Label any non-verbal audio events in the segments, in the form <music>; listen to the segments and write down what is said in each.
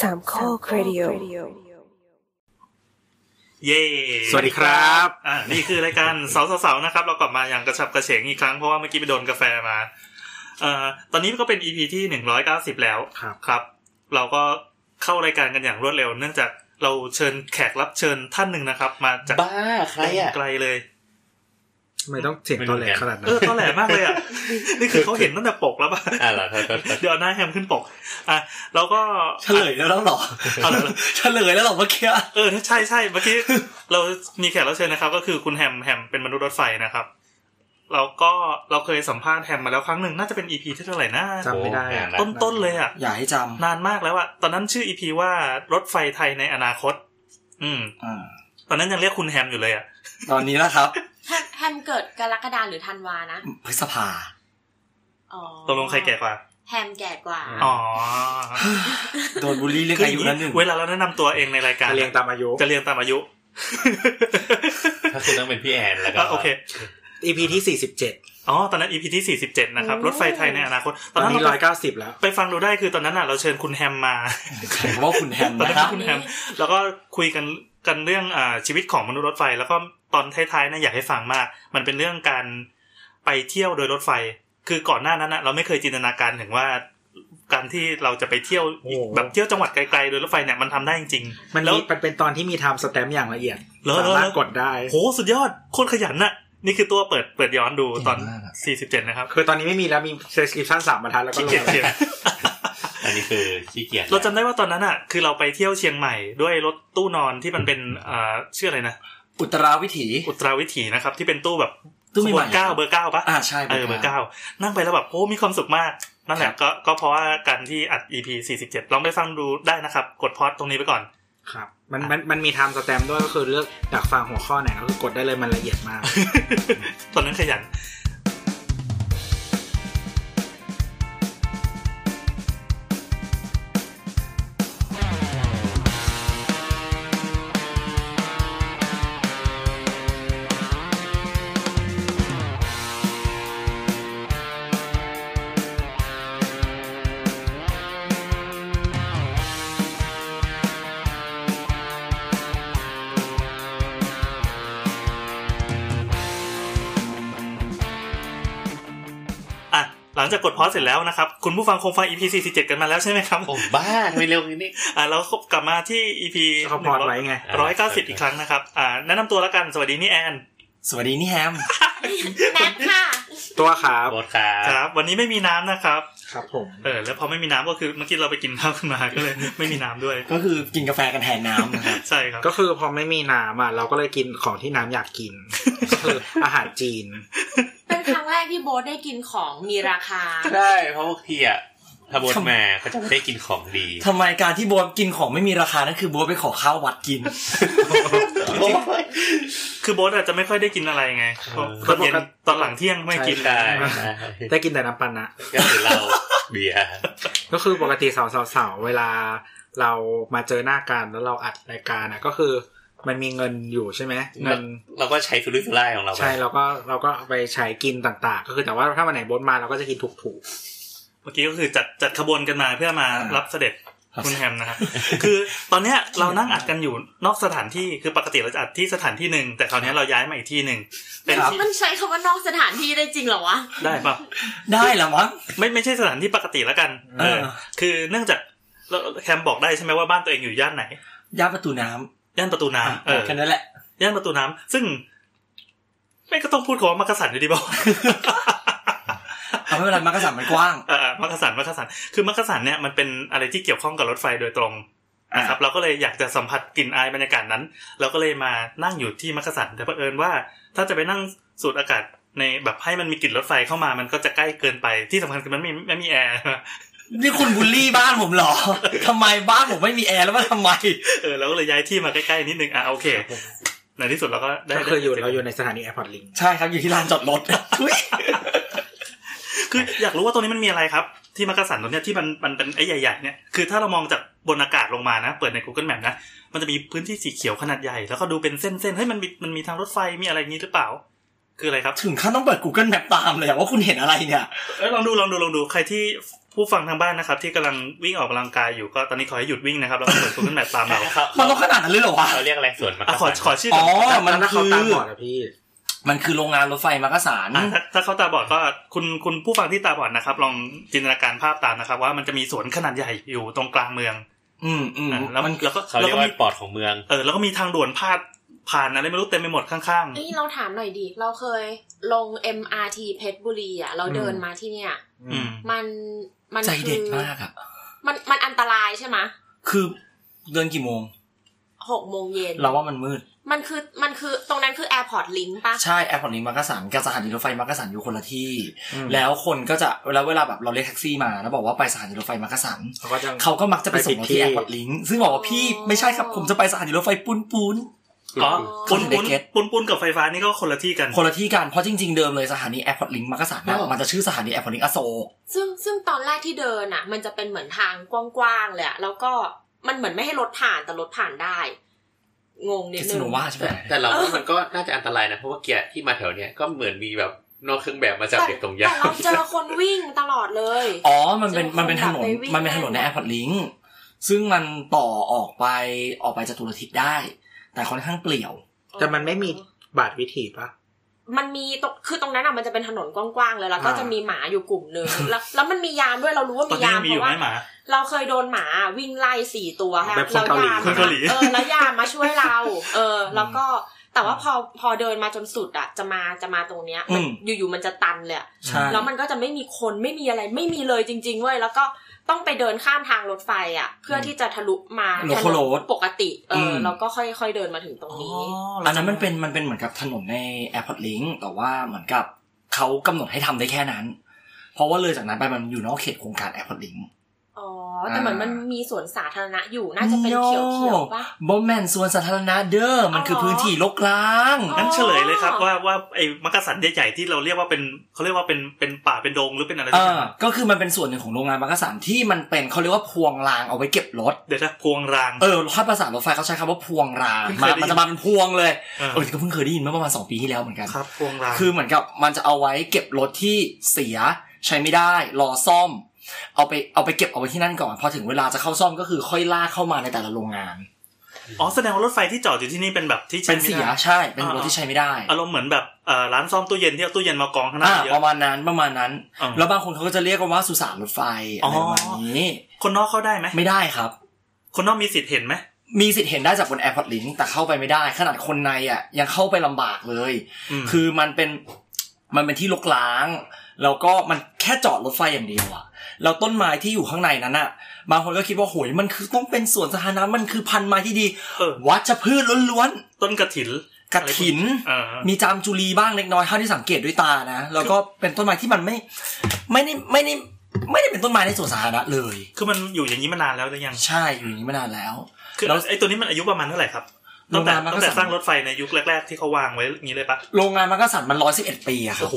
สามข้อครดิโอ เย่ สวัสดีครับ อ่านี่คือรายการเสาเสาๆนะครับ เรากลับมาอย่างกระฉับกระเฉงอีกครั้งเพราะว่าเมื่อกี้ไปโดนกาแฟมาเอ่อตอนนี้ก็เป็น EP ที่หนึ่งร้อยเก้าสิบแล้ว ครับ ครับ เราก็เข้ารายการกันอย่างรวดเร็ว เนื่องจากเราเชิญแขกรับเชิญท่านหนึ่งนะครับ มาจาก บ้าใครอ่ะ ไกลเลย ไม่ต้องเสียงตอแหลขนาดนั้ เอน อตอแหลมากเลยอ่ะ นี่คือเขาเห็นตั้งแต่ปกแล้วป่ะ อ่าเหรอครับ เดี๋ยวเอาหน้าแฮมขึ้นปก อ่ะเราก็ เฉลยแล้วเหรอ เอาเหรอ เฉลยแล้วเหรอเมื่อกี้ เออใช่ใช่เมื่อกี้ <laughs> เรามีแขกรับเชิญนะครับ ก็คือคุณแฮมแฮมเป็นมนุษย์รถไฟนะครับแล้วก็เราเคยสัมภาษณ์แฮมมาแล้วครั้งหนึ่งน่าจะเป็นอีพีที่เท่าไหร่นะ จำไม่ได้อะ ต้นต้นๆเลยอ่ะ อย่าให้จ นานมากแล้วอ่ะตอนนั้นชื่ออีพีว่ารถไฟไทยในอนาคต อืม ำอ่า ตอนนั้นยังเรียกคุณแฮมอยู่เลยอ่ะ ตอนนี้นะครับ แฮมแฮมเกิดกรกฎาหรือธันวานะ พฤษภา อ๋อ ตกลงใครแก่กว่า แฮมแก่กว่า อ๋อ โดนบูลลี่เรื่อง คืออ อายุ ย่าง นั้นหนึ่ นี้ ง เวลาเราแนะนำตัวเองในรายการ จะเรียงตามอายุ จะเรียงตามอายุ ถ้าคุณต้องเป็นพี่แอนแล้ว <laughs> ก็อ่ะโอเค EP ที่สี่สิบเจ็ด อ๋อตอนนั้น EP ที่ 47 นะครับ โอ้ รถไฟไทยในอนาคต ต ต อ อน น นั้น นี้ เรา ร้อยเก้าสิบแล้ว ไปฟังดูได้คือตอนนั้นน่ะเราเชิญคุณแฮมมา <laughs> ใช้คำว่าคุณแฮม ตอนนั้นนะครับ คุณแฮมแล้วก็คุยกันกันเรื่องอ่าชีวิตของมนุษย์รถไฟ แล้วก็ตอนท้ายๆนะอยากให้ฟังมาก มันเป็นเรื่องการไปเที่ยวโดยรถไฟ คือก่อนหน้านั้นนะเราไม่เคยจินตนาการถึงว่า การที่เราจะไปเที่ยว โอ้โห แบบเที่ยวจังหวัดไกลๆโดยรถไฟเนี่ยมันทำได้จริงๆ มัน แล้ว มีมันเป็นตอนที่มีไทม์สแตมป์อย่างละเอียด เหรอเหรอ สามารถกดได้ โหสุดยอดโคตรขยันน่ะ นี่คือตัวเปิดเปิดย้อนดูตอน เก่งมากอะ 47 นะครับ คือตอนนี้ไม่มีแล้วมี description สามบรรทัดแล้วก็ ขี้ ล เกียจ ง เขียน อันนี้คือขี้เกียจ เราจำได้ว่าตอนนั้นอ่ะ คือเราไปเที่ยวเชียงใหม่ด้วยรถตู้นอนที่มันเป็นอ่าชื่ออะไรนะ อุตราวิถี อุตราวิถีนะครับ ที่เป็นตู้แบบ ตู้ใหม่ๆ ขบวนเก้าเบอร์เก้าปะ อ่าใช่ เออเบ เบ อ อร์ ร์ เก้า เก้านั่งไปแล้วแบบโอ้มีความสุขมาก นั่นแหละก็ก็เพราะว่าการที่อัด EP 47 ลองไปฟังดูได้นะครับ กดพอดตรงนี้ไปก่อน ครับ มันมันมันมีไทม์สแตมป์ด้วยก็คือเลือกอยากฟังหัวข้อไหนก็คือกดได้เลยมันละเอียดมาก ตอนนั้นขยัน อ่ะ หลังจากกดพอดเสร็จแล้วนะครับ คุณผู้ฟังคงฟัง EP 47 กันมาแล้วใช่ไหมครับ โอ้บ้าทำไมเร็วอย่างนี้ อ่ะเรากลับมาที่ EP เขาพอดไว้ไง ร้อยเก้าสิบอีกครั้งนะครับ อ่า แนะนำตัวแล้วกัน สวัสดีนี่แอน สวัสดีนี่แฮม แนทค่ะ ตัวครับ โบทครับ ครับ วันนี้ไม่มีน้ำนะครับ ครับผม เออ แล้วพอไม่มีน้ำก็คือเมื่อกี้เราไปกินข้าวขึ้นมา ก็เลย ไม่มีน้ำด้วย ก็คือกินกาแฟกันแทนน้ำนะครับ ใช่ครับ ก็คือพอไม่มีน้ำอ่ะเราก็เลยกินของที่น้ำอยากกินก็คืออาหารจีน เป็นครั้งแรกที่โบ๊ทได้กินของมีราคา ได้ เพราะบางทีอ่ะถ้าโบทมาเขาจะไม่ได้กินของดี ทำไมการที่โบ๊ทกินของไม่มีราคานั่นคือโบ๊ทไปขอข้าววัดกิน คือโบ๊ทอาจจะไม่ค่อยได้กินอะไรไง เออ ตอนเย็นตอนหลังเที่ยงไม่กิน ใช่ ได้ ได้กินแต่น้ำปันนะ ก็คือเราเบียร์ ก็คือปกติสาวๆเวลาเรามาเจอหน้ากันแล้วเราอัดรายการนะก็คือมันมีเงินอยู่ใช่ไหมเงิน เราก็ใช้สุรุ่ยสุร่ายของเราไป ใช่เราก็เราก็เอาไปใช้กินต่างๆ ก็คือแต่ว่าถ้าวันไหนบดมาเราก็จะกินถูก เมื่อกี้ก็คือจัดจัดขบวนกันมาเพื่อมา อ่ารั รับเสด็จ ครับ คุณแฮมนะครับ คือตอนเนี้ยเรานั่งอัดกันอยู่นอกสถานที่ คือปกติเราจะอัดที่สถานที่หนึ่ง แต่คราวเนี้ยเราย้ายมาอีกที่หนึ่ง เป็น ครับ ที่ มันใช้คำว่านอกสถานที่ได้จริงเหรอวะ ได้ปะ ได้เหรอมั้ง ไม่ไม่ใช่สถานที่ปกติแล้วกัน เอ เอ อ อ คือเนื่องจากเราแคมบอกได้ใช่ไหมว่าบ้านตัวเองอยู่ย่านไหน ย่านประตูน้ ย่านประตู ำอ่ะ น้ำเออ แค่นั้นแหละ ย่านประตูน้ำซึ่ง ไม่ก็ต้องพูดคำว่ามั <laughs> กกะสันอยู่ดีบอก เอาไม่เป็นไรมันก็สัมมันกว้าง เออเออมักกะสันมักกะสันคือมักกะสันเนี่ยมันเป็นอะไรที่เกี่ยวข้องกับรถไฟโดยตรงนะครับ เราก็เลยอยากจะสัมผัสกลิ่นอายบรรยากาศนั้น เราก็เลยมานั่งอยู่ที่มักกะสันแต่เผอิญว่า ถ้าจะไปนั่งสูดอากาศในแบบให้มันมีกลิ่นรถไฟเข้ามามันก็จะใกล้เกินไปที่สำคัญคือมันไม่ไม่มีแอร์ <laughs> นี่คุณบูลลี่บ้านผมเหรอ <laughs> ทำไมบ้านผมไม่มีแอร์แล้วว่าทำไม เออเราก็เลยย้ายที่มาใกล้ๆนิดนึงอ่ะโอเค ในที่สุดเราก็ได้ ๆก็คืออยู่ ได้ เราอยู่ในสถานีแอร์พอร์ตลิง ใช่ครับอยู่ที่ลานจอดรถ อุ๊ย คืออยากรู้ว่าตรงนี้มันมีอะไรครับ ที่มักกะสันตรงเนี้ยที่มันมันเป็นไอ้ใหญ่ๆเนี่ยคือถ้าเรามองจากบนอากาศลงมานะ เปิดใน Google Map นะ มันจะมีพื้นที่สีเขียวขนาดใหญ่ แล้วก็ดูเป็นเส้นๆเฮ้ยมันมีมันมีทางรถไฟมีอะไรอย่างนี้หรือเปล่า คืออะไรครับ ถึงขั้นต้องเปิด Google Map ตามเลยอะว่าคุณเห็นอะไรเนี่ย เอ้ยลองดูลองดูลองดูใครที่ ผู้ฟังทางบ้านนะครับ ที่กำลังวิ่งออกกำลังกายอยู่ก็ตอนนี้ขอให้หยุดวิ่งนะครับแล้วก็เปิด Google Map ตามเรา เขา มันต้องขนาดนั้นเลยเหรอวะ เขาเรียกอะไรสวนมะ อ่ะ ขาม ขอขอชื่อ อ๋อ ก่อน มัน ถ้าเขา คือ ตามบอดอะพี่ มันคือโรงงานรถไฟมักกะสานะ ถ้าถ้าเขาตาบอดก็คุณคุณผู้ฟังที่ตาบอดนะครับ ลองจินตนาการภาพตามนะครับ ว่ามันจะมีสวนขนาดใหญ่อยู่ตรงกลางเมือง อืมอืม อ่ะแล้ว มัน แล้วก็ เขา แล้ เรี วย ก ก็ ว่า มี ปอดของเมือง เออแล้วก็มีทางด่วนพาดผ่านอะไรไม่รู้เต็มไปหมดข้าง เอ้ยเราถามหน่อยดิ เราเคยลง MRT เพชรบุรีอ่ะ เราเดิน อืม มาที่เนี่ย ๆ อืม มันมัน ใจ คือ เด็ดมากอ่ะ มันมันอันตรายใช่ไหมะ คือเดินกี่โมง หกโมงเย็น เราว่ามันมืด มันคือมันคือตรงนั้นคือแอร์พอร์ตลิงก์ปะ ใช่แอร์พอร์ตลิงก์มักกะสันกับสถานีรถไฟมักกะสันอยู่คนละที่ อืม แล้วคนก็จะแล้วเวลาแบบเราเรียกแท็กซี่มาแล้วบอกว่าไปสถานีรถไฟมักกะสัน เขาก็จะ เขาก็มักจะไปส่งเราที่ ไป แอ ผิดที่ ร์พอร์ตลิงก์ซึ่งบอกว่าพี่ไม่ใช่ครับผมจะไปสถานีรถไฟปุ้นปุ้น อ๋อ ค ปุ้ น น เด็ปุ้กน เก็ต ปุ้นปุ้นกับไฟฟ้านี่ก็คนละที่กัน คนละที่กันเพราะจริง ๆ เดิมเลยสถานีแอร์พอร์ตลิงก์มักกะสันนะ อ๋อ มันจะชื่อสถานีแอร์พอร์ตลิงก์อโศก ซึ่งซึ่งตอนแรกที่เดินอ่ะ มันจะเป็นเหมือนทางกว้างๆเลยอะแล้วก็มันเหมือนไม่ให้รถผ่านแต่รถผ่านได้ งงนิด คิด นึ ส ง นุกว่าใช่ไหม แต่เราว่ามันก็น่าจะอันตรายนะ เพราะว่าเกียร์ที่มาแถวเนี้ยก็เหมือนมีแบบนอกเครื่องแบบมาจากเด็กตรงยา แต่เราเจอคนวิ่งตลอดเลย อ๋อ มันเป็น มันเป็นถนน จะมีคนแบบไปวิ่ง มันเป็นถนนในแอร์พอร์ตลิงก์ซึ่งมันต่อออกไป ออกไปจากตุลทิศได้ แต่ค่อนข้างเปลี่ยว แต่มันไม่มีบาดวิถีปะ มันมีตรงคือตรงนั้นอ่ะมันจะเป็นถนนกว้างๆเลยแล้วก็ อ่า จะมีหมาอยู่กลุ่มหนึ่งแล้วแล้วมันมียามด้วยเรารู้ว่า ตอ มี นนี้ ยาม ยังมี เพ อยู่ ราะ ไหม ว่า หมา เราเคยโดนหมาวิ่งไล่สี่ตัวค่ะ แบบคนเกาหลี ยาม คนเกาหลี เออแล้วยามมาช่วยเรา เออ แล้วก็แต่ว่าพอพอเดินมาจนสุดอ่ะ จะมาจะมาตรงเนี้ยมัน อืม อยู่ๆมันจะตันเลยอะ ใช่ แล้วมันก็จะไม่มีคนไม่มีอะไรไม่มีเลยจริง ๆเว้ยแล้วก็ต้องไปเดินข้ามทางรถไฟอ่ะ เพื่อที่จะทะลุมา โลโคโรด ปกติเอออ ม แล้วก็ค่อยๆเดินมาถึงตรงนี้ อันนั้นมันเป็น มันเป็นเหมือนกับถนนในแอร์พอร์ตลิงก์แต่ว่าเหมือนกับเขากำหนดให้ทำได้แค่นั้น เพราะว่าเลยจากนั้นไปมันอยู่นอกเขตโครงการแอร์พอร์ตลิงก์ อ๋อ แต่เหมือน อ่ามั มันมีสวนสาธารณะอยู่น่าจะเป็นเขียวเขียวๆปะ บอมแมนสวนสาธารณะเด้อ มันคือพื้นที่รกร้าง อ๋อ งั้นเฉลยเลยครับว่าว่าไอ้มักกะสันใหญ่ๆที่เราเรียกว่าเป็นเขาเรียกว่าเป็นเป็นป่าเป็นดงหรือเป็นอะไรสัเอกอ อย่าง ก็คือมันเป็นส่วนหนึ่งของโรงงานมักกะสันที่มันเป็นเขาเรียกว่าพวงรางเอาไว้เก็บรถ เดี๋ยวนะพวงราง เออถ้าภาษารถไฟเขาใช้คำว่าพวงราง เพิ่งเค มาย ได้ยิน มันจะมาเป็นพวงเลย เออ เออก็เพิ่งเคยได้ยินเมื่อประมาณสองปีที่แล้วเหมือนกัน ครับพวงราง คือเหมือนกับมันจะเอาไว้เก็บรถที่เสียใช้ไม่ได้ รอซ่อม เอาไปเอาไปเก็บเอาไว้ที่นั่นก่อน พอถึงเวลาจะเข้าซ่อมก็คือค่อยลากเข้ามาในแต่ละโรงงาน อ๋อแสดงว่ารถไฟที่จอดอยู่ที่นี่เป็นแบบที่ใช้ เป็น ไม่ เสีย ได้ ใช่เป็นรถที่ใช้ไม่ได้ อารมณ์เหมือนแบบเอ่อร้านซ่อมตู้เย็นที่เอาตู้เย็นมากองข้างหน้า อ่า เย ประ อะ มาณนั้นประมาณนั้น อ่า แล้วบางคนเขาก็จะเรียกกันว่าสุสานรถไฟอะไรประมาณ อ๋อ นี้ คนนอกเข้าได้ไหม ไม่ได้ครับ คนนอกมีสิทธิ์เห็นไหม มีสิทธิ์เห็นได้จากบนแอร์พอร์ตลิงแต่เข้าไปไม่ได้ ขนาดคนในอ่ะยังเข้าไปลำบากเลย ม คือมันเป็นมันเป็นที่รกร้าง แล้วก็มันแค่จอดรถไฟอย่างเดียวอะแล้วต้นไม้ที่อยู่ข้างในนั้นอะบางคนก็คิดว่าโหยมันคือต้องเป็นสวนสาธารณะมันคือพันธุ์ไม้ที่ดี เออ วัชพืชล้วน ต้นกระถิน ๆกระถิน เออ มีจามจุลีบ้างเล็กน้อยเท่าที่สังเกตด้วยตานะแล้วก็เป็นต้นไม้ที่มันไม่ ไม่ได้ไม่ได้ไม่ได้เป็นต้นไม้ในสวนสาธารณะเลย คือมันอยู่อย่างนี้มานานแล้วหรือยัง ใช่อยู่อย่างนี้มานานแล้ว คือ แล้ว ไอ้ตัวนี้มันอายุประมาณเท่าไหร่ครับ โร ตั้ ง งแต่ งานมันก็ ตั้งแต่สร้างรถไฟในยุคแรก ๆ ที่เขาวางไว้อย่างนี้เลยปะ โรงงานมันก็สั่นมันร้อยสิบเอ็ดปีอะครั โอ้ บ โห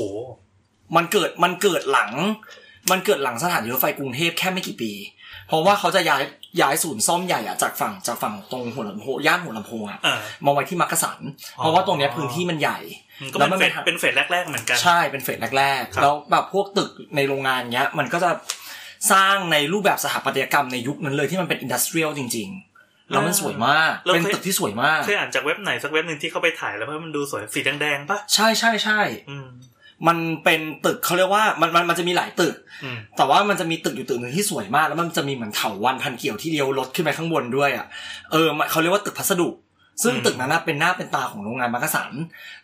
มันเกิดมันเกิดหลัง มันเกิดหลังสถานีรถไฟกรุงเทพแค่ไม่กี่ปี เพราะว่าเขาจะย้ายย้ายศูนย์ซ่อมใหญ่อะจากฝั่งจากฝั่งตรงหัวลำโพงย่านหัวลำโพงอะ เออ มาไว้ที่มักกะสัน อ๋อ เพราะว่าตรงเนี้ยพื้นที่มันใหญ่ มันก็ แล้ เป็ วน มัน เฟสเป็น เป็นเฟสแรก ๆ เหมือนกัน ใช่เป็นเฟสแรก ครับ ๆแล้วแบบพวกตึกในโรงงานเนี้ย มันก็จะสร้างในรูปแบบสถาปัตยกรรมในยุคนั้นเลยที่มันเป็นอินดัสเทรียลจริง ๆ แล้วมันสวยมาก แล้วเคย เป็นตึกที่สวยมาก เคยอ่านจากเว็บไหนสักเว็บหนึ่งที่เขาไปถ่ายแล้วว่ามันดูสวยสีแดงๆปะ ใช่ใช่ใช่ อืม มันเป็นตึกเขาเรียกว่ามันมันมันจะมีหลายตึก อืม แต่ว่ามันจะมีตึกอยู่ตึกหนึ่งที่สวยมาก แล้วมันจะมีเหมือนเถาวันพันเกี่ยวที่เดียวรถขึ้นไปข้างบนด้วยอ่ะเออมันเขาเรียกว่าตึกพัสดุ ซึ่ง อืม ตึกนั้นน่ะเป็นหน้าเป็นตาของโรงงานมักกะสัน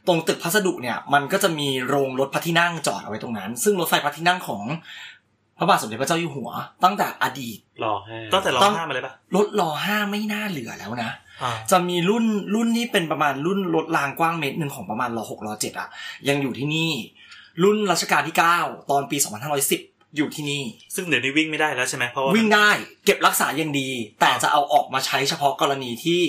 ตรงตึกพัสดุเนี่ยมันก็จะมีโรงรถพระที่นั่งจอดเอาไว้ตรงนั้น ซึ่งรถไฟพระที่นั่งของพระบาทสมเด็จพระเจ้าอยู่หัว ตั้งแต่อดีต รอห้า ตั้งแต่ร้อ ต้ ง อง ห้ามาเลยปะ รถรอห้าไม่น่าเหลือแล้วนะ อ่า จะมีรุ่นรุ่นที่เป็นประมาณรุ่นรถรางกว้างเมตรหนึ่งของประมาณรอหกรอเจ็ดอะยังอยู่ที่นี่ รุ่นรัชกาลที่เก้าตอนปีสองพันห้าร้อยสิบอยู่ที่นี่ ซึ่งเดี๋ยวนี้วิ่งไม่ได้แล้วใช่ไหมเพราะา วิ่งได้เก็บรักษาอย่างดี แต่จะเอาออกมาใช้เฉพาะกรณีที่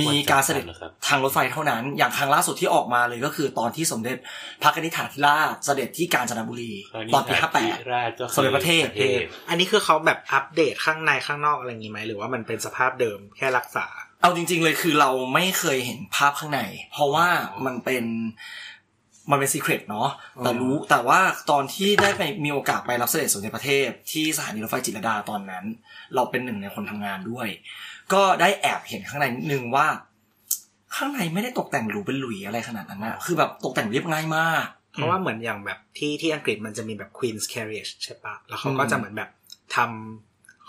มีการเสด็จ หรอครับ ทางรถไฟเท่านั้น อย่างครั้งล่าสุดที่ออกมาเลยก็คือตอนที่สมเด็จพระกนิษฐาธิราชเสด็จที่กาญจนบุรี ตอนปีห้าแปด ราชก็คือ สมเด็จพระเทพ เทพ อันนี้คือเขาแบบอัปเดตข้างในข้างนอกอะไรอย่างนี้ไหมหรือว่ามันเป็นสภาพเดิมแค่รักษา เอาจริง ๆ เลยคือเราไม่เคยเห็นภาพข้างใน เพราะว่ามันเป็น มันเป็นซีเครตเนาะแต่รู้แต่ว่าตอนที่ได้ไปมีโอกาสไปรับเสด็จสมเด็จพระเทพ ที่สถานีรถไฟจิตรลดาตอนนั้น เราเป็นหนึ่งในคนทำงานด้วย ก็ได้แอบเห็นข้างในนิดนึงว่า ข้างในไม่ได้ตกแต่งหรูเป็นหลุยอะไรขนาดนั้นนะคือแบบตกแต่งเรียบง่ายมาก เพราะว่าเหมือนอย่างแบบที่ที่อังกฤษมันจะมีแบบ Queen's Carriage ใช่ปะแล้วเขาก็ อืม จะเหมือนแบบทำ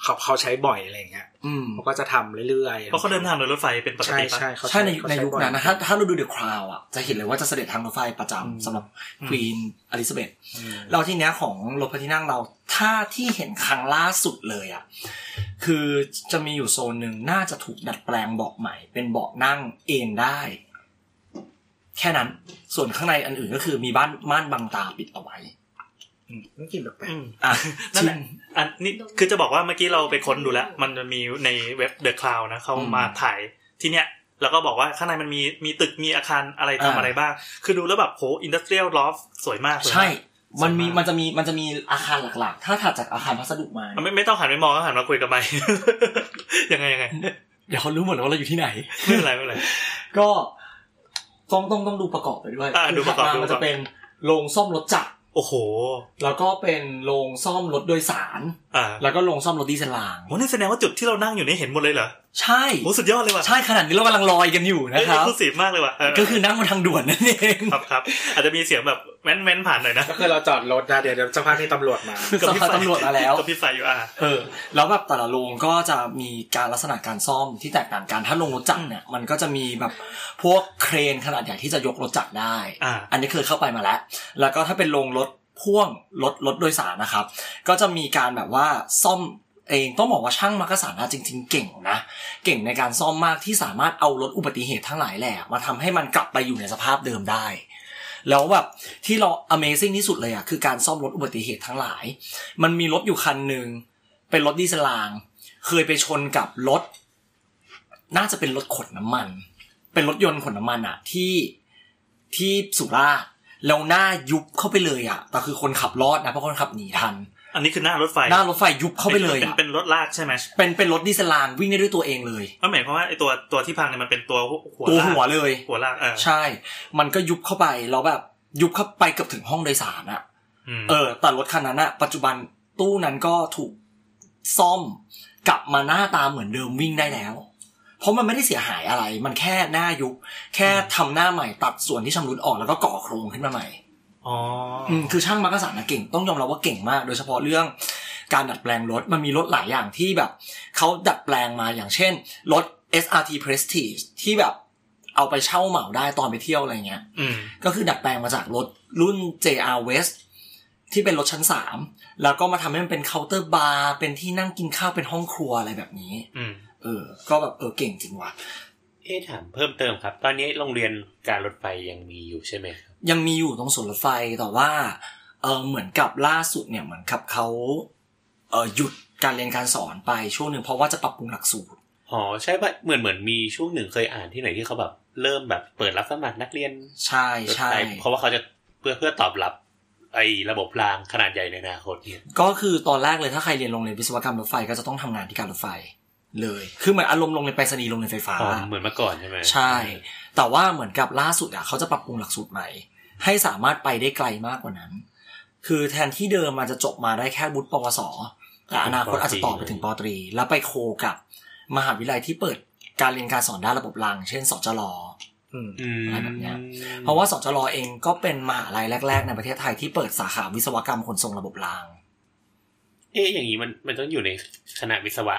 เขาเขาใช้บ่อยอะไรอย่างเงี้ย อืม เขาก็จะทำเรื่อยๆ เพราะเขาเดินทางโดยรถไฟเป็นปก ใช่ ติปะ ใช่เขา ใช่ใน เขา ในยุค บ่อ นั้นนะถ้าถ้าเราดูเดอะคราวอ่ะจะเห็นเลยว่าจะเสด็จทางรถไฟประจำ อืม สำหรับควีนอลิซาเบธ อืม เราที่เนี้ยของรถพระที่นั่งเราถ้าที่เห็นครั้งล่าสุดเลยอ่ะคือจะมีอยู่โซนหนึ่งน่าจะถูกดัดแปลงเบาะใหม่ เป็นเบาะนั่งเอนได้ แค่นั้นส่วนข้างในอันอื่นก็คือมีบ้านม่านบังตาปิดเอาไว้ อืมต้องกินแบบแปลก อืม อ่ะ นั่นแหละ อันนี้คือจะบอกว่าเมื่อกี้เราไปค้นดูแล้ว มันจะมีในเว็บ The Cloud นะเขามาถ่ายที่เนี้ยแล้วก็บอกว่าข้างในมันมีมีตึกมีอาคารอะไรทำอะไรบ้าง คือดูแล้วแบบโหอินดัสเทรียลลอฟสวยมากเลยนะ ใช่ มันมีมันจะมีมันจะมีอาคารหลักๆ ถ้าถัดจากอาคารพัสดุมาเนี่ย ไม่ไม่ต้องหันไปมองก็หันมาคุยกับไมค์ <laughs> ยังไงยัง <laughs> ไง เดี๋ยวเขารู้หมดแล้วว่าเราอยู่ที่ไหน ไม่เป็นไรไม่เป็นไร ก็ต้องต้องต้องดูประกอบไปด้วย อ่าดูประกอบ ถัมา ดู มัน ประกอบ จะเป็นโรงซ่อมรถจักร โอ้โห แล้วก็เป็นโรงซ่อมรถโดยสาร อ่า แล้วก็โรงซ่อมรถดีเซลราง โหนี่แสดงว่าจุดที่เรานั่งอยู่นี่เห็นหมดเลยเหรอ ใช่ โหสุดยอดเลยว่ะ ใช่ขนาดนี้เรากำลังลอยกันอยู่นะ เอ้ย ครับ คูสีมากเลยว่ะเ ก็คือนั่งบนทางด่วนนั่นเอง ครับครับอาจจะมีเสียงแบบแม้นแม้นๆผ่านหน่อยนะ ก็คือเราจอดรถนะเดี๋ยวเดี๋ยวจะพาที่ตำรวจมา สภาตำรวจมาแล้ว กับพี่ไฟอยู่อ่ะ เออแล้วแบบแต่ละโรงก็จะมีการลักษณะการซ่อมที่แตกต่างกันถ้าโรงรถจักรเนี่ยมันก็จะมีแบบพวกเครนขนาดใหญ่ที่จะยกรถจักรได้ อ่า อันนี้เคยเข้าไปมาแล้ว แล้วก็ถ้าเป็นโรงรถพ่วงรถรถโดยสารนะครับ ก็จะมีการแบบว่าซ่อมเองต้องบอกว่าช่างมักกะสันนะจริง ๆ เก่งนะ เก่งในการซ่อมมากที่สามารถเอารถอุบัติเหตุทั้งหลายแหละมาทำให้มันกลับไปอยู่ในสภาพเดิมได้ แล้วแบบที่เรา Amazing ที่สุดเลยอะคือการซ่อมรถอุบัติเหตุทั้งหลาย มันมีรถอยู่คันหนึ่งเป็นรถดีเซลราง เคยไปชนกับรถ น่าจะเป็นรถขนน้ำมัน เป็นรถยนต์ขนน้ำมันอะที่ที่สุราษฎร์แล้วหน้ายุบเข้าไปเลยอะแต่คือคนขับรอดนะเพราะคนขับหนีทัน อันนี้คือหน้ารถไฟ หน้ารถไฟยุบเข้าไปเลย เป็น อะ เป็นรถลากใช่ไหม เป็นเป็นรถดีเซลรางวิ่งได้ด้วยตัวเองเลย ก็หมายความว่าไอ้ตัวตัวที่พังเนี่ยมันเป็นตัวหัว ตัว ลาก หัวเลย หัวลากเออ ใช่ มันก็ยุบเข้าไปแล้วแบบยุบเข้าไปเกือบถึงห้องโดยสารอะ ม เออแต่รถคันนั้นอะปัจจุบันตู้นั้นก็ถูกซ่อมกลับมาหน้าตาเหมือนเดิมวิ่งได้แล้ว เพราะมันไม่ได้เสียหายอะไร มันแค่หน้ายุบแค่ทำหน้าใหม่ตัดส่วนที่ชำรุดออกแล้วก็ก่อโครงขึ้นมาใหม่ อ๋ออ อืมคือช่างมักกะสันนะเก่งต้องยอมรับว่าเก่งมาก โดยเฉพาะเรื่องการดัดแปลงรถมันมีรถหลายอย่างที่แบบเขาดัดแปลงมาอย่างเช่นรถ SRT Prestige ที่แบบเอาไปเช่าเหมาได้ตอนไปเที่ยวอะไรเงี้ย อืม ก็คือดัดแปลงมาจากรถรุ่น JR West ที่เป็นรถชั้น 3 แล้วก็มาทำให้มันเป็นเคาน์เตอร์บาร์เป็นที่นั่งกินข้าวเป็นห้องครัวอะไรแบบนี้ อืม เออ ก็แบบเออเก่งจริงว่ะ เอ๊ะถามเพิ่มเติมครับ ตอนนี้โรงเรียนการรถไฟยังมีอยู่ใช่ไหมครับ ยังมีอยู่ตรงสวนรถไฟแต่ว่าเออเหมือนกับล่าสุดเนี่ยเหมือนกับเขาเออหยุดการเรียนการสอนไปช่วงหนึ่งเพราะว่าจะปรับปรุงหลักสูตร อ๋อใช่ปะเหมือนเหมือนมีช่วงหนึ่งเคยอ่านที่ไหนที่เขาแบบเริ่มแบบเปิดรับสมัครนักเรียน ใช่ รถ ใช่ ไฟเพราะว่าเขาจะเพื่อเพื่อตอบรับ ไอ้ระบบรางขนาดใหญ่ในอนาคตเนี่ย ก็คือตอนแรกเลยถ้าใครเรียนโรงเรียนวิศวกรรมรถไฟก็จะต้องทำงานที่การรถไฟ เลย คือเหมือนอารมณ์โรงเรียนไปรษณีย์โรงเรียนไฟฟ้า อ๋อเหมือนเมื่อก่อนใช่ไหม ใช่ แต่ว่าเหมือนกับล่าสุดอ่ะเขาจะปรับปรุงหลักสูตรใหม่ ให้สามารถไปได้ไกลมากกว่านั้น คือแทนที่เดิมมันจะจบมาได้แค่วุฒิปวสแต่อนาคตอาจจะต่อไปถึงปตรี แล้วไปโคกับมหาวิทยาลัยที่เปิดการเรียนการสอนด้านระบบราง เช่นสจล อืม อืม อะไรแบบเนี้ย เพราะว่าสจลเองก็เป็นมหาลัยแรก ๆ ในประเทศไทยที่เปิดสาขาวิศวกรรมขนส่งระบบราง เอ๊ะอย่างนี้มันมันต้องอยู่ในคณะวิศว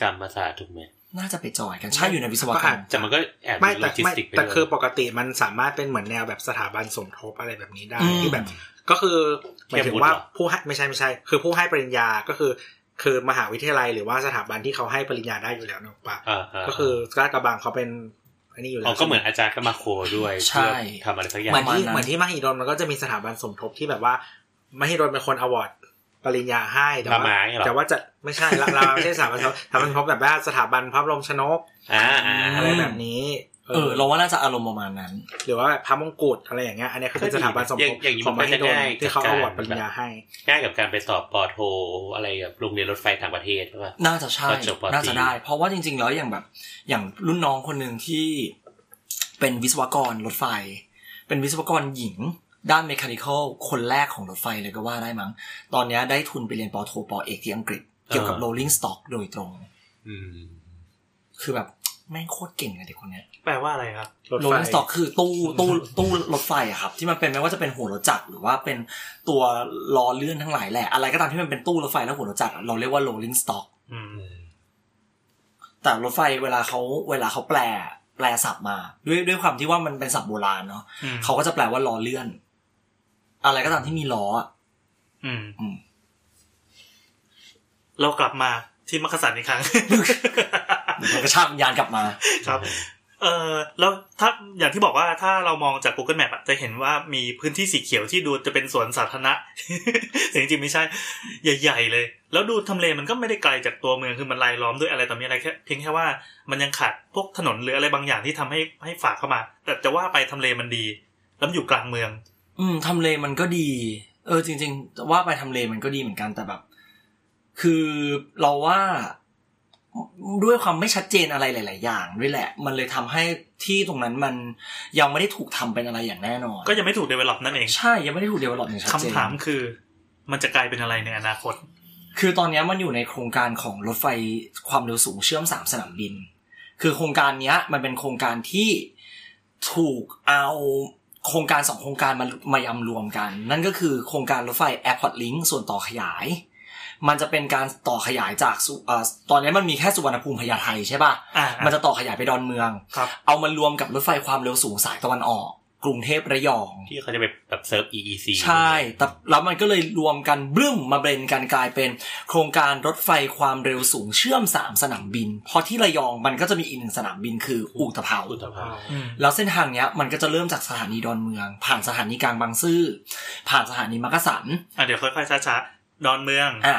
กรรมศาสตร์ถูกไหม น่าจะไปจอยกันใช่อยู่ในวิศวกรรม แต่มันก็แอบ ไม่ โล แต่ จิส ไม่ ติกไป แต่ ด้วย คือปกติมันสามารถเป็นเหมือนแนวแบบสถาบันสมทบอะไรแบบนี้ได้ อืม ที่แบบ ก็คือหมายถึงว่าผู้ให้ไม่ใช่ไม่ใช่ คือผู้ให้ปริญญาก็คือ คือมหาวิทยาลัยหรือว่าสถาบันที่เขาให้ปริญญาได้อยู่แล้วเนอะปะ อ่าๆ ก็คือราชกระบังเขาเป็นอันนี้อยู่แล้ อ๋อ ว ก็เหมือนอาจารย์ก็มาโคด้วย ใช่ เพื่อทำอะไรสักอย่าง เหมือนที่ ประมาณนั้น เหมือนที่มหิดลมันก็จะมีสถาบันสมทบที่แบบว่า มหิดลเป็นคนอวอร์ดปริญญาให้แต่ ละ ว่า ไม้เหรอ แต่ว่าจะไม่ใช่ละละไม่ใช่สถาบันสมทบสถาบันสมทบแบบว่าสถาบันพระบรมชนก อ่าอ่า อะไรแบบนี้ เออ เราว่าน่าจะอารมณ์ประมาณนั้น หรือว่าแบบพระมงกุฎอะไรอย่างเงี้ยอันเนี้ยคือเป็นสถาบันสมทบของมหิดลที่เขาอวอร์ดปริญญาให้ ง่ายกับการไปสอบปอโท อะไรกับโรงเรียนรถไฟต่างประเทศใช่ปะ น่าจะใช่ ก็จบปกติ น่าจะได้ เพราะว่าจริงๆ แล้วอย่างแบบ อย่างรุ่นน้องคนหนึ่งที่เป็นวิศวกรรถไฟ เป็นวิศวกรหญิง ด้านเมคานิคอลคนแรกของรถไฟเลยก็ว่าได้มั้ง ตอนเนี้ยได้ทุนไปเรียนปอโทปอเอกที่อังกฤษ เกี่ยวกับ rolling stock โดยตรง อืม คือแบบแม่งโคตรเก่งเลยเด็กคนเนี้ย แปลว่าอะไรครับ รถ โรล ไฟ ลิ่งสต็อกคือตู้ <laughs> ตู้ตู้รถไฟอะครับ ที่มันเป็นไม่ว่าจะเป็นหัวรถจักรหรือว่าเป็นตัวล้อเลื่อนทั้งหลายแหละอะไรก็ตามที่มันเป็นตู้รถไฟและหัวรถจักรอะเราเรียกว่าโรลลิ่งสต็อก อืม แต่รถไฟเวลาเขาเวลาเขาแปลแปลศัพท์มา ด้วยด้วยความที่ว่ามันเป็นศัพท์โบราณเนาะ อืม เขาก็จะแปลว่าล้อเลื่อน อะไรก็ตามที่มีล้ออะ อืม อืม เรากลับมาที่มักกะสันอี <laughs> กครั้ง เดี๋ยวมันก็ชากวิญญาณกลับมา ครับ เออแล้วถ้าอย่างที่บอกว่าถ้าเรามองจาก Google Map อะจะเห็นว่ามีพื้นที่สีเขียวที่ดูจะเป็นสวนสาธารณะ <laughs> แต่จริงๆไม่ใช่ ใหญ่ๆเลย แล้วดูทำเลมันก็ไม่ได้ไกลจากตัวเมืองคือมันรายล้อมด้วยอะไรต่อมีอะไรแค่เพียงแค่ว่ามันยังขาดพวกถนนหรืออะไรบางอย่างที่ทำให้ให้ฝากเข้ามา แต่จะว่าไปทำเลมันดี แล้วมันอยู่กลางเมือง อืมทำเลมันก็ดี เออ จริงๆจะว่าไปทำเลมันก็ดีเหมือนกันแต่แบบ คือเราว่าด้วยความไม่ชัดเจนอะไรหลาย ๆ อย่างด้วยแหละ มันเลยทำให้ที่ตรงนั้นมันยังไม่ได้ถูกทำเป็นอะไรอย่างแน่นอน ก็ยังไม่ถูกเดเวล็อปนั่นเอง ใช่ยังไม่ได้ถูกเดเวลลอปอย่างชัด คำ เจน ถามคือมันจะกลายเป็นอะไรในอนาคต คือตอนเนี้ยมันอยู่ในโครงการของรถไฟความเร็วสูงเชื่อมสามสนามบิน คือโครงการเนี้ย มันเป็นโครงการที่ถูกเอาโครงการสองโครงการมามายำรวมกัน นั่นก็คือโครงการรถไฟ Airport Link ส่วนต่อขยาย มันจะเป็นการต่อขยายจากสุเอ่อตอนนี้มันมีแค่สุวรรณภูมิพญาไทใช่ปะ อ่า ่ะ มั มันจะต่อขยายไปดอนเมือง ครับ เอามารวมกับรถไฟความเร็วสูงสายตะวันออก กรุงเทพระยอง ที่เขาจะไปแบบเซิร์ฟ EEC ใช่ แต่แล้วมันก็เลยรวมกันบึ้มมาเบรนกันกลายเป็น โครงการรถไฟความเร็วสูงเชื่อมสามสนามบิน เพราะที่ระยองมันก็จะมีอีกหนึ่งสนามบินคืออุตภเปา อุตภาว อืม แล้วเส้นทางเนี้ยมันก็จะเริ่มจากสถานีดอนเมือง ผ่านสถานีกลางบางซื่อผ่านสถานีมักกะสัน อ่ะเดี๋ยวค่อยๆช้าๆดอนเมือง อ่ะ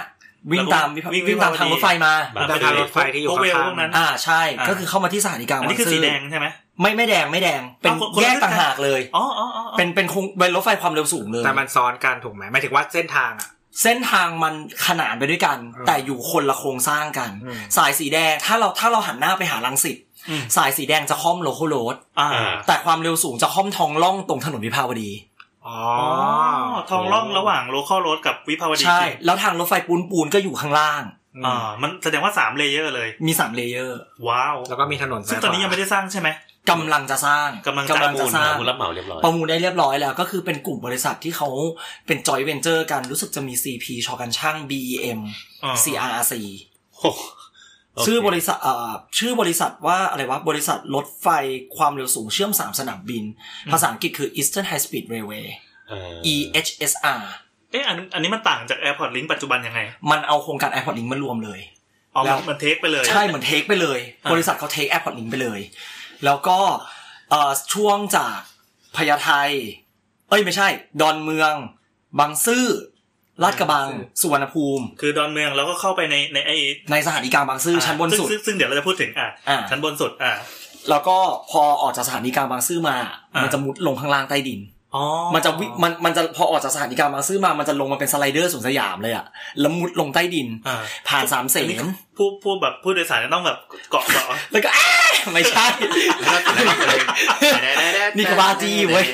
วิ่งตาม แล้วก็ วิ วิ่ง วิ่งตาม วิภาวดี ทางรถไฟมา บาง แต่ ซื่ ทาง อ รถไฟที่อยู่ พวกเวล ข้า พว ง กนั้น อ่าใช่ อ่า ก็คือเข้ามาที่สถานีกลาง อัน บาง นี้คือสี ซื่อ แดงใช่ไหม ไม่ไม่แดงไม่แดงเป็น อ้าวคนคน แย ละ กต่าง เส้นกัน หากเลย อ๋ออ๋ออ๋ออ๋อ เป็นเป็นคงเป็นรถไฟความเร็วสูงเลย แต่มันซ้อนกันถูกไหมหมายถึงว่าเส้นทางอ่ะ เส้นทางมันขนานไปด้วยกัน อืม แต่อยู่คนละโครงสร้างกัน อืม สายสีแดงถ้าเราถ้าเราหันหน้าไปหาลังสิต อืม สายสีแดงจะค่อมโลโคโรด อ่า แต่ความเร็วสูงจะค่อมทองล่องตรงถนนวิภาวดี อ๋อ อ๋อ ทองร่องระหว่างโลคอลโรดกับวิภาวดี ใช่ แล้วทางรถไฟปูนปูนก็อยู่ข้างล่าง อืม อ่า มันแสดงว่าสามเลเยอร์เลย มีสามเลเยอร์ ว้าว แล้วก็มีถนน ซึ่งตอนนี้ยังไม่ได้สร้างใช่ไหม กำลังจะสร้าง กำลังจะ จะสร้าง คุณรับเหมาเรียบร้อย ประมูลได้เรียบร้อยแล้วก็คือเป็นกลุ่มบริษัทที่เขาเป็นจอยเวนเจอร์กันรู้สึกจะมี CP ชอกันช่าง BEM อ่า CRRC โอ้โห ชื่อบริษัทเอ่อชื่อบริษัทว่าอะไรวะ บริษัทรถไฟความเร็วสูงเชื่อม 3 สนามบิน อืม ภาษาอังกฤษคือ Eastern High Speed Railway เออ EHSR เอ๊ะอันอันนี้มันต่างจาก Airport Link ปัจจุบันยังไง มันเอาโครงการ Airport Link มารวมเลย อ๋อ แล้ว มันเทคไปเลย ใช่เหมือนเทคไปเลย อ่า บริษัทเขาเทค Airport Link ไปเลย แล้วก็เอ่อช่วงจากพญาไทเอ้ยไม่ใช่ ดอนเมือง บางซื่อลาดกระบังสุวรรณภูมิ คือดอนเมืองแล้วก็เข้าไปในในไอ้ ในสถานีกลางบางซื่อชั้นบนสุด ซึ่งซึ่งซึ่งเดี๋ยวเราจะพูดถึงอ่ะ อ่า ชั้นบนสุดอ่ะ แล้วก็พอออกจากสถานีกลางบางซื่อมา อ่ามั มันจะมุดลงข้างล่างใต้ดิน อ๋อ มันจะวิมันมันจะพอออกจากสถานีกลางบางซื่อมา มันจะลงมาเป็นสไลเดอร์สวนสยามเลยอะแล้วมุดลงใต้ดิน อ่า ผ่านสามเส อันนี้ น ผู้ผู้แบบผู้โดยสารจะต้องแบบเกาะเกาะ แล้วก็อ้าไม่ใช่ <laughs> นี่ก็บ้าจี้เว้ย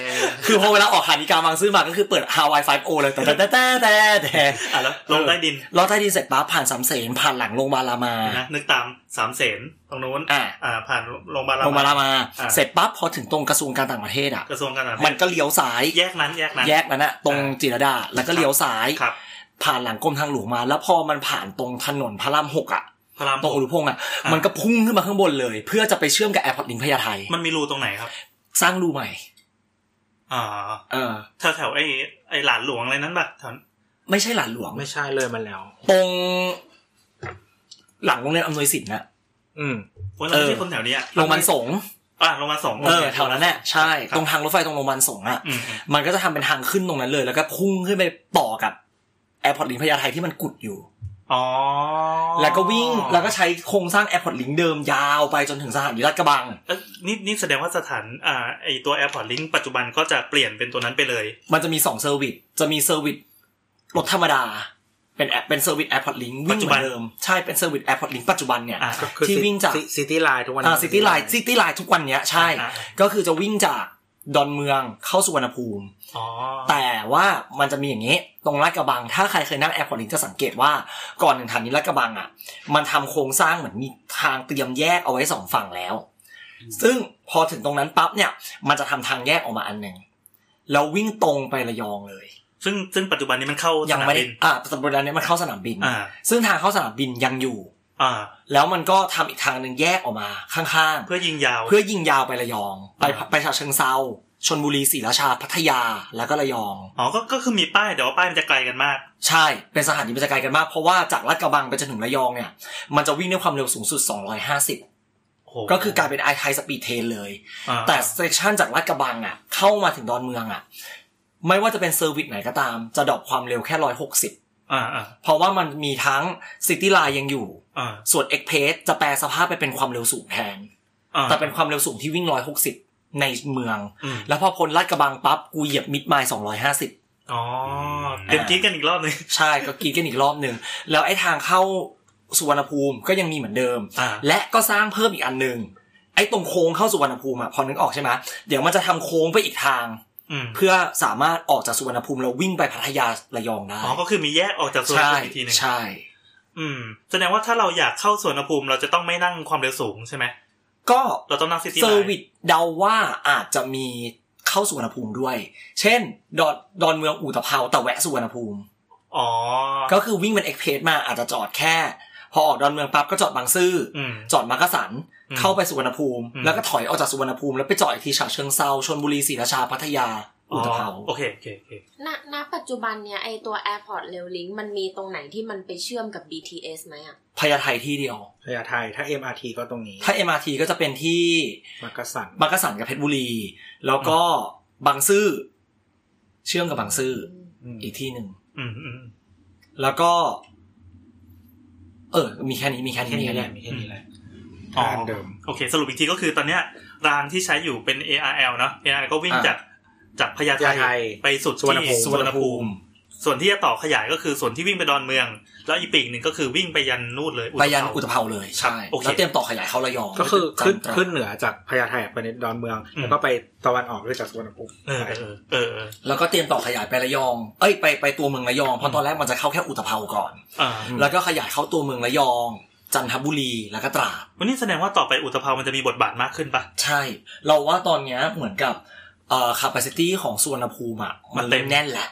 คือพอเวลาออกสถานีกลางบางซื่อมาก็คือเปิด Hawaii 5 o เลยแต่แต่แต่แต่แต่แต่ อ่ะแล้วลงใต้ดิน ลงใต้ดินเสร็จปั๊บผ่านสามเสนผ่านหลังโรงพยาบาลรามา นะนึกตามสามเสนตรงนู้น อ่า อ่า ผ่านโรงพยาบาล โรงพยาบาล รา รา มา มา อ่า เสร็จปั๊บพอถึงตรงกระทรวงการต่างประเทศอะ กระทรวงการต่างประ มัน เทศ ก็เลี้ยวซ้าย แยกนั้นแยกนั้น แยกนั้นอะตรง อ่า จิรดาแล้วก็เลี้ยวซ้าย ครับ ผ่านหลังกรมทางหลวงมา แล้วพอมันผ่านตรงถนนพระรามหกอะ พระราม ตรงอนุพงษ์อ่ะมันก็พุ่งขึ้นมาข้างบนเลย เพื่อจะไปเชื่อมกับแอร์พอร์ตลิงพญาไท มันมีรูตรงไหนครับ สร้างรูใหม่ อ่า เออ แถวแถวๆไอ้ไอ้หลานหลวงอะไรนั้นปะแถว ไม่ใช่หลานหลวง ไม่ใช่เลยมันแล้ว ตรง หลังโรงเรียนอำนวยสินนะ อืม โอ้ย เอ เรา อ ที่คนแถวเนี้ย โรงพยาบาลสงฆ์ อ่าโรงพยาบาลสอง เออแถวนั้นแหละใช่ ตรงทางรถไฟตรงโรงพยาบาลสงฆ์อ่ะ อืมอืม มันก็จะทำเป็นทางขึ้นตรงนั้นเลย แล้วก็พุ่งขึ้นไปต่อกับแอร์พอร์ตลิงพญาไทที่มันกุดอยู่ อ๋อ แล้วก็วิ่งแล้วก็ใช้โครงสร้างแอร์พอร์ตลิงเดิมยาวไปจนถึงสถานีลาดกระบัง เอ๊ะนี่นี่แสดงว่าสถานอ่าไอตัวแอร์พอร์ตลิงปัจจุบันก็จะเปลี่ยนเป็นตัวนั้นไปเลย มันจะมีสองเซอร์วิส จะมีเซอร์วิสรถธรรมดา เป็นแอปเป็นเซอร์วิสแอร์พอร์ตลิง ปั วิ่ง จ เห จุ มื บั อน นเดิม ใช่เป็นเซอร์วิสแอร์พอร์ตลิงปัจจุบันเนี่ย อ่า คือ ที่วิ่งจาก ซิตี้ไลน์ทุกวันนี้ อ่าซิตี้ไลน์ซิตี้ไลน์ทุกวันเนี้ยใช่ อ่า ก็คือจะวิ่งจาก ดอนเมืองเข้าสุวรรณภูมิ อ๋อ แต่ว่ามันจะมีอย่างนี้ ตรงลาดกระบัง ถ้าใครเคยนั่งแอร์พอร์ตลิงจะสังเกตว่าก่อนถึงทางนี้ลาดกระบังอ่ะ มันทำโครงสร้างเหมือนมีทางเตรียมแยกเอาไว้สองฝั่งแล้ว ซึ่งพอถึงตรงนั้นปั๊บเนี่ย มันจะทำทางแยกออกมาอันหนึ่งแล้ววิ่งตรงไประยองเลย ซึ่งซึ่งปัจจุบันนี้มันเข้าส ยัง นาม ไม่ได้ บิน อ่าสมบูรณ์นี้มันเข้าสนามบิน อ่า ซึ่งทางเข้าสนามบินยังอยู่ อ่า แล้วมันก็ทำอีกทางหนึ่งแยกออกมาข้างๆ เพื่อยิงยาว เพื่อยิงยาวไประยอง ไป อ่า ไปฉะเชิงเซาชนบุรีศรีราชาพัทยาแล้วก็ระยอง อ๋อก็ก็คือมีป้ายแต่ว่าป้ายมันจะไกลกันมาก ใช่ เป็นสถานีบรรยากาศกันมาก เพราะว่าจากลาดกระบังไปจนถึงระยองเนี่ย มันจะวิ่งด้วยความเร็วสูงสุด 250 โโห ก็คือกลายเป็นไอไทสปีดเทนเลย อ่า แต่เซสชันจากลาดกระบังอ่ะ เข้ามาถึงดอนเมืองอ่ะ ไม่ว่าจะเป็นเซอร์วิสไหนก็ตาม จะดรอปความเร็วแค่ 160 อ่าอ่า เพราะว่ามันมีทั้งซิตี้ไลน์ยังอยู่ อ่า ส่วนเอ็กเพสจะแปลสภาพไปเป็นความเร็วสูงแทน อ่า แต่เป็นความเร็วสูงที่วิ่ง 160 ในเมือง อืม แล้วพอพ้นลาดกระบังปั๊บ กูเหยียบมิดไมล์สองร้อยห้าสิบ อ๋อเดี๋ยวกรีดกันอีกรอบหนึง ใช่ก็กรีดกันอีกรอบหนึ่ง แล้วไอ้ทางเข้าสุวรรณภูมิก็ยังมีเหมือนเดิม อ่า และก็สร้างเพิ่มอีกอันหนึ่งไอ้ตรงโค้งเข้าสุวรรณภูมิอะพอนึกออกใช่ไหมเดี๋ยวมันจะทำโค้งไปอีกทาง อืม เพื่อสามารถออกจากสุวรรณภูมิแล้ววิ่งไปพัทยาระยองได้ อ๋อก็คือมีแยกออกจากส่วน ใช่ ภูมิอีกทีหนึ่ง ใช่ อืมแสดงว่าถ้าเราอยากเข้าส่วนภูมิเราจะต้องไม่นั่งความเร็วสูงใช่ไหม ก็ เราต้องนั่งซิตี้ เซ ไล อร์วิ น์ สเดาว่าอาจจะมีเข้าสุวรรณภูมิด้วย เช่น ดอนดอนเมืองอุตภเปาแต่แวะสุวรรณภูมิ อ๋อ ก็คือวิ่งเป็นเอ็กเพสมาอาจจะจอดแค่ พอออกดอนเมืองปั๊บก็จอดบางซื่ออ อืม จอดมักกะสัน อืม เข้าไปสุวรรณภูมิ อืม แล้วก็ถอยออกจากสุวรรณภูมิแล้วไปจอดอีกทีฉะเชิงเซาชนบุรีศรีราชาพัทยาอุตภเปา โอเคโอเคโอเค ณณปัจจุบันเนี่ยไอตัว Airport Rail Link มันมีตรงไหนที่มันไปเชื่อมกับ BTS ไหมอ่ะ พญาไทที่เดียว พญาไทถ้า MRT ก็ตรงนี้ ถ้า MRT ก็จะเป็นที่ มักกะสัน มักกะสันกับเพชรบุรี แล้วก็บางซื่อเชื่อมกับบางซื่อ อืม อีกที่หนึ่ง อืมอืม แล้วก็ เออ มีแค่นี้มีแค่นี้ แค่ มี นี้ แค่ แห นี้ ละมีแค่นี้แหละ อ๋อ ทางเดิม โอเค สรุปอีกทีก็คือตอนเนี้ยรางที่ใช้อยู่เป็น ARL เนอะ ARL ก็วิ่งจากจากพญา พญา ไท ไท ไปสุด สุวรรณภู ที่ มิ สุวรรณภูมิ ส่วนที่จะต่อขยายก็คือส่วนที่วิ่งไปดอนเมือง แล้วอีกปีกหนึ่งก็คือวิ่งไปยันนู่นเลย ไปยันอุ อุ ต ต ภ ภ เปา เปา เลย ครับ ใช่ โอเค แล้วเตรียมต่อขยายเข้าระยอง ก็คือขึ้น จันทรา ขึ้นเหนือจากพญาไทไปในดอนเมือง แล้วก็ไปตะวันออกด้วยจากสุวรรณภูมิ เออเออเออเออ แล้วก็เตรียมต่อขยายไประยอง เอ้ยไปไปตัวเมืองระยอง เพราะตอนแรกมันจะเข้าแค่อุตภเปาก่อน อ่า แล้วก็ขยายเข้าตัวเมืองระยอง จันทบุรีแล้วก็ตราด วันนี้แสดงว่าต่อไปอุตภเปามันจะมีบทบาทมากขึ้นปะ ใช่ เราว่าตอนเนี้ยเหมือนกับเอ่อ capacity ของสุวรรณภูมิอ่ะ มัมันนเต็ เต็ ม มแน่นแล้ว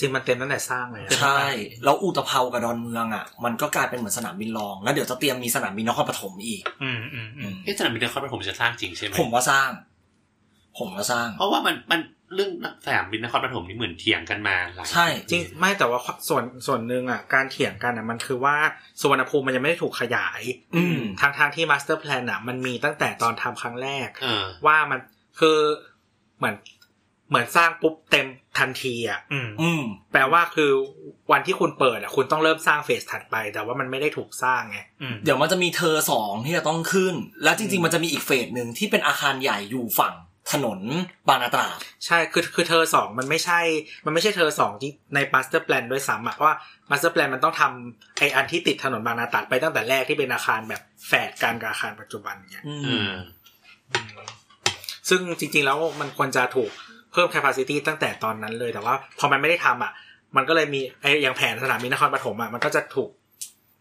จริงมันเต็มตั้งแต่สร้างเลย ใช่ แล้วอุตภเปากับดอนเมืองอ่ะ มันก็กลายเป็นเหมือนสนามบินรอง แล้วเดี๋ยวจะเตรียมมีสนามบินนครปฐมอีก อืมอืมอืม เอ๊ะสนามบินนครปฐมจะสร้างจริงใช่ไหม ผมว่าสร้าง ผมว่าสร้าง เพราะว่ามันมันเรื่องสนามบินนครปฐมนี่เหมือนเถียงกันมาหลาย ใช่ จริงไม่แต่ว่าส่วนส่วนหนึ่งอ่ะการเถียงกันอ่ะมันคือว่าสุวรรณภูมิมันยังไม่ได้ถูกขยาย อืม ทางทางที่มาสเตอร์แพลนอ่ะมันมีตั้งแต่ตอนทำครั้งแรก เออ ว่ามันคือเหมือนเหมือนสร้างปุ๊บเต็มทันทีอ่ะ อืม อืม แปลว่าคือวันที่คุณเปิดอ่ะคุณต้องเริ่มสร้างเฟสถัดไป แต่ว่ามันไม่ได้ถูกสร้างไง อืม เดี๋ยวมันจะมีเทอร์สองที่จะต้องขึ้น แล้วจริงๆ มันจะมีอีกเฟสหนึ่งที่เป็นอาคารใหญ่อยู่ฝั่งถนนบางนาตราด ใช่ คือ คือเธอสองมันไม่ใช่ มันไม่ใช่เธอสองที่ในมาสเตอร์แ n ลนด้วยซ้ำอะเพราะว่ามาสเตอร์แ n ลนมันต้องทำไออันที่ติดถนนบางนาตราดไปตั้งแต่แรกที่เป็นอาคารแบบแฝดกันกับอาคารปัจจุบันเงี้ย เออ ซึ่งจริง ๆ แล้วมันควรจะถูกเพิ่ม capacity ตั้งแต่ตอนนั้นเลย แต่ว่าพอมันไม่ได้ทำอะมันก็เลยมีไออย่างแผนสนามบินนครปฐมอะมันก็จะถูก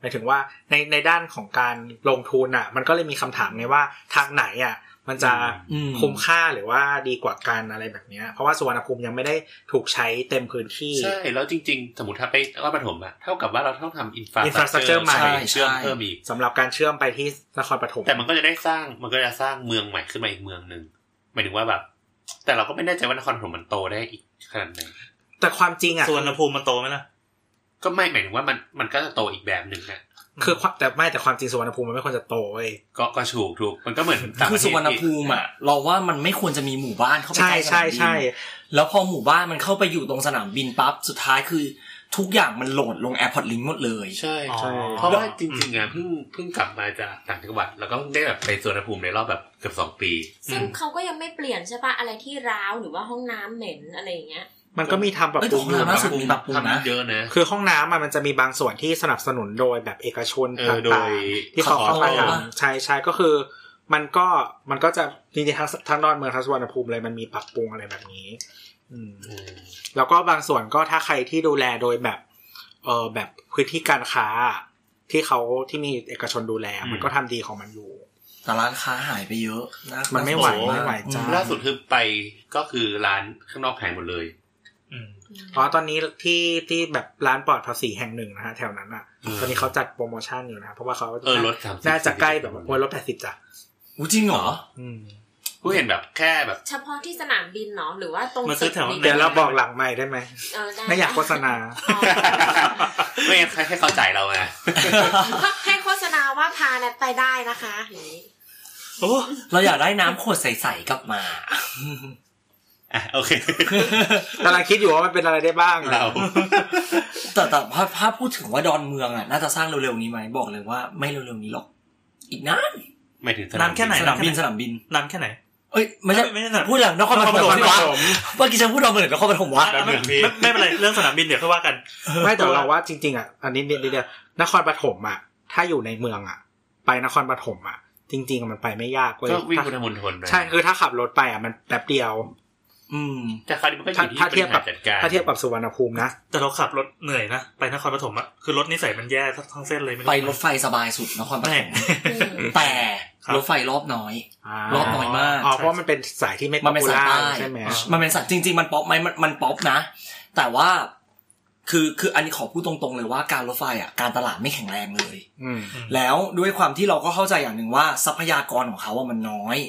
หมายถึงว่าในในด้านของการลงทุนอะมันก็เลยมีคำถามไงว่าทางไหนอะมันจะ อืม คุ้มค่าหรือว่าดีกว่ากันอะไรแบบเนี้ยเพราะว่าสุวรรณภูมิยังไม่ได้ถูกใช้เต็มพื้นที่ ใช่ แล้วจริง ๆ สมมติถ้าไปนครปฐมอะเท่ากับว่าเราต้องทำอินฟรา Infrastructure ใหม่ เชื่อมเพิ่มอีก สำหรับการเชื่อมไปที่นครปฐม แต่มันก็จะได้สร้างมันก็จะสร้างเมืองใหม่ขึ้นมาอีกเมืองหนึ่งหมายถึงว่าแบบ แต่เราก็ไม่แน่ใจว่านครปฐมมันโตได้อีกขนาดไหน แต่ความจริงอะ ส่วนภูมิมันโตไหมล่ะ ก็ไม่หมายถึงว่ามันมันก็จะโตอีกแบบหนึ่งนะ คือความแต่ไม่แต่ความจริงสุวรรณภูมิมันไม่ควรจะโตเว้ย ก็ก็ถูกถูกมันก็เหมือนต่างป คืระอเทศ สุวรรณภูมิอ่ะเราว่ามันไม่ควรจะมีหมู่บ้านเข้าไป ใช่ ใกล้ส ใช่ นามบิ ใช่ นแล้วพอหมู่บ้านมันเข้าไปอยู่ตรงสนามบินปั๊บสุดท้ายคือทุกอย่างมันโหลดลงแอร์พอร์ตลิงหมดเลย ใช่ อ๋อ ใช่เพราะว่าจริงๆอะเพิ่งเพิ่งกลับมาจากต่างจังหวัด แล้วก็เพิ่งได้แบบไปสุวรรณภูมิในรอบแบบเกือบสองปี ซึ่ง อืม เขาก็ยังไม่เปลี่ยนใช่ปะอะไรที่ร้าวหรือว่าห้องน้ำเหม็นอะไรอย่างเงี้ย มันก็มีทำปรับปรุงอยู่ เอ้ยแต่ของเราล่า นะ สุด มีปรับปรุงนะ ทำเยอะนะ คือห้องน้ำอะมันจะมีบางส่วนที่สนับสนุนโดยแบบเอกชน เอ ต่ อโด าง ย ๆที่เขา ขอ เข้ามา เข้า ทำใช่ใช่ก็คือ มันก็มันก็จะจริงๆทั้งทั้งดอนเมืองทั้งสุวรรณภูมิอะไรมันมีปรับปรุงอะไรแบบนี้ อืม อืม แล้วก็บางส่วนก็ถ้าใครที่ดูแลโดยแบบ เออแบบพื้นที่การค้า ที่เขาที่มีเอกชนดูแล มันก็ทำดีของมันอยู่ แต่ร้านค้าหายไปเยอะะ มันไม่ไหว าสงสาร ไม่ไหวจ้ะ อืม ล่าสุดคือไปก็คือร้านข้างนอกหายหมดเลย อืม อ๋อตอนนี้ที่ที่แบบร้านปลอดภาษีแห่งหนึ่งนะฮะแถวนั้นอ่ะ อืม ตอนนี้เขาจัดโปรโมชั่นอยู่นะเพราะว่าเขา เออลดสามสิบ น่าจะใกล้แบบวันลดแปดสิบจ้ะ อู้จริงเหรอ อืม กูเห็นแบบแค่แบบ <laughs> เฉพาะที่สนามบินเนาะหรือว่าตรง มาซื้อแถว ตึก ไหน เดี๋ยวเราบอกหลังใหม่ได้ไหม เออด้ ไม่อยากโฆษณา อ๋อ ไม่งั้นใครให้เข้าใจเราไง ให้โฆษณาว่าพาแนัดไปได้นะคะอย่างนี้ โอ้ เราอยากได้น้ำขวดใสๆกลับมา อ่ะโอเค กำลังคิดอยู่ว่ามันเป็นอะไรได้บ้างอะ เรา แต่แต่ถ้าถ้าพูดถึงว่าดอนเมืองอ่ะน่าจะสร้างเร็วๆนี้ไหมบอกเลยว่าไม่เร็วๆนี้หรอก อีกนาน ไม่ถึงส นานแค่ไหน สนามบินสนามบิน นานแค่ไหน เอ้ยไม่ใช่ ไม่ไม่ใช่สนาม พูดแล้วนครปฐ นคร ม ปฐม วะเมื่อกี้ฉันพูดดอนเมืองหรือนครปฐมวะ อ่ะไม่ไม่ไม่เป็นไรเรื่องสนามบินเดี๋ยวค่อยว่ากัน ไม่แต่เราว่าจริง ๆอ่ะอันนี้เดี๋ยวเดี๋ยวนครปฐมอ่ะถ้าอยู่ในเมืองอ่ะ ไปนครปฐมอ่ะ จริง ๆ มันไปไม่ยากเว้ย ก็วิ่งพุทธมณฑลไป ใช่คือถ้าขับรถไปอ่ะมันแป๊บเดียว อืม แต่คราวนี้มันก็อ ถ้า ยู่ที่ ถ้าเทียบกับ ริหรจัดการ ถ้าเทียบกับสุวรรณภูมินะ แต่เราขับรถเหนื่อยนะ ไปนครปฐมอะคือรถนิสัยมันแย่ทั้งเส้นเลยม่ ไปรถไฟสบายสุดนครปฐ แม่ง ม อืม แต่ ครับ รถไฟรอบน้อย รอบน้อยมาก อ๋อเพราะมันเป็นสายที่ไม่ มันเป็นสายใต้ ป๊อปปูล่าใช่ไหม มันเป็นสายจริง ๆ มันป๊อปไหมมันมันป๊อปนะ แต่ว่า คือคืออันนี้ขอพูดตรงๆเลยว่าการรถไฟอ่ะการตลาดไม่แข็งแรงเลย อืม แล้วด้วยความที่เราก็เข้าใจอย่างหนึ่งว่าทรัพยากรของเขาอะมันน้อย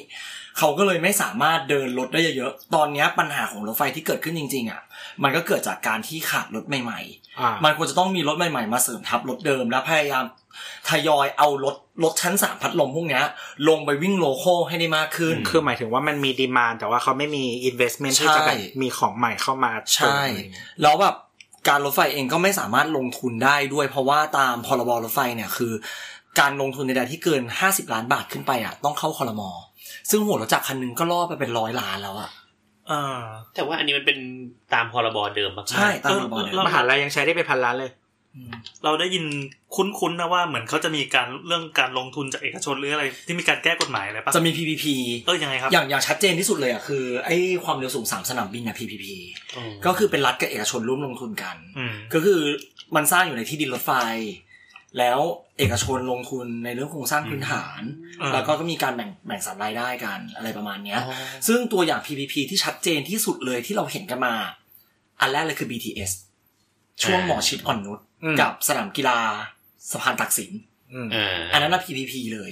เขาก็เลยไม่สามารถเดินรถได้เยอะๆ ตอนเนี้ยปัญหาของรถไฟที่เกิดขึ้นจริงๆอ่ะ มันก็เกิดจากการที่ขาดรถใหม่ อ่า ๆ มันควรจะต้องมีรถใหม่ๆ มาเสริมทับรถเดิมและพยายามทยอยเอารถรถชั้นสามพัดลมพวกเนี้ยลงไปวิ่งโลโคให้ได้มากขึ้น คือหมายถึงว่ามันมีดีมานแต่ว่าเขาไม่มี investment ที่จะแบบ ใช่ มีของใหม่เข้ามา ใช่ แล้วแบบการรถไฟเองก็ไม่สามารถลงทุนได้ด้วย เพราะว่าตามพรบรถไฟเนี่ยคือ การลงทุนใดๆที่เกิน 50 ล้านบาทขึ้นไปอ่ะต้องเข้าคอรมอซึ่งหัวรถจักรคันหนึงก็ล่อไปเป็นร้อยล้านแล้วอ่ะ อ่า แต่ว่าอันนี้มันเป็นตามพรบเดิมมากๆ ใช่ตามพรบเนี่ย เออ ม เอ หาลัยยังใช้ได้เป็นพันล้านเลย อืม เราได้ยินคุ้นๆนะว่าเหมือนเขาจะมีการเรื่องการลงทุนจากเอกชนหรืออะไร ที่มีการแก้กฎหมายอะไรปะ จะมี PPP เออยังไงครับ อย่างอย่างชัดเจนที่สุดเลยอ่ะคือไอ้ความเร็วสูงสามสนามบินเนี่ย PPP อืม ก็คือเป็นรัฐกับเอกชนร่วมลงทุนกัน อืม ก็คือมันสร้างอยู่ในที่ดินรถไฟ แล้วเอกชนลงทุนในเรื่องโครงสร้างพื้นฐาน อ่า แล้วก็ก็มีการแบ่งแบ่งสรรรายได้กันอะไรประมาณเนี้ย อ๋อ ซึ่งตัวอย่าง PPP ที่ชัดเจนที่สุดเลยที่เราเห็นกันมา อันแรกเลยคือ BTS ช่วงหมอชิดอ่อนนุช อืม กับสนามกีฬาสะพานตักสิน อืม เออ อั อั นนั้นน่ะ PPP เลย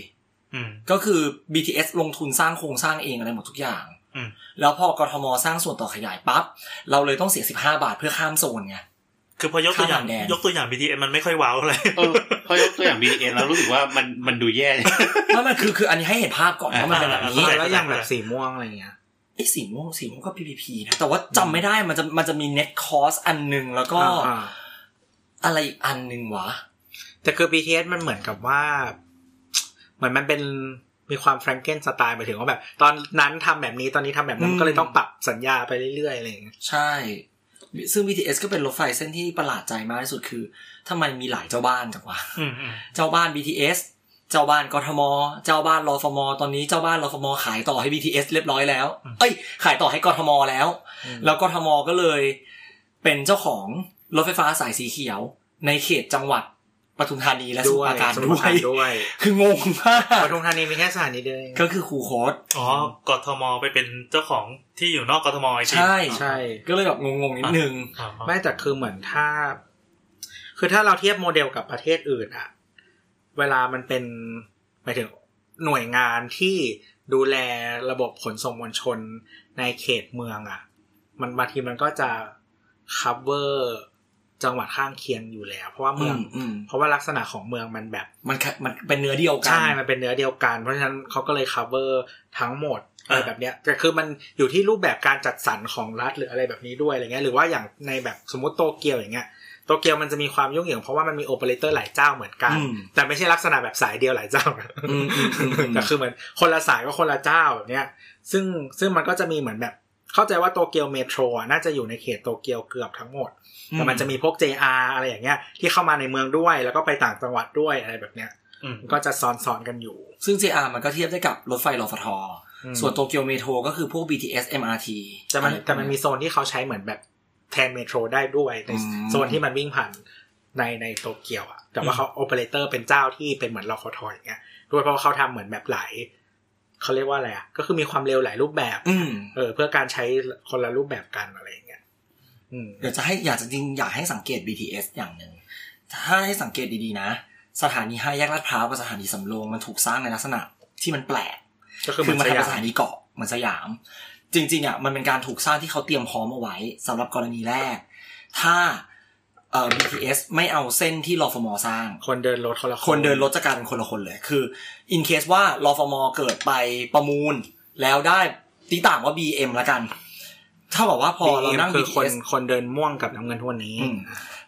อืม ก็คือ BTS ลงทุนสร้างโครงสร้างเองอะไรหมดทุกอย่าง อืม แล้วพอกทมสร้างส่วนต่อขยายปั๊บ เราเลยต้องเสีย 15 บาทเพื่อข้ามโซนไง คือพอยกตัวอย่าง ข้ามแดน ยกตัวอย่าง BTS มันไม่ค่อยว้าวเลย เออพอยกตัวอย่าง BTS แล้วรู้สึกว่ามันมันดูแย่ ไม่ไม่คือคืออันนี้ให้เห็นภาพก่อนว่ามันเป็นแบบนี้ อ่า แล้วอย่างแบบสีม่วงอะไรเงี้ย ไอ้สีม่วงสีม่วงก็ PPP นะ แต่ว่าจำไม่ได้มันจะมันจะมี net cost อันหนึ่งแล้วก็ อ่าอ่า อะไรอีกอันหนึ่งวะ แต่คือ BTS มันเหมือนกับว่า เหมือนมันเป็นมีความแฟรงเกนสไตล์หมายถึงว่าแบบ ตอนนั้นทำแบบนี้ตอนนี้ทำแบบนั้น อืม ก็เลยต้องปรับสัญญาไปเรื่อยๆอะไรเงี้ย ใช่ ซึ่ง BTS ก็เป็นรถไฟเส้นที่ประหลาดใจมากที่สุดคือทำไมมีหลายเจ้าบ้านจังวะ <laughs> อืมอืม เจ้าบ้าน BTS เจ้าบ้านกทม เจ้าบ้านรฟม ตอนนี้เจ้าบ้านรฟม ขายต่อให้ BTS เรียบร้อยแล้ว เอ้ย ขายต่อให้กทมแล้ว แล้วกทมก็เลยเป็นเจ้าของรถไฟฟ้าสายสีเขียว ในเขตจังหวัดปทุมธานีและสมุทรปราการ ส ด้ มุ ว ทรปราย การด้วย <laughs> คืองงมาก ปทุมธานีมีแค่สถานีเดียวเอง ก็คือครูโคด อ๋อกทมไปเป็นเจ้าของที่อยู่นอกกทมอีกที ใช่ ใช่ ก็เลยแบบงงๆนิดนึง อ๋อ ไม่แต่คือเหมือนถ้า คือถ้าเราเทียบโมเดลกับประเทศอื่นอะเวลามันเป็นหมายถึงหน่วยงานที่ดูแลระบบขนส่งมวลชนในเขตเมืองอะมันบางทีมันก็จะ cover จังหวัดข้างเคียงอยู่แล้ว เพราะว่า อื เมือง มอืม เพราะว่าลักษณะของเมืองมันแบบ มันคมันเป็นเนื้อเดียวกัน ใช่มันเป็นเนื้อเดียวกัน เพราะฉะนั้นเขาก็เลย cover ทั้งหมดอะไรแบบเนี้ยแต่คือมันอยู่ที่รูปแบบการจัดสรรของรัฐหรืออะไรแบบนี้ด้วยอะไรเงี้ยหรือว่าอย่างในแบบสมมติโตเกียวอย่างเงี้ยโตเกียวมันจะมีความยุ่งเหยิงเพราะว่ามันมีโอเปอเรเตอร์หลายเจ้าเหมือนกัน อืม แต่ไม่ใช่ลักษณะแบบสายเดียวหลายเจ้านะ อืมอืมอืมอืม แต่คือเหมือนคนละสายก็คนละเจ้าแบบเนี้ยซึ่งซึ่งมันก็จะมีเหมือนแบบ เข้าใจว่าโตเกียวเมโทรอะน่าจะอยู่ในเขตโตเกียวเกือบทั้งหมด แต่มันจะมีพวก JR อะไรอย่างเงี้ยที่เข้ามาในเมืองด้วย แล้วก็ไปต่างจังหวัดด้วยอะไรแบบเนี้ย อืม มันก็จะซ้อนๆกันอยู่ ซึ่ง JR มันก็เทียบได้กับรถไฟรฟท อืม ส่วนโตเกียวเมโทรก็คือพวก BTS MRT แต่มัน อะไร แต่มันมีโซนที่เขาใช้เหมือนแบบแทนเมโทรได้ด้วยใน อืม โซนที่มันวิ่งผ่านในในโตเกียวอะแต่ว่า อืม เขาโอเปอเรเตอร์เป็นเจ้าที่เป็นเหมือนรอคอทอยอย่างเงี้ยด้วยเพราะว่าเขาทำเหมือนแบบหลายเขาเรียกว่าอะไรอะก็คือมีความเร็วหลายรูปแบบ อืม เออเพื่อการใช้คนละรูปแบบกันอะไรอย่างเงี้ยอืม เดี๋ยวจะให้อยากจะจริงอยากให้สังเกต BTS อย่างหนึ่ง ถ้าให้สังเกตดีๆนะ สถานีห้าแยกลาดพร้าวกับสถานีสำโรงมันถูกสร้างในลักษณะที่มันแปลก ก็คื คือ อ เหมือ มัน นส ทำ ยา เป็นส ม ถานีเกาะเหมือนสยาม จริงๆอ่ะมันเป็นการถูกสร้างที่เขาเตรียมพร้อมเอาไว้สำหรับกรณีแรก ถ้าเอ่อ BTS ไม่เอาเส้นที่รอฟมอสร้าง คนเดินรถคนละ คนเดินรถจะกลายเป็นคนละคนเลย คืออินเคสว่ารอฟมเกิดไปประมูล แล้วได้ตีต่างว่า BM ละกันเท่ากับว่าพอเรานั่ง คือคน BTS คนเดินม่วงกับน้ำเงินทุกวันนี้ อืม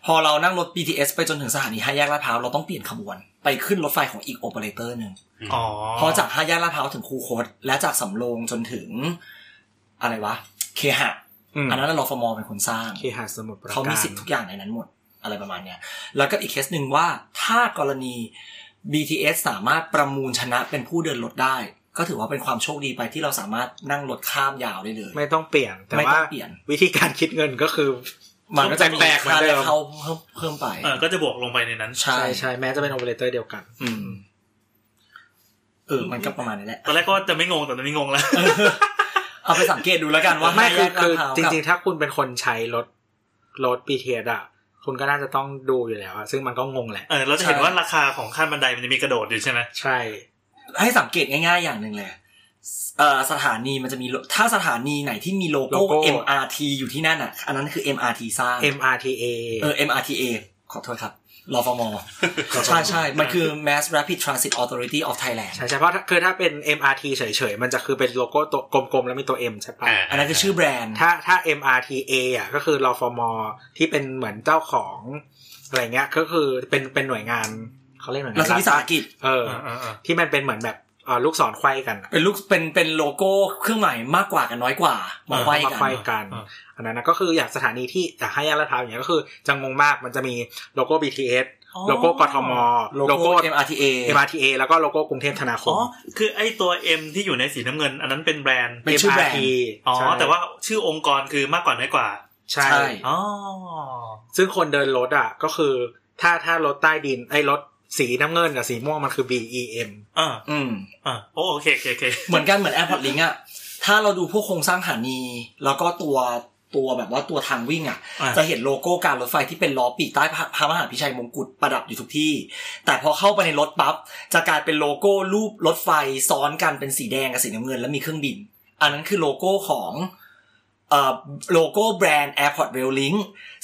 พอเรานั่งรถ BTS ไปจนถึงสถานีห้าแยกลาดพร้าวเราต้องเปลี่ยนขบวน ไปขึ้นรถไฟของอีกโอเปอเรเตอร์หนึ่ง อ๋อ พอจากห้าแยกลาดพร้าวถึงคูคต และจากสำโรงจนถึง อะไรวะ เคหะ อืม อันนั้นนะรฟมเป็นคนสร้าง เคหะสมุทรปราการ เขามีสิทธิ์ทุกอย่างในนั้นหมด อะไรประมาณเนี้ย แล้วก็อีกเคสหนึ่งว่าถ้ากรณี BTS สามารถประมูลชนะเป็นผู้เดินรถได้ ก็ถือว่าเป็นความโชคดีไปที่เราสามารถนั่งรถข้ามยาวได้เลย ไม่ต้องเปลี่ยน แต่ ไม่ต้ ว่า องเปลี่ยน วิธีการคิดเงินก็คือ มันก็จะมี แปลกเหมือน ค่า เดิ แร ม กเข้าเพิ่มเพิ่มไป เออก็จะบวกลงไปในนั้น ใช่ ใช่ใช่แม้จะเป็นโอเปอเรเตอร์เดียวกัน อืมเออ มันก็ประมาณนี้แหละ ตอนแรกก็จะไม่งงแต่ตอนนี้งงแล้ว เอาไปสังเกตดูแล้วกันว่า ไม่คือคือ ห้าแยกลาดพาวกับ จริงๆ ถ้าคุณเป็นคนใช้รถรถ BTS อ่ะ คุณก็น่าจะต้องดูอยู่แล้วอะซึ่งมันก็งงแหละ เออเราจะเห็น ใช่ ว่าราคาของขั้นบันไดมันจะมีกระโดดอยู่ใช่ไหม ใช่ ให้สังเกตง่ายๆอย่างหนึ่งเลยเอ่อสถานีมันจะมีโลถ้าสถานีไหนที่มีโลโก้ MRT อยู่ที่นั่นอ่ะ อันนั้นคือ MRT สร้าง เอ MRTA เออ MRTA ขอโทษครับรอฟ <laughs> มใช่ใช่ มันคือ Mass Rapid Transit Authority of Thailand ใช่ใช่เพราะถ้าคือถ้าเป็น MRT เฉยๆ มันจะคือเป็นโลโก้ตัวกลมๆ แล้วมีตัว M ใช่ปะ อันนั้นคือชื่อแบรนด์ ถ้าถ้า MRTA อ่ะก็คือรอฟมที่เป็นเหมือนเจ้าของอะไรเงี้ยก็คือเป็นเป็นหน่วยงานเขาเรียกหน่วยงาน รัฐวิสาหกิจ เออ เออเออ ที่มันเป็นเหมือนแบบเอ่อลูกศรไขว้กันอะ เป็นลูกเป็นเป็นโลโก้เครื่องหมายมากกว่ากันน้อยกว่ามาไขว้ มา กัน ควายกัน อ่า อันนั้นนะก็คืออย่างสถานีที่อยากให้ยาลาดพร้าวอย่างเงี้ยก็คือจะงงมากมันจะมีโลโก้ BTS อ๋อ โลโก้กทม โลโก้ MRTA MRTA แล้วก็โลโก้กรุงเทพธนาค อ๋อ ม คือไอตัว M ที่อยู่ในสีน้ำเงิน อันนั้นเป็นแบรนด์ เป็นชื่อแบรน MRT ด์ อ๋อ ใช่ แต่ว่าชื่อองค์กรคือมากกว่าน้อยกว่า ใช่ ใช่ อ๋อ ซึ่งคนเดินรถอ่ะก็คือถ้าถ้ารถใต้ดินไอ้รถสีน้ำเงินกับสีม่วงมันคือ BEM อ่า อืม อ่าโอ้โอเคโอเคโอเค เหมือนกันเหมือน AirPod Link อะถ้าเราดูพวกโครงสร้างสถานี แล้วก็ตัวตัวแบบว่าตัวทางวิ่งอะ อ่า จะเห็นโลโก้การรถไฟที่เป็นล้อปีกใต้พระพระมหาพิชัยมงกุฎประดับอยู่ทุกที่ แต่พอเข้าไปในรถปั๊บจะกลายเป็นโลโก้รูปรถไฟซ้อนกันเป็นสีแดงกับสีน้ำเงินแล้วมีเครื่องบิน อันนั้นคือโลโก้ของเอ่อโลโก้แบรนด์ AirPod Rail Link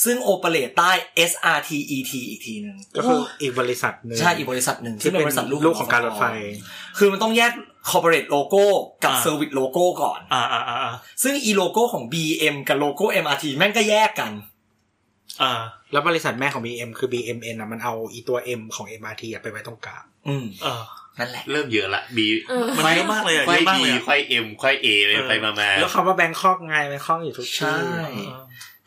ซึ่งโอเปเรตใต้ SRTET อีกทีหนึ่ง ก็คืออีกบริษัทหนึ่ง ใช่อีกบริษัทหนึ่ง ที่ ที่ เป็ เป็น นบริษัท ลู ลู ก ก ของการรถไฟ คือมันต้องแยก corporate logo กับ อ่า service logo ก่อน อ่าอ่าอ่าอ่า ซึ่งอีโลโก้ของ BM กับโลโก้ MRT แม่งก็แยกกัน อ่า แล้วบริษัทแม่ของ BM คือ BMN อ่ะมันเอาอีตัว M ของ MRT อ่ะไปไว้ตรงกลาง อืม อ่า นั่นแหละ เริ่มเยอะละบี เออ มันเยอะมากเลยอ่ะ ค่อย เยอะมาก บี เลยอะ ค่อยเอ็มค่อยเอ เออ ไปมามา แล้วคำว่าแบงคอกไงแบงคอกอยู่ทุก ใช่ ที่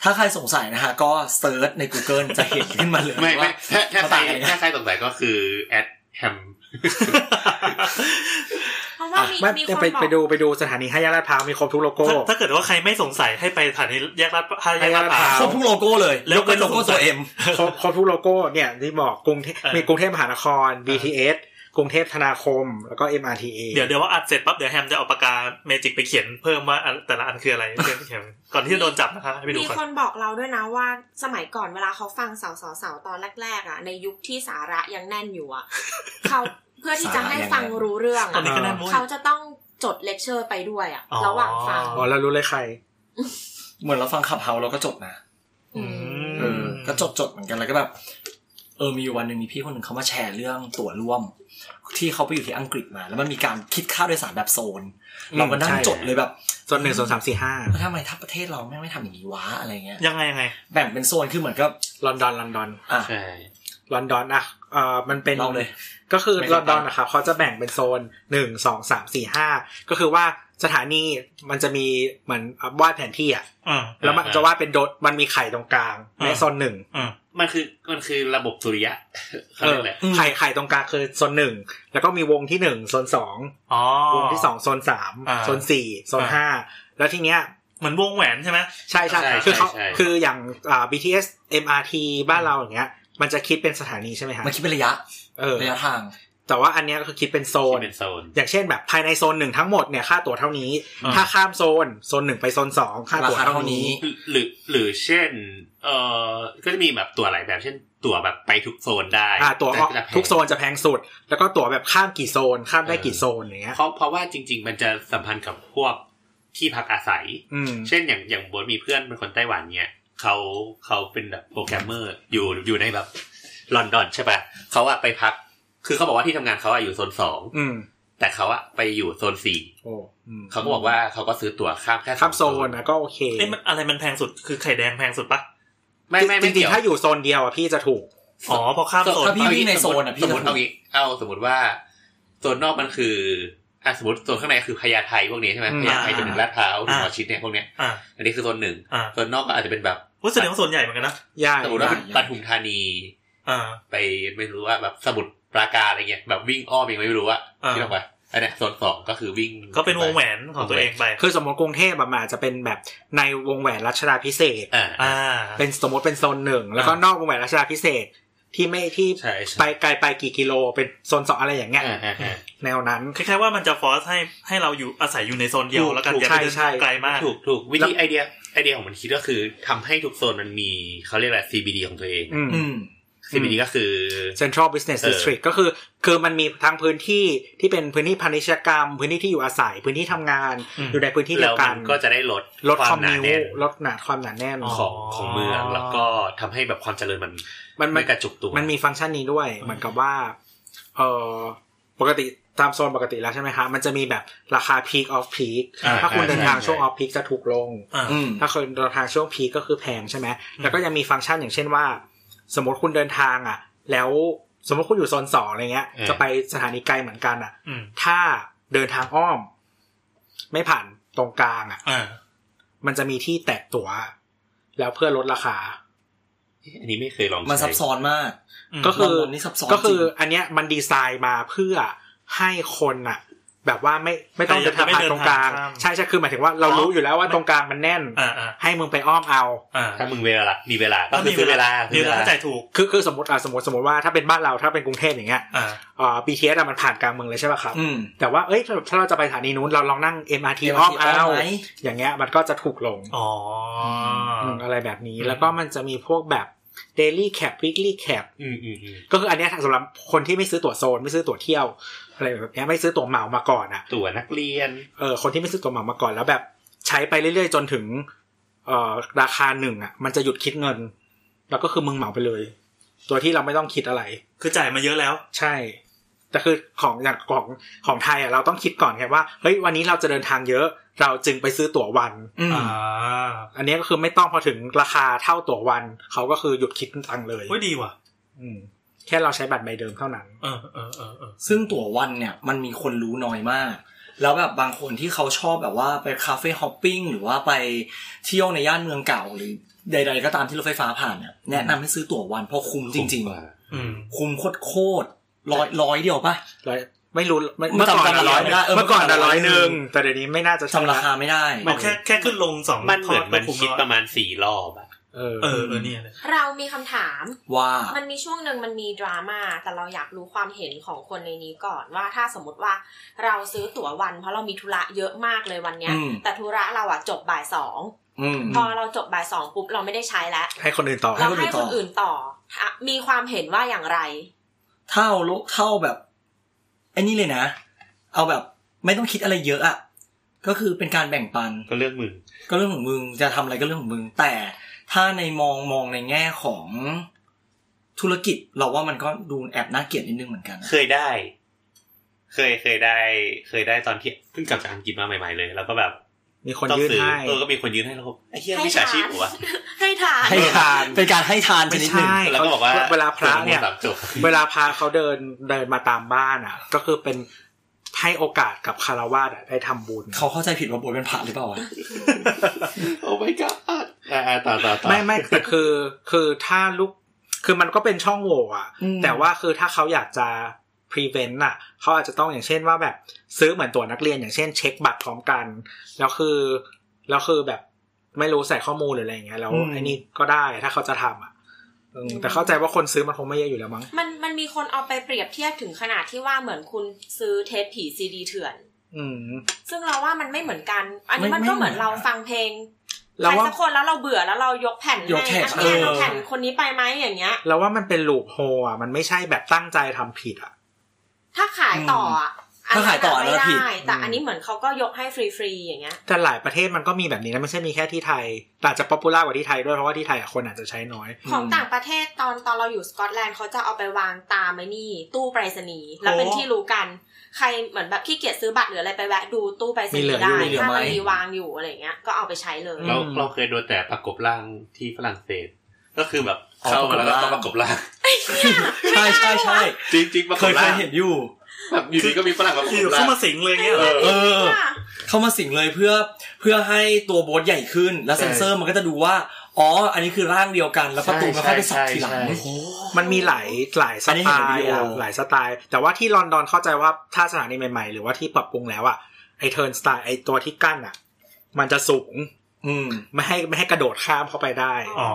ถ้าใครสงสัยนะฮะ ก็เซิร์ชใน Google จะเห็นขึ้นมาเลย ไม่ไม่ ว่า ถ้าถ้าใคเขาร ต่างกันยังไง ถ้าใครสงสัยก็คือแอดแฮม เพราะว่ามี ไม่ มีค แต่ น ไป บอ ไป ก ดูไปดูสถานีห้าแยกลาดพร้าวมีครบทุกโลโก้ ถ้าถ้าเกิดว่าใครไม่สงสัยให้ไปสถานีแยกลาดพร้าวแยกลาดพร้า คร ว บทุกโลโก้เลย แล้ว ยกเป็นโลโก้ก็สงตัวสัย M ครบครบทุกโลโก้เนี่ยที่บอกกรุงเทพ เออ มีกรุงเทพมหานคร BTS กรุงเทพธนาคม แล้วก็ MRTA เดี๋ยวเดี๋ยวว่าอัดเสร็จปั๊บเดี๋ยวแฮมจะเอาปากกาเมจิกไปเขียนเพิ่มว่าอันแต่ละอันคืออะไรเขียนเขียนก่อนที่จะโดนจับนะคะให้ไปดู มี ก่อน คนบอกเราด้วยนะว่าสมัยก่อนเวลาเขาฟังสาวสาวสาวตอนแรก ๆ อ่ะ ในยุคที่สาระยังแน่นอยู่อ่ะ เขาเพื่อที่จะให้ฟังรู้เรื่อง ตอน อะ นี้ก็แน่นมุ้ย เขาจะต้องจดเลคเชอร์ไปด้วยอ่ะ อ๋อ ระหว่างฟัง อ๋อแล้วรู้เลยใคร เหมือนเราฟังขับเฮาเราก็จดนะ อืม เออก็จดจดเหมือนกันแล้วก็แบบ เออมีอยู่วันหนึ่งมีพี่คนหนึ่งเขามาแชร์เรื่องตั๋วร่วม ที่เขาไปอยู่ที่อังกฤษมา แล้วมันมีการคิดค่าโดยสารแบบโซน อืม เราก็นั่ง ใช่ จดเลยแบบ ส่วนหนึ่งส่วนสามสี่ห้า แล้วทำไมทัพประเทศเราแม่งไม่ทำอย่างนี้วะอะไรเงี้ย ยังไงยังไง แบ่งเป็นโซนคือเหมือนกับ ลอนดอนลอนดอน อ่ะ ใช่ ลอนดอนอ่ะเอ่อมันเป็น เล่าเลย ก็คือ ไม่ ล เข้า อนดอน ใจ นะครับเขาจะแบ่งเป็นโซนหนึ่งสองสามสี่ห้าก็คือว่าสถานีมันจะมีเหมือนวาดแผนที่อ่ะ อืม แล้วมันจะวาดเป็นโดดมันมีไข่ตรงกลางใน อ่า โซนหนึ่ง อืม มันคือมันคือระบบสุริยะ <laughs> เขา เอ เรีย อก แหละ ไข่ไข่ตรงกลางคือโซนหนึ่งแล้วก็มีวงที่หนึ่งโซนสอง อ๋อ วงที่สองโซนสาม อ่า โซนสี่โซนห้าแล้วทีเนี้ย เหมือนวงแหวนใช่ไหม ใช่ใช่ ใช่ คือเขา ใช่ คืออย่างอ่า BTS MRT บ้านเราอย่างเงี้ย มันจะคิดเป็นสถานีใช่ไหมฮะ มันคิดเป็นระยะ เออ ระยะทาง แต่ว่าอันเนี้ยก็คือคิดเป็นโซน ที่เป็นโซน อย่างเช่นแบบภายในโซนหนึ่งทั้งหมดเนี่ยค่าตั๋วเท่านี้ อ่า ถ้าข้ามโซนโซนหนึ่งไปโซนสองค่าตั๋ว ราคา เท่า เท่านี้ นี้ หรือหรือเช่น เออก็จะมีแบบตั๋วหลายแบบ เช่น ตั๋วแบบไปทุกโซนได้ อ่าตั๋วออก แจะแพง ทุกโซนจะแพงสุด แล้วก็ตั๋วแบบข้ามกี่โซน ข้ามได้ เออ กี่โซนอย่างเงี้ย เพราะเพราะว่าจริง ๆ มันจะสัมพันธ์กับพวกที่พักอาศัย อืม เช่นอย่างอย่างโบทมีเพื่อนเป็นคนไต้หวันเนี่ยเขาเขาเป็นแบบโปรแกรมเมอร์อยู่อยู่ในแบบลอนดอนใช่ปะเขาอะไปพัก คือเขาบอกว่าที่ทำงานเขาอะอยู่โซนสอง อืม แต่เขาอะไปอยู่โซนสี่ โอ้อืม เขาก็บอกว่าเขาก็ซื้อตั๋วข้ามแค่สอง ข้ามโซนนะก็โอเค เอ้ยมันอะไรมันแพงสุดคือไข่แดงแพงสุดปะ ไม่ไม่ จ ไม่ ริ เกี่ ง ยว ๆถ้าอยู่โซนเดียวอะพี่จะถูก อ๋อพอข้ามโซน ถ้าพี่ ไป วิ่งในโซนอ่ะพี่ สม จะ มติ ถู เอา ก งี้เอาสมมติว่าโซนนอกมันคืออ่ะสมมติโซนข้างในคือพญาไทพวกนี้ใช่ไหม อืม พญาไทจนถึงลาดพร้าวถึง อ่า หมอชิดเนี่ยพวกเนี้ย อ่า อันนี้คือโซนหนึ่ง อ่า โซนนอกก็อาจจะเป็นแบบ ว่าแสดงว่าส่วนใหญ่เหมือนกันนะ ยาก สมมติว่าเป็นปทุมธานี อ่า ไปไม่รู้ว่าแบบสมุทรปราการอะไรเงี้ยแบบวิ่งอ้อมเองไม่รู้ว่า อ่า ที่ลงไปอันเนี้ยโซนสองก็คือวิ่ง ก็เป็นวงแหวนของตัวเองไป คือสมมติกรุงเทพอะมันอาจจะเป็นแบบในวงแหวนรัชดาพิเศษก อ่า อ่า เป็นสมมติเป็นโซนหนึ่งแล้วก็ อ่าน อกวงแหวนราชดาพิเศษกที่ไม่ที่ ใช่ใช่ ไปไกลไปกี่กิโลเป็นโซนสองอะไรอย่างเงี้ย อ่าอ่าอ่า แนวนั้น คล้ายๆว่ามันจะฟอร์สให้ให้เราอยู่อาศัยอยู่ในโซนเดียว ถูก แล้วกัน ถูก อย่าไปเดิน ใช่ใช่ ไกลมาก ถูกถูกวิธีไอเดียไอเดียของมันคิดก็คือทำให้ทุกโซนมันมีเขาเรียกอะไร CBD ของตัวเอง อืม อืม CBD ก็คือ Central Business เออ District ก็คือ คือมันมีทั้งพื้นที่ที่เป็นพื้นที่พาณิชยกรรม พื้นที่ที่อยู่อาศัยพื้นที่ทำงาน อืม อยู่ในพื้นที่เดี แล้ ยว วกั มัน นก็จะได้ลด ลดคคาววาม ม หนา นิ้ แน่ วน ลดหนาความหนาแน่น อ๋อ ของของเมืองแล้วก็ทำให้แบบความเจริญมัน มันมั ไม่ น กระจุกตัว มันมีฟังก์ชันนี้ด้วย เหมือนกับว่าเออปกติตามโซนปกติแล้วใช่ไหมคะมันจะมีแบบราคา peak of peak อ่า ถ้าคุณเดินทาง ใ ช่วง off peak จะถูกลง อ่า อืม ถ้าคนเดินทางช่วงพีคก็คือแพงใช่ไหม ม แล้วก็ยังมีฟังก์ชันอย่างเช่นว่า สมมติคุณเดินทางอ่ะ แล้วสมมติคุณอยู่โซนสองอะไรเงี้ย เออ จะไปสถานีไกลเหมือนกันอ่ะ อืม ถ้าเดินทางอ้อม ไม่ผ่านตรงกลางอ่ะ อ่า มันจะมีที่แตกตัว๋ว แล้วเพื่อลดราคา อันนี้ไม่เคยลอง มันซับ ใช้ ซ้อนมาก ม ก็คือ ลอนดอนนี่ซับซ้อน ก็คือ จริง อันเนี้ยมันดีไซน์มาเพื่อให้คนอ่ะ แบบว่าไม่ไม่ต้อง ไม่ เดินทางผ่านตรงกลาง ไม่เดินทางข้าม ใช่ใช่คือหมายถึงว่าเรา อ๋อ รู้อยู่แล้วว่าตรงกลางมันแน่น อ่าอ่า ให้มึงไปอ้อมเอา อ่า ถ้ามึงเวลามีเวลาก็คือซื้อเวลา มี ซื้อ เว เว ลา ลา ถ้าจ่ายถูก คือคือสมมติอ่ะสมมติสมมติว่าถ้าเป็นบ้านเราถ้าเป็นกรุงเทพอย่างเงี้ย อ่า อ่า BTS อะมันผ่านกลางเมืองเลยใช่ป่ะครับ อืม แต่ว่าเอ้ยถ้าถ้าเราจะไปสถานีนู้นเราลองนั่ง MRT อ้อมเอา ไหม อย่างเงี้ยมันก็จะถูกลง อ๋ออ มอะไรแบบนี้ อืม แล้วก็มันจะมีพวกแบบ daily cap weekly cap อืมอืมอืม ก็คืออันเนี้ยสำหรับคนที่ไม่ซื้อตั๋วโซน ไม่ซื้อตั๋วเที่ยวอะไรแบบเนี้ยไม่ซื้อตั๋วเหมามาก่อนอ่ะ ตั๋วนักเรียน เออคนที่ไม่ซื้อตั๋วเหมามาก่อนแล้วแบบใช้ไปเรื่อยๆจนถึงเอ่อราคาหนึ่งอ่ะมันจะหยุดคิดเงิน แล้วก็คือมึงเหมาไปเลย ตัวที่เราไม่ต้องคิดอะไร คือจ่ายมาเยอะแล้ว ใช่ แต่คือของอย่างของของไทยอ่ะเราต้องคิดก่อนไงว่าเฮ้ยวันนี้เราจะเดินทางเยอะ เราจึงไปซื้อตั๋ววัน อืม อ่า อันนี้ก็คือไม่ต้องพอถึงราคาเท่าตั๋ววัน เขาก็คือหยุดคิดตังค์เลย เฮ้ยดีว่ะ อืมแค่เราใช้บัตรใบเดิมเท่านั้น เออเออเออเออ ซึ่งตั๋ววันเนี่ยมันมีคนรู้น้อยมาก แล้วแบบบางคนที่เขาชอบแบบว่าไปคาเฟ่ฮอปปิ้งหรือว่าไปเที่ยวในย่านเมืองเก่าหรือใด ๆ ก็ตามที่รถไฟฟ้าผ่านเนี่ยแนะนำให้ซื้อตั๋ววันเพราะคุ้มจริง อืม ๆ คุ้มโคตรๆร้อยร้อยเดียวปะ ร้อยไม่รู้ไม่ มัน เมื่อก่อน จำราคา อะร้อย ไม่ได้เออ เมื่อก่อน มัน อะ จำราคา ร้อยหนึ่งแต่เดี๋ยวนี้ไม่น่าจะใช่ จำราคา ละ ไม่ได้ เอาแค่แค่ขึ้นลงสอง มันเหมือนมัน ทดก็ คิด แล้ว ประมาณสี่รอบอะ เออ เออเออเนี่ยเลย เรามีคำถาม ว่า มันมีช่วงหนึ่งมันมีดราม่าแต่เราอยากรู้ความเห็นของคนในนี้ก่อนว่าถ้าสมมติว่าเราซื้อตั๋ววันเพราะเรามีธุระเยอะมากเลยวันเนี้ย แต่ธุระเราอะจบบ่ายสอง อืม พอเราจบบ่ายสองปุ๊บเราไม่ได้ใช้แล้ว ให้คนอื่นต่อ ค เรา บ ให้คนอื่นต่ออ่ะมีความเห็นว่าอย่างไร เท่าโลเท่าแบบไอ้นี่เลยนะ เอาแบบไม่ต้องคิดอะไรเยอะอะก็คือเป็นการแบ่งปัน ก็เลือกมึง ก็เรื่องของมึงจะทำอะไรก็เรื่องของมึง แต่ถ้าในมองมองในแง่ของธุรกิจเราว่ามันก็ดูแอบน่าเกลียดนิดนึงเหมือนกัน เคยได้ เคยเคยได้ เคยได้ตอนที่เพิ่งกลับจากอังกฤษมาใหม่ๆเลย แล้วก็แบบ มีคน ต้อง ยื่น ซื้อ ให้ เออก็มีคนยื่นให้แล้วก็ไอ้เหี้ย ให้ ไม่ฉาชีพ ทาน เหรอวะ ให้ทาน ให้ทานเป็นการให้ทานช ไม่ นิดหนึ่ง ใช่ แล้วก็บอกว่า เวลาพระเนี่ย สามจบ เวลาพาเขาเดินเดินมาตามบ้านอ่ะ ก็คือเป็นให้โอกาสกับคารวาสได้ทำบุญ เขาเข้าใจผิดว่าโบทเป็นพระหรือเปล่าวะ โอ้ my god อ่าต่อต่อต่อ ไม่ไม่แต่คือคือถ้าลูก คือมันก็เป็นช่องโหว่อะ อืม แต่ว่าคือถ้าเขาอยากจะ prevent อะเขาอาจจะต้องอย่างเช่นว่าแบบซื้อเหมือนตัวนักเรียนอย่างเช่นเช็คบัตรพร้อมกัน แล้วคือแล้วคือแบบไม่รู้ใส่ข้อมูลหรืออะไรอย่างเงี้ยแล้ว อืม ไอ้นี่ก็ได้ถ้าเขาจะทำอะเออแต่เข้าใจว่าคนซื้อมันคงไม่เยอะอยู่แล้วมั้ง มันมันมีคนเอาไปเปรียบเทียบถึงขนาดที่ว่าเหมือนคุณซื้อเทปผีซีดีเถื่อน อืม ซึ่งเราว่ามันไม่เหมือนกัน อันนี้ ไม่ มันก็เหมือน ไม่เหมือน เราฟังเพลงใค เรา ร ว่า สักคนแล้วเราเบื่อแล้วเรายกแผ่น ย ให้ กแผ่น อันเนี้ย เออ เราแผ่นคนนี้ไปไหมอย่างเงี้ย แล้วว่ามันเป็นลูปโฮอะมันไม่ใช่แบบตั้งใจทำผิดอะ ถ้าขายต่ออะ ถ้าขายต่ออันนั้ ไม่ นผิด ได้แต่ อืม อันนี้เหมือนเขาก็ยกให้ฟรีๆอย่างเงี้ย แต่หลายประเทศมันก็มีแบบนี้นะไม่ใช่มีแค่ที่ไทยแต่อาจจะป๊อปปูล่ากว่าที่ไทยด้วยเพราะว่าที่ไทยอะคนอาจจะใช้น้อย ของต่างประเทศตอนตอนเราอยู่สกอตแลนด์เขาจะเอาไปวางตามไอ้นี่ ตู้ไปรษณีย์แล้วเป็นที่รู้กัน ใครเหมือนแบบขี้เกียจซื้อบัตรหรืออะไรไปแวะดูตู้ไปรษ มีเหลื ณีย์ออยู่ ได้ เหลือ ถ้า ไหม มันมีวางอยู่อะไรเงี้ยก็เอาไปใช้เลย อืม เราเราเคยโดนแต่ประกบร่างที่ฝรั่งเศส ก็คือแบบเข้ามาแล้วก็ต้องประกบร่าง ใช่ใช่ใช่ จริงๆประ เค ก ย บ เค ร่าย ง เห็นอยู่ แบบอยู่ดีก็มีฝรั่งมาประก คือบ ร่า เข้าง มาสิงเลยเงี้ยเหรอ เออ ค่ะ เข้ามาสิงเลยเพื่อเพื่อให้ตัวโบสใหญ่ขึ้น แล้วเซ็นเซอร์มันก็จะดูว่า อ๋อ อันนี้คือร่างเดียวกัน แล้วประตูมันค่อยไปสับทีหลัง ใช่ใช่ มันมีหลายหลายส อันนี้ ไต เห็นในวิ ล์ ดีโอ อะหลายสไตล์ แต่ว่าที่ลอนดอนเข้าใจว่าถ้าสถานีใหม่ๆ หรือว่าที่ปรับปรุงแล้วอะไอเทิร์นสไตล์ไอตัวที่กั้นอะมันจะสูง อืม ไม่ให้ไม่ให้กระโดดข้ามเข้าไปได้ อ๋อ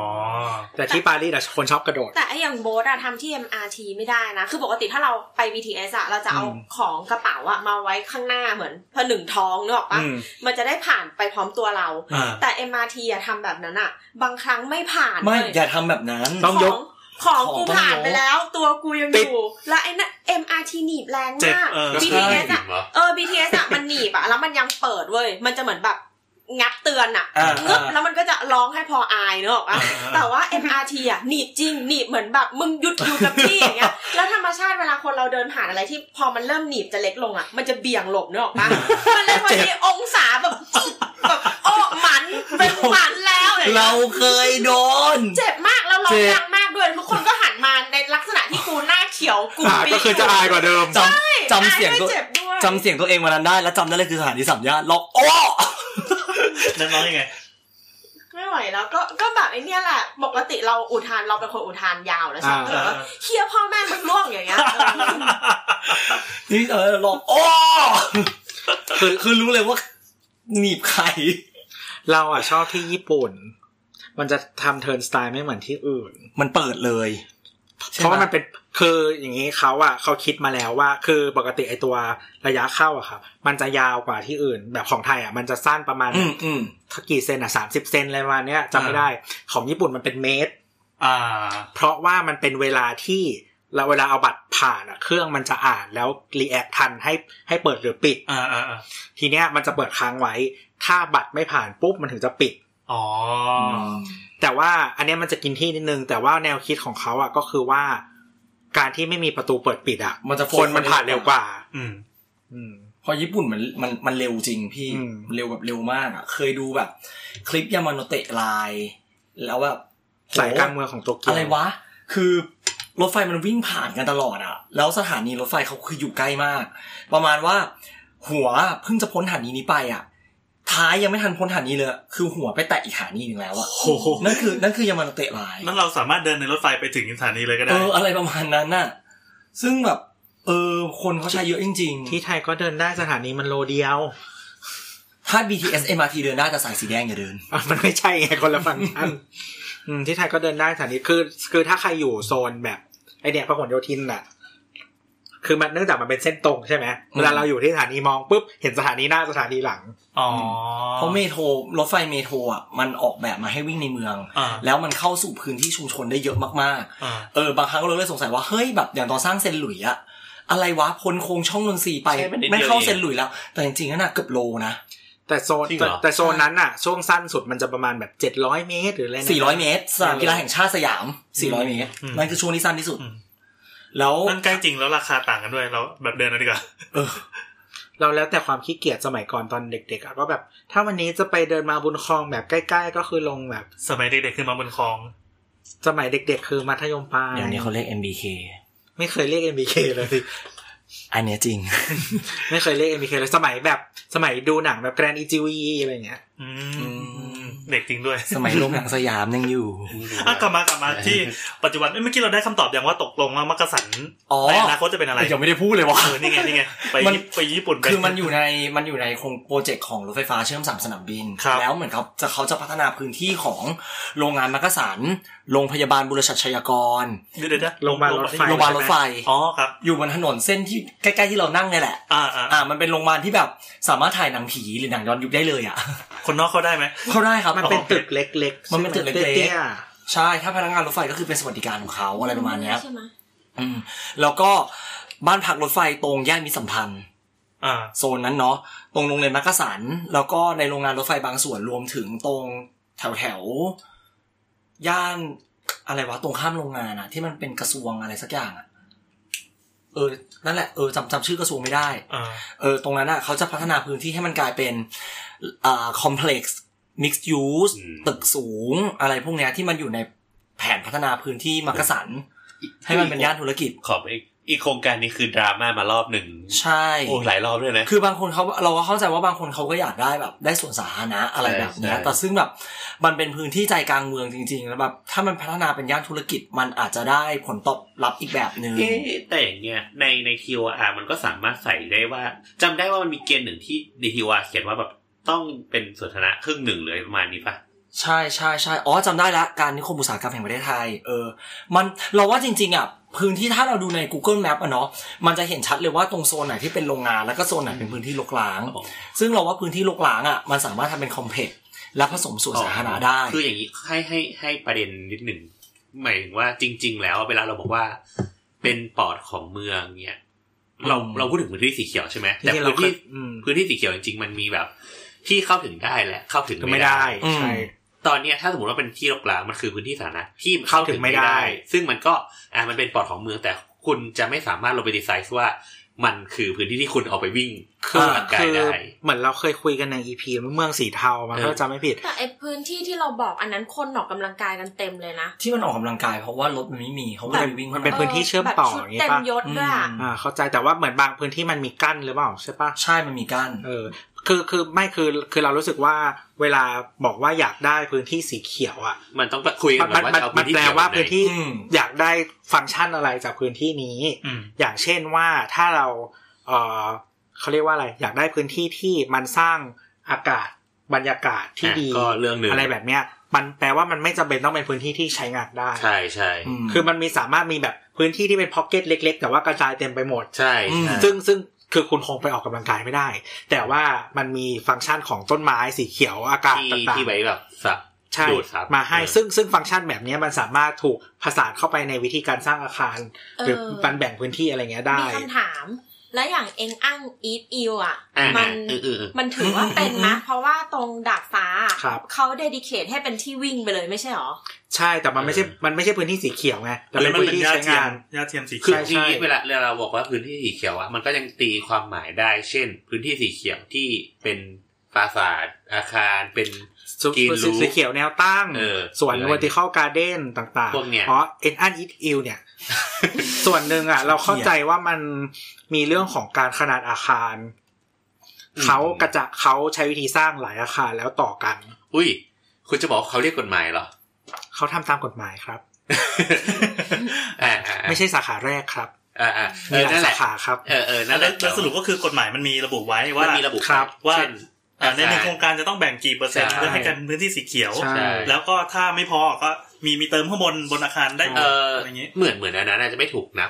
แต่ที่ปารีสอะคนชอบกระโดด แต่ไอ้อย่างโบ๊ทอะทำที่ MRT ไม่ได้นะ คือปกติถ้าเราไป BTS อะเราจะเอา อืม ของกระเป๋าอะมาไว้ข้างหน้าเหมือนพหนึ่งท้องเนกอะปะ อืม มันจะได้ผ่านไปพร้อมตัวเรา อ่า แต่ MRT อะทำแบบนั้นอะบางครั้งไม่ผ่าน ไม่ เลย อย่าทำแบบนั้น ต้อง ยก ของ ของ กู ต้อง ผ่าน ยก ไปแล้ว ตัวกูยัง ติ อ ด ยู่ และไอ้นั่น MRT หนีบแรง เจ็บ มาก เออ แล้ว BTS ใช่ อะ เหรอ เออ BTS อะ <laughs> มันหนีบอะแล้วมันยังเปิดเว้ยมันจะเหมือนแบบงับเตือนอะ อ่า เงึบแล้วมันก็จะร้องให้พออายเนอะ อ่าอ่า แต่ว่า MRT อ่ะหนีบจริงหนีบเหมือนแบบมึงหยุดอยู่กับที่อย่างเงี้ยแล้วธรรมชาติเวลาคนเราเดินผ่านอะไรที่พอมันเริ่มหนีบจะเล็กลงอ่ะมันจะเบี่ยงหลบเนอะปะมันเลยพอดีองศาแบบ <laughs> จึ๊กแบบโอ้หมันเป็นหมันแล้วอะไรอย่าง เรา เงี้ย เคยโดน เจ็บมากแล้วร้อง เจ็บ ดังมากด้วยทุกคนก็หันมาในลักษณะที่กูหน้าเขียวกู อ่ะ ปี ก็คือจะอายกว่าเดิม จำจำเสียง อาด้ ตัว วเจ็บด้วย จำเสียงตัวเองวันนั้นได้ แล้วจำได้เลยคือสถานที่สามย่านล็อกโอ้ นั่นน้องยังไง ไม่ไหวแล้วก็ก็แบบไอ้เนี่ยแหละปกติเราอุทานเราเป็นคนอุทานยาวแล้วใช่ไหม อ่า เออเคียพ่อแม่มึงล่วงอย่างเงี้ย นี่เออล็อกโอ้คือคือรู้เลยว่าหนีบใคร เราอะชอบที่ญี่ปุ่น มันจะทำเทิร์นสไตล์ไม่เหมือนที่อื่น มันเปิดเลย ใช่ไหม เพราะว่ามันเป็นคืออย่างนี้เขาอะเขาคิดมาแล้วว่า คือปกติไอตัวระยะเข้าอะครับมันจะยาวกว่าที่อื่น แบบของไทยอะมันจะสั้นประมาณ อืมอืม กี่เซนอะสามสิบเซนอะไรประมาณเนี้ยจำไม่ได้ ของญี่ปุ่นมันเป็นเมตร อ่า เพราะว่ามันเป็นเวลาที่เราเวลาเอาบัตรผ่านอะเครื่องมันจะอ่านแล้วรีแอคทันให้ให้เปิดหรือปิด อ่าอ่าอ่า ทีเนี้ยมันจะเปิดค้างไว้ ถ้าบัตรไม่ผ่านปุ๊บมันถึงจะปิด อ๋ออ แต่ว่าอันเนี้ยมันจะกินที่นิดนึง แต่ว่าแนวคิดของเขาอะก็คือว่า การที่ไม่มีประตูเปิดปิดอะ มันจะโฟ ค ล น ว์ มันผ่านเร็วกว่า อืม อืม เพอญี่ปุ่นมันมันมันเร็วจริงพี่ อืม เร็วแบบเร็วมากอ่ะ เคยดูแบบ คลิปยามาโนเตะไลน์แล้วแบบ สายกลางเมืองของโตเกียว อะไรวะ คือรถไฟมันวิ่งผ่านกันตลอดอ่ะ แล้วสถานีรถไฟเขาคืออยู่ใกล้มาก ประมาณว่า หัวเพิ่งจะพ้นหานีนี้ไปอ่ะ ท้ายยังไม่ทันพ้นหานีเลย คือหัวไปแตะอีกหานีหนึ่งแล้วอ่ะ โอ้โห นั่นคือนั่นคือยามาโนเตะไลน์ นั่นเราสามารถเดินในรถไฟไปถึงสถานีเลยก็ เอ ได้ ออะไรประมาณนั้นน่ะ ซึ่งแบบ เออ คนเขาใช้เยอะจริงๆ ที่ไทยก็เดินได้สถานีมันโลเดียว <laughs> ถ้า BTS MRT เดินได้แต่สายสีแดงอย่าเดิน อ่ะมันไม่ใช่ไงคนละฟังก์ชั <laughs> นอืมที่ไทยก็เดินได้สถานีคือ คือถ้าใครอยู่โซนแบบไอเนี่ยพหลโยธินน่ะ คือมันเนื่องจากมันเป็นเส้นตรงใช่ไหมเวลาเราอยู่ที่สถานีมองปุ๊บเห็นสถานีหน้าสถานีหลัง อ๋อ เพราะเมโทรรถไฟเมโทรอ่ะมันออกแบบมาให้วิ่งในเมือง อ่า แล้วมันเข้าสู่พื้นที่ชุมชนได้เยอะมาก อ่า ๆ เออบางครั้งเราเลยสงสัยว่าเฮ้ยแบบอย่างตอนสร้างเซนหลุยอะอะไรวะพ้นโค้งช่องนนทรีย์ไป ใช่มันนิดเดียว ไม่เข้า เอง เซนหลุยแล้ว แต่จริงๆนั่นน่ะเกือบโลนะ แต่โซน จริงเหร แต่ อ แต่โซนนั้นอะช่วงสั้นสุดมันจะประมาณแบบเจ็ดร้อยเมตรหรืออะไรนะ 400 เมตรสนามกีฬาแห่งชาติสยาม 400 เมตร อืม นั่นคือช่วงที่สั้นที่สุด อืม แล้ว นั่นใกล้จริงแล้วราคาต่างกันด้วยเราแบบเดินเอาดีกว่า เราแล้วแต่ความขี้เกียจสมัยก่อนตอนเด็กๆอะก็แบบ ถ้าวันนี้จะไปเดินมาบุญคลองแบบใกล้ ๆ ก็คือลงแบบ สมัยเด็กๆคือมาบนคลอง สมัยเด็ก ๆ คือมัธยมปลาย เดี๋ยวนี้เขาเรียก MBK ไม่เคยเรียก MBK เลยสิ อันเนี้ยจริง <laughs> ไม่เคยเรียก MBK เลยสมัยแบบสมัยดูหนังแบบแกรนอีจีวีอะไรเงี้ย อืม เด็กจริงด้วย สมัยโรงหนังสยามยังอยู่ อ่ะกลับมากลับมาที่ปัจจุบันเอ้ยเมื่อกี้เราได้คำตอบอย่างว่าตกลงว่ามักกะสัน อ๋อ ในอนาคตจะเป็นอะไร ยังไม่ได้พูดเลยว่ะ เออนี่ไงนี่ไงไป มัน ญี่ปุ่นไปญี่ปุ่นไป คือมันอยู่ในมันอยู่ในโครงโปรเจกต์ของรถไฟฟ้าเชื่อมสามสนามบิน ครับ แล้วเหมือนเขาจะเขาจะพัฒนาพื้นที่ของโรงงานมักกะสันโรงพยาบาลบุรชัดชัยกร เดี๋ยวเดี๋ยวนะ โรงพยาบาลรถไฟ โรงพยาบาลรถไฟ อ๋อครับ อยู่บนถนนเส้นที่ใกล้ๆที่เรานั่งเนี่ยแหละ อ่าอ่า อ่ามันเป็นโรงพยาบาลที่แบบสามารถถ่ายหนังผีหรือหนังย้อนยุคได้เลยอ่ะ คนนอกเข้าได้ไหม เขาได้ครับ มันเป็นตึกเล็กๆ มันเป็นตึกเล็กๆ ตี้ย ใช่ถ้าพนักงานรถไฟก็คือเป็นสวัสดิการของเขาอะไรประมาณเนี้ย ใช่ไหม อืมแล้วก็บ้านพักรถไฟตรงย่านมิตรสัมพันธ์ อ่า โซนนั้นเนาะตรงโรงเรียนมักกะสัน แล้วก็ในโรงงานรถไฟบางส่วนรวมถึงตรงแถวแถวๆย่านอะไรวะตรงข้ามโรงงานอะที่มันเป็นกระทรวงอะไรสักอย่างอะเออนั่นแหละเออจำจำชื่อกระทรวงไม่ได้ อ่า เออตรงนั้นอ่ะเขาจะพัฒนาพื้นที่ให้มันกลายเป็นอ่าคอมเพล็กซ์มิกซ์ยูส อืม ตึกสูงอะไรพวกเนี้ยที่มันอยู่ในแผนพัฒนาพื้นที่มักกะสัน ให้มันเป็นย่านธุรกิจ ขอบอีกอีกโครงการนี้คือดราม่ามารอบหนึ่ง ใช่ โอ้หลายรอบด้วยนะ คือบางคนเขาเราก็เข้าใจว่าบางคนเขาก็อยากได้แบบ ได้สวนสาธารณะอะไรแบบเนี้ย ใช่ใช่ แต่ซึ่งแบบมันเป็นพื้นที่ใจกลางเมืองจริง ๆ แล้วแบบถ้ามันพัฒนาเป็นย่านธุรกิจมันอาจจะได้ผลตอบรับอีกแบบหนึ่ง เอ๊ะแต่อย่างเงี้ยในใน TOR มันก็สามารถใส่ได้ว่าจำได้ว่ามันมีเกณฑ์หนึ่งที่ใน TOR เขียนว่าแบบต้องเป็นสวนทนาครึ่งหนึ่งเลยประมาณนี้ปะ ใช่ใช่ใช่อ๋อจำได้ละการนิคมอุตสาหกรรมแห่งประเทศไทย เออ มันเราว่าจริง ๆอ่ะพื้นที่ถ้าเราดูใน Google Map อะเนาะมันจะเห็นชัดเลยว่าตรงโซนไหนที่เป็นโรงงานแล้วก็โซนไหนเป็นพื้นที่รกร้าง ซึ่งเราว่าพื้นที่รกร้างอ่ะมันสามารถทำเป็นคอมเพล็กซ์และผสมสวนสาธารณะได้ คืออย่างนี้ให้ให้ให้ประเด็นนิดหนึ่งหมายถึงว่าจริง ๆ แล้วเวลาเราบอกว่าเป็นปอดของเมืองเนี่ยเรา อืม เราพูดถึงพื้นที่สีเขียวใช่ไหมแต่ ที่เรา พื้นที่เคยอืม พื้นที่สีเขียวจริง ๆ มันมีแบบ ที่เข้าถึงได้และเข้าถึง ก็ ไม่ ไม่ ได้ ได้ อืม ใช่ ตอนเนี้ยถ้าสมมติว่าเป็นที่รกร้างมันคือพื้นที่สาธารณะที่เข้าถึงไม่ ถึงไม่ได้ ได้ ซึ่งมันก็อ่ามันเป็นปอดของเมืองแต่คุณจะไม่สามารถลงไปดีไซน์ว่ามันคือพื้นที่ที่คุณเอาไปวิ่งเครื่องร่างกาย คือ ได้ เหมือนเราเคยคุยกันในอีพีเมืองสีเทามัน เออ ก็จำไม่ผิด แต่ไอพื้นที่ที่เราบอกอันนั้นคนออกกำลังกายกันเต็มเลยนะ ที่มันออกกำลังกายเพราะว่ารถมันไม่มีเขาก็เลยวิ่ง มันเป็น พื้ที่ชื่อมต่อ แบบชุด อย่างงี้ เต็ม ปะ ยศด้วยอะ อ่าเข้าใจแต่ว่าเหมือนบางพื้นที่มันมีกั้นหรือเปล่าใช่ปะ ใช่มันมีกั้น เออคือคือไม่คือคือเรารู้สึกว่าเวลาบอกว่าอยากได้พื้นที่สีเขียวอ่ะ มันต้องคุยกัน มัน ก่อจะเอมันมันแปล เขีย ว่าพื้นที่ อืม อยากได้ฟังก์ชันอะไรจากพื้นที่นี้ อืม อย่างเช่นว่าถ้าเราเออเขาเรียกว่าอะไร อยากได้พื้นที่ที่มันสร้างอากาศบรรยากาศที่ อ่ะ ดี ก็เรื่องหนึ่ง อะไรแบบเนี้ย มันแปลว่ามันไม่จำเป็นต้องเป็นพื้นที่ที่ใช้งานได้ ใช่ใช่ อืม คือมันมีสามารถมีแบบพื้นที่ที่เป็นพ็อกเก็ตเล็ก ๆ แต่ว่ากระจายเต็มไปหมด ใช่ อืม ใช่ ซึ่งซึ่งคือคุณคงไปออกกำลังกายไม่ได้ แต่ว่ามันมีฟังก์ชันของต้นไม้สีเขียวอากาศ ที่ ต่าง ที่ไว้แบบสับ ๆใช่ ดูดซับ มาให้ เออ ซึ่งซึ่งฟังก์ชันแบบนี้มันสามารถถูกผสานเข้าไปในวิธีการสร้างอาคาร เอ หรือ อ การแบ่งพื้นที่อะไรเงี้ยได้ มีคำถาม และอย่างเอ็งอ้างอีฟอิวอ่ะ อ่า มัน เออเออเออ มันถือว่าเป็น อื นะ ม เพราะว่าตรงดาดฟ้าอะ ครับ เขาเดดิเคทให้เป็นที่วิ่งไปเลยไม่ใช่หรอ ใช่แต่มันไม่ใช่มันไม่ใช่พื้นที่สีเขียวไงแต่ หรือเป็นมันเป็นพื้นที่ ยา ใช้ เทีย งาม น ยาเทียมสี คือ เขียว ที่ ใช่ เวลาเวลาเราบอกว่าพื้นที่สีเขียวอะมันก็ยังตีความหมายได้ เช่น พื้นที่สีเขียวที่เป็นปราสาทอาคารเป็น <laughs> สุ กินรู้ สีเขียวแนวตั้ง เออ สวน อะไร vertical garden ต่าง พวกเนี้ย อ๋อ e n a n it ill เนี่ย ส่วนหนึ่งอ่ะ เราเข้าใจว่ามันมีเรื่องของการขนาดอาคาร อืม เขากระจะเขาใช้วิธีสร้างหลายอาคารแล้วต่อกัน อุ้ย คุณจะบอกว่าเขาเรียกกฎหมายเหรอ <laughs> เขาทำตามกฎหมายครับ อ่าอ่าอ่า ไม่ใช่สาขาแรกครับ อ่าอ่าเอ มี อ หลาย นั่นแห สา ละ ขาครับ เออเออแล้นั่นแหละ วแล้วสรุปก็คือกฎหมายมันมีระบุไว้ มั ว่าน มีระบุ ครับ ว่า เช่น อ่าในหนึ่งโครงการจะต้องแบ่งกี่เปอร์เซ็นต์ ใช่ เพื่อให้กันพื้นที่สีเขียว ใช่ แล้วก็ถ้าไม่พอก็มีมีเติมข้างบนบนอาคารได้ เออ อะไรอย่างงี้ เหมือนเหมือนอันนั้นอาจจะไม่ถูกนับ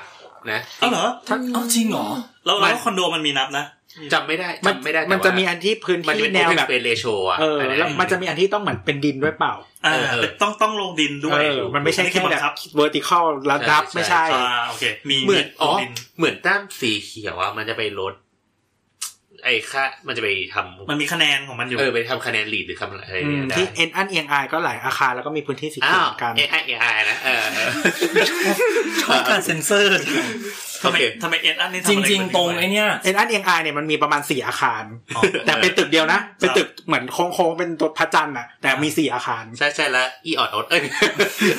นะ เอ้าเหรอ ถ้าเอาจริงเหรอ แล้วแล้วคอนโดมันมีนับนะ จำไม่ได้ มัน จำไม่ได้แต่ มันจะมี ว่า อันที่พื้น มัน ที่ เป็น แน แน ว ว แบ แบบ บเป็นเรโชอะ เออ นนั้น แล้วมันจะมีอันที่ต้องเหมือนเป็นดินด้วยเปล่า อ่า เออเออ แต่ต้องต้องลงดินด้ว เอย อ มันไม่ใช่แค่ อ แบ บั บ งคับ vertical ระดับไม่ใช่ อ่าโอเค มี เหมือน ล อ๋อง ดิน เหมือนแต้มสีเขียวอะมันจะไปลด ไอ้ค่ามันจะไปทำ มันมีคะแนนของมันอยู่ เออไปทำคะแนนลีดหรือคำอะไร อื เนี่ ม ยได้ ที่เอ็นอันเอียงอายก็หลายอาคารแล้วก็มีพื้นที่สี อ้า เขีวยวเหมือนกัน เอไอเอไอนะเออเออ ชอบการเซ็นเซอร์ ทำไม โอเค ทำไมเอ็นอันนี้ทำ จ อะริงไกัน ๆ ตรง ไว้ ไอ้เนี่ย เอ็นอันเอียงอายเนี่ยมันมีประมาณสี่อาคาร อ๋อ แต่เป็นตึกเดียวนะ เป็นตึกเหมือนโค้งๆเป็นตัวพระจันทร์อ่ะ แต่มีสี่อาคาร ใช่ใช่แล้วอีออดออดเอ้ย <laughs>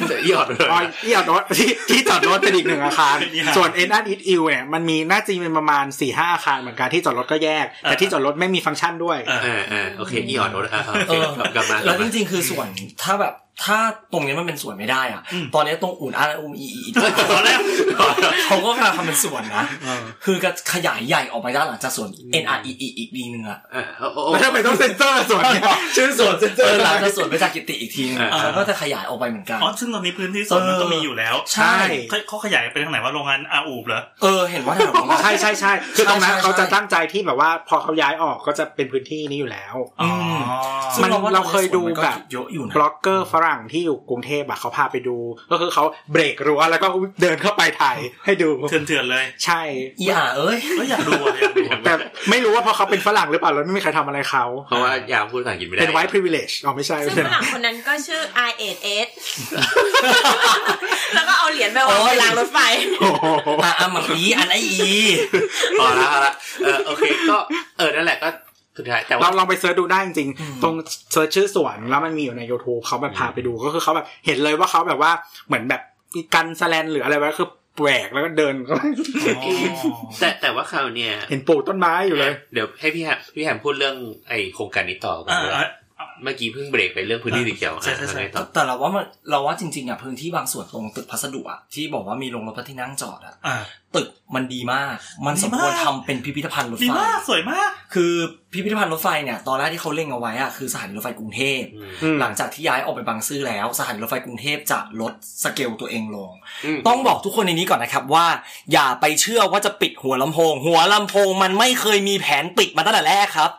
แต่อีออดออด อ๋อที่จอดรถ <laughs> ที่ที่จอดรถเป็นอีกหนึ่งอาคาร อีกอาคาร ส่วนเอ็นอันอิทอิวเนี่ยมันมีน่าจะมีประมาณสี่ห้าอาคารเหมือนกันที่จอดรถก็แยก แต่ที่จอดรถไม่มีฟังก์ชันด้วย อ่า เออเออโอเคอีออดออดอ่ะโอ เอ เค อก ลับมาก แล้ ลับ วจ มา ริงๆ คือส่วนถ้าแบบถ้าตรงนี้มันเป็นส่วนไม่ได้อ่ะ อืม ตอนนี้ตรงอุ่นอาอุ่นอีอีอี ตอนแรก <laughs> เขาก็กำลังทำเป็นส่วนนะ คือก็ขยายใหญ่ออกไปด้านหลังจากส่วน N R E E อีกดีนึงอะ เออโอ้โอ้ แล้วทำไมต้องเซ็นเซอร์ส่วนเนี้ยชื่อส่วนเซ็นเซ เอ อร์ อหลัง นะ จากส่วนไปจากกิติอีกทีนึง อ่า แล้วก็จะขยายออกไปเหมือนกัน อ๋อซึ่งตอนนี้พื้นที่ส่วนมันก็มีอยู่แล้ว ใช่ เขาเขาขยายไปทางไหนว่าโรงงานอาอูบเหรอ เออเห็นว่าแถวนั้นอะ <laughs> ใช่ใช่ใช่คือตรงนั้น ใช่ใช่ เขาจะตั้งใจที่แบบว่าพอเขาย้ายออกก็จะเป็นพื้นที่นี้อยู่แล้ว อืม ซึ่ง มัน ว่ เราเคยดู มันก็ แบบ เยอะอยู่นะ บล็อกเกอร์ฝรั่งที่อยู่กรุงเทพอะเขาพาไปดู ก็คือเขาเบรกรั้วแล้วก็เดินเข้าไปถ่ายให้ดู เถื่อนๆเลย ใช่ อีอ่าเอ้ย ก็อยากดูอ่ะอยากดูอะ แต่ไม่รู้ว่าเพอเขาเป็นฝรั่งหรือเปล่าแล้วไม่มีใครทำอะไรเขา เพราะว่ายามพูดภาษาอังกฤษไม่ได้ เป็นไวท์พรีเวลเลชอ๋อไม่ใช่ ซึ่ ไม่ งฝใช่รั่งคนนั้นก็ชื่อ I 8 S <laughs> แล้วก็เอาเหรียญไปวาง โอ้ บ ย นรางรถไฟ โอ้โห อ่ะอ่ะหมักอีอันไออี พอละพอละเออโอเคก็เออนั่นแหละก็สุดท้ายแต่ เรา ว่า ลองไปเซิร์ชดูได้จริงๆ ตรงเซิร์ชชื่อสวนแล้วมันมีอยู่ใน YouTube เขาแบบพาไปดูก็คือเขาแบบเห็นเลยว่าเขาแบบว่าเหมือนแบบกันแสแลนหรืออะไรไว้คือแหวกแล้วก็เดิน <laughs> เข้าไป อ๋อ แต่แต่ว่าคราวเนี้ย เห็นปลูกต้นไม้อยู่เลย เดี๋ยวให้พี่แฮมพี่แฮมพูดเรื่องไอโครงการนี้ต่อกัน อ่า ด้วย อ่า เมื่อกี้เพิ่งเบรกไปเรื่องพื้นที่สีเขียว ใช่ใช่ใช่ อ่ะไงต่อ แต่เราว่ามันเราว่าจริงๆอ่ะพื้นที่บางส่วนตรงตึกพัสดุอ่ะที่บอกว่ามีโรงรถพระที่นั่งจอดอ่ะ อ่า ตึกมันดีมาก มันสมควร ดีมาก ทำเป็นพิพิธภัณฑ์รถ ดี ไฟ มากสวยมาก คือพิพิธภัณฑ์รถไฟเนี่ยตอนแรกที่เขาเล่งเอาไว้อะคือสถานีรถไฟกรุงเทพ อืม อืม หลังจากที่ย้ายออกไปบางซื่อแล้ว สถานีรถไฟกรุงเทพจะลดสเกลตัวเองลง ม ต้องบอกทุกคนในนี้ก่อนนะครับว่า อย่าไปเชื่อว่าจะปิดหัวลำโพง หัวลำโพงมันไม่เคยมีแผนปิดมาตั้งแต่แรกครับ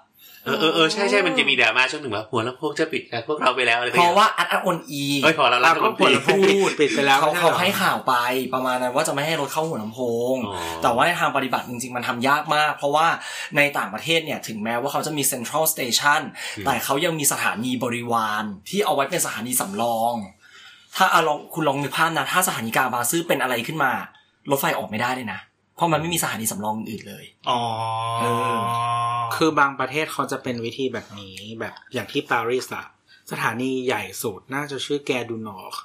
เออเออเออใช่ใช่มันจะมีดราม่าช่วงหนึ่งว่าหัวลำโพงจะปิดนะพวกเราไปแล้วอะไร เพราะว่าอัดอัดอนอี เอ้ยพอแล้ว เรา ฐม ก็ น ผ ต ล รี พูดปิดไปแล้ว เขา ไม่ช่ เขา รอ ให้ข่าวไปประมาณนั้นว่าจะไม่ให้รถเข้าหัวลำโพง อ๋อ แต่ว่าในทางปฏิบัติจริงๆ มันทำยากมาก เพราะว่าในต่างประเทศเนี่ยถึงแม้ว่าเขาจะมีเซ็นทรัลสเตชันแต่เขายังมีสถานีบริวารที่เอาไว้เป็นสถานีสำรอง ถ้าเอาลองคุณลองนึกภาพนะ ถ้าสถานีกลางบางซื่อเป็นอะไรขึ้นมา รถไฟออกไม่ได้เลยนะ เพราะมันไม่มีสถานีสำรองอื่นเลย อ๋อ เออ คือบางประเทศเขาจะเป็นวิธีแบบนี้แบบอย่างที่ปารีสอะสถานีใหญ่สุดน่าจะชื่อแกดูนอร์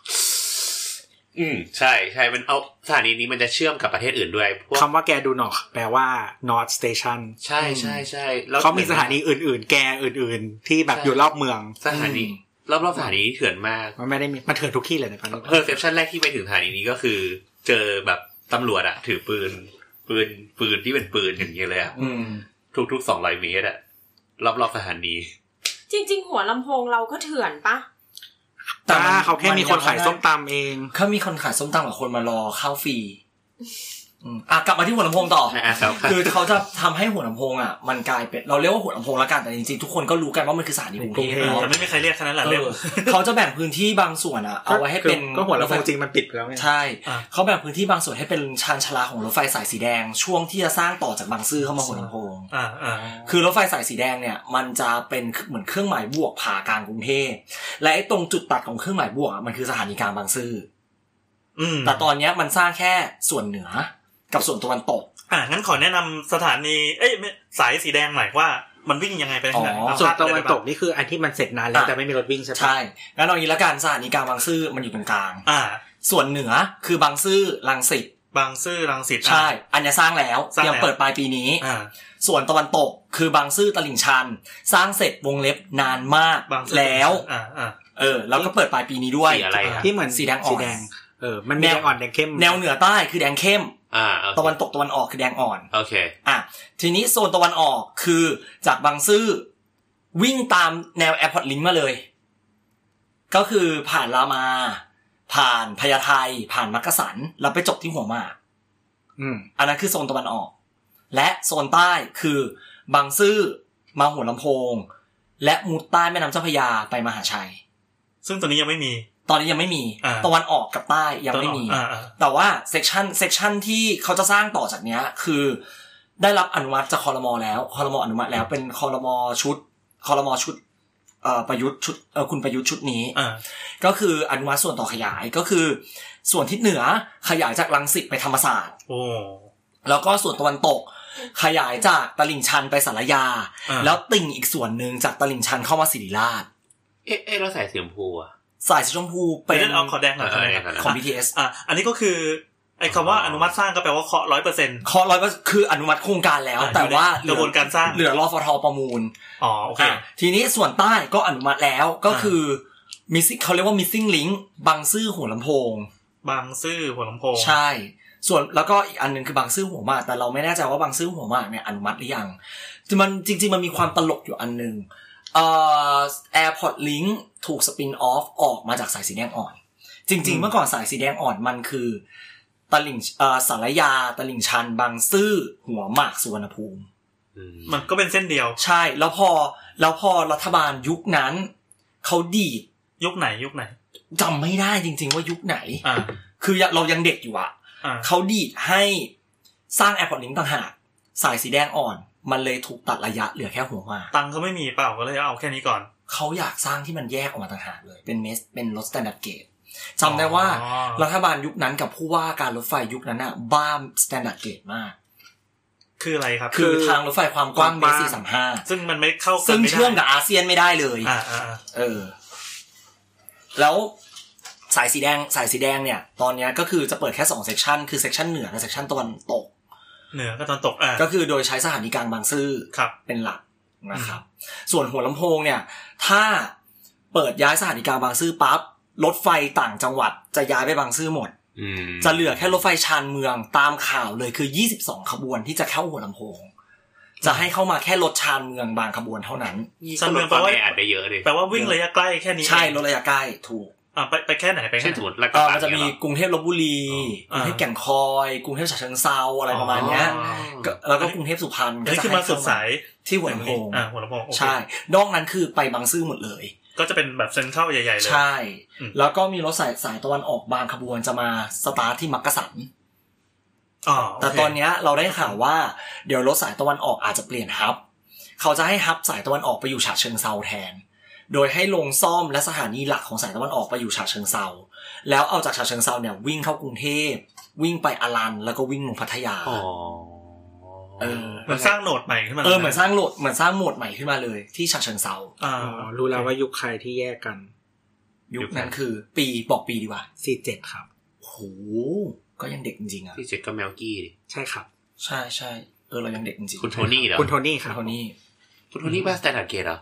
อืมใช่ใช่มันเอาสถานีนี้มันจะเชื่อมกับประเทศอื่นด้วยพวก คำว่าแกดูนอร์แปลว่า North Station ใช่ใช่ใช่แล้ว เขามีสถานีอื่นๆ แกอื่นๆ ที่แบบ ใช่ อยู่รอบเมือง สถานีรอบๆสถานีนี่เถื่อนมาก มันไม่ได้มีมันเถื่อนทุกที่เลยในปารีส เพอร์เซพชันแรกที่ไปถึงสถานีนี้ก็คือ เจอแบบตำรวจอะถือปืน ปืนปืนที่เป็นปืนอย่างเงี้ยเลยอะ อืม ทุกทุกสองร้อยเมตรอะรอบรอบๆสถานี จริง ๆ หัวลำโพงเราก็เถื่อนปะ แต่ แต่ มัน เขาแค่มีคนขายส้มตำเอง เขามีคนขายส้มตำกับคนมารอเข้าฟรีอืมอ่ะกลับมาที่หัวลำโพงต่อ นะครับ คือเขาจะทำให้หัวลำโพงอ่ะมันกลายเป็นเราเรียกว่าหัวลำโพงละกันแต่จริงๆทุกคนก็รู้กันว่ามันคือสถานีกรุงเทพเนาะ แต่ไม่มีใครเรียกแค่นั้นแหละ เอ เรียก อเขาจะแบ่งพื้นที่บางส่วนอ่ะเอาไว้ให้เป็น ก็หัวลำโพงจริงมันปิดไปแล้วไง ใช่ อ่ะ เขาแบ่งพื้นที่บางส่วนให้เป็นชานชาลาของรถไฟสายสีแดง ช่วงที่จะสร้างต่อจากบางซื่อเข้ามาหัวลำโพง อ่าอ่า คือรถไฟสายสีแดงเนี่ยมันจะเป็นเหมือนเครื่องหมายบวกผ่ากลางกรุงเทพและไอ้ตรงจุดตัดของเครื่องหมายบวกอ่ะมันคือสถานีกลางบางซื่อ อืม อแต่ตอนเนี้ยมันสร้างแค่ส่วนเหนือกับส่วนตะวันตก อ่างั้นขอแนะนำสถานี เอ้ยไม่สายสีแดงหน่อยว่า มันวิ่งยังไงไปทางไหน อ๋อ เอา ส่วน ภาพ ตะ เลย วั ได้ น ปะ ตกนี่คืออันที่มันเสร็จนานแล้ว อ่ะ แต่ไม่มีรถวิ่งใช่ปะ ใช่งั้นเอางี้ละกันสถานีกลางบางซื่อมันอยู่ตรงกลาง อ่า ส่วนเหนือคือบางซื่อลังสิต บางซื่อรังสิตอ่ะ ใช่ อันเนี้ยสร้างแล้ว สร้าง เตรียม แล้ว เปิดปลายปีนี้ อ่า ส่วนตะวันตกคือบางซื่อตลิ่งชัน สร้างเสร็จวงเล็บนานมาก บางซื่อ แล้ว อ่าอ่า เออแล้วก็เปิดปลายปีนี้ด้วย สีอะไรอะ ที่เหมือน สีแดงอ่อน สีแดงเออมันมีแดงอ่อนแดงเข้ม แนวเหนือใต้คือแดงเข้ม อ่าโอเค ตะวันตกตะวันออกคือแดงอ่อน โอเค อ่ะทีนี้โซนตะวันออกคือจากบางซื่อวิ่งตามแนวแอร์พอร์ตลิงมาเลย ก็คือผ่านรามา ผ่านพญาไทผ่านมักกะสันแล้วไปจบที่หัวหมาก อืม อันนั้นคือโซนตะวันออก และโซนใต้คือบางซื่อมาหัวลำโพง และมุดใต้แม่น้ำเจ้าพระยาไปมหาชัย ซึ่งตัวนี้ยังไม่มี ตอนนี้ยังไม่มี อ่า ตะวันออกกับใต้ยังไม่มี อ่าอ่า แต่ว่าเซกชันเซกชันที่เขาจะสร้างต่อจากเนี้ยคือ ได้รับอนุมัติจากคอรมอแล้วคอรมออนุมัติแล้วเป็นคอรมอชุดคอรมอชุดเอ่อประยุทธ์ชุดเอ่อคุณประยุทธ์ชุดนี้ อ่า ก็คืออนุมัติส่วนต่อขยายก็คือ ส่วนทิศเหนือขยายจากลังสิตไปธรรมศาสตร์ โอ้ แล้วก็ส่วนตะวันตก ขยายจากตลิ่งชันไปสารยา อ่า แล้วติ่งอีกส่วนหนึ่งจากตลิ่งชันเข้ามาศิริราช เอ๊ะเอ๊ะเราใส่เสียมพูอ่ะ สายสีชมพูเป็ เป็น นเอาขอแดงหน่อย เออ ครับ ของ BTS อ่ะอันนี้ก็คือไอ้คำว่าอนุมัติสร้างก็แปลว่าเคาะร้อยเปอร์เซ็นต์ ขอร้อยก็คืออนุมัติโครงการแล้ว แต่ว่าก ระบวนการสร้าง เหลือรอฟทประมูล อ๋อโอเค อ่ะทีนี้ส่วนใต้ก็อนุมัติแล้วก็คือ missing เขาเรียกว่า missing link บางซื่อหัวลำโพง บางซื่อหัวลำโพง ใช่ ส่วนแล้วก็อีกอันหนึ่งคือบางซื่อหัวหมากแต่เราไม่แน่ใจว่าบางซื่อหัวหมากเนี่ยอนุมัติหรือยังแต่มันจริง ๆ มันมีความตลกอยู่อันหนึ่งเอ่อ AirPod Link ถูกสปินออฟออกมาจากสายสีแดงอ่อน จริง ๆ เมื่อก่อนสายสีแดงอ่อนมันคือตลิ่งเอ่อสารยาตลิ่งชัน บางซื่อหัวหมากสุวรรณภูมิ อืม มันก็เป็นเส้นเดียว ใช่ แล้วพอแล้วพอรัฐบาลยุคนั้น เขาดีด ยุคไหนยุคไหน จำไม่ได้จริง ๆ ว่ายุคไหน อ่า คือเรายังเด็กอยู่อะ อ่า เขาดีดให้สร้างแอร์พอร์ตลิงต่างหากสายสีแดงอ่อน มันเลยถูกตัดระยะเหลือแค่หัวหมาก ตังค์เขาไม่มีเปล่าก็เลยเอาแค่นี้ก่อน เขาอยากสร้างที่มันแยกออกมาต่างหากเลยเป็นเมสเป็นรถสแตนดาร์ดเกตจำได้ว่า อ๋อ รัฐบาลยุคนั้นกับผู้ว่าการรถไฟยุคนั้นอะบ้ามสแตนดาร์ดเกตมาก คืออะไรครับ คือทางรถไฟความกว้างเม กว้าตงรสี่สามห้า ซึ่งมันไม่เข้ากัน ซึ่ง ไม่ได้ เชื่อมกับอาเซียนไม่ได้เลย อ่าอ่าอ่า เออ แล้วสายสีแดงสายสีแดงเนี่ย ตอนเนี้ยก็คือจะเปิดแค่สองเซกชันคือเซกชันเหนือและเซกชันตะวันตก เหนือก็ตอนตกอ่า ก็คือโดยใช้สถานีกลางบางซื่อ ครับ เป็นหลักนะครับ ส่วนหัวลำโพงเนี่ย ถ้าเปิดย้ายสถานีกลางบางซื่อปั๊บรถไฟต่างจังหวัดจะย้ายไปบางซื่อหมด อืม จะเหลือแค่รถไฟชานเมืองตามข่าวเลยคือ 22 ขบวนที่จะเข้าหัวลำโพง จะให้เข้ามาแค่รถชานเมืองบางขบวนเท่านั้น สำเนียงแปลก็ลดควา ว่า มแออัดได้เยอะเลย แปลว่าวิ่งระยะใกล้แค่นี้ ใช่รถระยะใกล้ถูก อ่าไปไปแค่ไหนไปแค่ เช่น ไห ส น มมติลาดก เอ ระบัอมั ง นจะมี เนี่ยหรอก รุงเทพลบบุรีก อ่า รุงเทพแก่งคอย กรุงเทพฉะเชิงเซาอะไรประมาณเนี้ย อ๋อ ก็แล้วก็กรุงเทพสุพรรณ อันนี่คือ ให้ มาสุดสาย ที่หัวลำโพง อ่าหัวลำโพงโอเค ใช่นอกนั้นคือไปบางซื่อหมดเลย ก็จะเป็นแบบเซ็นทรัลใหญ่ๆเลย ใช่ อืม แล้วก็มีรถสายสายตะวันออกบางขบวนจะมาสตาร์ทที่มักกะสัน อ๋อโเค แต่ตอนเนี้ยเราได้ข่าวว่าเดี๋ยวรถสายตะวันออกอาจจะเปลี่ยนฮับ เขาจะให้ฮับสายตะวันออกไปอยู่ฉะเชิงเซาแทน โดยให้ลงซ่อมและสถานีหลักของสายตะวันออกไปอยู่ฉะเชิงเซา แล้วเอาจากฉะเชิงเซาเนี่ยวิ่งเข้ากรุงเทพ วิ่งไปอลันแล้วก็วิ่งลงพัทยา อ๋อ เออ เหมือนสร้างโหนดใหม่ขึ้นมาลย เออเหมือนสร้างโหลดเหมือนสร้างโหมดใหม่ขึ้นมาเลยที่ฉะเชิงเซา อ่า อ๋อรู้แล้วว่ายุคใครที่แยกกัน ยุคนั้นคือ ปีบอกปีดีกว่า สี่เจ็ดครับ โหก็ยังเด็กจริงๆอะ ที่เจ็ดก็แมวกี้ดิ ใช่ครับ ใช่ใช่เออเรายังเด็กจริงๆ คุณโทนี่เหรอ คุณโทนี่ครับ เท่านี้ คุณโทนี่บ้าสแตนดาร์ดเกตเหรอ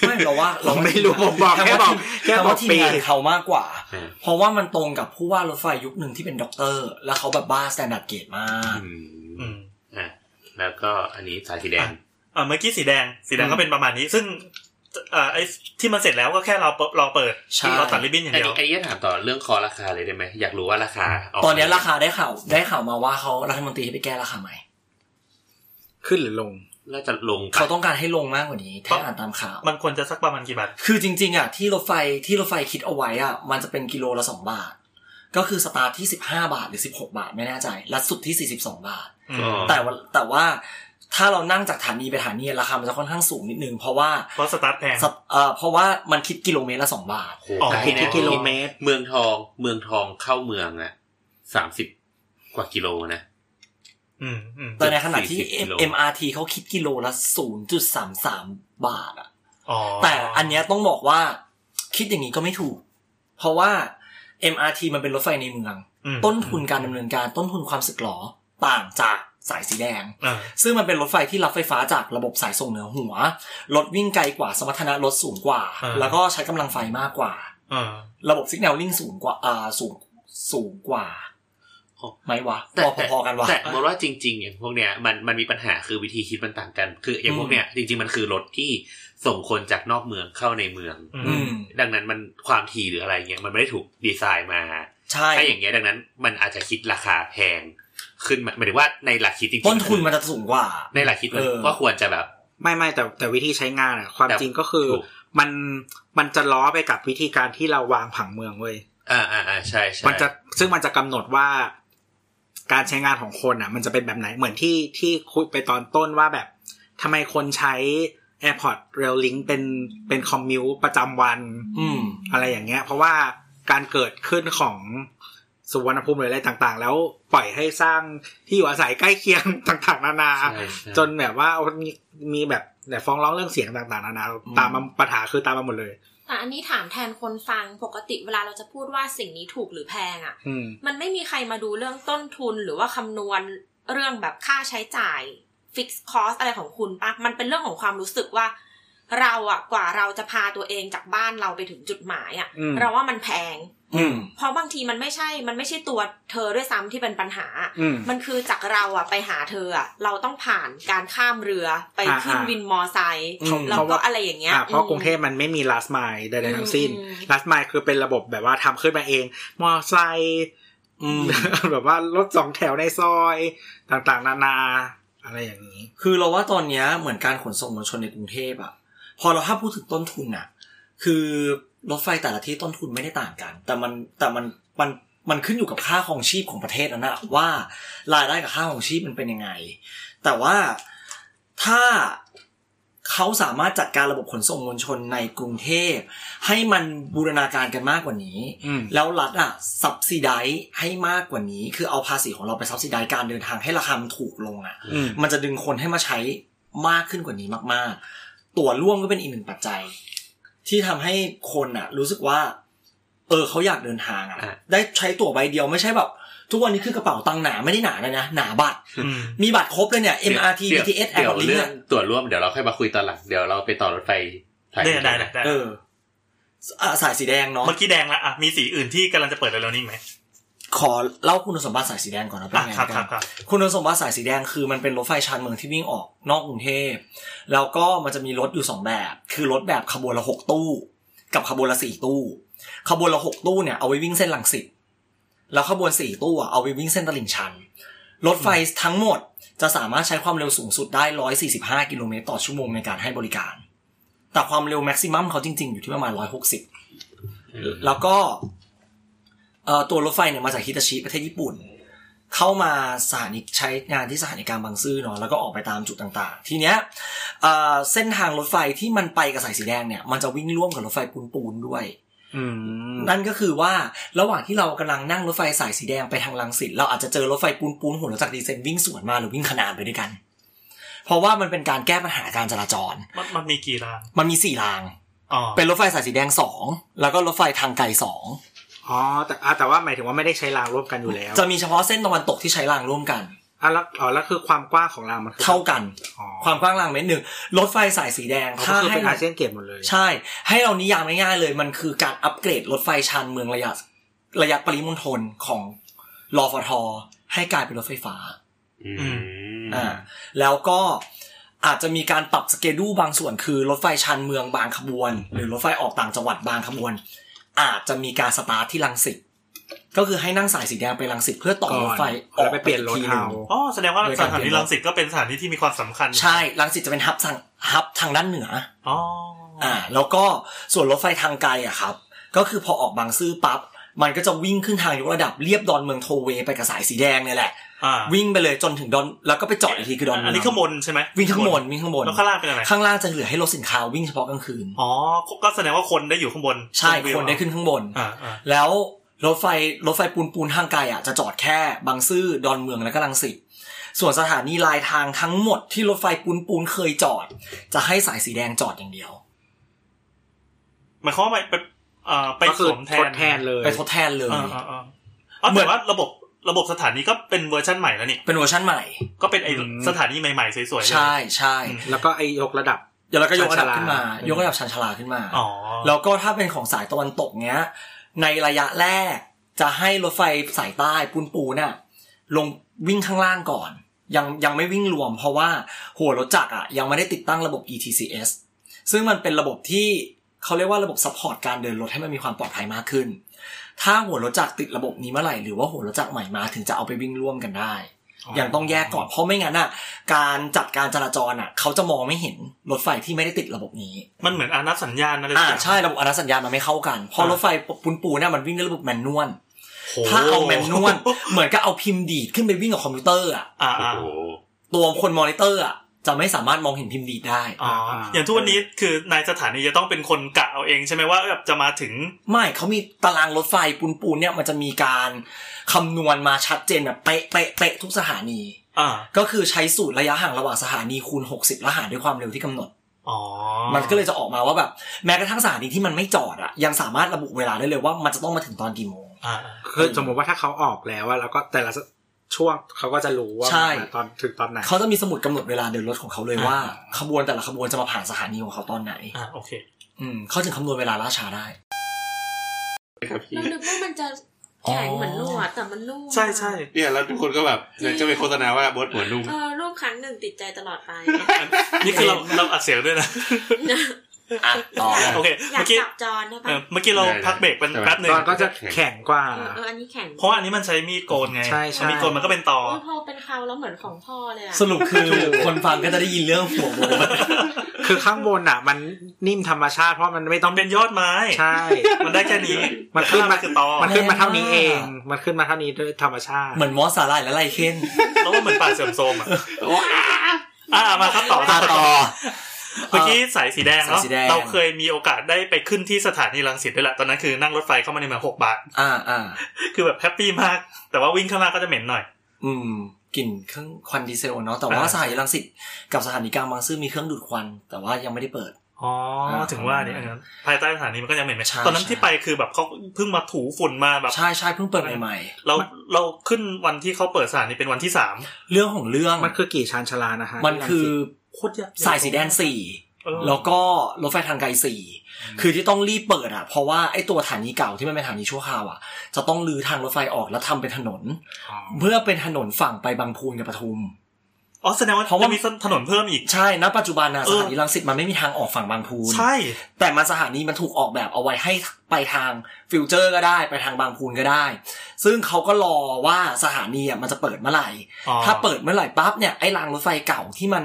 ไม่เราว่า ผมไม่รู้ผมบอกแค่บอกแค่ แต่ บอ ว่าก ทีม ปี งานเขามากกว่า เออ เพราะว่ามันตรงกับผู้ว่ารถไฟยุคหนึ่งที่เป็นด็อกเตอร์ แล้วเขาแบบบ้าสแตนดาร์ดเกตมาก อื อืมมอ่ะแล้วก็อันนี้สายสีแดง อ่าเมื่อกี้สีแดงสีแดงก็เป็นประมาณนี้ ซึ่งอ่าไอ้ที่มันเสร็จแล้วก็แค่เราเปิดรอเปิด ใช่ เราตัดริบบิ้นอย่าง อัน เดียว นี้อันนี้จะถามต่อเรื่องคอราคาเลยได้ไหมอยากรู้ว่าราคา ตอนนี้ราคาได้ข่าวได้ข่าวมาว่าเขารัฐมนตรีให้ไปแก้ราคาใหม่ ขึ้นหรือลง น่าจะลง เขาต้องการให้ลงมากกว่านี้ถ้าอ่านตามข่าว มันควรจะสักประมาณกี่บาท คือจริง ๆอ่ะที่รถไฟที่รถไฟคิดเอาไว้อ่ะมันจะเป็นกิโลละสองบาท ก็คือสตาร์ทที่สิบห้าบาทหรือสิบหกบาทไม่แน่ใจและสุดที่สี่สิบสองบาท อืม อ๋อ แต่ว่าแต่ว่าถ้าเรานั่งจากฐานีไปฐานีราคามันจะค่อนข้างสูงนิดนึงเพราะว่า เพราะสตาร์ทแพง สัปเอ่อเพราะว่ามันคิดกิโลเมตรละสองบาท โห อ๋อ ไกล คิด นะ ที่กิโลเมตร เมืองทองเมืองทองเข้าเมืองอะสามสิบกว่ากิโลนะ อืมอืม แต่ในขณะที่ 40กิโล MRT เขาคิดกิโลละศูนย์จุดสามสามบาทอะ อ๋อ แต่อันเนี้ยต้องบอกว่าคิดอย่างนี้ก็ไม่ถูก เพราะว่า MRT มันเป็นรถไฟในเมือง อืม ต้นทุนการดำเนินการต้นทุนความสึกหรอต่างจากสายสีแดง อ่า ซึ่งมันเป็นรถไฟที่รับไฟฟ้าจากระบบสายส่งเหนือหัว รถวิ่งไกลกว่าสมรรถนะรถสูงกว่า อ่า แล้วก็ใช้กำลังไฟมากกว่า อ่า ระบบ s ิ g แนลลิงสูงกว่าอ่าสูงสูงกว่า อ๋อ ไหมวะ แต่ พอพอๆกันวะ แต่มองว่าจริงๆอย่างพวกเนี้ยมันมันมีปัญหาคือวิธีคิดมันต่างกัน คืออย่างพวกเนี้ยจริงๆมันคือรถที่ส่งคนจากนอกเมืองเข้าในเมือง อื อืม ม ดังนั้นมันความถี่หรืออะไรเงี้ยมันไม่ได้ถูกดีไซน์มา ใช่ ถ้าอย่างเงี้ยดังนั้นมันอาจจะคิดราคาแพงขึ้นมาหมายถึงว่าในหลักคิดจริงๆ ต้นทุนมันจะสูงกว่า ในหลักคิดมัน เออ ก็ควรจะแบบ ไม่ไม่แต่แต่วิธีใช้งานอะความ แต่ จริงก็คือ ถูก มันมันจะล้อไปกับวิธีการที่เราวางผังเมืองเว้ย อ่าอ่าอ่าใช่ใช่ มันจะซึ่งมันจะกำหนดว่า การใช้งานของคนอะมันจะเป็นแบบไหนเหมือนที่ที่คุยไปตอนต้นว่าแบบทำไมคนใช้ AirPod Rail Link เป็นเป็นคอมมิวประจำวัน อืม อะไรอย่างเงี้ย เพราะว่าการเกิดขึ้นของ สุวรรณภูมิหรืออะไรต่างๆ แล้วปล่อยให้สร้างที่อยู่อาศัยใกล้เคียง ต่างๆ นานา ใช่ใช่ จนแบบว่ามีมีแบบเนี่ยฟ้องร้องเรื่องเสียงต่างๆ นานา อืม ตามมาปัญหาคือตามมาหมดเลย แต่อันนี้ถามแทนคนฟังปกติเวลาเราจะพูดว่าสิ่งนี้ถูกหรือแพงอ่ะ อืม มันไม่มีใครมาดูเรื่องต้นทุนหรือว่าคำนวณเรื่องแบบค่าใช้จ่าย ฟิกซ์คอสอะไรของคุณปะมันเป็นเรื่องของความรู้สึกว่า เราอะกว่าเราจะพาตัวเองจากบ้านเราไปถึงจุดหมายอะ อืม เราว่ามันแพง อืม เพราะบางทีมันไม่ใช่ มันไม่ใช่ตัวเธอด้วยซ้ำที่เป็นปัญหา อืม มันคือจากเราอะไปหาเธออะเราต้องผ่านการข้ามเรือไป อ่า ขึ้น อ่า วินมอไซค์ อืม แล้วก็อะไรอย่างเงี้ย อ่าเพราะกรุงเท อื พมันไม่มี last mile ใดๆทั้งสิ้น อืม last mile คือเป็นระบบแบบว่าทำขึ้นมาเอง มอไซค์ อืม <laughs> แบบว่ารถสองแถวในซอยต่างๆ นานา อะไรอย่างนี้ คือเราว่าตอนเนี้ยเหมือนการขนส่งมวลชนในกรุงเทพอะพอเราถ้าพูดถึงต้นทุนอะคือรถไฟแต่ละที่ต้นทุนไม่ได้ต่างกัน แต่มันแต่มันมันมันขึ้นอยู่กับค่าของชีพของประเทศนั้นอะว่ารายได้กับค่าของชีพมันเป็นยังไง แต่ว่าถ้าเขาสามารถจัดการระบบขนส่งมวลชนในกรุงเทพ ให้มันบูรณาการกันมากกว่านี้ อืม แล้วรัฐอ่ะสับซิไดให้มากกว่านี้ คือเอาภาษีของเราไปสับซิไดการเดินทางให้ราคามันถูกลงอ่ะ อืม มันจะดึงคนให้มาใช้มากขึ้นกว่านี้มาก ๆ ตั๋วร่วมก็เป็นอีกหนึ่งปัจจัย ที่ทำให้คนอ่ะ รู้สึกว่า เออเขาอยากเดินทางอ่ะ อ่ะ ได้ใช้ตั๋วใบเดียวไม่ใช่แบบ ทุกวันนี้คือกระเป๋าตังค์หนาไม่ได้หนาเลยนะ หนาบัตร อืม มีบัตรครบเลยเนี่ย MRT เดี๋ยว BTS แอ เดี๋ย ร์ ว ลิ เรื่ ง อง อะ ตัวร่วมเดี๋ยวเราค่อยมาคุยตอนหลังเดี๋ยวเราไปต่อรถไฟสาย ได้ได้ได้ได้ เอออ่ะสายสีแดงเนาะ เมื่อกี้แดงละอ่ะมีสีอื่นที่กำลังจะเปิดเร็วๆนี้ไหม ขอเล่าคุณสมบัติสายสีแดงก่อนนะเป็น อ่ะ ไง ครับ กั ครั น บครับ คุณสมบัติสายสีแดงคือมันเป็นรถไฟชานเมืองที่วิ่งออกนอกกรุงเทพแล้วก็มันจะมีรถอยู่สองแบบ คือรถแบบขบวนละหกตู้ กับขบวนละสี่ตู้ ขบวนละหกตู้เนี่ยเอาไว้วิ่งเส้นลังสิตแล้วขบวนสี่ตู้อะเอาไว้วิ่งเส้นตลิ่งชัน รถไฟทั้งหมดจะสามารถใช้ความเร็วสูงสุดได้ 145 กิโลเมตรต่อชั่วโมงในการให้บริการ แต่ความเร็วแม็กซิมัมเขาจริง ๆ อยู่ที่ประมาณ 160 แล้วก็เอ่อตัวรถไฟเนี่ยมาจากฮิตาชิประเทศญี่ปุ่น เข้ามาสถานีใช้งานที่สถานีกลางบางซื่อเนาะแล้วก็ออกไปตามจุดต่างๆ ทีเนี้ยเอ่อเส้นทางรถไฟที่มันไปกับสายสีแดงเนี่ยมันจะวิ่งร่วมกับรถไฟปูนปูนๆด้วย อืม นั่นก็คือว่าระหว่างที่เรากำลังนั่งรถไฟสายสีแดงไปทางลังสิตเราอาจจะเจอรถไฟปูนปูนๆหัวรถจักรดีเซนวิ่งสวนมาหรือวิ่งขนานไปด้วยกัน เพราะว่ามันเป็นการแก้ปัญหาการจราจร มันมันมีกี่ราง มันมีสี่ราง อ๋อ เป็นรถไฟสายสีแดงสองแล้วก็รถไฟทางไกลสอง อ๋อแต่อ่ะแต่ว่าหมายถึงว่าไม่ได้ใช้รางร่วมกันอยู่แล้ว จะมีเฉพาะเส้นตะวันตกที่ใช้รางร่วมกัน อ่ะแล้วอ๋อแล้วคือความกว้างของรางมันคือ เท่ากัน อ๋อ ความกว้างรางเมตรหนึ่งรถไฟสายสีแดง อ๋อ ถ้า ก็คือ ให้ เป็นอาเซียนเกตหมดเลย ใช่ ให้เรานิยามง่ายๆเลยมันคือการอัปเกรดรถไฟชานเมืองระยะระยะปริมณฑลของรอฟทให้กลายเป็นรถไฟฟ้า อืม อ่าแล้วก็อาจจะมีการปรับสเกดูบางส่วนคือรถไฟชานเมืองบางขบวน หรือรถไฟออกต่างจังหวัดบางขบวน อาจจะมีการสตาร์ทที่ลังสิตก็คือให้นั่งสายสีแดงไปลังสิตเพื่อต่อ ก่อน รถไฟอ แล้ อก วไปเปลี่ยนรถ อีกทีห เอา ง อ๋อแสดงว่า โดย ส การ ถานี เปลี่ยนรถ รังสิตก็เป็นสถานีที่มีความสำคัญ ใช่ลังสิตจะเป็นฮับทางฮับทางด้านเหนือ อ๋อ อ่า แล้วก็ส่วนรถไฟทางไกลอ่ะครับ ก็คือพอออกบางซื่อปั๊บ มันก็จะวิ่งขึ้นทางยกระดับเรียบดอนเมืองโทเวไปกับสายสีแดงเนี่ยแหละ อ่า วิ่งไปเลยจนถึงดอน แล้วก็ไปจอดอีกทีคือดอนเมื อัน ง นี้ข้างบนใช่ไหม วิ่งข้างบนวิ่งข้างบน แล้วข้างล่างเป็นอะไร ข้างล่างจะเหลือให้รถสินค้าวิ่งเฉพาะกลางคืน อ๋อก็แสดงว่าคนได้อยู่ข้างบน ใช่ ชมวิว คนได้ขึ้นข้างบน อ่าอ่า แล้วรถไฟรถไฟปูนปูนทางไกลอ่ะจะจอดแค่บางซื่อดอนเมืองและก็ลังสิตส่วนสถานีลายทางทั้งหมดที่รถไฟปูนปูนเคยจอด จะให้สายสีแดงจอดอย่างเดียว หมายความว่าไปไปเอ่อไป ก็ ส คือ วมแท ท น ดแทนเลย ไปทดแทนเลย อ่าอ่าอ่าอ๋อ เหมือ แต่ น ว่าระบบระบบสถานีก็เป็นเวอร์ชันใหม่แล้วนี่ เป็นเวอร์ชันใหม่ ก็เป็นไอสถานีใหม่ๆสวยๆเลย ใช่ใช่ อืม แล้วก็ไอ้ยกระดับ เดี๋ยวเราก็ยกระดับ ชานชาลา ขึ้นมา ยกระดับชันชาลาขึ้นมา อ๋อ แล้วก็ถ้าเป็นของสายตะวันตกเนี้ย ในระยะแรกจะให้รถไฟสายใต้ปูนปูน่ะลงวิ่งข้างล่างก่อน ยังยังไม่วิ่งรวม เพราะว่าหัวรถจักรอ่ะยังไม่ได้ติดตั้งระบบ ETCS ซึ่งมันเป็นระบบที่เขาเรียกว่าระบบซัพพอร์ตการเดินรถให้มันมีความปลอดภัยมากขึ้น ถ้าหัวรถจักรติดระบบนี้เมื่อไหร่หรือว่าหัวรถจักรใหม่มาถึงจะเอาไปวิ่งร่วมกันได้ ยังต้องแยกก่อนเพราะไม่งั้นอ่ะ การจัดการจราจรอ่ะ เขาจะมองไม่เห็นรถไฟที่ไม่ได้ติดระบบนี้ มันเหมือนอานับสัญญาณอะไรสัก อ่า ย่ง ใช่ระบบอนุสัญญาณมันไม่เข้ากัน เพราะ อ่าร ร ถไฟปูนปูเนี่ยมันวิ่งด้วยระบบแมนนวล โ ถ้าเอาแมนนวลเหมือนกับเอาพิมพ์ดีดขึ้นไปวิ่งกับคอมพิวเตอร์อ่ะ อ่า โอ้ อ่า โห ตัวคนมอนิเตอร์อ่ะ จะไม่สามารถมองเห็นพิมพ์ดีดได้ อ๋ออย่างทุกวันนี้คือนายสถานีจะต้องเป็นคนกะเอาเองใช่ไหมว่าแบบจะมาถึง ไม่เขามีตารางรถไฟปูนปูนๆเนี่ยมันจะมีการคำนวณมาชัดเจนแบบเป๊ะเป๊ะเป๊ะทุกสถานี อ่า ก็คือใช้สูตรระยะห่างระหว่างสถานีคูณ 60และหารด้วยความเร็วที่กำหนด อ๋อ มันก็เลยจะออกมาว่าแบบแม้กระทั่งสถานีที่มันไม่จอดอะยังสามารถระบุเวลาได้เลยว่ามันจะต้องมาถึงตอนกี่โมง อ่า คือสมมติว่าถ้าเขาออกแล้วอะแล้วก็แต่ละช่วงเขาก็จะรู้ว่า ใช่ ตอนถึงตอนไหน เขาจะมีสมุดกำหนดเวลาเดินรถของเขาเลยว่าขบวนแต่ละขบวนจะมาผ่านสถานีของเขาตอนไหน อ่าโอเค อืมเขาถึงคำนวณเวลาล่าช้าได้ ครับพี่ เรานึกว่ามันจะแข็งเหมือนนวดแต่มันนุ่ม ใช่ใช่ เนี่ยแล้วทุกคนก็แบบเดี๋ยวจะไปโฆษณาว่าบดหัวนุ่ม เออรูปครั้งหนึ่งติดใจตลอดไป นี่คือเราเราอัดเสียงด้วยนะ อ่ะต่อ <laughs> โอเค อยา เมื่ ก อกี้ จับจอนใช่ เอ ปะ อเมื่อกี้เราพักเบรกเป็นแป๊บหนึ่ง ตอนก็จะแข็งกว่า เออเอออันนี้แข็ง เพราะว่าอันนี้มันใช้มีดโกนไง ใช่ใช่ มีดโกนมันก็เป็นตอ โยพอเป็นเขาแล้วเหมือนของพ่อเลยอะ สรุปคือคนฟังก็จะได้ยินเรื่องหัวโมง คือข้างบนอะมันนิ่มธรรมชาติเพราะมันไม่ต้ ต้ อ อง งเป็นยอดไม้ ใช่ มันได้แค่นี้ มันขึ้นมา แต่ข้งล่งคือตอ มันขึ้นมาเท่านี้เอง แรงมาก มันขึ้นมาเท่านี้ด้วยธรรมชาติ เหมือนมอสสาลายและไรเค้น แล้วก็เหมือนป่าเสื่อมโทรมอ่ะ ว้า อ่ามาครับต่อ ตาต่อ เมื่อกี้สายสีแดง สา เนาะ ยสีแดง เราเคยมีโอกาสได้ไปขึ้นที่สถานีรังสิตด้วยแหละตอนนั้นคือนั่งรถไฟเข้ามาในเมืองหกบาท อ่าอ่า คือแบบแฮปปี้มาก แต่ว่าวิ่งข้างล่างก็จะเหม็นหน่อย อืมกลิ่นเครื่องควันดีเซลเนาะแต่ว่า อ่า สถานีรังสิตกับสถานีกลางบางซื่อมีเครื่องดูดควัน แต่ว่ายังไม่ได้เปิด อ๋อถึงว่าเนี่ยอันนั้นภายใต้สถานีมันก็ยังเหม็นไหม ใช่ ตอนนั้น ใช่ ที่ไปคือแบบเขาเพิ่งมาถูฝุ่นมาแบบ ใช่ใช่เพิ่งเปิดใหม่ เราเราขึ้นวันที่เขาเปิดสถานีเป็นวันที่สาม ๆเรื่องของเรื่อง มันคือกี่ชานชาลานะฮะ มันคือ โคตรยาก สายสีแดงสี่ เออ แล้วก็รถไฟทางไกลสี่ คือที่ต้องรีบเปิดอ่ะ เพราะว่าไอ้ตัวฐานีเก่าที่มันเป็นฐานีชั่วคราวอ่ะ จะต้องลื้อทางรถไฟออกแล้วทำเป็นถนน อ๋อ เพื่อเป็นถนนฝั่งไปบางพูนกับปทุม อ๋อแสดงว่า เพราะว่า จะมีถนนเพิ่มอีก ใช่ณปัจจุบันนะ เอ ส อ ถานีรังสิตมันไม่มีทางออกฝั่งบางพูน ใช่ แต่มันสถานีมันถูกออกแบบเอาไว้ให้ไปทางฟิวเจอร์ก็ได้ไปทางบางพูนก็ได้ ซึ่งเขาก็รอว่าสถานีอ่ะมันจะเปิดเมื่อไหร่ อ๋อ ถ้าเปิดเมื่อไหร่ปั๊บเนี่ยไอ้รางรถไฟเก่าที่มัน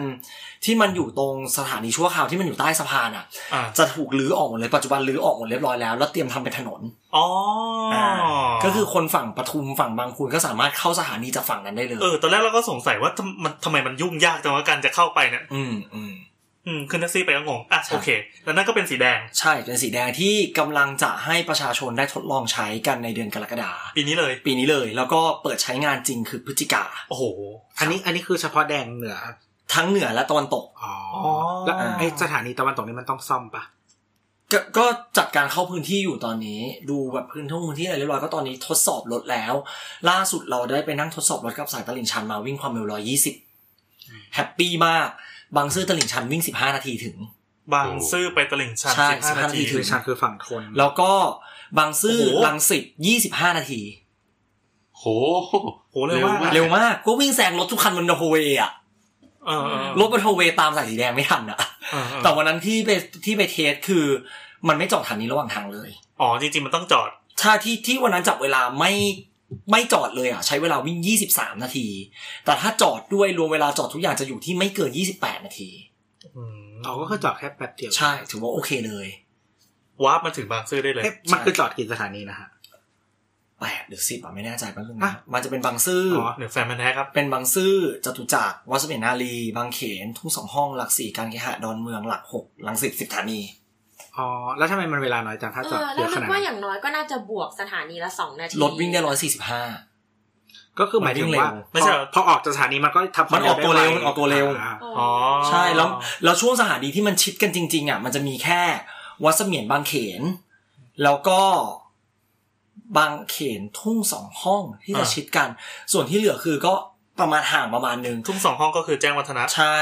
ที่มันอยู่ตรงสถานีชั่วคราวที่มันอยู่ใต้สะพานอ่ะ อ่ะ จะถูกรื้อออกหมดเลยปัจจุบันรื้อออกหมดเรียบร้อยแล้วแล้วเตรียมทำเป็นถนน อ๋ออา ก็คือคนฝั่งปทุมฝั่งบางพูนก็สามารถเข้าสถานีจากฝั่งนั้นได้เลย เออตอนแรกเราก็สงสัยว่าทำมันทำไมมันยุ่งยากจังว่าการจะเข้าไปเนี่ย อืมอืม อืมขึ้นแท็กซี่ไปก็งงอ่ะ ใช่ โอเค แล้วนั่นก็เป็นสีแดง ใช่เป็นสีแดงที่กำลังจะให้ประชาชนได้ทดลองใช้กันในเดือนกรกฎา ปีนี้เลย ปีนี้เลย แล้วก็เปิดใช้งานจริงคือพฤศจิกา โอ้โห อันนี้อันนี้คือเฉพาะแดงเหนือ ทั้งเหนือและตะวันตก อ๋อ อ๋อ แล้วไอสถานีตะวันตกนี่มันต้องซ่อมปะ กก็จัดการเข้าพื้นที่อยู่ตอนนี้ ดูแบบพื้นที่พื้นที่อะไรเรียบร้อยก็ตอนนี้ทดสอบรถแล้ว ล่าสุดเราได้ไปนั่งทดสอบรถกับสายตลิ่งชันมาวิ่งความเร็ว 120 แฮปปี้มาก บางซื่อตลิ่งชันวิ่ง 15 นาทีถึง บางซื่อไปตลิ่งชัน ใช่ สิบห้านาที 15นาที คือชานคือฝั่งทน แล้วก็บางซื่อ โอ้โห ลังสิต25 นาที โห โหเร็วมาก เร็ เร็วมากก็วิ่งแซงรถทุกคันบนโทเวย์อะ เออเออ รถบนโทเวย์ตามสายสีแดงไม่ทันอะ เออเออ แต่วันนั้นที่ไปที่ไปเทสคือมันไม่จอดทางนี้ระหว่างทางเลย อ๋อจริงๆมันต้องจอด ถ้าที่ที่วันนั้นจับเวลาไม่ไม่จอดเลยอ่ะ ใช้เวลาวิ่ง 23 นาที แต่ถ้าจอดด้วยรวมเวลาจอดทุกอย่างจะอยู่ที่ไม่เกิน 28 นาที อืม อ๋อก็คือจอดแค่แป๊บเดียว ใช่ถือว่าโอเคเลย วาร์ปมาถึงบางซื่อได้เลย เอ๊ะมันคือจอดกี่สถานีนะฮะ แปดหรือสิบอ่ะไม่แน่ใจแป๊บนึงนะ อ่ะ มันจะเป็นบางซื่ออ อ เหนือแฟนมันธุ์แท้ครับ เป็นบางซื่อจตุจักรวัดเสเมนารี บางเขน ทุ่งสองห้องหลักสี่การเคหะดอนเมืองหลักหกหลังสิบสิบฐานี อ๋อแล้วทำไมมันเวลาน้อยจังถ้า เอ จอด อ เย แล้ว อะข นึก นาด ว่าอนั้น ย่างน้อยก็น่าจะบวกสถานีละสองนาที รถวิ่งได้ร้อยสี่สิบห้า ก็คือหมายถึงว่า ไม่ใช่ พอพอออกจากสถานีมันก็ทับ มันออกตัวเร็วมันออกตัวเร็ว อ่า เอ อ๋อ อ ใช่แล้วแล้วช่วงสถานีที่มันชิดกันจริง ๆอ่ะมันจะมีแค่วัดเสมียนบางเขน แล้วก็บางเขนทุ่งสองห้องที่จะชิดกัน ส่วนที่เหลือคือก็ประมาณห่างประมาณหนึง ทุ่งสองห้องก็คือแจ้งวัฒนะ ใช่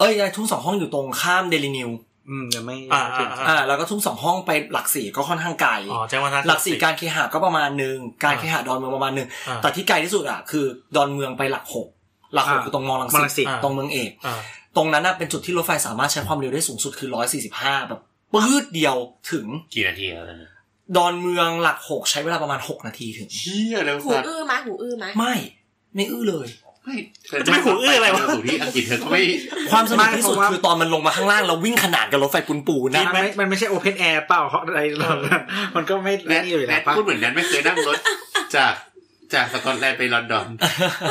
เอ้ยทุ่งสองห้องอยู่ตรงข้ามเดลินิว อืมยังไม่ อ่า ไม่ถึง อ่า อ่าแล้วก็ทุ่งสองห้องไปหลักสี่ก็ค่อนข้างไกล อ๋อแจ้งวัฒนะ หลักสี่การเคหะก็ประมาณหนึ่งการเคหะดอนเมืองประมาณหนึ่ง อ่า แต่ที่ไกลที่สุดอ่ะคือดอนเมืองไปหลักหกหลักหกคือตรงมอลัง มอลัง สิต สิต อ่า ตรงเมืองเอก อ่า ตรงนั้นน่ะเป็นจุดที่รถไฟสามารถใช้ความเร็วได้สูงสุดคือ 145 แบบปื๊ดเดียวถึง กี่นาทีแล้วนะ ดอนเมืองหลัก 6 ใช้เวลาประมาณ 6 นาทีถึง เชี่ยเร็ว หู สัตว์ อื้อมะหูอื้อมะ ไม่ ไม่อื้อเลย ไม่ จะไม่หูอื้ออะไรวะ สูที่อังกฤษเธอก็ไม่ ความสนุกที่สุดคือตอนมันลงมาข้างล่างแล้ววิ่งขนานกับรถไฟปูนปูน มั นะ นไม่มันไม่ใช่โอเพนแอร์เปล่าเพราะอะไรหรอกมันก็ไม่ แนทได้อยู่แล้วปะ พูดเหมือนแนทไม่เคยนั่งรถ จาก จากสกอตแลนด์ไปลอนดอน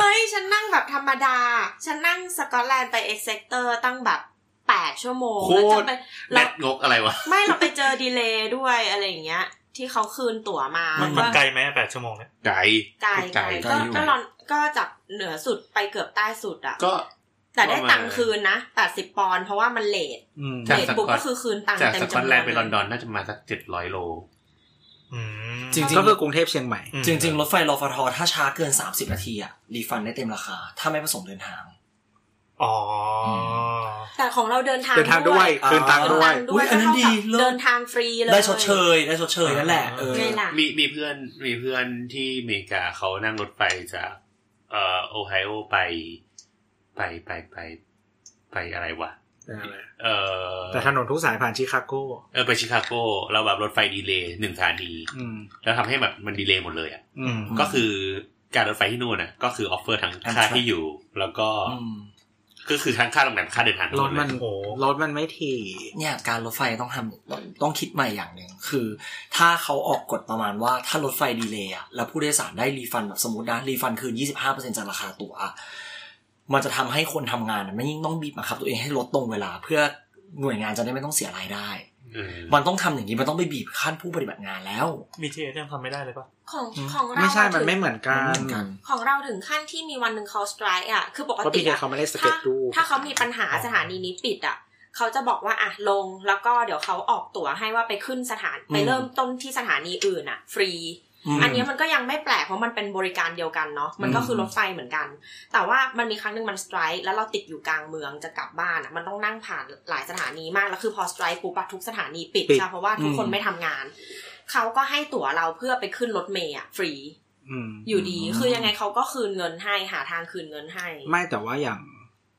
เฮ้ย ฉันนั่งแบบธรรมดา ฉันนั่งสกอตแลนด์ไปเอ็กเซกเตอร์ตั้งแบบแปดชั่วโมง โคตร แล้วจะไป แม เรา ทงกอะไรวะ ไม่เราไปเจอดีเลย์ด้วยอะไรอย่างเงี้ย ที่เขาคืนตั๋วมา มันมันไกลไหมแปดชั่วโมงเนี่ย ไก่ ไกลไกล ไกล ก็ อยู่ ก็ลอนก็จากเหนือสุดไปเกือบใต้สุดอะ ก็ แต่ได้ตังค์คืนนะแปดสิบปอนด์เพราะว่ามันเลท อืม จา เล ก ท สกอต บุกก็คือคืนตังค์ จาก เต็ม ส จำนวน กอตแลนด์ไปลอนดอนน่าจะมาสักเจ็ดร้อยโล อืม จริง ก็คือกรุงเทพเชียงใหม่ อืม จริง ๆ รถไฟรอฟทถ้าช้าเกิน 30 นาทีอะรีฟันได้เต็มราคา ถ้าไม่ประสงค์เดินทาง อ๋อ แต่ของเราเดินทาง เดินทางด้วย ด้วย คืนตัง เดิ ค์ นทางด้วยด้วยอุ๊ยอันนั้นดีเลิศ เดินทางฟรีเลย ได้ชดเชยได้ชดเชยนั่นแหละเออ ไงล่ะ มีมีเพื่อนมีเพื่อนที่อเมริกาเขานั่งรถไฟจากเอ่อโอไฮโอไปไปไปไปไปอะไรวะ เออ แต่ถนนทุกสายผ่านชิคาโก เออไปชิคาโกเราแบบรถไฟดีเลย์หนึ่งสถานี อืม แล้วทำให้แบบมันดีเลย์หมดเลยอ่ะ อืม ก็คือการรถไฟที่นู่นน่ะ ก็คือออฟเฟอร์ทั้ง อัน ค่า ใช่ ที่อยู่ แล้วก็ อืม ก็คือทั้งค่าโรงแรมค่าเดินทาง รถมัหดนเลย โอ้ รถมันไม่ถี่ เนี่ยการรถไฟต้องทำต้องคิดใหม่อย่างหนึ่งคือ ถ้าเขาออกกฎประมาณว่าถ้ารถไฟดีเลยอะแล้วผู้โดยสารได้รีฟันแบบสมมตินะรีฟันคือ 25%จากราคาตั๋วอะมันจะทำให้คนทำงานอะไม่ยิ่งต้องบีบบังคับตัวเองให้ลดตรงเวลา เพื่อหน่วยงานจะได้ไม่ต้องเสียรายได้ อืม มันต้องทำอย่างนี้มันต้องไปบีบขั้นผู้ปฏิบัติงานแล้ว มีทีเอยังทำไม่ได้เลยปะ ของของเรา ไม่ใช่ อะ มัน ถึง ไม่เหมือนกัน เหมือนกัน ของเราถึงขั้นที่มีวันหนึ่งเขาสไตรค์อ่ะ คือปก เพราะ ติ พี่แก อะ เขาไม่ได้สเก็ ถ้า ตดู ถ้าเขามีปัญหาสถานีนี้ปิดอ่ะ เขาจะบอกว่าอ่ะลงแล้วก็เดี๋ยวเขาออกตั๋วให้ว่าไปขึ้นสถาน อืม ไปเริ่มต้นที่สถานีอื่นอ่ะ ฟรี ม อันเนี้ยมันก็ยังไม่แปลกเพราะมันเป็นบริการเดียวกันเนาะมันก็คือรถไฟเหมือนกัน แต่ว่ามันมีครั้งหนึ่งมันสไตรค์แล้วเราติดอยู่กลางเมืองจะกลับบ้านอ่ะมันต้องนั่งผ่านหลายสถานีมากแล้วคือพอสไตรค์ปุ๊บอะทุกสถานีปิดใช่เพราะว่าทุกคน อืม ไม่ทำงานเขาก็ให้ตั๋วเราเพื่อไปขึ้นรถเมล์อะฟรี อืม อยู่ดี อืม คือยังไงเขาก็คืนเงินให้หาทางคืนเงินให้ ไม่แต่ว่าอย่าง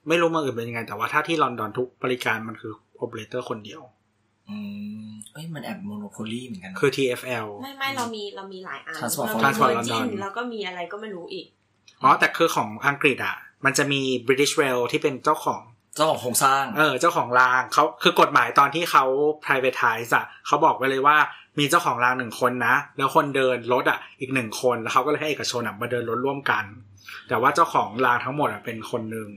ไม่รู้เมืองอื่นเป็นยังไง แต่ว่าถ้าที่ลอนดอนทุกบริการมันคือโอเปอเรเตอร์คนเดียว อืมเอ้ยมันแอบโมโนโพลีเหมือนกันนะ คือ TFL ไม่ไม่เรามีเรามีหลายอัน Transport เรามี Transport Virgin London แล้วก็มีอะไรก็ไม่รู้อีก อ๋อแต่คือของอังกฤษอ่ะ มันจะมี British Rail ที่เป็นเจ้าของ เจ้าของโครงสร้าง เออเจ้าของรางเขาคือกฎหมายตอนที่เขา privatize อ่ะเขาบอกไว้เลยว่ามีเจ้าของรางหนึ่งคนนะ แล้วคนเดินรถอ่ะอีกหนึ่งคนแล้วเขาก็เลยให้เอกชนอ่ะมาเดินรถร่วมกัน แต่ว่าเจ้าของรางทั้งหมดอ่ะเป็นคนหนึ่ง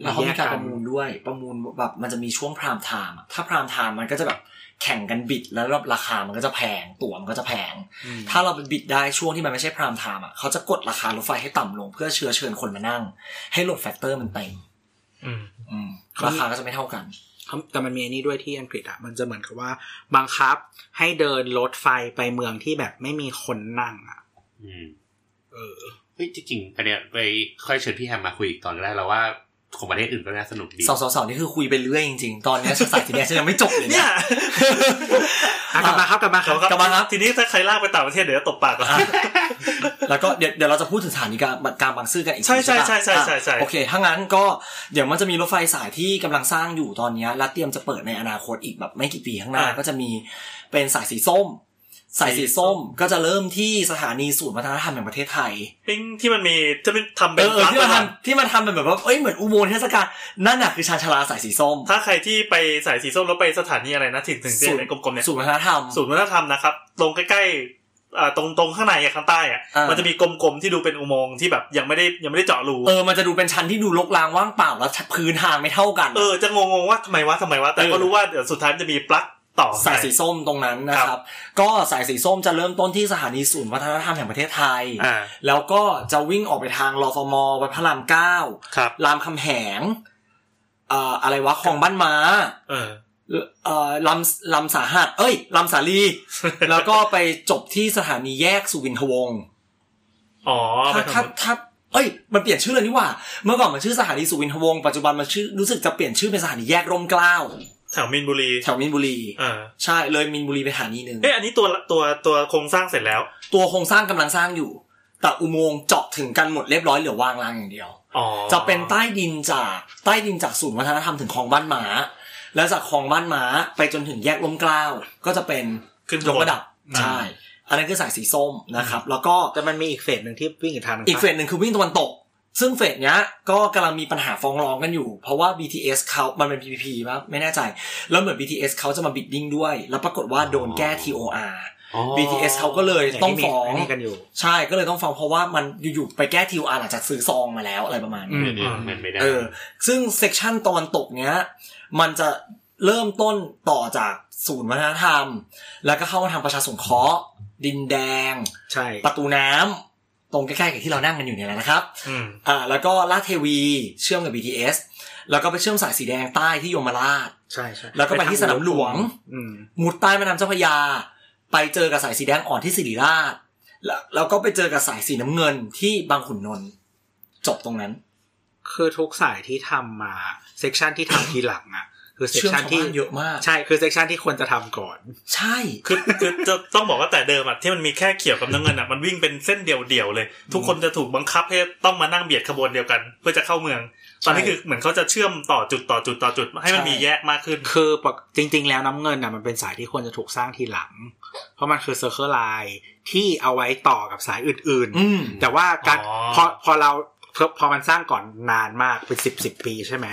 แล้วเขามีการประมูลด้วย ประมูลแบบมันจะมีช่วงพรามไทม์อะถ้าพรามไทม์มันก็จะแบบแข่งกันบิดแล้วราคามันก็จะแพง ตั๋วมันก็จะแพง อืม ถ้าเราไปบิดได้ช่วงที่มันไม่ใช่พรามไทม์อ่ะเขาจะกดราคารถไฟให้ต่ำลงเพื่อเชื้อเชิญคนมานั่ง ให้โหลดแฟกเตอร์มันเต็ม อืม อืมราคาก็จะไม่เท่ากัน เขาแต่มันมีอันนี้ด้วยที่อังกฤษอ่ะมันจะเหมือนกับว่าบังคับให้เดินรถไฟไปเมืองที่แบบไม่มีคนนั่งอ่ะ อืม เออ เฮ้ยจริงๆอันเนี้ยไปค่อยเชิญพี่แฮมมาคุยอีกตอนแรกแล้วว่าของประเทศอื่นก็น่าสนุกดี สองสองสองนี่คือคุยไปเรื่อยจริงๆ ตอนเนี้ยสายทีเนี้ยฉันยังไม่จบเลย เนี่ เนี่ย ย อ่ะกลับมาครับกลับมาครับ กลับมาครับ ทีนี้ถ้าใครลากไปต่างประเทศเดี๋ยวตบปากอ่ะ แล้วก็เดี๋ยวเดี๋ยวเราจะพูดถึงสถานีกลางกลางบางซื่อกันอีก ใช่ใช่ ปะ ใช่ใช่ใช่ใช่ อ่ะโอเคถ้างั้นก็เดี๋ยวมันจะมีรถไฟสายที่กำลังสร้างอยู่ตอนเนี้ยและเตรียมจะเปิดในอนาคตอีกแบบไม่กี่ปีข้างหน้า อ่ะ ก็จะมีเป็นสายสีส้ม สายสีส้มก็จะเริ่มที่สถานีศูนย์วัฒนธรรมแห่งประเทศไทย ปิ้งที่มันมีจะเป็นทำเป็ เอน อเออ ร้าน ที่มา อาหาร ทำที่มาทำเป็นแบบว่าเอ้ยเหมือนอุโมงค์เทศกาลนั่นน่ะคือชานชาลาสายสีส้ม ถ้าใครที่ไปสายสีส้มแล้วไปสถานีอะไรนะถึงถึงเส้นไหนกลมๆเนี่ย ศูนย์วัฒนธรรม ศูนย์วัฒนธรรมนะครับ ตรงใกล้ๆอ่าตรงตรงข้างในอ่ะข้างใต้อ่ะ อ่ามั มันจะมีกลมๆที่ดูเป็นอุโมงค์ที่แบบยังไม่ได้ยังไม่ได้เจาะรู เออมันจะดูเป็นชั้นที่ดูรกรางว่างเปล่าแล้วพื้นทางไม่เท่ากัน เออจะงงๆว่าทำไมวะทำไมวะแต่ก็รู้ว่าเดี๋ยวสุดท้ายจะมีปลั๊กต่อ สายสีส้มตรงนั้นนะครับ ก็สายสีส้มจะเริ่มต้นที่สถานีศูนย์วัฒนธรรมแห่งประเทศไทย อ่า แล้วก็จะวิ่งออกไปทางรอฟมวัดพระรามเก้า ครับ รามคำแหงเอ่ออะไรวะคลองบ้านม้า เออ เอ่อลำลำสาหัสเอ้ยลำสาลี <laughs> แล้วก็ไปจบที่สถานีแยกสุวินทวงศ์ อ๋อไป ถ้า ทาง ถ้า นู้น ถ้าเอ้ย มันเปลี่ยนชื่อเลยนี่หว่า เมื่อก่อนมันชื่อสถานีสุวินทวงศ์ปัจจุบันมันชื่อรู้สึกจะเปลี่ยนชื่อเป็นสถานีแยกร่มเกล้า แถวมินบุรี แถวมินบุรี เออ ใช่เลยมินบุรีไปสถานีหนึ่ง เอ๊ะอันนี้ตัวละตัวตัวโครงสร้างเสร็จแล้ว ตัวโครงสร้างกำลังสร้างอยู่ แต่อุโมงค์เจาะถึงกันหมดเรียบร้อยเหลือวางรางอย่างเดียว อ๋อ จะเป็นใต้ดินจากใต้ดินจากศูนย์วัฒนธรรมถึงคลองบ้านหมา แล้วจากคลองบ้านหมาไปจนถึงแยกล้มเกล้าวก็จะเป็น ขึ้น ย ข้าง ก บน ระดับใช่อันนั้นคือสายสีส้มนะครับ แล้วก็ แต่มันมีอีกเฟสหนึ่งที่วิ่งอีกทางหนึ่ง อีกเฟสหนึ่งคือวิ่งตะวันตก ซึ่งเฟสเนี้ยก็กำลังมีปัญหาฟ้องร้องกันอยู่ เพราะว่า BTS เขามันเป็น PPP มั้งไม่แน่ใจ แล้วเหมือน BTS เขาจะมาบิดดิ้งด้วย แล้วปรากฏว่าโดนแก้ TOR อ๋อ BTS เขาก็เลย ย่า ต้อง ที่มี ฟ้อง นี่กันอยู่ ใช่ก็เลยต้องฟ้องเพราะว่ามันอยู่ๆไปแก้ทิวอาร์หลังจากซื้อซองมาแล้วอะไรประมาณ อื นี้ เดี๋ยวเดี๋ยวมันไม่ได้ เออ ซึ่งเซกชันตะวันตกเนี้ย มันจะเริ่มต้นต่อจากศูนย์วัฒนธรรม แล้วก็เข้ามาทางประชาสงเคราะห์ ดินแดง ใช่ ประตูน้ำตรงใกล้ๆกับที่เรานั่งกันอยู่เนี่ยแหละนะครับ อืม อ่า แล้วก็ลาดเทวีเชื่อมกับ BTS แล้วก็ไปเชื่อมสายสีแดงใต้ที่ยมราช ใช่ใช่ แล้วก็ไปที่สนามหลวง อืม มุดใต้แม่น้ำเจ้าพระยา ไปเจอกับสายสีแดงอ่อนที่สิริราชแล้วแล้วก็ไปเจอกับสายสีน้ำเงินที่บางขุนนนท์จบตรงนั้น คือทุกสายที่ทำมาเซกชันที่ทำทีหลังอ่ะ คือเซก เชื่อม ชัน ชาว ที่ บ้านเยอะมาก ใช่คือเซกชันที่ควรจะทำก่อน ใช่ คือ <laughs> คือจะต้องบอกว่าแต่เดิมอะที่มันมีแค่เขียวกับน้ำเงินอะมันวิ่งเป็นเส้นเดียวๆเลย ทุกคนจะถูกบังคับให้ต้องมานั่งเบียดขบวนเดียวกัน เพื่อจะเข้าเมือง ตอนนี้ ใช่ คือเหมือนเขาจะเชื่อมต่อจุดต่อจุดต่อจุดให้มันมี ใช่ แยกมากขึ้น คือปกจริง ๆ แล้วน้ำเงินน่ะมันเป็นสายที่ควรจะถูกสร้างทีหลัง เพราะมันคือเซอร์เคิลไลน์ที่เอาไว้ต่อกับสายอื่น อืม ๆ แต่ว่าการ อ๋อ พอพอเราพอพอมันสร้างก่อนนานมากเป็นสิบสิบปีใช่ไหม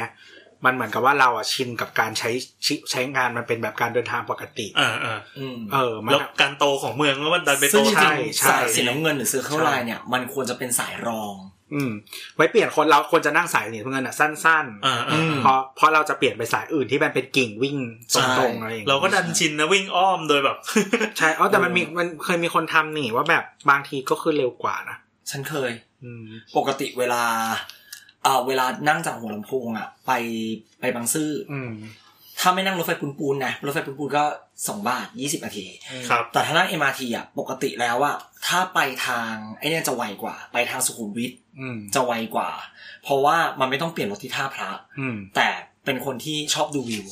มันเหมือนกับว่าเราอ่ะชินกับการใช้ชิใช้งานมันเป็นแบบการเดินทางปกติ เออเออ อืม เออมัน แล้ว อะ การโตของเมืองก็ว่าดันไปโต ซึ่งจริ ทาง ง ๆ ใช่ สายสีน้ำเงินหรือเซอร์เคิลไลน์เนี่ย มันควรจะเป็นสายรอง อืม ไว้เปลี่ยนคนเราควรจะนั่งสายเนี่ยเพื่อเงินอ่ะสั้น เออเออ ม ๆเพราะเพราะเราจะเปลี่ยนไปสายอื่นที่มันเป็นกิ่งวิ่งตรงๆอะไรอย่างงี้ย เราก็ดันชินนะวิ่งอ้อมโดยแบบ <laughs> ใช่อ๋อแต่มันมีมันเคยมีคนทำนี่ว่าแบบบางทีก็คือเร็วกว่านะ ฉันเคย อืม ปกติเวลาเอ่อเวลานั่งจากหัวลำโพงอ่ะ ไปไปบางซื่ออ อืม ถ้าไม่นั่งรถไฟปูนปูนๆนะรถไฟปูนปูนๆก็สองบาทยี่สิบนาที ครับ แต่ถ้านั่ง MRT อ่ะปกติแล้วอ่ะถ้าไปทางไอเนี่ยจะไวกว่า ไปทางสุขุมวิท อืม จะไวกว่า เพราะว่ามันไม่ต้องเปลี่ยนรถที่ท่าพระ อืม แต่เป็นคนที่ชอบดูวิว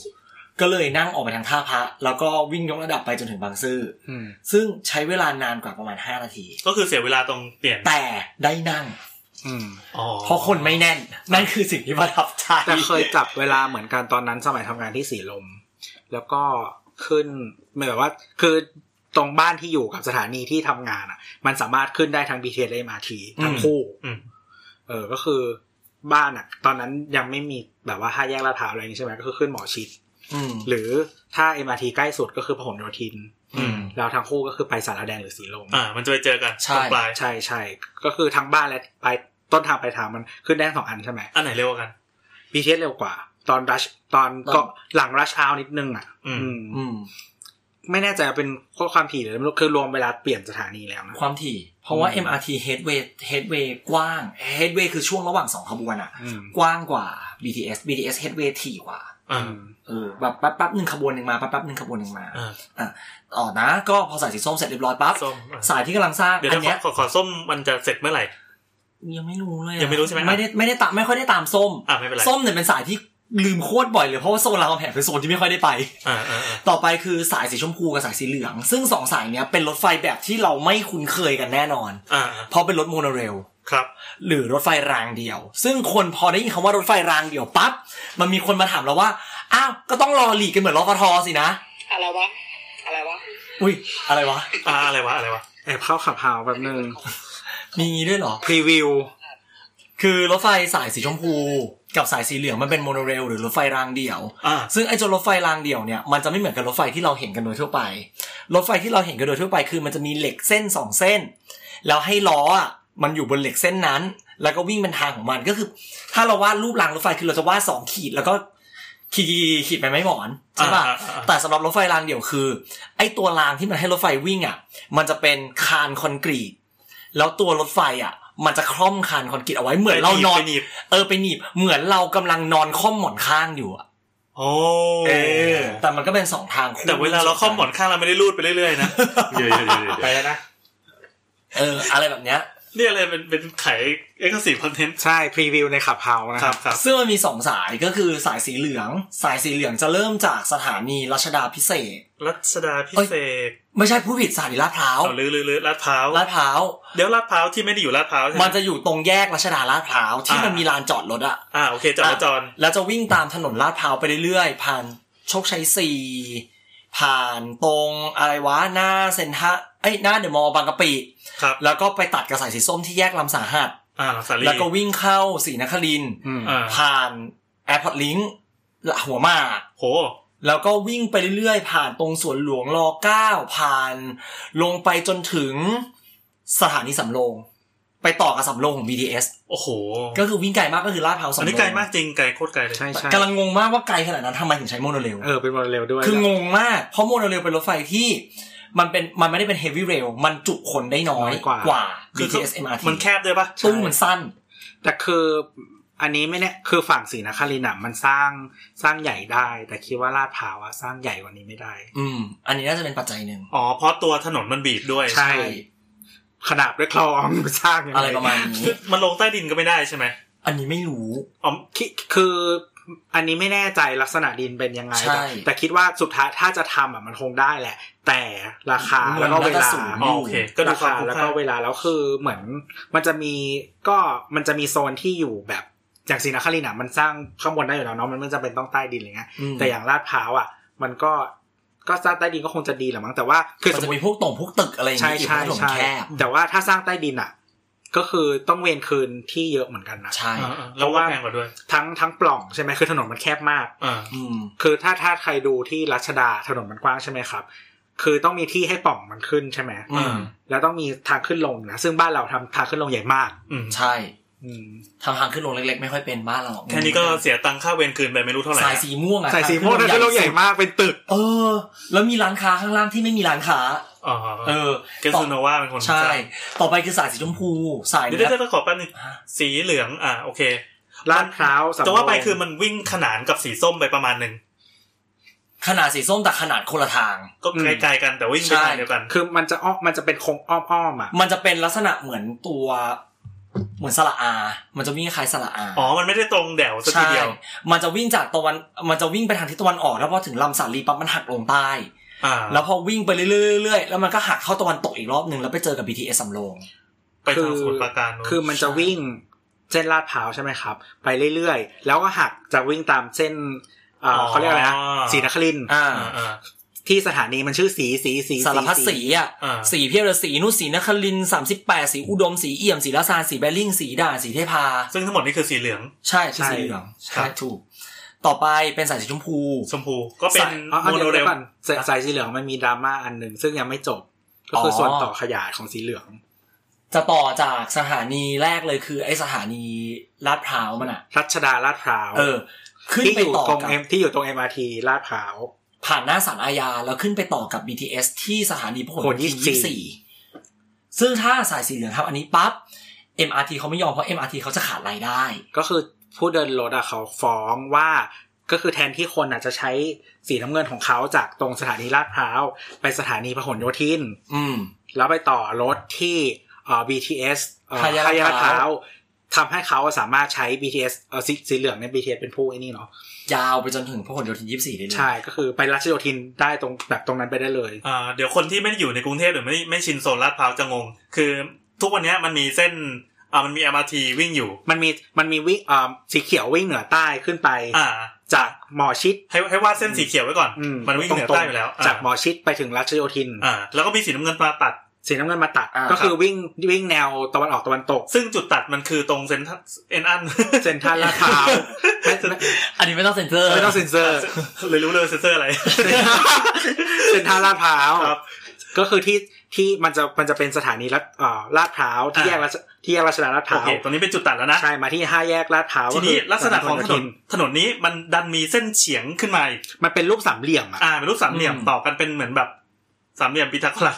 ก็เลยนั่งออกไปทางท่าพระ แล้วก็วิ่งยกระดับไปจนถึงบางซื่อ อืม ซึ่งใช้เวลานานกว่าประมาณ 5 นาที ก็คือเสียเวลาตรงเปลี่ยน แต่ได้นั่ง อืม อ๋อ เพราะคนไม่ <laughs> แน่น นั่นคือสิ่งที่ประทับใจ แต่เคยจับเวลาเหมือนกันตอนนั้นสมัยทำงานที่สีลม แล้วก็ขึ้นไม่แบบว่า คือตรงบ้านที่อยู่กับสถานีที่ทำงานอ่ะ มันสามารถขึ้นได้ทั้ง BTS และ MRT ทั้งคู่ อืม เออ ก็คือบ้านอ่ะ ตอนนั้นยังไม่มีแบบว่าห้าแยกลาดพร้าวอะไรอย่างนี้ใช่ไหมก็คือขึ้นหมอชิด อืม หรือถ้า MRT ใกล้สุดก็คือพหลโยธิน อืม แล้วทั้งคู่ก็คือไปสารแดงหรือสีลม อ่า มันจะไปเจอกัน ใช่ ตรงปลาย ใช่ใช่ก็คือทั้งบ้านและไปต้นทางไปลายทางมันขึ้นได้ทั้งสองอันใช่ไหม อันไหนเร็วกว่ากัน BTS เร็วกว่า ตอนรัชตอน ตอน ก็หลังรัชเอานิดนึงอ่ะ อืม อืม อืม ไม่แน่ใจว่าเป็นข้อความถี่หรือไม่รู้คือรวมเวลาเปลี่ยนสถานีแล้วนะ ความถี่ เพราะว่า อืม MRT headway headway กว้าง headway คือช่วงระหว่างสองขบวนอ่ะ อืม กว้างกว่า BTS BTS headway ถี่กว่า อ่า เออแบบแป๊บแป๊บๆหนึ่งขบวนหนึ่งมาแป๊บแป๊บๆหนึ่งขบวนหนึ่งมา อ่า อ๋อนะ ก็พอสายสีส้มเสร็จเรียบร้อยปั๊บ ส้มอ่ะ สายที่กำลังสร้าง เดี๋ยว อั นะขอนเนี้ย ขอขอส้มมันจะเสร็จเมื่อไหร่ ยังไม่รู้เลยอะ ยังไม่รู้ใช่ไหม ไม่ได้ไม่ได้ตามไม่ค่อยได้ตามส้ม อ่าไม่เป็นไร ส้มเนี่ยเป็นสายที่ลืมโคตรบ่อยเลยเพราะว่าโซนรามคำแหงเป็นโซนที่ไม่ค่อยได้ไป อ่าอ่าอ่า ต่อไปคือสายสีชมพูกับสายสีเหลือง ซึ่งสองสายเนี้ยเป็นรถไฟแบบที่เราไม่คุ้นเคยกันแน่นอน อ่าอ่า เพราะเป็นรถโมโนเรล ครับ หรือรถไฟรางเดียว ซึ่งคนพอได้ยินคำว่ารถไฟรางเดียวปั๊บมันมีคนมาถามเราว่าอ้าวก็ต้องรอหลีกกันเหมือนรถฟทสินะ อะไรวะ อะไรวะ อุ้ยอะไรวะ อ่าอะไรวะอะไรวะ แอบเข้าขับเฮาแป๊บนึง มีอย่างงี้ด้วยเหรอ พรีวิว คือรถไฟสายสีชมพู กับสายสีเหลืองมันเป็นโมโนเรลหรือรถไฟรางเดี่ยว อ่า ซึ่งไอ้จนรถไฟรางเดี่ยวเนี่ยมันจะไม่เหมือนกับรถไฟที่เราเห็นกันโดยทั่วไป รถไฟที่เราเห็นกันโดยทั่วไปคือมันจะมีเหล็กเส้นสองเส้น แล้วให้ล้ออ่ะมันอยู่บนเหล็กเส้นนั้น แล้วก็วิ่งเป็นทางของมันก็คือ ถ้าเราวาดรูปรางรถไฟคือเราจะวาดสองขีดแล้วก็ขีดๆๆขีดไปไม่หมอนใช่ป่ะ อ่าอ่าอ่า แต่สำหรับรถไฟรางเดี่ยวคือ ไอ้ตัวรางที่มันให้รถไฟวิ่งอ่ะ มันจะเป็นคานคอนกรีต แล้วตัวรถไฟอ่ะ มันจะคล่อมคานคอนกรีตเอาไว้เหมือนเรานอน ไปหบ เออไปหนีบเหมือนเรากำลังนอนค่อมหมอนข้างอยู่อะ โอ้ เออแต่มันก็เป็นสองทางคู่ แต่เวลาเราเข้อมหมอนข้างเราไม่ได้รูดไปเรื่อยๆนะ เดี๋ยวเดี๋ยวเดี๋ยวเดี๋ยว ไปแล้วนะ เอออะไรแบบเนี้ย เนี่ยอะไรเป็นเป็นไขเอ็กซ์ซีคอนเทนต์ ใช่พรีวิวในขับเฮานะครับ ครับ ซึ่งมันมีสองสายก็คือสายสีเหลือง สายสีเหลืองจะเริ่มจากสถานีรัชดาพิเศษก รัชดาพิเศษก ไม่ใช่ผู้ผิดสถานีลาดพร้าว เอาลือลือลือลาดพร้าว ลาดพร้าว เดี๋ยวลาดพร้าวที่ไม่ได้อยู่ลาดพร้าวใช่ไหม มันจะอยู่ตรงแยกรัชดาลาดพร้าวที่ อ่ามั มันมีลานจอดรถอะ อ่าโอเคจราจร อ่ะแล้วจะวิ่งตามถนนลาดพร้าวไปเรื่อยๆ ผ่านโชคชัยสี่ผ่านตรงอะไรวะหน้าเซ็นทรัลเอ้ยหน้าเดอะมอลล์บางกะปิ ครับ แล้วก็ไปตัดกับสายสีส้มที่แยกลำสาหัส อ่าสาลี แล้วก็วิ่งเข้าสีนครินทร์ อืม อ่า ผ่าน AirPod Link หัวหมาก โห แล้วก็วิ่งไปเรื่อยๆ ผ่านตรงสวนหลวงรอเก้าผ่าน ลงไปจนถึงสถานีสำโรง ไปต่อกับสำโรงของ BTS โอ้โห ก็คือวิ่งไกลมากก็คือลาดพร้าวสำโรง อันนี้ไกลมากจริงไกลโคตรไกลเลย ใช่ใช่ กำลังงงมากว่าไกลขนาดนั้นทำไมถึงใช้โมโนเรล เออเป็นโมโนเรลด้วย คืองงมาก เพราะโมโนเรลเป็นรถไฟที่ มันเป็นมันไม่ได้เป็นเฮฟวี่เรลมันจุคนได้น้อยกว่า คือ BTS MRT มันแคบด้วยปะ ตู้มันสั้น แต่คืออันนี้ไม่แน่คือฝั่งศรีนครินทร์อะมันสร้างสร้างใหญ่ได้ แต่คิดว่าลาดพร้าวอะสร้างใหญ่กว่านี้ไม่ได้ อืม อันนี้น่าจะเป็นปัจจัยหนึ่ง อ๋อเพราะตัวถนนมันบีบด้วย ใช่ ขนาดด้วยคลอง <laughs> สร้างยังง อะไรประมาณนี้ คือมันลงใต้ดินก็ไม่ได้ใช่ไหม อันนี้ไม่รู้ อ๋อ คิดคืออันนี้ไม่แน่ใจลักษณะดินเป็นยังไง ใช่ แต่แต่คิดว่าสุดท้ายถ้าจะทำอะมันคงได้แหละ แต่ราคาแล้วก็เวลา อ๋อโอเค ก็ดู รา ความ คา คุ้ม แล้ว ค่า ก็เวลาแล้วคือเหมือนมันจะมีก็มันจะมีโซนที่อยู่แบบอย่างศรีนครินทร์อ่ะมันสร้างข้างบนได้อยู่แล้วเนาะมันไม่จำเป็นต้องใต้ดินอะไรเงี้ย อืม แต่อย่างลาดพร้าวอ่ะ มันก็ก็สร้างใต้ดินก็คงจะดีแหละมั้งแต่ว่าคือ มั ส น ม จะ ม มี ติ พวกตรงพวกตึกอะไรอย่าง ใช่ เงี้ยที่ ใช่ ถนน ใช่ แคบ แต่ว่าถ้าสร้างใต้ดินอ่ะ ก็คือต้องเวนคืนที่เยอะเหมือนกันนะ ใช่ อ่าๆแล้วว่าแพงกว่าด้วย ทั้งทั้งปล่องใช่ไหมคือถนนมันแคบมาก อ่า อืม คือถ้าถ้าใครดูที่รัชดาถนนมันกว้างใช่ไหมครับ คือต้องมีที่ให้ปล่องมันขึ้นใช่ไหม อืม แล้วต้องมีทางขึ้นลงนะซึ่งบ้านเราทำทางขึ้นลงใหญ่มาก อืม ใช่ อืม ทำทางขึ้นลงเล็กๆ ไม่ค่อยเป็นบ้านเราหรอก แค่นี้ก็เสียตังค่าเวรคืนไปไม่รู้เท่าไหร่ สายสีม่วงอะ ใส่สีม่วงทางขึ้นลงใหญ่มากเป็นตึก เออ แล้วมีร้านค้าข้างล่างที่ไม่มีร้านค้า อ๋อ เออ เกสโนวาเป็นคน ใช่ สร้าง ต่อไปคือสายสีชมพูสาย เดี๋ย เนี้ วย เดี๋ยวๆๆขอแป๊บนึง ฮะ สีเหลืองอ่าโอเค ลาดพร้าวสำโรง แต่ว่าไปคือมันวิ่งขนานกับสีส้มไปประมาณหนึ่ง ขนาดสีส้มแต่ขนาดคนละทาง ก็ไกลๆกันแต่วิ่งไปทางเดียวกัน คือมันจะอ้อมมันจะเป็นโคงอ้อมอ้อมๆอ่ะ มันจะเป็นลักษณะเหมือนตัวเหมือนสระอา มันจะวิ่งคล้ายสระอา อ๋อ มันไม่ได้ตรงแดวสักที ใช่ เดียว มันจะวิ่งจากตะวัน มันจะวิ่งไปทางทิศตะวันออก แล้วพอถึงลำสาลีปั๊บมันหักลงใต้ อ่า แล้วพอวิ่งไปเรื่อยๆ แล้วมันก็หักเข้าตะวันตกอีกรอบหนึ่งแล้วไปเจอกับ BTS สำโรง ไปทางสมุทรปราการนู้น คือมันจะวิ่งเส้นลาดพร้าวใช่ไหมครับ ไปเรื่อยๆ แล้วก็หักจะวิ่งตามเส้นเอ่ออเขาเรียกอะไรนะสีนครินทร์ อ่า อ่าอ่า ที่สถานีมันชื่อสีสีสี สารพัดสีอ่ะ อ่า สีเพียบเลยสีนุชสีนครินสามสิบแปดสีอุดม สีเอี่ยม สีละซานสีแบริ่ง สีด่านสีเทพา ซึ่งทั้งหมดนี่คือสีเหลือง ใช่คือสีเหลือง ใช่ครับ ใช่ถูก ต่อไปเป็นสายสีชมพู ชมพู ก็เป็น สาย อ๋อ โม เดี๋ โน ยว เร เดี๋ย ล วก่อนสายสายสีเหลืองมันมีดราม่าอันหนึ่งซึ่งยังไม่จบ ก็คืออ อ ส่วนต่อขยายของสีเหลือง จะต่อจากสถานีแรกเลยคือไอสถานีลาดพร้าวมันอ่ะ รัชดาลาดพร้าว เออ ขึ้น ที่ ไป อยู่ ต่อ ตรง กับ เอ็มที่อยู่ตรง MRT ลาดพร้าว ผ่านหน้าศาลอาญาแล้วขึ้นไปต่อกับ BTS ที่สถานีพห พห ล ล โยธิน24 ซึ่งถ้าสายสีเหลืองทำอันนี้ปั๊บ MRT เขาไม่ยอมเพราะ MRT เขาจะขาดรายได้ ก็คือผู้เดินรถอะเขาฟ้องว่า ก็คือแทนที่คนอะจะใช้สีน้ำเงินของเขาจากตรงสถานีลาดพร้าว ไปสถานีพหลโยธิน อืม แล้วไปต่อรถที่เอ่อ BTS เอ่อ พญาลาดพร้าว ลาดพร้าวทำให้เขาสามารถใช้ BTS เอ่อสสีเหลืองในย BTS เป็นผู้ไอ้นี่เนาะ ยาวไปจนถึงพหลโยธิน 24 ได้เลย ใช่ก็คือไปรัชโยธินได้ตรงแบบตรงนั้นไปได้เลย อ่า เดี๋ยวคนที่ไม่ได้อยู่ในกรุงเทพหรือไม่ไม่ชินโซนลาดพร้าวจะงง คือทุกวันเนี้ยมันมีเส้น อ่า มันมี MRT วิ่งอยู่ มันมีมันมีวิ่งเอ่อสีเขียววิ่งเหนือใต้ขึ้นไป อ่า จากหมอชิด ให้ให้วาดเส้นสีเขียวไว้ก่อน อื มันวิ่งเหนือ ตร ใต้อยู่แล้ว จากหมอชิดไปถึงรัชโยธิน อ่า แล้วก็มีสีน้ำเงินมาตัด สีน้ำเงินมาตัด อ่า ก็คือวิ่งวิ่งแนวตะวันออกตะวันตก ซึ่งจุดตัดมันคือตรงเซนทรัลเอ็นอัน เซ็นทรัลลาด <laughs> พร้าวไม่ไม่ อันนี้ไม่ต้องเซ็นเซอร์ ไม่ต้องเซ็นเซอร์ เลยรู้เลยเซนเซ <laughs> อร์อะไร เซ็นทรัลลาดพร้าว ครับ ก็คือที่ที่มันจะมันจะเป็นสถานีลาดเอ่อลาดพร้าวที่แยกรัชที่แยกรัชดาลาดพ โอ ร้าว เคตรงนี้เป็นจุดตัดแล้วนะ ใช่มาที่ห้าแยกลาดพร้าว ทีนี้ คือ ลักษณะของถนน พหลโย ถนนนี้มันดันมีเส้นเฉียงขึ้นมาอีก มันเป็นรูปสามเหลี่ยมอะ อ่าเป็นรูปสามเหลี่ยม อืม ต่อกันเป็นเหมือนแบบสามเหลี่ยมพีทาโก <laughs> รัส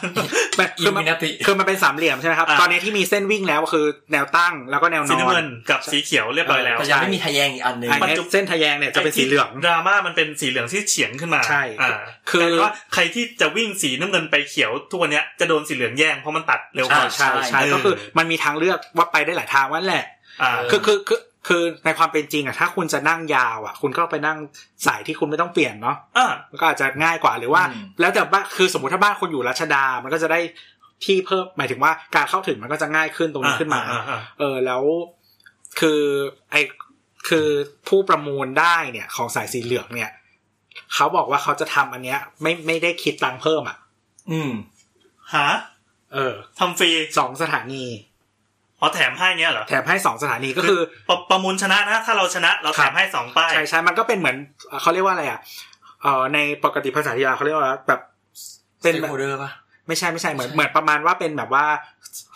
มัน อิ คื ม อมัน มินาติ คือมันเป็นสามเหลี่ยมใช่ไหมครับ อ่า ตอนนี้ที่มีเส้นวิ่งแล้วก็คือแนวตั้งแล้วก็แนวน สี อน น้ำเงินกับสีเขียวเรียบร้อยแล้ว ก็ยังไม่มีทะแยงอีกอันหนึ่ง ไอ้ มัน เนี่ย จุด เส้นทะแยงเนี่ยจะเป็นสีเหลือง ไที่ดราม่ามันเป็นสีเหลืองที่เฉียงขึ้นมา ใช่ อ่า คื คือ อว่าใครที่จะวิ่งสีน้ำเงินไปเขียวทุกวันเนี้ยจะโดนสีเหลืองแย่งเพราะมันตัดเร็วก ใช่ ว่า อ่า ใช่ใช่ก็คือมันมีทางเลือกว่าไปได้หลายทางวันแหละ อ่า คือคือคือคือในความเป็นจริงอะถ้าคุณจะนั่งยาวอะคุณก็ไปนั่งสายที่คุณไม่ต้องเปลี่ยนเนาะ อ่า มันก็อาจจะง่ายกว่าหรือว่า อืม แล้วแต่บ้านคือสมมติถ้าบ้านคุณอยู่รัชดา มันก็จะได้ที่เพิ่มหมายถึงว่าการเข้าถึงมันก็จะง่ายขึ้นตรงนี้ขึ้นมา อ่อ่อ่ เออแล้วคือไอคือผู้ประมูลได้เนี่ย ของสายสีเหลืองเนี่ยเขาบอกว่าเขาจะทำอันเนี้ย ไม่ไม่ได้คิดตังค์เพิ่มอ่ะ อืม หา เออ ทำฟรี สองสถานี อ๋อแถมให้เงี้ยเหรอ แถมให้สองสถานีก็คือ ประประมูลชนะนะถ้าเราชนะเราแถ ครั ม บ ให้สองป้าย ใช่ใช่มันก็เป็นเหมือนเอ่อเขาเรียกว่าอะไรอ่ะ เอ่อในปกติภาษาทีลาเขาเรียกว่าแบบ เป็ เป็น น โฮเดอร์ป่ะ ไม่ใช่ไม่ใช่เหมือน ใช่ เหมือนประมาณว่าเป็นแบบว่า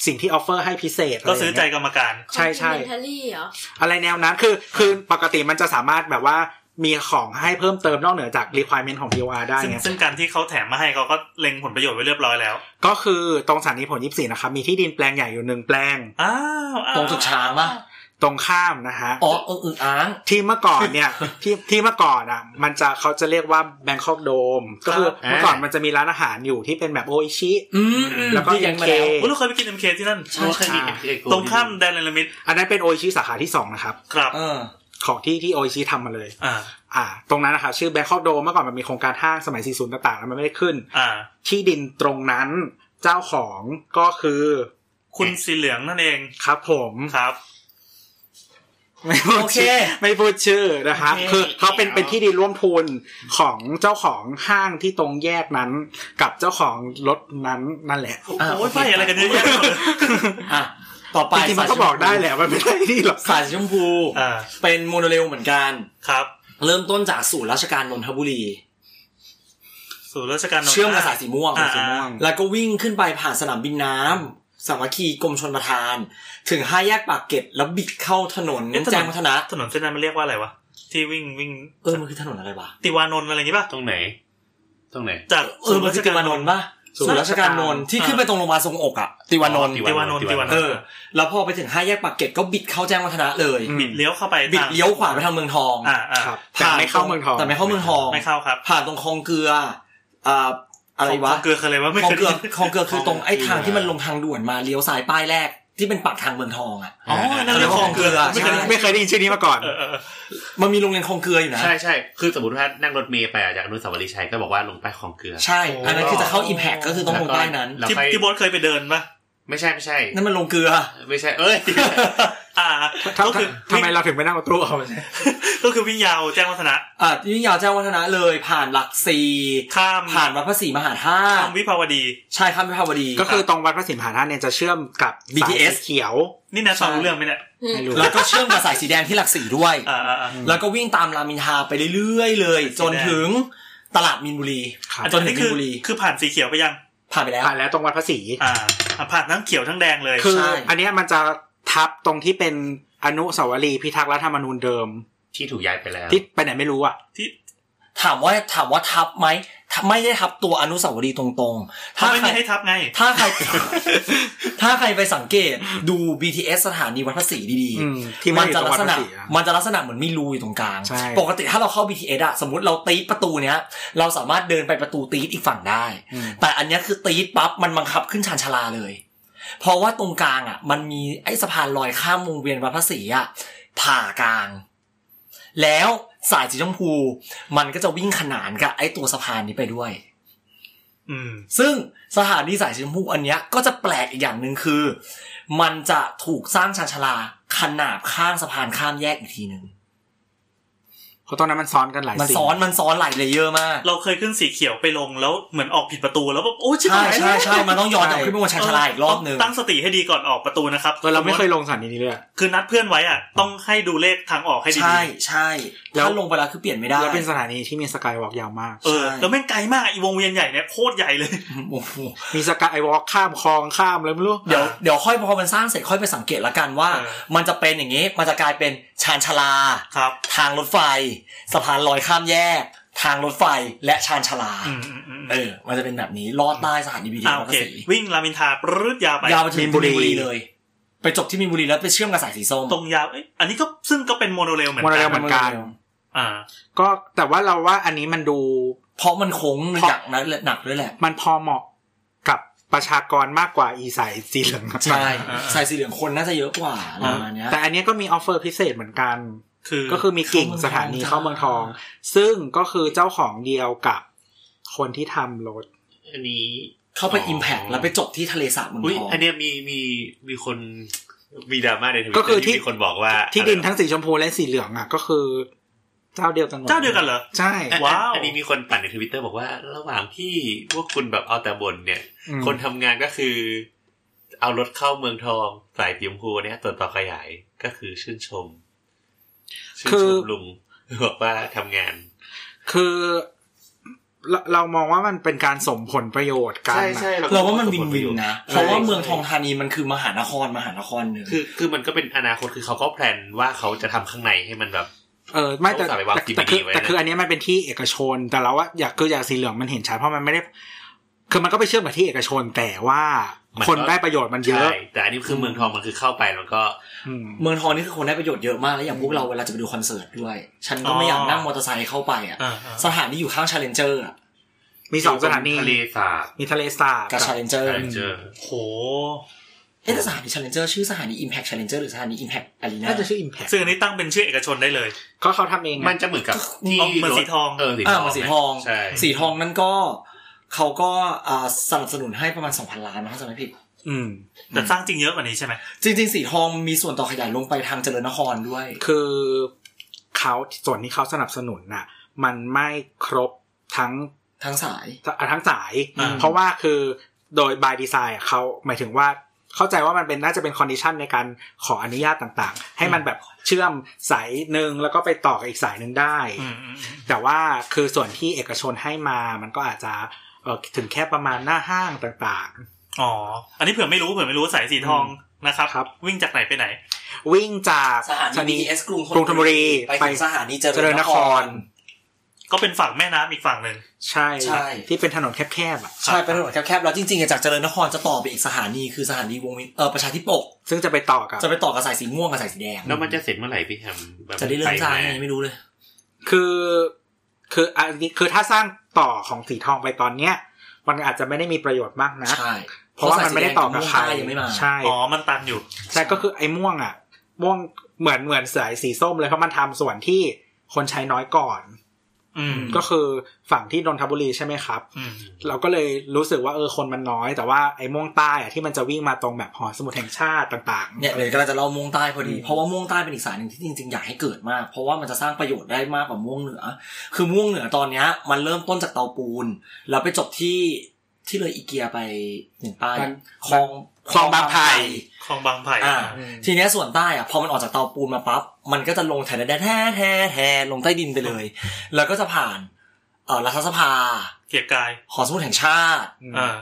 สิ่งที่ออฟเฟอร์ให้พิเศษะไร ก็ ย่าง ซื้อ เงี้ย ใจกรรมการ ใช่ใช่ Complimentary เหรอ อะไรแนวนั้นคือคือปกติมันจะสามารถแบบว่ามีของให้เพิ่มเติมนอกเหนือจาก requirement ของ POR ได้ ซึ่ง ไง ซึ่งการที่เขาแถมมาให้เขาก็เล็งผลประโยชน์ไว้เรียบร้อยแล้ว ก็คือตรงสถานีผล 24 นะครับ มีที่ดินแปลงใหญ่อยู่หนึ่งแปลง อ้าวอ้าว ตรงตึกช้างป่ะ ตรงข้ามนะฮะ อ๋อเออเอออ้าง ที่เมื่อก่อนเนี่ย <laughs> ที่ที่เมื่อก่อนอ่ะ มันจะเขาจะเรียกว่าแบงคอกโดมก็คือ ครับ เมื่อก่อนมันจะมีร้านอาหารอยู่ที่เป็นแบบโออิชิ อืมอืม แล้วก็ ที่ยังมาแล้ว MK โอ้ยเราเคยไปกินเอ็มเคที่นั่น ใช่ เคยมี MTA ตรงข้ามแดนเนลมิด อันนั้นเป็นโออิชิสาขาที่สองนะครับ ครับ เออ ของที่ที่โออิชิทำมาเลย อ่า อ่า ตรงนั้นนะครับชื่อแบงคอกโดมเมื่อก่อนมันมีโครงการห้างสมัย 40 ต่างๆ แล้วมันไม่ได้ขึ้น อ่า ที่ดินตรงนั้นเจ้าของก็คือ คุณสีเหลืองนั่นเอง ครับผม ครับ ไม่พูด โอเค ชื่อไม่พูดชื่อนะครับ โอเค คือเขาเป็นเป็นที่ดินร่วมทุนของเจ้าของห้างที่ตรงแยกนั้น กับเจ้าของรถนั้นนั่นแหละ อ่ะ โอ้ยไปอะไรกันเยอะแยะไปหมดเลย อ่ะต่อไป จริงๆมันก็บอกได้แหละมันไม่ได้นี่หรอก สายสีชมพู อ่า เป็นโมโนเรลเหมือนกัน ครับ เริ่มต้นจากศูนย์ราชการนนทบุรี สู่ราชการนนท์ เชื่อมกับสายสีม่วง อ่า สีม่วง แล้วก็วิ่งขึ้นไปผ่านสนามบินน้ำสามัคคีกรมชนประทาน ถึงห้าแยกปากเกร็ดแล้วบิดเข้าถนน เอ๊ะถนน แจ้งวัฒนะ ถนนเส้นนั้นมันเรียกว่าอะไรวะ ที่วิ่งวิ่ง เออมันคือถนนอะไรวะ ติวานนท์อะไรอย่างงี้ป่ะ ตรงไหน ตรงไหน จาก เออมันคือติวานนท์ปะ ศู ศู นย์ นย์รา รา ช ช กา การ ร นนท์ที่ขึ้นไปตรงโรงพยาบาลทรงอกอะติวานนท์ อ๋อ ติวานนท์ติวานนท์ เออ แล้วพอไปถึงห้าแยกปากเกร็ดก็บิดเข้าแจ้งวัฒนะเลย อืม บิดเลี้ยวเข้าไป บิด ทาง เลี้ยวขวาไปทางเมืองทอง อ่าอ่า ครับแต่ไม่เข้าเมืองทอง แต่ไม่เข้าเมืองทอง ไม่เข้าครับ ผ่านตรงคลองเกลืออ่าอะไรวะ ของเกลือคืออะไรวะไม่ คลอ เคยงเกลือ ได้ยิน คลองเกลือคือตรงไอ้ คลองเกลือ ทางที่มันลงทางด่วนมาเลี้ยวซ้ายป้ายแรกที่เป็นปากทางเมืองทองอ่ะ อ๋อนั่นเรียกของเกลือ ใช่ ไม่เคยได้ยิน ไม่เคยได้ยินชื่อนี้มาก่อน เออเออเออ มันมีโรงเรียนคลองเกลืออยู่นะ ใช่ใช่คือสมมติว่านั่งรถเมย์ไปอ่ะจากอนุสาวรีย์ชัยก็บอกว่าลงไปของเกลือ ใช่ อันนั้นคือจะเข้าอิมแพกก็คือต้องลงป้ายนั้น แล้ว ที่ ค่อย ที่โบอสเคยไปเดิน <laughs> ป่ะ ไม่ใช่ไม่ใช่ นั่นมันลงเกลือ ไม่ใช่เอ้ย อ่า ถ้า ก็คือ ทำไมเราถึงไปนั่งรถตู้เอา ก็คือวิ่งยาวแจ้งวัฒนะ อ่ะยิ่งยาวแจ้งวัฒนะเลยผ่านหลักสี่ ข้าม ผ่านวัดพระศรีมหาธาตุ ข้ามวิภาวดี ใช่ข้ามวิภาวดี ก็คือตรงวัดพระสิมหาธาตุเนี่ยจะเชื่อมกับสาย BTS สีเขียว นี่นะฟังรู้เรื่องไหมเนี่ย ไม่รู้ แล้วก็เชื่อมกับสายสีแดงที่หลักสี่ด้วย อ่าอ่าอ่า แล้วก็วิ่งตามรามอินทราไปเรื่อยๆเลย จนถึงตลาดมีนบุรี ครับ จนถึงมี คื นบุรี คือผ่านสีเขียวไปยัง ผ่านไปแล้ว ผ่านแล้วตรงวัดพระศรี อ่าอ่ะผ่านทั้งเขียวทั้งแดงเลย คือ ใช่ อันเนี้ยมันจะทับตรงที่เป็นอนุสาวรีย์พิทักษ์รัฐธรรมนูญเดิม ที่ถูกย้ายไปแล้ว ที่ไปไหนไม่รู้อ่ะ ที่ ถามว่าถามว่าทับไหมไม่ได้ทับตัวอนุสาวรีย์ตรงๆ ถ้าไม่มีให้ทับไง ถ้าใคร <laughs> ถ้าใครไปสังเกตดู BTS สถานีวัดพระศรีดี อืมที่ไม่ มัน อยู่ จะ ตร ลักงวัด ษ พ ณะ ระศรีอะ มันจะลักษณะเหมือนมีรูอยู่ตรงกลาง ใช่ ปกติถ้าเราเข้า BTS อะสมมติเราตีดประตูเนี้ย เราสามารถเดินไปประตูตีดอีกฝั่งได้ แต่อันเนี้ยคือตีดปั๊บมันบังคับขึ้นชานชาลาเลย เพราะว่าตรงกลางอ่ะ มันมีไอ้สะพานลอยข้ามวงเวียนวัดพระศรีอ่ะผ่ากลาง แล้วสายสีชมพู มันก็จะวิ่งขนานกับไอ้ตัวสะพานนี้ไปด้วย อืม ซึ่งสถานีสายสีชมพูอันเนี้ยก็จะแปลกอีกอย่างหนึ่งคือ มันจะถูกสร้างชานชาลาขนาบข้างสะพานข้ามแยกอีกทีหนึ่ง เพราะตอนนั้นมันซ้อนกันหลาย มัน สิ่ง ซ้อนมันซ้อนหลายเลเยอร์มาก เราเคยขึ้นสีเขียวไปลงแล้วเหมือนออกผิดประตูแล้วแบบโอ้ชิบ ใช่ หาย ใช่ใช่มันต้องย้อนกลับขึ้นไปบนชานชาลาอีกรอบหนึ่ง ตั้งสติให้ดีก่อนออกประตูนะครับ เออเราไม่เคยลงสถานีนี้เลยอะ คือนัดเพื่อนไว้อ่ะ ต้องให้ดูเลขทางออกให้ดี ใช่ใช่ แล้ว ถ้าลงไปแล้วคือเปลี่ยนไม่ได้ แล้วเป็นสถานีที่มีสกายวอล์กยาวมาก ๆเออ ใช่ แล้วแม่งไกลมากอีวงเวียนใหญ่เนี่ยโคตรใหญ่เลย โอ้โห มีสกายวอล์กข้ามคลองข้ามเลยไม่รู้ เดี๋ยวเดี๋ยวค่อยพอมันสร้างเสร็จค่อยไปสังเกตละกันว่า เออ มันจะเป็นอย่างนี้มันจะกลายเป็นชานชาลา ครับ ทางรถไฟ สะพานลอยข้ามแยก ทางรถไฟและชานชาลา อืมอืมอืม เออ มันจะเป็นแบบนี้ลอดใต้สถานีบีดี อ่า วั โอ ดพ เค ระศรี วิ่งรามอินทราปรืดยาวไป ยาวไปถึงมีมีน น บุ บุ รี รีเลย ไปจบที่มีนบุรีแล้วไปเชื่อมกับสายสีส้ม ตรงยาวเอ้ยอันนี้ก็ซึ่งก็เป็นโมโนเรลเหมือน โม กั โนเรล น เหมือนกัน อ่า ก็แต่ว่าเราว่าอันนี้มันดู เพราะมันโค้ง เพราะ หนักนะหนักด้วยแหละ มันพอเหมาะกับประชากรมากกว่าอีสายสีเหลือง ใช่ อ่า สายสีเหลืองคนน่าจะเยอะกว่าอะไรประมาณเนี้ย แต่อันเนี้ยก็มีออฟเฟอร์พิเศษเหมือนกัน คือ ก็คือมีกิ่งสถานีเข้าเมืองทอง ซึ่งก็คือเจ้าของเดียวกับคนที่ทำรถ อันนี้ เข้าไป อ๋ออิ อิมแพกแล้วไปจบที่ทะเลสาบเมือง อุ้ย ทอง อันเนี้ยมีมีมีคนมีดราม่าในทวิต ก็คือที่ มีคนบอกว่า ที่ดิน อะไร ทั้งสีชมพูและสีเหลืองอ่ะก็คือ เจ้าเดียวกันหมด เจ้าเดียวกันเหรอ ใช่ อัน ว้าว อันนี้มีคนปั่นในทวิตเตอร์บอกว่าระหว่างที่พวกคุณแบบเอาแต่บ่นเนี่ย อืม คนทำงานก็คือ เอารถเข้าเมืองทองสายสีชมพูเนี่ยตัวต่อขยายก็คือชื่นชม ชื่นชมลุงบอกว่าทำงาน คือ เราเรามองว่ามันเป็นการสมผลประโยชน์กัน ใช่ อะ ใช่ เราว่ามันวินวินนะ เพราะว่า ใช่ เมืองทองธานีมันคือมหานครมหานครหนึ่ง คือคือมันก็เป็นอนาคตคือเขาก็แพลนว่าเขาจะทำข้างในให้มันแบบ เออไม่แต่ เขาสามารถวาง แต่ CBD แต่คือ ไว้นะ แต่คืออันเนี้ยมันเป็นที่เอกชน แต่เราว่าอยากคืออยากสีเหลืองมันเห็นชัดเพราะมันไม่ได้ คือมันก็ไปเชื่อมกับที่เอกชน แต่ว่า มัก็ คนได้ประโยชน์มันเยอะ ใช่แต่อันนี้คือเมืองทองมันคือเข้าไปแล้วก็ อืม เมืองทองนี่คือคนได้ประโยชน์เยอะมากแล้วอย่างพวกเราเวลาจะไปดูคอนเสิร์ตด้วย ฉันก็ไม่อยากนั่งมอเตอร์ไซค์เข้าไปอ่ะ อ่าอ่า สถานีอยู่ข้างชาเลนเจอร์ มีสองสถานี ทะเลสาบ มีทะเลสาบ กับชาเลนเจอร์ ชาเลนเจอร์ โห เอ๊ะแต่สถานีชาเลนเจอร์ชื่อสถานี Impact Challenger หรือสถานี Impact Arena น่าจะชื่อ Impact ซึ่งอันนี้ตั้งเป็นชื่อเอกชนได้เลย ก็เขาทำเองไง มันจะเหมือนกับที่ เหมือนสีทอง เออสีท อ่า อง มาสีทอง ใช่ สีทองนั่นก็เขาก็อ่าสนับสนุนให้ประมาณ 2,000 ล้านนะถ้าจำไม่ผิด อืม แต่สร้างจริงเยอะกว่านี้ใช่ไหม จริง ๆ สีทองมีส่วนต่อขยายลงไปทางเจริญนครด้วย คือเขาส่วนที่เขาสนับสนุนน่ะ มันไม่ครบทั้ง ทั้งสาย ทั้งสาย อืม เพราะว่าคือโดย by design อะเขาหมายถึงว่าเข้าใจว่ามันเป็นน่าจะเป็น condition ในการขออนุญาตต่างๆ ให้มันแบบเชื่อมสายหนึ่งแล้วก็ไปต่อกับอีกสายหนึ่งได้ อืมอืมอืม แต่ว่าคือส่วนที่เอกชนให้มามันก็อาจจะเอ่อถึงแค่ประมาณหน้าห้างต่าง อ๋อ อันนี้เผื่อไม่รู้เผื่อไม่รู้สายสีทองนะครับ ครับ วิ่งจากไหนไปไหน ๆ วิ่งจาก สถานี BTS กรุง กรุงธนบุรี ไปถึงสถานีเจริญ เจริญน น ค ค ร ร ก็เป็นฝั่งแม่น้ำอีกฝั่งหนึ่ง ใช่ ใช่ ที่เป็นถนนแคบๆอ่ะ ใช่เป็นถนนแคบๆแล้วจริงๆจากเจริญนครจะต่อไปอีกสถานีคือสถานีวงเวียนเออประชาธิปก ซึ่งจะไปต่อกับ จะไปต่อกับสายสีม่วงกับสายสีแดง แล้วมันจะเสร็จเมื่อไหร่พี่แฮมแบบ จะได้เริ่ม ปห สร้างยังไงไม่รู้เลย คือคืออันนี้คือถ้าสร้างต่อของสีทองไปตอนเนี้ย มันอาจจะไม่ได้มีประโยชน์มากนะ ใช่ เพราะว่ามันไม่ได้ต่อกับใคร เพาะสายสีแดงกับม่วงใต้ยังไม่มา ใช่ อ๋อ มันตันอยู่ ใช่ก็คือไอ้ม่วงอ่ะ ม่วงเหมือนเหมือนสายสีส้มเลยเพราะมันทำส่วนที่คนใช้น้อยก่อน อืม ก็คือฝั่งที่นนทบุรีใช่ไหมครับ อืม เราก็เลยรู้สึกว่าเออคนมันน้อย แต่ว่าไอ้ม่วงใต้อะที่มันจะวิ่งมาตรงแบบหอสมุดแห่งชาติต่างๆ เนี่ยเลยกำลังจะเล่าม่วงใต้พอดี เพราะว่าม่วงใต้เป็นอีกสายหนึ่งที่จริงๆอยากให้เกิดมาก เพราะว่ามันจะสร้างประโยชน์ได้มากกว่าม่วงเหนือ คือม่วงเหนือตอนเนี้ยมันเริ่มต้นจากเตาปูน แล้วไปจบที่ที่เลยอีเกียไปเหนือใต้ มัน คลอง คลองบางไผ่ คลองบางไผ่ อ่า ทีเนี้ยส่วนใต้อ่ะพอมันออกจากเตาปูนมาปั๊บมันก็จะลงแถวแท้แท้แท้แท้ลงใต้ดินไปเลย แล้วก็จะผ่านเอ่อรัฐสภา เกียรติกาย หอสมุดแห่งชาติ อืม อ่า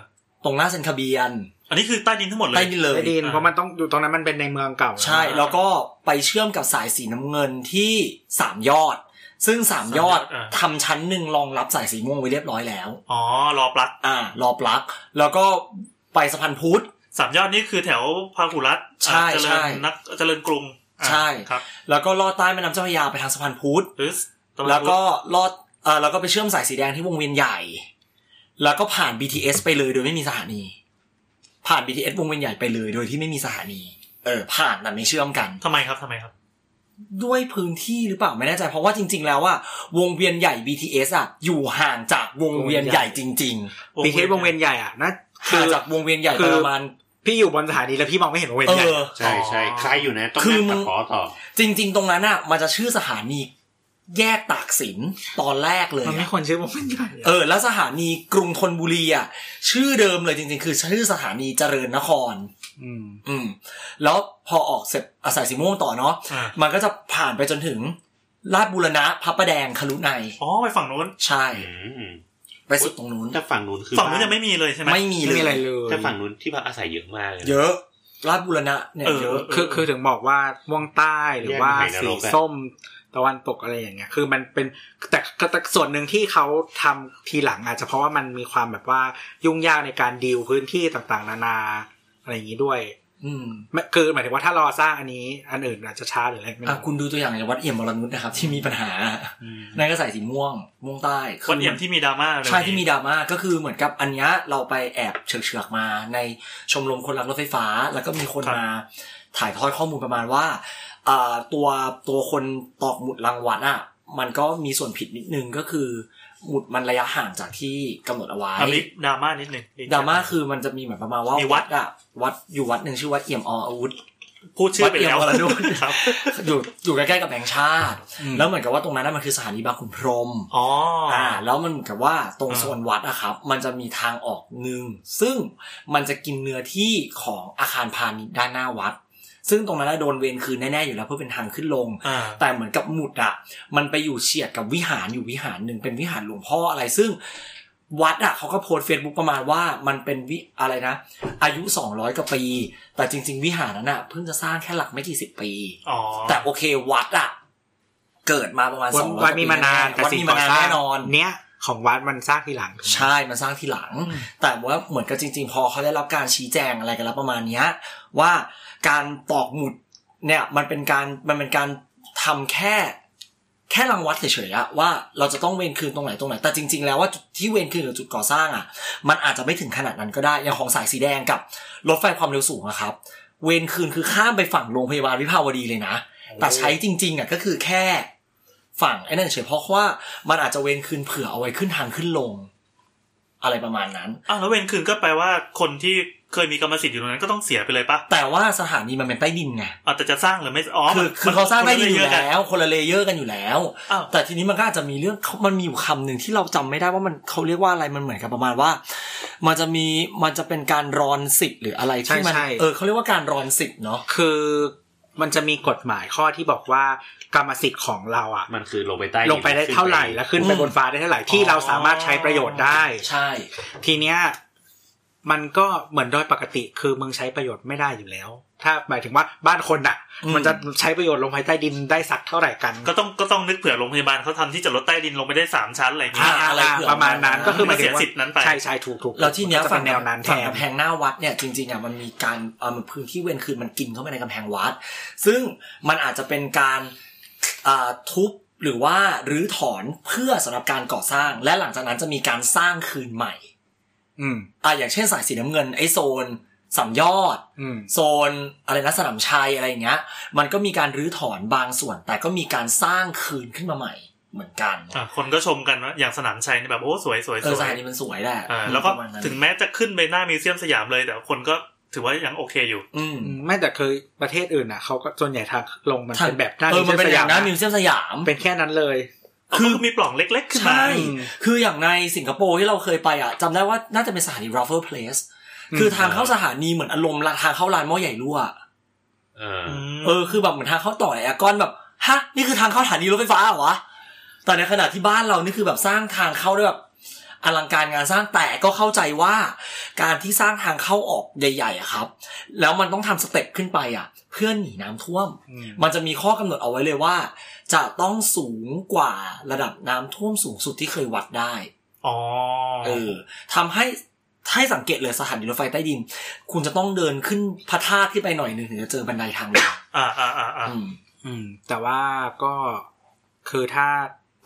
ตรงหน้าเซ็นคาเบียน อันนี้คือใต้ดินทั้งหมดเล ใต้ ย ดินเลย ได้ดินเพราะมันต้องอยู่ตรงนั้นมันเป็นในเมืองเก่า ใช่แล้วก็ไปเชื่อมกับสายสีน้ำเงินที่สามยอด ซึ่งสามยอด สามยอดอ่า ทำชั้นหนึ่งรองรับสายสีม่วงไว้เรียบร้อยแล้ว อ๋อ รอปลั๊ก อ่ารอปลัก แล้วก็ไปสะพานพุทธ สามยอดนี่คือแถวพาหุรัตน์ ใช่ อ่าเจริ ใช่ ญนักเจริญกรุงอ่า ใช่ ครับ แล้วก็ลอดใต้แม่น้ำเจ้าพระยาไปทางสะพานพุทธ หรือตะน แล้ว ต ก็ลอดเอ่อแล้วก็ไปเชื่อมสายสีแดงที่วงเวียนใหญ่ แล้วก็ผ่าน BTS ไปเลยโดยไม่มีสถานี ผ่าน BTS วงเวียนใหญ่ไปเลยโดยที่ไม่มีสถานี เออ ผ่านแต่ไม่เชื่อมกัน ทำไมครับทำไมครับ ด้วยพื้นที่หรือเปล่าไม่แน่ใจ เพราะว่าจริง ๆ แล้วว่าวงเวียนใหญ่ BTS อ่ะอยู่ห่างจากวงเวียนใหญ่จริง ปีเทสวงเวียนใหญ่อ่ะนะ ๆห่างจากวงเวียนใหญ่ คือ ประมาณ พี่อยู่บนสถานีแล้วพี่มองไม่เห็นวงเวียน เอ ใหญ่ อ ใช่ใช่ใครอยู่นะต้อง คือ นั่ง มึ ตะ ง ขอต่อ จริง ๆ ตรงนั้นอ่ะมันจะชื่อสถานีแยกตากสินตอนแรกเลย มันไม่ อะ ควรชื่อวงเวียนใหญ่อะ เออแล้วสถานีกรุงธนบุรีอ่ะชื่อเดิมเลยจริง ๆ คือชื่อสถานีเจริญนคร ม อืม แล้วพอออกเสร็จอาศัยสีม่วงต่อเนาะ อ่า มันก็จะผ่านไปจนถึงลาดบุรณะพระประแดงคลุใน อ๋อ ไปฝั่งนู้น ใช่ อืม ไปสุดตรงนู้น แต่ฝั่งนู้นคือ ฝั่งนู้น บ้า ยังไม่มีเลยใช่ไหม ไม่มีเลไม่มีอะไร ย เลย แต่ฝั่งนู้นที่พักอาศัยเยอะมากเลยนะ เยอะราชบุรณะเนี่ย เออ เยอะ คือคือถึงบอกว่าม่วงใต้หรือว่า แยกไปไหนน สี รกอะ ส้มตะวันตกอะไรอย่างเงี้ย คือมันเป็นแต่แต่แต่ส่วนหนึ่งที่เขาทำทีหลังอาจจะเพราะว่ามันมีความแบบว่ายุ่งยากในการดีลพื้นที่ต่างๆ นานา อะไรอย่างงี้ด้วย อืม ไม่คือหมายถึงว่าถ้ารอสร้างอันนี้อันอื่นอาจจะช้าหรืออะไรไม่ อ่ะ รู้ คุณดูตัวอย่างอย่างวัดเอี่ยมบรนุชนะครับ ที่มีปัญหา อืม นั่นก็ใส่สีม่วง ม่วงใต้คื คนเอี่ยมที่มีดราม่าเลย ใช่ที่มีดราม่าก็คือเหมือนกับอันเนี้ยเราไปแอบเฉือกๆมาในชมรมคนรักรถไฟฟ้า แล้วก็มีคนมาถ่ายทอดข้อมูลประมาณว่าอ่าตัวตัวคนตอกหมุดรางวัลอ่ะ มันก็มีส่วนผิดนิดนึงก็คือ หมุดมันระยะห่างจากที่กำหนดเอาไว้ เอาลิฟดราม่านิดหนึ่ง ดราม่าคือมันจะมีเหมือนประมาณว่า มีวั วั ด ดอะวัดอยู่วัดหนึ่งชื่อวัดเอี่ยมออาวุธ พูดชื่อไปแล้ว วัดเอี่ยมวรนุช ครับ อยู่อยู่ใกล้ๆกับแบงค์ชาติ แล้วเหมือนกับว่าตรงนั้นนะมันคือสถานีบางขุนพรหม อ๋ออ่า อ่า แล้วมันเหมือนกับว่าตรง อ่า โซนวัดอะครับ มันจะมีทางออกหนึ่งซึ่งมันจะกินเนื้อที่ของอาคารพาณิชย์ด้านหน้าวัด ซึ่งตรงนั้นนะโดนเวรคืนแน่ๆอยู่แล้วเพื่อเป็นทางขึ้นลง อ่า แต่เหมือนกับหมุดอะมันไปอยู่เฉียดกับวิหารอยู่วิหารหนึ่งเป็นวิหารหลวงพ่ออะไรซึ่ง วัดอะเขาก็โพสเฟซบุ๊กประมาณว่ามันเป็นวิอะไรนะ อายุ 200กว่าปี แต่จริง ๆ วิหารนั้นอะเพิ่งจะสร้างแค่หลักไม่กี่สิบปี อ๋อ แต่โอเควัดอะเกิดมาประมาณ วั ส ด อง วัดมีมานานแต่ วัด สิ่ง มี ก่อนมาาน สร้าง แน่นอน เนี้ยของวัดมันสร้างทีหลัง ใช่ มันสร้างทีหลัง แต่ว่าเหมือนกับจริง ๆ พอเขาได้รับการชี้แจงอะไรกันแล้วประมาณเนี้ยว่าการตอกหมุดเนี่ยมันเป็นการมันเป็นการทำแค่แค่รังวัดเฉยๆอะว่าเราจะต้องเวนคืนตรงไหนตรงไหน แต่จริง ๆ แล้วว่าจุดที่เวนคืนหรือจุดก่อสร้างอะมันอาจจะไม่ถึงขนาดนั้นก็ได้ อย่างของสายสีแดงกับรถไฟความเร็วสูงอะครับ เวนคืนคือข้ามไปฝั่งโรงพยาบาลวิภาวดีเลยนะ แต่ใช้จริง ๆอะก็คือแค่ฝั่งไอ้นั่นเฉยเพราะว่ามันอาจจะเวนคืนเผื่อเอาไว้ขึ้นทางขึ้นลง อะไรประมาณนั้น อ้าวแล้วเวรคืนก็แปลว่าคนที่เคยมีกรรมสิทธิ์อยู่ตรงนั้นก็ต้องเสียไปเลยปะ แต่ว่าสถานีมันเป็นใต้ดินไง อ๋อแต่จะสร้างหรือไม่อ๋อ คือ มัน คือเขาสร้างใต้ดินอยู่ มัคละเรื่งกัน แล้ว คนละเลเยอร์กันอยู่แล้ว อ้าว แต่ทีนี้มันก็อาจจะมีเรื่องเขามันมีอยู่คำหนึ่งที่เราจำไม่ได้ว่ามันเขาเรียกว่าอะไรมันเหมือนกับประมาณว่า มันจะมีมันจะเป็นการรอนสิทธิ์หรืออะไรที่มัน ใช่ใช่ เออเขาเรียกว่าการรอนสิทธิ์เนาะ คือมันจะมีกฎหมายข้อที่บอกว่ากรรมสิทธิ์ของเราอ่ะ มันคือลงไปใต้ ลงไปได้เท่าไหร่ และขึ้นไปบนฟ้าได้เท่าไหร่ที่เราสามารถใช้ประโยชน์ได้ ใช่ ทีเนี้ยมันก็เหมือนโดยปกติคือมึงใช้ประโยชน์ไม่ได้อยู่แล้ว ถ้าหมายถึงว่าบ้านคนอ่ะ อืม มันจะใช้ประโยชน์ลงไปใต้ดินได้สักเท่าไหร่กัน ก็ต้องก็ต้องนึกเผื่อโรงพยาบาลเขาทำที่จอดรถใต้ดินลงไปได้สามชั้นอะไรอย่างเงี้ย อ่า อะไรเผื่อ ประมาณนั้นก็คือหมายถึง เสี ว่าย สิทธิ์นั้นไป ใช่ใช่ถูกถูก แล้วที่เนี้ย ก็จะ ฝั่งเป็นแนวนั้นแท ฝั่ง น กำแพงหน้าวัดเนี่ยจริงๆอ่ะมันมีการเอ่อมันพื้นที่เวรคืนมันกินเข้าไปในกำแพงวัด ซึ่งมันอาจจะเป็นการอ่าทุบหรือว่ารื้อถอนเพื่อสำหรับการก่อสร้าง และหลังจากนั้นจะมีการสร้างคืนใหม่ อืม อ่าอย่างเช่นสายสีน้ำเงินไอโซนสามยอด อืม โซนอะไรนะสนามชัยอะไรอย่างเงี้ย มันก็มีการรื้อถอนบางส่วน แต่ก็มีการสร้างคืนขึ้นมาใหม่เหมือนกัน อ่ะคนก็ชมกันว่าอย่างสนามชัยเนี่ยแบบโอ้สวยสวย เอ ส อ ว สาย ย นี้มันสวยแหละ อ่าแล้วก็ ประมาณนั้น ถึงแม้จะขึ้นไปหน้ามิวเซียมสยามเลย แต่คนก็ถือว่ายังโอเคอยู่ อืม ไม่แต่เคยประเทศอื่นอ่ะเขาก็ส่วนใหญ่ทางลงมัน ทาง เป็นแบบหน้า เออมันเป็นอย่างนั้น มิ มิ ว ว เซียมสย เซียมสยาม ามเป็นแค่นั้นเลย คือมีปล่องเล็ก ๆ ขึ้นมา ใช่ อืม คืออย่างในสิงคโปร์ที่เราเคยไปอ่ะจำได้ว่าน่าจะเป็นสถานี Ruffle Place คือทางเข้าสถานีเหมือนอารมณ์ทางเข้าร้านหม้อใหญ่รั่ว เออ เออคือแบบเหมือนทางเข้าต่อไออะก้อนแบบฮะนี่คือทางเข้าสถานีรถไฟฟ้าเหรอวะแต่ในขณะที่บ้านเรานี่คือแบบสร้างทางเข้าด้วยแบบอลังการงานสร้างแต่ก็เข้าใจว่า การที่สร้างทางเข้าออกใหญ่ๆอะครับ แล้วมันต้องทำสเต็ปขึ้นไปอ่ะ เพื่อหนีน้ำท่วม อืม มันจะมีข้อกำหนดเอาไว้เลยว่า จะต้องสูงกว่าระดับน้ำท่วมสูงสุดที่เคยวัดได้ อ๋อ เออทำให้ให้สังเกตเลยสถานีรถไฟใต้ดิน คุณจะต้องเดินขึ้นพระธาตุที่ไปหน่อยหนึ่งถึงจะเจอบันไดทางเดิน อ่าอ่าอ่าอ่า อืม อืม แต่ว่าก็คือถ้า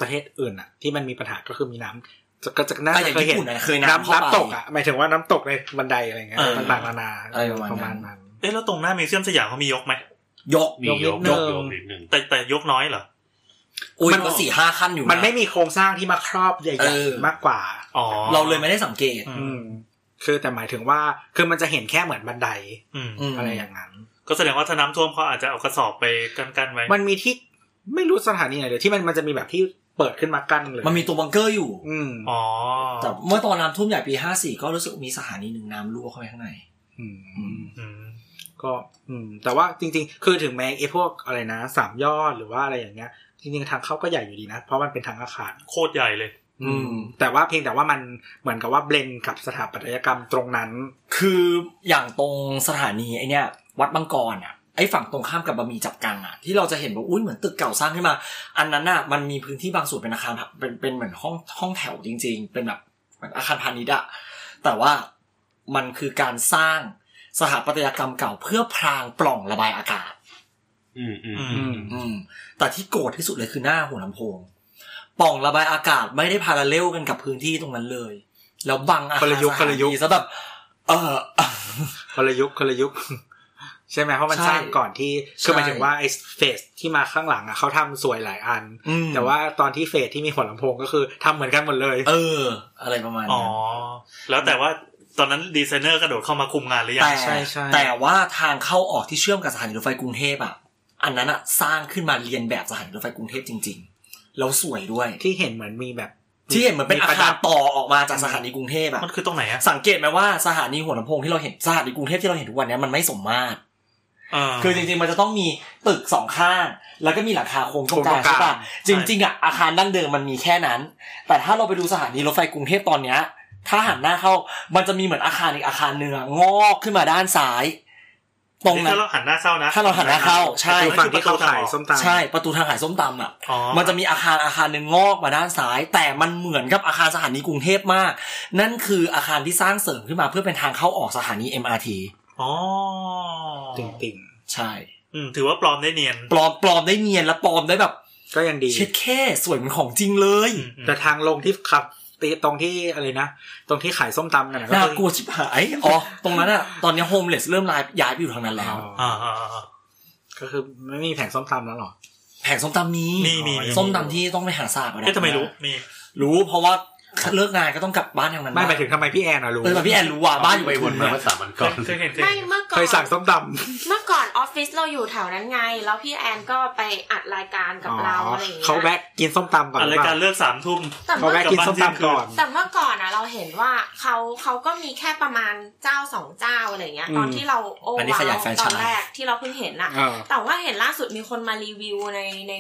ประเทศอื่นอ่ะ ที่มันมีปัญหาก็คือมีน้ำจะก็จะน่า แต่อ จะ ย่าง เคย ญี่ เห็น ปุ่นนะเคยน้ำ น้ำ เข้า น้ำ ไป ตกอ่ะหมายถึงว่าน้ำตกในบันไดอะไรเงี้ย เออ ต่างๆนานา อะไรประมาณนั้น มาณนั้น เอ๊ะแล้วตรงหน้ามิวเซียมสยามเขามียกไหม ยก มี ย ย ก ก นิ ย ด ก นึง ยกนิดนึง แต่แต่ยกน้อยเหรอ อุ้ย มัน ก็สี่ห้าขั้นอยู่ะ มันไม่มีโครงสร้างที่มาครอบให เอ ญ่ อ ๆมากกว่า อ๋อ เราเลยไม่ได้สังเกต อื อื ม ม คือแต่หมายถึงว่าคือมันจะเห็นแค่เหมือนบันได อืม ม อะไรอย่างนั้น ก็แสดงว่าถ้าน้ำท่วมเขาอาจจะเอากระสอบไปกันกันๆไว้ มันมีที่ไม่รู้สถานีไหนเลยที่มันมันจะมีแบบที่เปิดขึ้นมากั้นเลย มันมีตัวบังเกอร์อยู่ อืม อ๋อ แต่เมื่อตอนน้ำท่วมใหญ่ปีห้าสี่ก็รู้สึกมีสถานีหนึ่งน้ำรั่วเข้าไปข้างใน อืม อืม ก็อืม แต่ว่าจริงๆ คือถึงแม้ไอ้พวกอะไรนะสามยอดหรือว่าอะไรอย่างเงี้ย จริงๆ ทางเข้าก็ใหญ่อยู่ดีนะ เพราะมันเป็นทางอาคาร โคตรใหญ่เลย อืม แต่ว่าเพียงแต่ว่ามันเหมือนกับว่าเบลนกับสถาปัตยกรรมตรงนั้น คืออย่างตรงสถานีไอเนี้ยวัดบางกรอ่ะไอฝั่งตรงข้ามกับบะหมี่จับกังอ่ะที่เราจะเห็นว่าอุ้ยเหมือนตึกเก่าสร้างขึ้นมา อันนั้นอ่ะมันมีพื้นที่บางส่วนเป็นอาคารเป็นเป็นเหมือนห้องห้องแถวจริง ๆ เป็นแบบเหมือนอาคารพาณิชย์อ่ะแต่ว่ามันคือการสร้างสถาปัตยกรรมเก่าเพื่อพรางปล่องระบายอากาศ อืมอืม อืม อืม แต่ที่โกรธที่สุดเลยคือหน้าหัวลำโพงปล่องระบายอากาศไม่ได้พาราเลลกันกับพื้นที่ตรงนั้นเลย แล้วบังอาคาร คนละยุคคนละยุค สถานีซะแบบเออ คนละยุคคนละยุค <laughs> ใช่ไหมเพราะมัน ใช่ สร้างก่อนที่คือ ใช่ หมายถึงว่าไอ้เฟสที่มาข้างหลังอ่ะเขาทำสวยหลายอัน อืม แต่ว่าตอนที่เฟสที่มีหัวลำโพงก็คือทำเหมือนกันหมดเลย เออ อะไรประมาณ อ๋อ นั้น แล้วแต่ว่าตอนนั้นดีไซเนอร์กระโดดเข้ามาคุมงานหรือยัง แต่ ใช่ใช่ แต่ว่าทางเข้าออกที่เชื่อมกับสถานีรถไฟกรุงเทพอ่ะ อันนั้นอ่ะสร้างขึ้นมาเรียนแบบสถานีรถไฟกรุงเทพจริง ๆ แล้วสวยด้วย ที่เห็นเหมือนมีแบบ ที่เห็นเหมือนเป็นอา ระ คา ดั ร บ ต่อออกมาจากสถานีกรุงเทพอ่ะ มันคือตรงไหนอะ สังเกตไหมว่าสถานีหัวลำโพงที่เราเห็นสถานีกรุงเทพที่เราเห็นทุกวันเนี้ยมันไม่สมมาตร า คือจริงๆมันจะต้องมีตึกสองข้าง แล้วก็มีหลังคาโค้งตรงกลาง โค้งตรงกลาใช่งปะจริง ๆอ่ะอาคารดั้งเดิมมันมีแค่นั้น แต่ถ้าเราไปดูสถานีรถไฟกรุงเทพตอนเนี้ย ถ้าหันหน้าเข้ามันจะมีเหมือนอาคารอีกอาคารหนึ่งอะงอกขึ้นมาด้านซ้าย ตรง นี่ นั้ ถ้าน เราหันหน้าเข้านะ ถ้าเราหันหน้าเข้าใช่ คือฝั่งที่เขาขายส้มตำ ใช่ประตูทางขายส้มตำอ่ะ อ๋อ มันจะมีอาคารอาคารหนึ่งงอกมาด้านซ้าย แต่มันเหมือนกับอาคารสถานีกรุงเทพมาก นั่นคืออาคารที่สร้างเสริมขึ้นมาเพื่อเป็นทางเข้าออกสถานี MRT อ๋อ ติ่งติ่ง ใช่ อืมถือว่าปลอมได้เนียน ปลอมปลอมได้เนียนและปลอมได้แบบ ๆก็ยังดี เช็ดแค่สวยเหมือนของจริงเลย อืมอืม แต่ทางลงที่ขับตีตรงที่อะไรนะ ตรงที่ขายส้มตำกันนะ น่า คือก ลัวชิบหายอ๋อตรงนั้นอ่ะตอนนี้โฮมเลสเริ่มลายย้ายไปอยู่ทางนั้นแล้ว อ๋อ อ่าอ่าอ่า ก็คือไม่มีแผงส้มตำแล้วหรอ แผงส้มตำมี มีมีมี ส้มตำที่ต้องไปหาสาบอะนะ เอ๊ะทำไมรู้มี รู้เพราะว่าเลิกงานก็ต้องกลับบ้านทางนั้น ไม่หมายถึงทำไมพี่แอนอะรู้ เออแต่พี่แอนรู้ว่าบ้านอยู่ ไป ไป ว วน น มา มา เมื่อสามวันก่อน เคยเห็นเคย ไม่ เห็น เมื่อก่อน เคยสั่งส้มต เมื่อก่อนออฟฟิศเราอยู่แถวนั้นไง แล้วพี่แอนก็ไปอัดรายการกับเราอะไรอย่างเงี้ย เขาแวะกินส้มตำก่อน อะไร หรือเป กา ล่าร เลิกสามทุ่ม แต่ เขา เมื่อ แวะกินส้มตำก่อน แต่เมื่อก่อนอ่ะเราเห็นว่าเขาเขาก็มีแค่ประมาณเจ้าสองเจ้าอะไรเงี้ย อืม ตอนที่เราโอ้ อันนี้ ว้า ขยายว แฟรน ต ไช อ ส์ นแรกที่เราเพิ่งเห็นอ่ะ เออ แต่ว่าเห็นล่าสุดมีคนมารีวิวในใน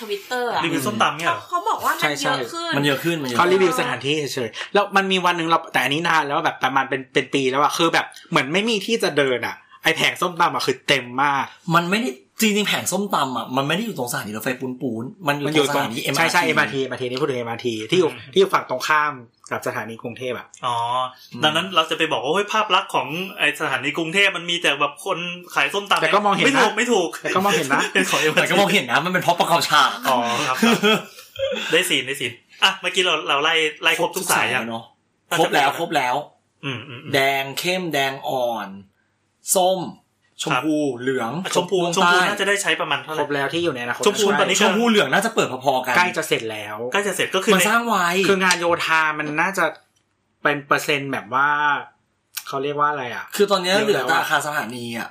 ทวิตเตอร์อ่ะ รีวิวส้มตำเนี่ยเหรอ เขาบอกว่า ใช่ มัน ใช่ เยอะขึ้น มันเยอะขึ้นมันเยอะ เขา ขึ้น รีวิวสถานที่เฉยๆแล้วมันมีวันหนึ่งเราแต่อันนี้นานแล้วแบบประมาณเป็นเป็นปีแล้วอะคือแบบเหมือนไม่มีที่จะเดินอะไอแผงส้มตำอะคือเต็มมาก มันไม่ได้จริงๆแผงส้มตำอ่ะมันไม่ได้อยู่ตรงสถานีรถไฟปูนปูนๆมันอ มันอยู่ ยู่ ตรงส ตรง ถานีเอ็ม ใช่ใช่เอ็มอาร์ทีเอ็มอาร์ทีนี่พูดถึงเอ็มอาร์ทีที่อยู่ อืม ที่อยู่ฝั่งตรงข้ามกับสถานีกรุงเทพอะ อ๋ออดังนั้นเราจะไปบอกว่าเฮ้ยภาพลักษณ์ของไอสถานีกรุงเทพมันมีแต่แบบคนขายส้มตำ แต่ก็มองเห็นนะ ไม่ถูกไม่ถูก แต่ก็มองเห็นนะ เป็นของเอ็ม แต่ก็มองเห็นนะมันเป็นเพราะประกอบฉาก อ๋อครับครับได้สีนได้สีนอ่ะเมื่อกี้เราเราไล่ไล่ครบทุกสายยัง เนาะครบแล้วครบแล้ว อืมอืมอืม แดงเข้มแดงอ่อน ส้ม ชม ครับ พูเหลือง ชมพู ตรง ชมพู ใต้ น่าจะได้ใช้ประมาณเท่าไห คร ร่ บแล้วที่อยู่ในอนาคต ชมพูตอนนี้ ชมพูเหลืองน่าจะเปิดพอๆกัน ใกล้จะเสร็จแล้ว ใกล้จะเสร็จก็คือ มัน ใน สร้างไว้ คืองานโยธามันน่าจะเป็นเปอร์เซ็นต์แบบว่าเขาเรียกว่าอะไรอะ คือตอนเนี้ยเหเดี๋ยวลือแต่ แล้วอะ อาคารสถานีอ่ะ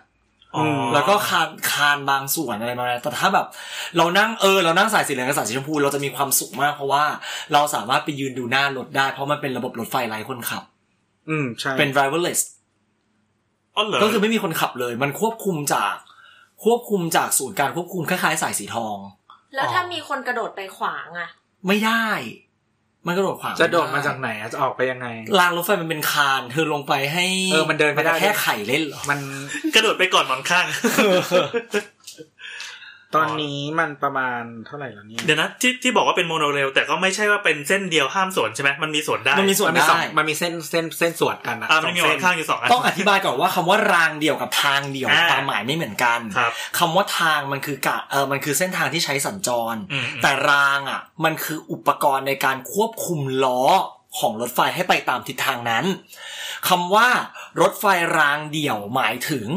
อ๋ออ ม แล้วก็คานคานบางส่วนอะไรประมาณนั้นแต่ถ้าแบบ เรานั่งเออเรานั่งสายสีเหลืองกับสายสีชมพูเราจะมีความสุขมากเพราะว่าเราสามารถไปยืนดูหน้ารถได้ เพราะมันเป็นระบบรถไฟไร้คนขับ อืมใช่ เป็น driverless อ๋อเหรอ ก็คือไม่มีคนขับเลย มันควบคุมจาก ควบคุมจากศูนย์การควบคุมคล้ายๆสายสีทอง แล้วถ้ามีคนกระโดดไปขวางอ่ะ ไม่ ไม่ได้ มันกระโดดขวาง จะโดด ไไ มาจากไหนอะจะออกไปยังไง รางรถไฟมันเป็นคาน เธอลงไปให้ เออมันเดินไม่ได้ แค่ไข่เล่นเหรอ มัน กระโดดไปก่อนหมอน <laughs> ข้าง ตอนนี้มันประมาณเท่าไหร่แล้วเนี่ย เดี๋ยวนะที่ที่บอกว่าเป็นโมโนเรลแต่ก็ไม่ใช่ว่าเป็นเส้นเดียวห้ามสวนใช่ไหมมันมีสวนได้ มันมีสวน มันมีสอง ได้ มันมีเส้นเส้นเส้นสวดกันอะ อ่า ส มั อน ง มีหม เส้ อน นข้างอยู่สองอัน ต้องอธิบายก่อนว่าคำว่ารางเดียวกับทางเดียว อ่า ความหมายไม่เหมือนกัน ครับ คำว่าทางมันคือกะเออมันคือเส้นทางที่ใช้สัญจร อืมอืม แต่รางอ่ะ มันคืออุปกรณ์ในการควบคุมล้อของรถไฟให้ไปตามทิศทางนั้นคำว่ารถไฟรางเดี่ยวหมายถึง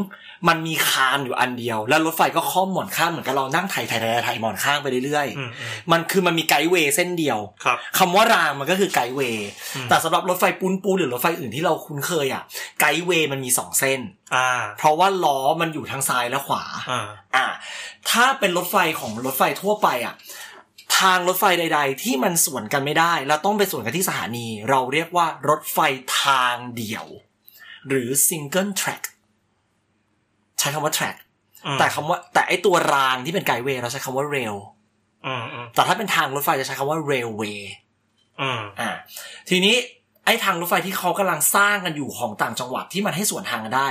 มันมีคานอยู่อันเดียว แล้วรถไฟก็ข้อมหมอนข้างเหมือนกับเรานั่งไถ่ไถ่ไถ่ไถ่หมอนข้างไปเรื่อย อืมอืม ๆมันคือมันมีไกด์เวย์เส้นเดียว ครับ คำว่ารางมันก็คือไกด์เวย์ อืม แต่สำหรับรถไฟปูนปูนหรือรถไฟอื่นที่เราคุ้นเคยอ่ะ ไกด์เวย์มันมีสองเส้น อ่า เพราะว่าล้อมันอยู่ทางซ้ายและขวา อ่า อ่ะถ้าเป็นรถไฟของรถไฟทั่วไปอ่ะ ทางรถไฟใด ๆ ที่มันสวนกันไม่ได้ แล้วต้องไปสวนกันที่สถานี เราเรียกว่ารถไฟทางเดี่ยว หรือ single track ใช้คำว่า track อืม แต่คำว่าแต่ไอตัวรางที่เป็นไกด์เวย์เราใช้คำว่า rail อืมอืม แต่ถ้าเป็นทางรถไฟจะใช้คำว่า railway อืม อ่าทีนี้ไอ้ทางรถไฟที่เขากำลังสร้างกันอยู่ของต่างจังหวัดที่มันให้ส่วนทางกันได้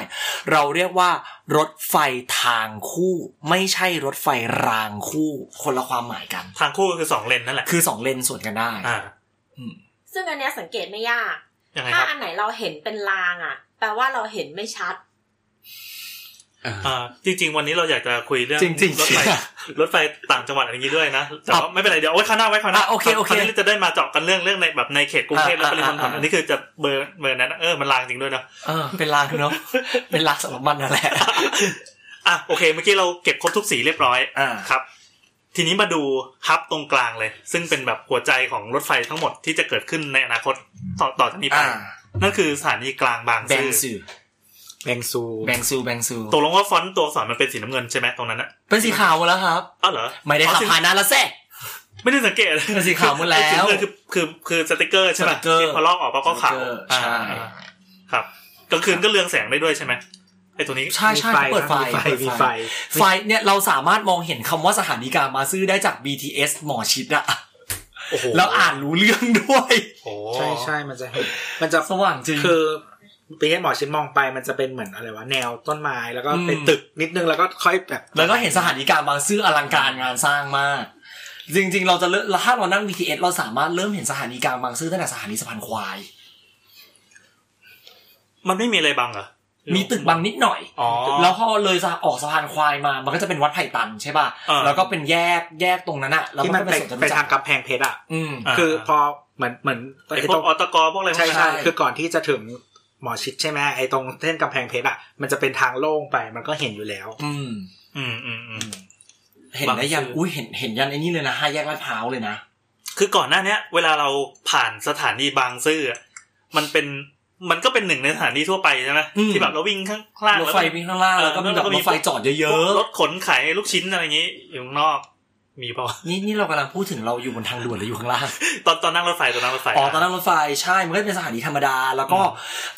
เราเรียกว่ารถไฟทางคู่ ไม่ใช่รถไฟรางคู่ คนละความหมายกัน ทางคู่ก็คือสองเลนนั่นแหละ คือสองเลนส่วนกันได้ อ่า ซึ่งอันเนี้ยสังเกตไม่ยาก ยังไง ถ้า ครับ อันไหนเราเห็นเป็นรางอ่ะ แปลว่าเราเห็นไม่ชัด อ่าจริง ๆ วันนี้เราอยากจะคุยเรื่อง จริงๆ รถไฟ <laughs> อ่ะ รถไฟต่างจังหวัดอะไรอย่างนี้ด้วยนะแต่ว่าไม่เป็นไรเดี๋ยวเอาไว้ข้างหน้าไว้ข้างหน้า อ่ะโอเคโอเค ราวนี้ราจะได้มาเจาะกันเรื่องเรื่องในแบบในเขตกรุงเทพและ อ่ะ ปริมณฑล อ่ะ อันนี้คือจะเบอร์เบอร์นั้นนะเออมันลางจริงด้วยเนาะ เออเป็นรางเนาะเป็นรางสำหรับมันนั่นแหละ อ่ะโอเคเมื่อกี้เราเก็บครบทุกสีเรียบร้อย อ่า ครับ ทีนี้มาดูฮับตรงกลางเลย ซึ่งเป็นแบบหัวใจของรถไฟทั้งหมดที่จะเกิดขึ้นในอนาคตต่อต่อจากนี้ไป อ่า นั่นคือสถานีกลางบาง แบซื่งอ ซู แบ่งซู แบงซูแบงซู ตกลงว่าฟอนต์ตัวอักษรมันเป็นสีน้ำเงินใช่ไหมตรงนั้นอะ เป็นสีขาวหมดแล้วครับ อ้าวเหรอ ไม่ได้ขับ อ๋อสี ผ่านนานแล้วแซ่ ไม่ได้สังเกต เป็นสีขาวหมดแล้ว สีน้ำเงินคือคือคือสติกเกอร์ใช่ไหม สติกเกอร์ ที่พอลอกออกปั๊บก็ขาว ใช่ อ่าครับกลางคืนก็เรืองแสงได้ด้วยใช่ไหมไอ อ้ตัวนี้ ใช่ใช่เขาเปิดไฟ มีไฟ เปิด มีไฟ ไฟเนี่ยเราสามารถมองเห็นคำว่าสถานีกามาซื้อได้จาก BTS หมอชิดอะ โอ้โห แล้วอ่านรู้เรื่องด้วย โอ้ ใช่ใช่มันจะเห็นมันจะ สว่างจริง คือปีนี้หมอชิดมองไปมันจะเป็นเหมือนอะไรวะแนวต้นไม้แล้วก็เป็น อืม ตึกนิดนึงแล้วก็ค่อยแบบ แล้วก็เห็นสถานีกลารบางซื่ออลังการงานสร้างมาก จริง ๆ เราจะเลิถ้าเรานั่ง BTS เราสามารถเริ่มเห็นสถานีกลางบางซื่อตั้งแต่สถานีสะพานควาย มันไม่มีอะไรบังเหรอ มีตึกบางนิดหน่อย อ๋อ แล้วพอเลยสะออกสะพานควายมา มันก็จะเป็นวัดไผ่ตันใช่ป่ะ อ่า แล้วก็เป็นแยกแยกตรงนั้นอะแล้ว ที่ มั มัน น ก็ ไป เป็นสวนจตุ ไป จั ทาก ง ร กำแพงเพชรอ่ะ อืม อ่า คือพอเหมือนเหมือน ไอ้พวกอตกพวกอะไรพวก ใช่ นั้น ใช่ ใช่ คือก่อนที่จะถึงหมอชิดใช่ไหมไอ้ตรงเส้นกำแพงเพชรอ่ะมันจะเป็นทางโล่งไปมันก็เห็นอยู่แล้ว อืม อืมอืมอืม เห็นได้ยับางงซื่ออุ๊ อุ้ยเห็นเห็นยันไอ้นี่เลยนะห้าแยกลาดพร้าวเลยนะ คือก่อนหน้าเนี้ย เวลาเราผ่านสถานีบางซื่ออะมันเป็นมันก็เป็นหนึ่งในสถานีทั่วไปใช่ไหม อืม ที่แบบเราวิ่งข้างล่าง รถ แล้ว ไฟ ก็ วิ่งข้างล่างแล้วก็มีแบเออแล้วบก็ ร มี ถไฟจอดเยอะ รถขนขายลูกชิ้นอะไรอย่างงี้ อยู่ข้างนอก มีเปล่า ๆนี่นี่เรากำลังพูดถึงเราอยู่บนทางด่วนหรืออยู่ข้างล่าง ตอนตอนนั่งรถไฟตอนนั่งรถไฟ อ๋อตอนนั้นรถไฟใช่มันก็เป็นสถานีธรรมดา แล้วก็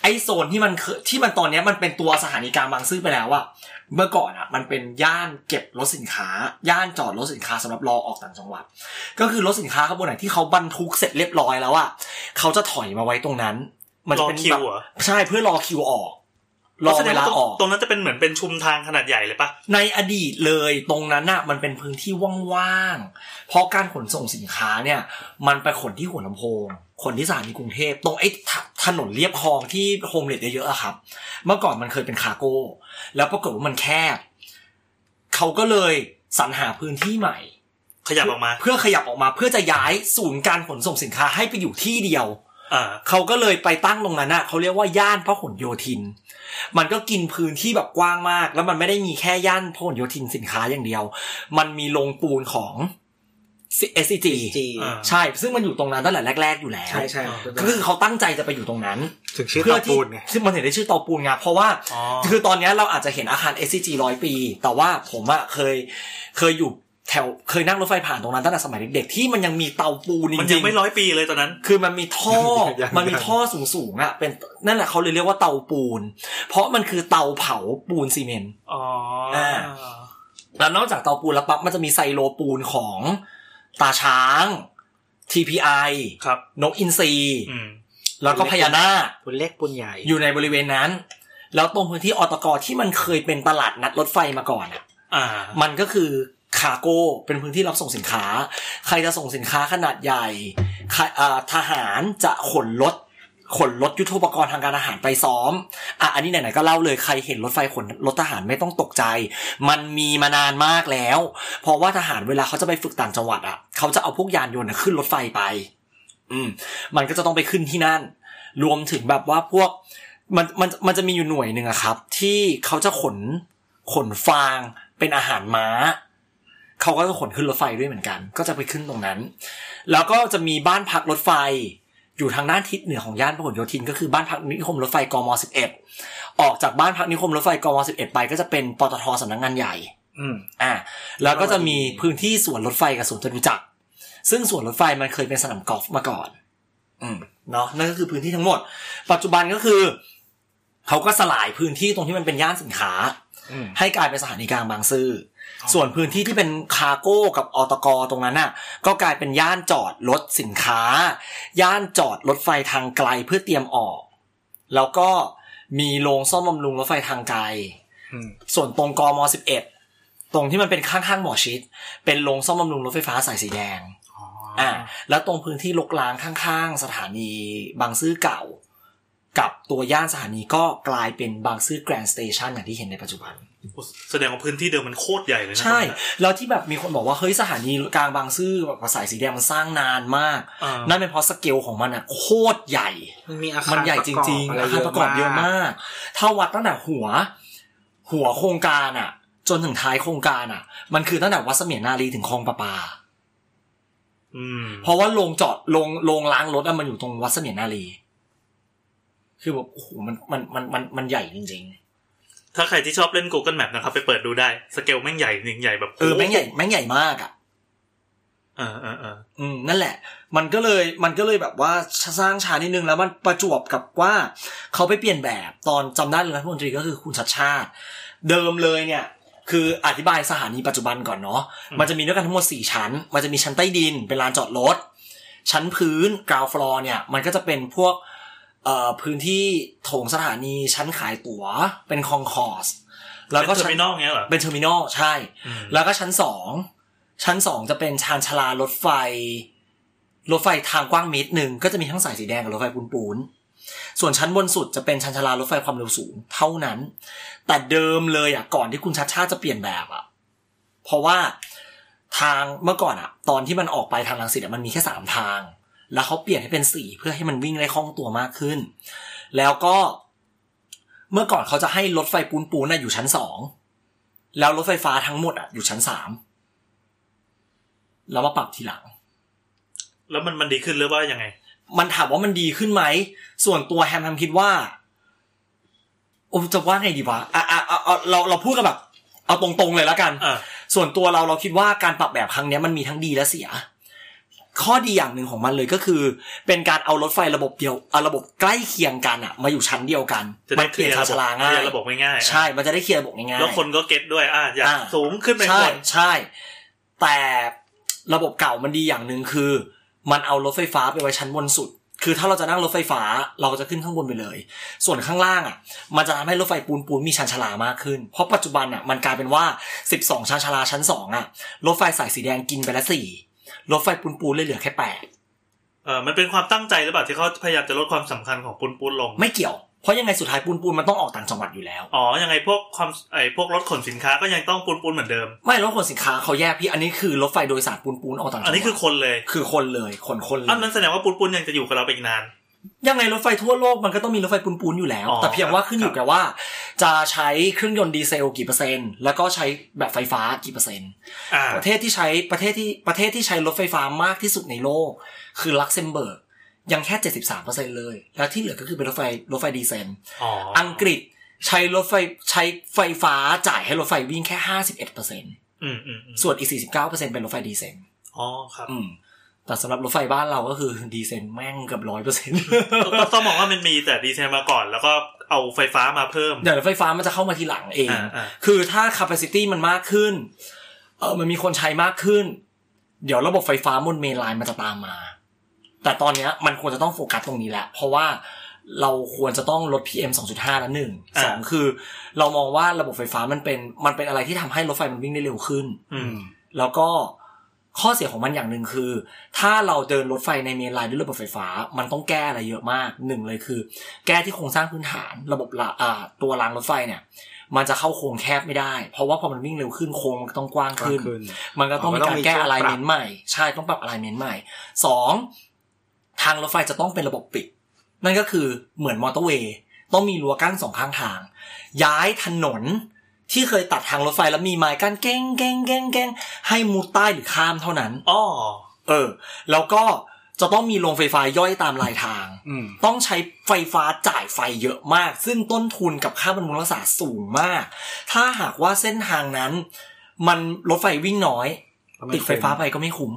ไอโซนที่มันเคที่มันตอนเนี้ยมันเป็นตัวสถานีกลางบางซื่อไปแล้วอะเมื่อก่อนอะมันเป็นย่านเก็บรถสินค้า ย่านจอดรถสินค้าสำหรับรอออกต่างจังหวัด ก็คือรถสินค้าขบวนไหนที่เขาบรรทุกเสร็จเรียบร้อยแล้วอะเขาจะถอยมาไว้ตรงนั้น มัน ร จะ อ เป็น คิ แบ ว บ เหรอ ใช่เพื่อรอคิวออกรอเวลาออก ตรงนั้นจะเป็นเหมือนเป็นชุมทางขนาดใหญ่เลยปะ ในอดีตเลยตรงนั้นน่ะมันเป็นพื้นที่ว่างๆ เพราะการขนส่งสินค้าเนี่ย มันไปขนที่หัวลำโพง ขนที่สถานีกรุงเทพตรงไอ้ถถนนเรียบคลองที่โฮมเลดเยอะๆอะครับ เมื่อก่อนมันเคยเป็นคาร์โก้ แล้วปรากฏว่ามันแคบ เขาก็เลยสรรหาพื้นที่ใหม่ ขยับออกมา เพื่อขยับออกมาเพื่อจะย้ายศูนย์การขนส่งสินค้าให้ไปอยู่ที่เดียว อ่า เขาก็เลยไปตั้งตรงนั้นน่ะเขาเรียกว่าย่านพหลโยธิน มันก็กินพื้นที่แบบกว้างมาก แล้วมันไม่ได้มีแค่ย่านพหลโยธินสินค้าอย่างเดียว มันมีโรงปูนของ SCG อ่า ใช่ ซึ่งมันอยู่ตรงนั้นตั้งแต่แรก ๆ อยู่แล้ว ใช่ใช่ ก็คือเขาตั้งใจจะไปอยู่ตรงนั้น ถึงชื่อ เพื่ ตะ อที่ ปูนไง ซึ่งมันเห็นได้ชื่อเตาปูนไงเพราะว่า อ๋อ คือตอนเนี้ยเราอาจจะเห็นอาคาร SCG ร้อยปี แต่ว่าผมอะเคยเคยอยู่แถวเคยนั่งรถไฟผ่านตรงนั้นตั้งแต่สมัยเด็กๆที่มันยังมีเตาปูนจริงๆ มันยังไม่ร้อยปีเลยตอนนั้น คือมันมีท่อ ยังๆ มันมีท่อสูงสูงๆอ่ะ เป็นนั่นแหละเขาเลยเรียกว่าเตาปูน เพราะมันคือเตาเผาปูนซีเมนต์ อ๋อ อ่า แล้วนอกจากเตาปูนแล้วปั๊บมันจะมีไซโลปูนของตาช้าง TPI ครับ นกอินทรี อืม แล้วก็พญานาค ปูนเล็กปูนใหญ่ อยู่ในบริเวณนั้น แล้วตรงพื้นที่อตกที่มันเคยเป็นตลาดนัดรถไฟมาก่อนอ่ะ อ่า มันก็คือคาร์โก้เป็นพื้นที่รับส่งสินค้า ใครจะส่งสินค้าขนาดใหญ่ใครอ่าทหารจะขนรถขนรถยุทโธปกรณ์ทางการอาหารไปซ้อมอ่ะอันนี้ไหนๆก็เล่าเลยใครเห็นรถไฟขนรถทหารไม่ต้องตกใจ มันมีมานานมากแล้ว เพราะว่าทหารเวลาเขาจะไปฝึกต่างจังหวัดอ่ะเขาจะเอาพวกยานยนต์น่ะขึ้นรถไฟไป อืม มันก็จะต้องไปขึ้นที่นั่น รวมถึงแบบว่าพวกมันมันมันจะมีอยู่หน่วยหนึ่งอะครับ ที่เขาจะขนขนฟางเป็นอาหารม้า เขาก็จะขนขึ้นรถไฟด้วยเหมือนกัน ก็จะไปขึ้นตรงนั้น แล้วก็จะมีบ้านพักรถไฟ อยู่ทางด้านทิศเหนือของย่านพหลโยธิน ก็คือบ้านพักนิคมรถไฟกม 11 ออกจากบ้านพักนิคมรถไฟกม 11 ไปก็จะเป็นปตทสำนักงานใหญ่ อืม อ่าแล้วก็จะมีพื้นที่สวนรถไฟกับสวนจตุจักร ซึ่งสวนรถไฟมันเคยเป็นสนามกอล์ฟมาก่อน อืมเนาะนั่นก็คือพื้นที่ทั้งหมด ปัจจุบันก็คือ เขาก็สลายพื้นที่ตรงที่มันเป็นย่านสินค้า อืม ให้กลายเป็นสถานีกลางบางซื่ออส่วนพื้นที่ที่เป็นคาร์โก้กับอตกตรงนั้นน่ะ ก็กลายเป็นย่านจอดรถสินค้า ย่านจอดรถไฟทางไกลเพื่อเตรียมออก แล้วก็มีโรงซ่อมบำรุงรถไฟทางไกล อืม ส่วนตรงกม11 ตรงที่มันเป็นข้างๆหมอชิด เป็นโรงซ่อมบำรุงรถไฟฟ้าสายสีแดงอ่าแล้วตรงพื้นที่ลกล้างข้างๆ สถานีบางซื่อเก่า กับตัวย่านสถานีก็กลายเป็นบางซื่อแกรนด์สเตชันอย่างที่เห็นในปัจจุบัน แสดงว่าพื้นที่เดิมมันโคตรใหญ่เลยนะ ใช่ แล้วที่แบบมีคนบอกว่า เฮ้ยสถานีกลางบางซื่อแบบสายสีแดงมันสร้างนานมาก อ่า นั่นเป็นเพราะสเกลของมันอะโคตรใหญ่ มันมีอาคาร มันใหญ่จริง ๆ อาคารประกอบเยอะมาก ถ้าวัดตั้งแต่หัว หัวโครงการอ่ะ จนถึงท้ายโครงการอ่ะ มันคือตั้งแต่วัดเสมียนนารีถึงคลองประปา อืม เพราะว่าโรงจอดโรงโรงล้างรถอะมันอยู่ตรงวัดเสมียนนารี คือแบบโอ้โหมันมันมันมันมันใหญ่จริง ถ้าใครที่ชอบเล่น Google Map นะครับ ไปเปิดดูได้ สเกลแม่งใหญ่จริงใหญ่แบบ ๆ เออแม่งใหญ่แม่งใหญ่มากอ่ะ อ่าอ่าอ่า อืมนั่นแหละ มันก็เลยมันก็เลยแบบว่าสร้างชานิดนึงแล้วมันประจวบกับว่าเขาไปเปลี่ยนแบบตอนจำได้เลยรัฐมนตรีก็คือคุณชัดชาติ เดิมเลยเนี่ย คืออธิบายสถานีปัจจุบันก่อนเนาะมันจะมีด้วยกันทั้งหมด 4 ชั้น มันจะมีชั้นใต้ดินเป็นลานจอดรถ ชั้นพื้นกราวฟลอร์เนี่ย มันก็จะเป็นพวกเอ่อพื้นที่โถงสถานีชั้นขายตั๋วเป็นคองคอร์สแล้วก็ เป็นเทอร์ชั้มินอลเงี้ยเหรอ เป็นเทอร์มินอลใช่ อืม แล้วก็ชั้นสองชั้นสองจะเป็นชานชาลารถไฟ รถไฟทางกว้างเมตรหนึ่งก็จะมีทั้งสายสีแดงกับรถไฟปูนปูนๆส่วนชั้นบนสุดจะเป็นชานชาลารถไฟความเร็วสูงเท่านั้น แต่เดิมเลยอ่ะก่อนที่คุณชัดชาติจะเปลี่ยนแบบอ่ะเพราะว่าทางเมื่อก่อนอ่ะ ตอนที่มันออกไปทางลังสิตอะมันมีแค่สามทาง แล้วเขาเปลี่ยนให้เป็นสี่เพื่อให้มันวิ่งได้คล่องตัวมากขึ้น แล้วก็เมื่อก่อนเขาจะให้รถไฟปูนปูนๆน่ะอยู่ชั้นสอง แล้วรถไฟฟ้าทั้งหมดอ่ะอยู่ชั้นสามแล้วมาปรับทีหลัง แล้วมันมันดีขึ้นหรือว่ายังไง มันถามว่ามันดีขึ้นไหม ส่วนตัวแฮมแฮมคิดว่า โอ้จะว่าไงดีวะอ่ะอ่ะอ่ะอ่ะเราเราพูดกันแบบ เอาตรงๆเลยแล้วกัน อ่า ส่วนตัวเราเราคิดว่าการปรับแบบครั้งเนี้ยมันมีทั้งดีและเสีย ข้อดีอย่างหนึ่งของมันเลยก็คือ เป็นการเอารถไฟระบบเดียวเอาระบบใกล้เคียงกันอ่ะ มาอยู่ชั้นเดียวกัน จะ มั ได้ เป เค ลี่ ลี ยน ยร์ ชา ระ น บบชาลาง่า เคลี ย ยร์ระบบง่ายๆ ใช่ มันจะได้เคลียร์ระบบง่ายๆ แล้วคนก็เก็ตด้วยอ่าอยาก อ่า สูงขึ้นไป ใช่ ก่อน ใช่ แต่ระบบเก่ามันดีอย่างหนึ่งคือ มันเอารถไฟฟ้าไปไว้ชั้นบนสุด คือถ้าเราจะนั่งรถไฟฟ้าเราก็จะขึ้นข้างบนไปเลย ส่วนข้างล่างอ่ะ มันจะทำให้รถไฟปูนปูนมีชันชาลามากขึ้น เพราะปัจจุบันอ่ะมันกลายเป็นว่า 12 ชันชาลาชั้น 2 อ่ะ รถไฟสายสีแดงกินไปละสี่รถไฟปูนปูนเลยเหลือแค่ เออมันเป็นความตั้งใจหรือเปล่าที่เขาพยายามจะลดความสำคัญของปูนปูนลง 8 ไม่เกี่ยว เพราะยังไงสุดท้ายปูนปูนมันต้องออกต่างจังหวัดอยู่แล้ว อ๋อยังไงพวกความไอพวกรถขนสินค้าก็ยังต้องปูนปูนเหมือนเดิม ไม่รถขนสินค้าเขาแยกพี่อันนี้คือรถไฟโดยสารปูนปูนออกต่างจังห อั วัด นนี้คือคนเลย คือคนเลยคนคนเลย อันนั้นแสดงว่าปูนปูนยังจะอยู่กับเราไปอีกนาน ยังไงรถไฟทั่วโลกมันก็ต้องมีรถไฟปูนๆอยู่แล้ว อ๋อ แต่เพียงว่าขึ้นคอรั ยู่ บ กับว่า จะใช้เครื่องยนต์ดีเซลกี่เปอร์เซ็นต์ แล้วก็ใช้แบบไฟฟ้ากี่เปอร์เซ็นต์ อ่า ประเทศที่ใช้ประเทศที่ประเทศที่ใช้รถไฟฟ้ามากที่สุดในโลก คือลักเซมเบิร์กยังแค่ 73เปอร์เซ็นเลย แล้วที่เหลือก็คือเป็นรถไฟรถไฟดีเซล อ๋ออั อังกฤษใช้รถไฟใช้ไฟฟ้าจ่ายให้รถไฟวิ่งแค่ 51เปอร์เซ็น อืมอืมอืม ส่วนอีก 49เปอร์เซ็นเป็นรถไฟดีเซล อ๋อครับ อืม แต่สำหรับรถไฟบ้านเราก็คือดีเซลแม่งเกือบร้อยเปอร์เซ็น ก็ก็ต้องมองว่ามันมีแต่ดีไซน์มาก่อน แล้วก็เอาไฟฟ้ามาเพิ่ม เดี๋ยวรถไฟฟ้ามันจะเข้ามาทีหลังเอง อ่าอ่า คือถ้า capacity มันมากขึ้น เออมันมีคนใช้มากขึ้น เดี๋ยวระบบไฟฟ้าบนเมนไลน์มันจะตามมา แต่ตอนเนี้ยมันควรจะต้องโฟกัสตรงนี้แหละ เพราะว่าเราควรจะต้องลด PM 2.5แล้วหนึ่งสองคือ เรามองว่าระบบไฟฟ้ามันเป็นมันเป็นอะไรที่ทำให้รถไฟมันวิ่งได้เร็วขึ้น อืม แล้วก็ข้อเสียของมันอย่างหนึ่งคือ ถ้าเราเดินรถไฟในเมนไลน์ด้วยระบบไฟฟ้า มันต้องแก้อะไรเยอะมากหนึ่งเลยคือ แก้ที่โครงสร้างพื้นฐานระบบละอ่าตัวรางรถไฟเนี่ย มันจะเข้าโค้งแคบไม่ได้ เพราะว่าพอมันวิ่งเร็วขึ้นโค้งมันก็ต้องกว้างขึ้น กว้างขึ้น มันก็ต้อง อ๋อมันต้มีางอกร มี แก้ ช่วงปรับ อะไรเมนใหม่ ใช่ต้องปรับอะไรเมนใหม่สองทางรถไฟจะต้องเป็นระบบปิด นั่นก็คือเหมือนมอเตอร์เวย์ต้องมีรั้วกั้นสองข้างทาง ย้ายถนนที่เคยตัดทางรถไฟแล้วมีไม้กั้นแก้งแก้งแก้งแก้งให้มุดใต้หรือข้ามเท่านั้น อ๋อ เออ แล้วก็จะต้องมีโรงไฟฟ้าย่อยตามรายทาง อืม ต้องใช้ไฟฟ้าจ่ายไฟเยอะมาก ซึ่งต้นทุนกับค่าบำรุงรักษาสูงมาก ถ้าหากว่าเส้นทางนั้น มันรถไฟวิ่งน้อย ก็ไม่ ติดไฟฟ้าไปก็ไม่คุ้ม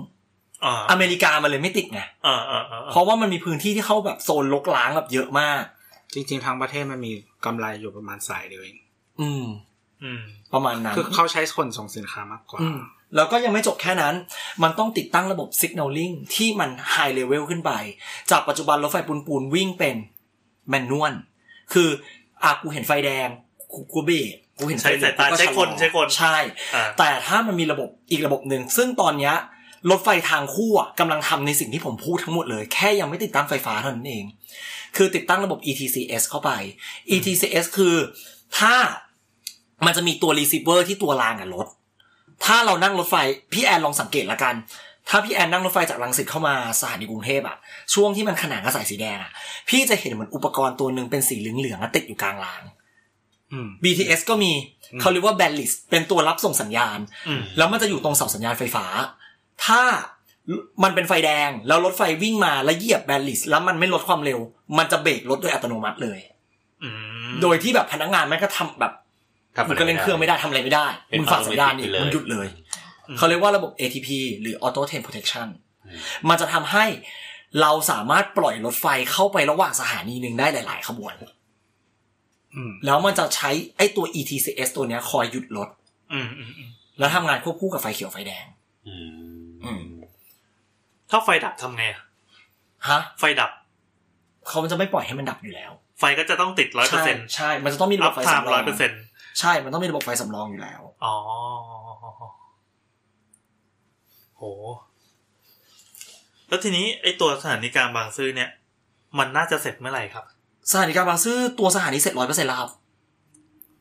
อ่า อเมริกามันเลยไม่ติดไง อ่าอ่าอ่า เพราะว่ามันมีพื้นที่ที่เขาแบบโซนลกล้างแบบเยอะมาก จริงๆทางประเทศมันมีกำไรอยู่ประมาณสายเดียวเอง อืม อืม ประมาณนั้น คือเขาใช้คนส่งสินค้ามากกว่า อืมแล้วก็ยังไม่จบแค่นั้น มันต้องติดตั้งระบบ signaling ที่มัน high level ขึ้นไป จากปัจจุบันรถไฟปูนปูนๆวิ่งเป็นแมนนวล คืออ่ะกูเห็นไฟแดง กูกูเบรกกูเห็นไฟเหใช้ลืองสายตา กูก็ ใช้ ชะลอ คนใช้คน ใช่ อ่า แต่ถ้ามันมีระบบอีกระบบหนึ่ง ซึ่งตอนเนี้ยรถไฟทางคู่อ่ะกำลังทำในสิ่งที่ผมพูดทั้งหมดเลย แค่ยังไม่ติดตั้งไฟฟ้าเท่านั้นเอง คือติดตั้งระบบ ETCS เข้าไป ETCS คือถ้ามันจะมีตัว receiver ที่ตัวรางกับรถ ถ้าเรานั่งรถไฟ พี่แอนลองสังเกตละกัน ถ้าพี่แอนนั่งรถไฟจากรังสิตเข้ามาสถานีกรุงเทพอะช่วงที่มันขนานกับสายสีแดงอะพี่จะเห็นเหมือนอุปกรณ์ตัวหนึ่งเป็นสีเหลืองๆอะติดอยู่กลางราง อืม BTS ก็มีเขาเรียกว่าแบนลิสเป็นตัวรับส่งสัญญาณ อืม แล้วมันจะอยู่ตรงเสาสัญญาณไฟฟ้า ถ้ามันเป็นไฟแดงแล้วรถไฟวิ่งมาแล้วเหยียบแบนลิสแล้วมันไม่ลดความเร็ว มันจะเบรกรถโดยอัตโนมัติเลย อืม โดยที่แบบพนักงานแม่งก็ทำแบบ ทำะ มึ ไไ งก็เล่นเครื่องไม่ได้ทำอะไรไม่ได้ เป็น มึงฝากสัญญาณอนี่อโตเมติกไปเลย มึงหยุดเลย อืม เขาเรียกว่าระบบ ATP หรือ Auto Train Protection อืม มันจะทำให้เราสามารถปล่อยรถไฟเข้าไประหว่างสถานีหนึ่งได้หลาย ๆ ขบวน อืม แล้วมันจะใช้ไอ้ตัว ETCS ตัวเนี้ยคอยหยุดรถ อืมอืมอืม แล้วทำงานควบคู่กับไฟเขียวไฟแดง อื อืม ม ถ้าไฟดับทำไงอะ ฮะ ไฟดับ เขาจะไม่ปล่อยให้มันดับอยู่แล้ว ไฟก็จะต้องติดร้อยเปอร์ ใช่ เซ็นต์ ใช่ มันจะต้องมีระ อั บบ บไฟ ไทม์ สำร ร้ อ อง ยเปอร์เซ็นต์ ใช่ มันต้องมีระบบไฟสำรองอยู่แล้ว อ๋อโห แล้วทีนี้ไอตัวสถานีกลางบางซื่อเนี่ย มันน่าจะเสร็จเมื่อไหร่ครับ สถานีกลางบางซื่อตัวสถานีเสร็จร้อยเปอร์เซ็นต์แล้วครับ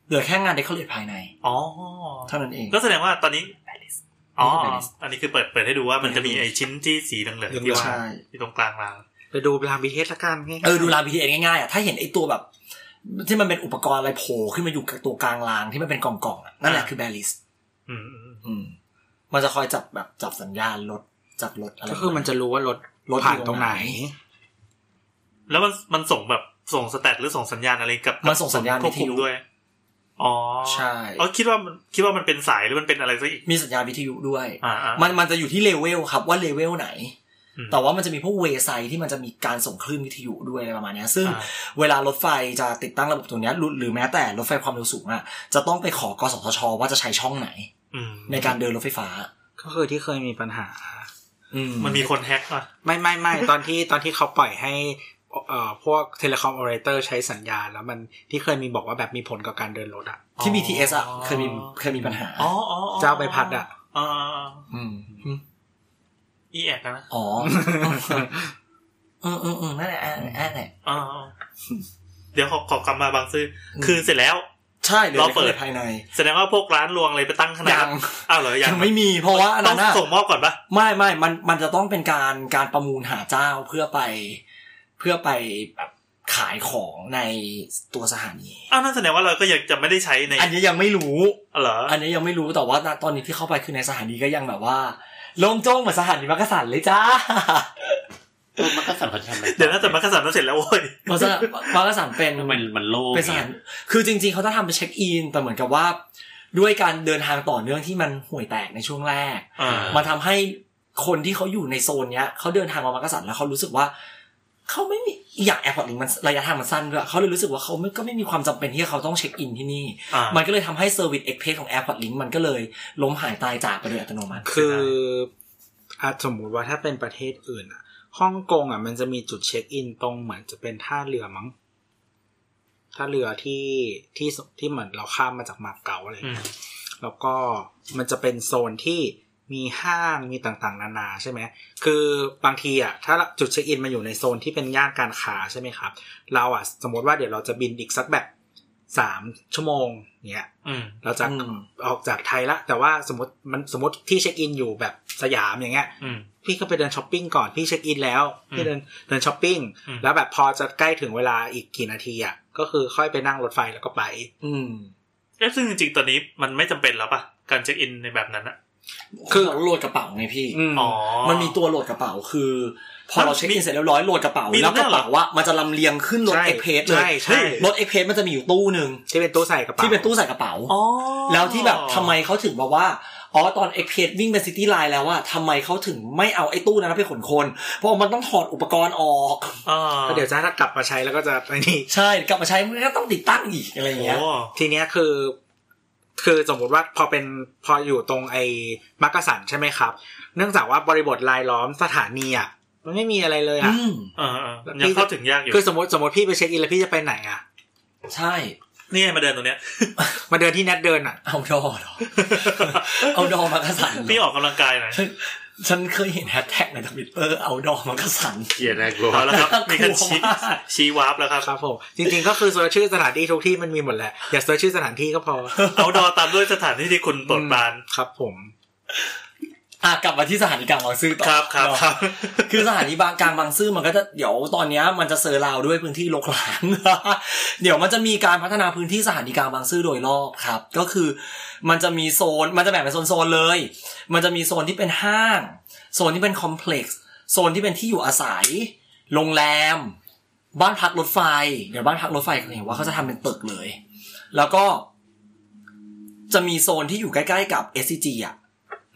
เหลือแค่งานเดคอเรทภายใน อ๋อ เท่านั้นเอง ก็แสดงว่าตอนนี้ อ๋อ ไม่ได้ อันนี้คือเปิดเปิดให้ดูว่ามันจะมีไอชิ้นที่สีเหลืองๆที่ว่า ใช่ ที่ตรงกลางราง ไปดูรามบีเทสละกันง่ายๆ เออดูราง BTS ง่ายๆอ่ะถ้าเห็นไอ้ตัวแบบ ที่มันเป็นอุปกรณ์อะไรโผล่ขึ้นมาอยู่กับตัวกลางรางที่มันเป็นกล่องๆอะนั่นแหละ อ่า คือแบลิส อืมอืม อืม มันจะคอยจับแบบจับสัญญาณรถจับรถอะไร ก็คือมันจะรู้ว่ารถ รถ ผ่านตรงไหน อยู่ตรงไหน แล้วมันมันส่งแบบส่งสแตทหรือส่งสัญญาณอะไรกับ มันส่งสัญญาณ ควบคุม วิทยุ ด้วย อ๋อ ใช่ เออคิดว่ามันคิดว่ามันเป็นสายหรือมันเป็นอะไรซะอีก มีสัญญาณวิทยุด้วย อ่าอ่า มันมันจะอยู่ที่เลเวลครับว่าเลเวลไหน อืม แต่ว่ามันจะมีพวกเวไซที่มันจะมีการส่งคลื่นวิทยุด้วยอะไรประมาณเนี้ยซึ่ง อ่า เวลารถไฟจะติดตั้งระบบตัวเนี้ยหรือหรือแม้แต่รถไฟความเร็วสูงอ่ะจะต้องไปขอกสทช ว่าจะใช้ช่องไหน อืม ในการเดินรถไฟฟ้า ก็คือที่เคยมีปัญหา อื มันมีคนแฮกอ่ะ ไม่ไม่ <laughs> ไม่ ตอนที่ตอนที่เขาปล่อยให้เอ่อพวกเทเลคอมออเรเตอร์ใช้สัญญาณแล้วมันที่เคยมีบอกว่าแบบมีผลกับการเดินรถอ่ะ ที่ BTS อ่ะเคยมี อ๋อ เคยมีปัญหา อ๋ออ๋ออ๋อ เจ้าใบพัดอ่ะ อ๋อ ม อีแอกนะ อ๋อ <laughs> เออเออเออนั่นแหละนั่นแหละนั่นแหละ อ๋อ <laughs> อ๋อเดี๋ยวขอขอกลับมาบางซื่ออ ม คือเสร็จแล้ว ใช่เลย เราเปิด ภายใน แสดงว่าพวกร้านรวงอะไรไปตั้งขนาด ยัง อ้าวเหรอยัง ยังไม่มีเพราะว่าอัน ต้ นั้ อง นอะ ส่งมอบก่อนปะ ไม่ไม่ มัน มันจะต้องเป็นการการประมูลหาเจ้าเพื่อไป เพื่อไปแบบขายของในตัวสถานี อ้าวนั่นแสดงว่าเราก็ยังจะไม่ได้ใช้ใน อันนี้ยังไม่รู้ เหรอ อันนี้ยังไม่รู้แต่ว่าณตอนนี้ที่เข้าไปคือในสถานีก็ยังแบบว่าโลงโจ้งเหมือนสถานีมักกะสันเลยจ้า <laughs> เออมันก็สัมพันธ์ทำอะไร เดี๋ยวน่าจะมากระสันแล้วเสร็จแล้วโว้ย มักกะสันมักกะสันเป็น มันมันโล่ง เป็นสถานคือจริงๆ เขาจะทำเป็นเช็คอิน แต่เหมือนกับว่า ด้วยการเดินทางต่อเนื่องที่มันห่วยแตกในช่วงแรก อ่า มันทำให้คนที่เขาอยู่ในโซนเนี้ยเขาเดินทางมามักกะสันแล้วเขารู้สึกว่าเขาไม่มีอย่างแอร์พอร์ตลิงมันระยะทางมันสั้นด้วยเขาเลยรู้สึกว่าเขาไม่ก็ไม่มีความจำเป็นที่เขาต้องเช็คอินที่นี่ อ่า มันก็เลยทำให้เซอร์วิสเอ็กเพสของแอร์พอร์ตลิงมันก็เลยล้มหายตายจากไปโดยอัตโนมัติ คืออ่ะสมมุติว่าถ้าเป็นประเทศอื่นอ่ะฮ่องกงอ่ะมันจะมีจุดเช็คอินตรงเหมือนจะเป็นท่าเรือมั้งท่าเรือที่ที่ที่เหมือนเราข้ามมาจากมาเก๊าอะไรอย่าง อื เงี้ย ม แล้วก็มันจะเป็นโซนที่มีห้างมีต่างๆ นานาใช่ไหม คือบางทีอ่ะถ้าจุดเช็คอินมาอยู่ในโซนที่เป็นย่านการค้าใช่ไหมครับ เราอ่ะสมมติว่าเดี๋ยวเราจะบินอีกสักแบบสามชั่วโมงเนี้ย อืม เราจะ อืม ออกจากไทยละแต่ว่าสมมติมันสมมติที่เช็คอินอยู่แบบสยามอย่างเงี้ย อืม พี่ก็ไปเดินช้อปปิ้งก่อนพี่เช็คอินแล้ว อืม พี่เดินเดินช้อปปิ้ง อืม แล้วแบบพอจะใกล้ถึงเวลาอีกกี่นาทีอ่ะก็คือค่อยไปนั่งรถไฟแล้วก็ไป อืม เอ๊ะซึ่งจริงๆตอนนี้มันไม่จำเป็นแล้วปะการเช็คอินในแบบนั้นอะ คือโหลดกระเป๋าไงพี่ อืม อ๋อ มันมีตัวโหลดกระเป๋าคือ พอ มัน เราเช็คอินเสร็จเรียบร้อยโหลดกระเป๋า มี แล้วก ด้ว ระ ยเหรอ เป๋าว่ามันจะลำเลียงขึ้นรถ ใช่ เอ็กเพสเลย ใช่ใช่ เฮ้ยรถเอ็กเพสมันจะมีอยู่ตู้หนึ่ง ที่เป็นตู้ใส่กระเป๋า ที่เป็นตู้ใส่กระเป๋า อ๋อ แล้วที่แบบทำไมเขาถึงบอกว่าอ๋อตอนเอ็กเพสวิ่งเป็นซิตี้ไลน์แล้วว่าทำไมเขาถึงไม่เอาไอ้ตู้นั้นไปขนคน เพราะมันต้องถอดอุปกรณ์ออก อ๋อ ก็เดี๋ยวจะถ้ากลับมาใช้แล้วก็จะไอ้นี่ ใช่กลับมาใช้มันก็ต้องติดตั้งอีกอะไรอย่างเงี้ย โอ้ ทีเนี้ยคือ คือสมมติว่าพอเป็นพออยู่ตรงไอ้มักกะสันใช่ไหมครับ เนื่องจากว่าบริบทรายล้อมสถานีอ่ะมันไม่มีอะไรเลยอ่ะ อืม เออเออยังเข้าถึงยากอยู่ คือสมมติสมมติพี่ไปเช็คอินแล้วพี่จะไปไหนอ่ะ ใช่ นี่ไงมาเดินตรงเนี้ย มาเดินที่แนทเดินอ่ะ เอาดอเหรอเอาดอมากระสันเหร พี่อ อ อกกำลังกายหน่อย ฉันฉันเคยเห็นแฮชแท็กในทวิตเตอร์เอาดอมากระสัน เกลียดน่ากลัว เอาละครับ มีการชี้ กลัวมาก ชี้วาร์ปแล้วครับ ครับผมจริงๆก็คือเซิร์ชชื่อสถานที่ทุกที่มันมีหมดแหละ อย่าเซิร์ชชื่อสถานที่ก็พอ เอาดอตามด้วยสถานที่ที่คุณโปรดปราน ครับผม อ่ะกลับมาที่สถานีกลางบางซื่อต่อ ครับครับ เนอะ ครับ คือสถานีบางกลางบางซื่อมันก็จะเดี๋ยวตอนเนี้ยมันจะเซอร์ราวด้วยพื้นที่รกร้าง <laughs> เดี๋ยวมันจะมีการพัฒนาพื้นที่สถานีกลางบางซื่อโดยรอบครับ ก็คือมันจะมีโซนมันจะแบ่งเป็นโซนๆเลย มันจะมีโซนที่เป็นห้าง โซนที่เป็นคอมเพล็กซ์โซนที่เป็นที่อยู่อาศัย โรงแรม บ้านพักรถไฟ เดี๋ยวบ้านพักรถไฟเห็นว่าเขาจะทำเป็นตึกเลย แล้วก็ จะมีโซนที่อยู่ใกล้ ๆ กับ SCG อ่ะ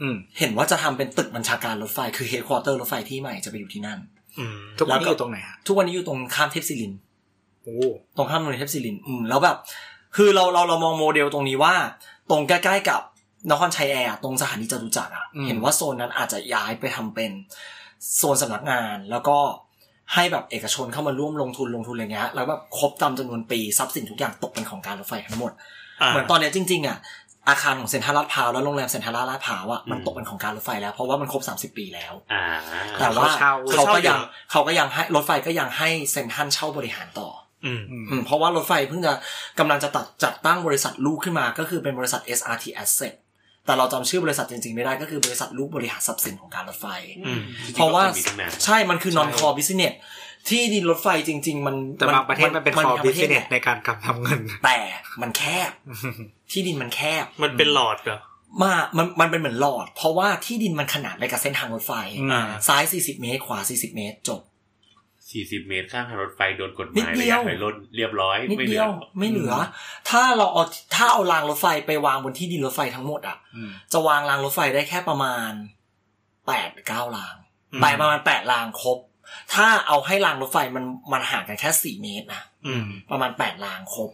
อืม เห็นว่าจะทำเป็นตึกบัญชาการรถไฟ คือเฮดควอเตอร์รถไฟที่ใหม่จะไปอยู่ที่นั่น อืม ทุกวัน แล้ว นี้ ก็ อยู่ตรงไหนฮะ ทุกวันนี้อยู่ตรงข้ามเทพศิรินทร์ โอ้ ตรงข้ามโรงเรียนเทพศิรินทร์อืมแล้วแบบ คือเราเราเรามองโมเดลตรงนี้ว่า ตรงใกล้ๆกับนครชัยแอร์อะตรงสถานีจตุจักรอะเห็นว่าโซนนั้นอาจจะย้ายไปทำเป็นโซนสำนักงาน แล้วก็ให้แบบเอกชนเข้ามาร่วมลงทุนลงทุนอะไรเงี้ยแล้วแบบครบตามจำนวนปีทรัพย์สินทุกอย่างตกเป็นของการรถไฟทั้งหมด า เหมือนตอนเนี้ยจริงๆอ่ะอาคารของเซ็นทรัลลาดพร้าวแล้วโรงแรมเซ็นทรัลลาดพร้าวอ่ะมันตกเป็นของการรถไฟแล้วเพราะว่ามันครบ 30 ปีแล้ว อ่า แต่ว่าเขาก็ยังเขาก็ยังให้รถไฟก็ยังให้เซ็นทรัลเช่าบริหารต่อ อืม อืมเพราะว่ารถไฟเพิ่งจะกำลังจะตัดจัดตั้งบริษัทลูกขึ้นมาก็คือเป็นบริษัท SRT Asset แต่เราจำชื่อบริษัทจริงๆไม่ได้ก็คือบริษัทลูกบริหารทรัพย์สินของการรถไฟ อืม เพราะว่า จงๆก็คยมีตั้งนาน ใช่มันคือ non core business ที่ดินรถไฟจริง ๆ มัน แต่บางประเทศมันเป็นคอ ทั้ง บิ ระ ส ทศ เนสในการกำทำเงิน แต่มันแคบที่ดินมันแคบ มันเป็นหลอดเหรอ มามันมันเป็นเหมือนหลอด เพราะว่าที่ดินมันขนาดไปกับเส้นทางรถไฟ อืม อ่า ซ้าย 40 เมตร ขวา 40 เมตรจบ สี่สิบเมตรข้ามทางรถไฟโดนกฎห นิ มา ด ย เดี ระ ย ยะ ว ถอยรถเรียบร้อย นิด ไม่เหลื เดี อ ยวไม่เหลือ ถ้าเราเอาถ้าเอารางรถไฟไปวางบนที่ดินรถไฟทั้งหมดอ่ะ จะวางรางรถไฟได้แค่ประมาณแปดเก้าราง อืม ไปประมาณแปดรางครบ ถ้าเอาให้รางรถไฟมันมันห่างกันแค่สี่เมตรนะ อืม ประมาณแปดรางครบ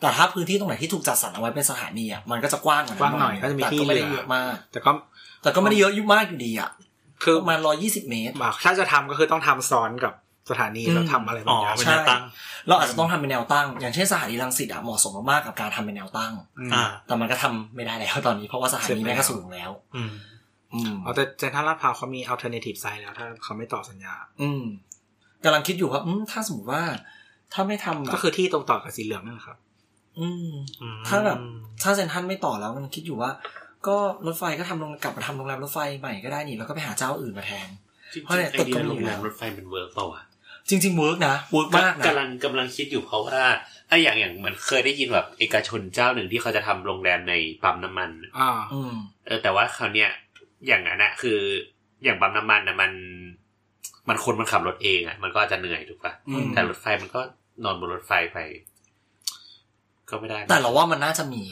แต่ถ้าพื้นที่ตรงไหนที่ถูกจัดสรรเอาไว้เป็นสถานีอ่ะมันก็จะกว้าง กว้างหน่อยก็จะมี แต่ ที่ ก็ไม่ได้ เหลือ เยอะมาก แต่ก็ แต่ก็ไม่ได้เยอะยุ่มากอยู่ดีอ่ะ คือ ประมาณร้อยี่สิบเมตร บอกถ้าจะทำก็คือต้องทำซ้อนกับสถานี อืม แล้วทำอะไรบางอย่าอ๋งอ เป็น ใช่ แนวตั้ง เราอาจจะต้องทำเป็นแนวตั้ง อย่างเช่นสถานีรังสิตอ่ะเหมาะสมมากๆกับการทำเป็นแนวตั้ง อืม อ่า แต่มันก็ทำไม่ได้แล้วตอนนี้เพราะว่าสถานีแม่งก็สูงแล้ว อืม อืม เอาแต่เซ็นทรัลลาดพร้าวเขามี alternative site แล้ว ถ้าเขาไม่ต่อสัญญา อืมกำลังคิดอยู่ว่าอืมถ้าสมมติว่า ถ้าไม่ทำะ ก็คือที่ตรงต่อกับสีเหลืองนั่นแหละครับ อืม อืม ถ้าแบบ ถ้าเซนทรันไม่ต่อแล้วมันคิดอยู่ว่า ก็รถไฟก็ทำโรงกลับมาทำโรงแรมรถไฟใหม่ก็ได้นี่แล้วก็ไปหาเจ้าอื่นมาแทน จริงๆเพราะเนี่ย ไอ ตึก เดี ก็ ย มี โรงแรม แล้ว รถไฟมันเวิร์กเปล่าวะ จริงๆเวิร์กนะเวิร์กมากนะ กำลังกำลังคิดอยู่เพราะว่าไออย่างอย่างเหมือนเคยได้ยินแบบเอกชนเจ้าหนึ่งที่เขาจะทำโรงแรมในปั๊มน้ำมัน อ่า อืม เออแต่ว่าคราวเนี้ยอย่างนั้นอะคืออย่างปั๊มน้ำมันนะมัน มันคนมันขับรถเองอะมันก็อาจจะเหนื่อยถูกปะ อืม แต่รถไฟมันก็นอนบนรถไฟไป ก็ไม่ได้นะ แต่เราว่ามันน่าจะมี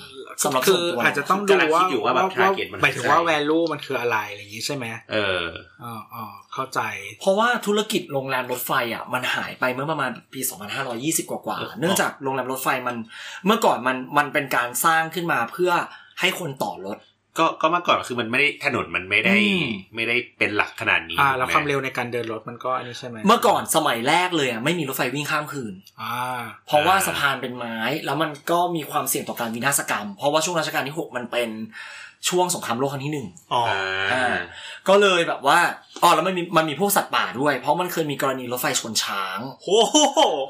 สำหรับ คื ส่วน อ ตัวนะ อาจจะต้องดูว่า คิดอยู่ว่าแบบ target มัน หมายถึงว่า คืออะไร value มันคืออะไรอะไรอย่างนี้ใช่ไหม เออ อ๋ออ๋อเข้าใจ เพราะว่าธุรกิจโรงแรมรถไฟอ่ะมันหายไปเมื่อประมาณปี 2520 กว่า เออ ๆเนื่องจากโรงแรมรถไฟมัน เมื่อก่อนมันมันเป็นการสร้างขึ้นมาเพื่อให้คนต่อรถ ก็ก็เมาก่อนคือมันไม่ได้ถนนมันไม่ได้ อืม ไม่ได้เป็นหลักขนาดนี้ อ่า แล้ว ถูกไห ความเร็วในการเดินรถมันก็อันนี้ใช่ไหม เมื่อก่อนสมัยแรกเลยอ่ะไม่มีรถไฟวิ่งข้ามคืน อ่า เพราะว่าสะพานเป็นไม้ แล้วมันก็มีความเสี่ยงต่อการวินาศกรรม เพราะว่าช่วงรัชกาลที่หกมันเป็นช่วงสงครามโลกครั้งที่หนึ่ง อ๋อ อ่ อ่า า ก็เลยแบบว่าอ๋อแล้วมันมีมันมีพวกสัตว์ป่าด้วย เพราะมันเคยมีกรณีรถไฟชนช้าง โอ้โห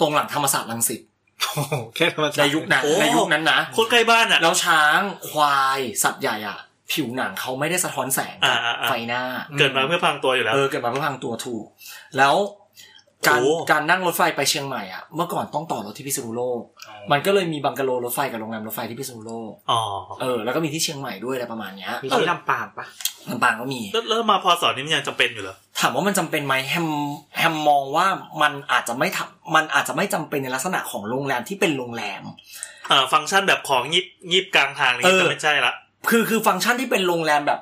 ตรงหลังธรรมศาสตร์รังสิต โอ้โหแค่ธรรมชาติ ในยุคนั้น โอ้ ในยุคนั้นนะ โคนใกล้บ้านอ่ะ <laughs> แล้วช้างควายสัตว์ใหญ่อ่ะ ผิวหนังเขาไม่ได้สะท้อนแสงกับ อ่าๆๆ ไฟหน้า เกิดมาเพื่อพังตัวอยู่แล้ว เออเกิดมาเพื่อพังตัวถูก แล้วการ โอ้ การนั่งรถไฟไปเชียงใหม่อ่ะเมื่อก่อนต้องต่อรถที่พิษณุโลก มันก็เลยมีบังกะโลรถไฟกับโรงแรมรถไฟที่พิษณุโลก อ๋อ เออแล้วก็มีที่เชียงใหม่ด้วยอะไรประมาณเนี้ย มีที่ลำปางปะ ลำปางก็มี แล้วแล้วมาพอสอนนี่มันยังจำเป็นอยู่เหรอ ถามว่ามันจำเป็นไหมแฮมแฮมมองว่ามันอาจจะไม่ทำมันอาจจะไม่จำเป็นในลักษณะของโรงแรมที่เป็นโรงแรม อ่า ฟังก์ชันแบบของยิบยิบกลางทางนี่ เออ จะไม่ใช่ละ คือคือฟังก์ชันที่เป็นโรงแรมแบบ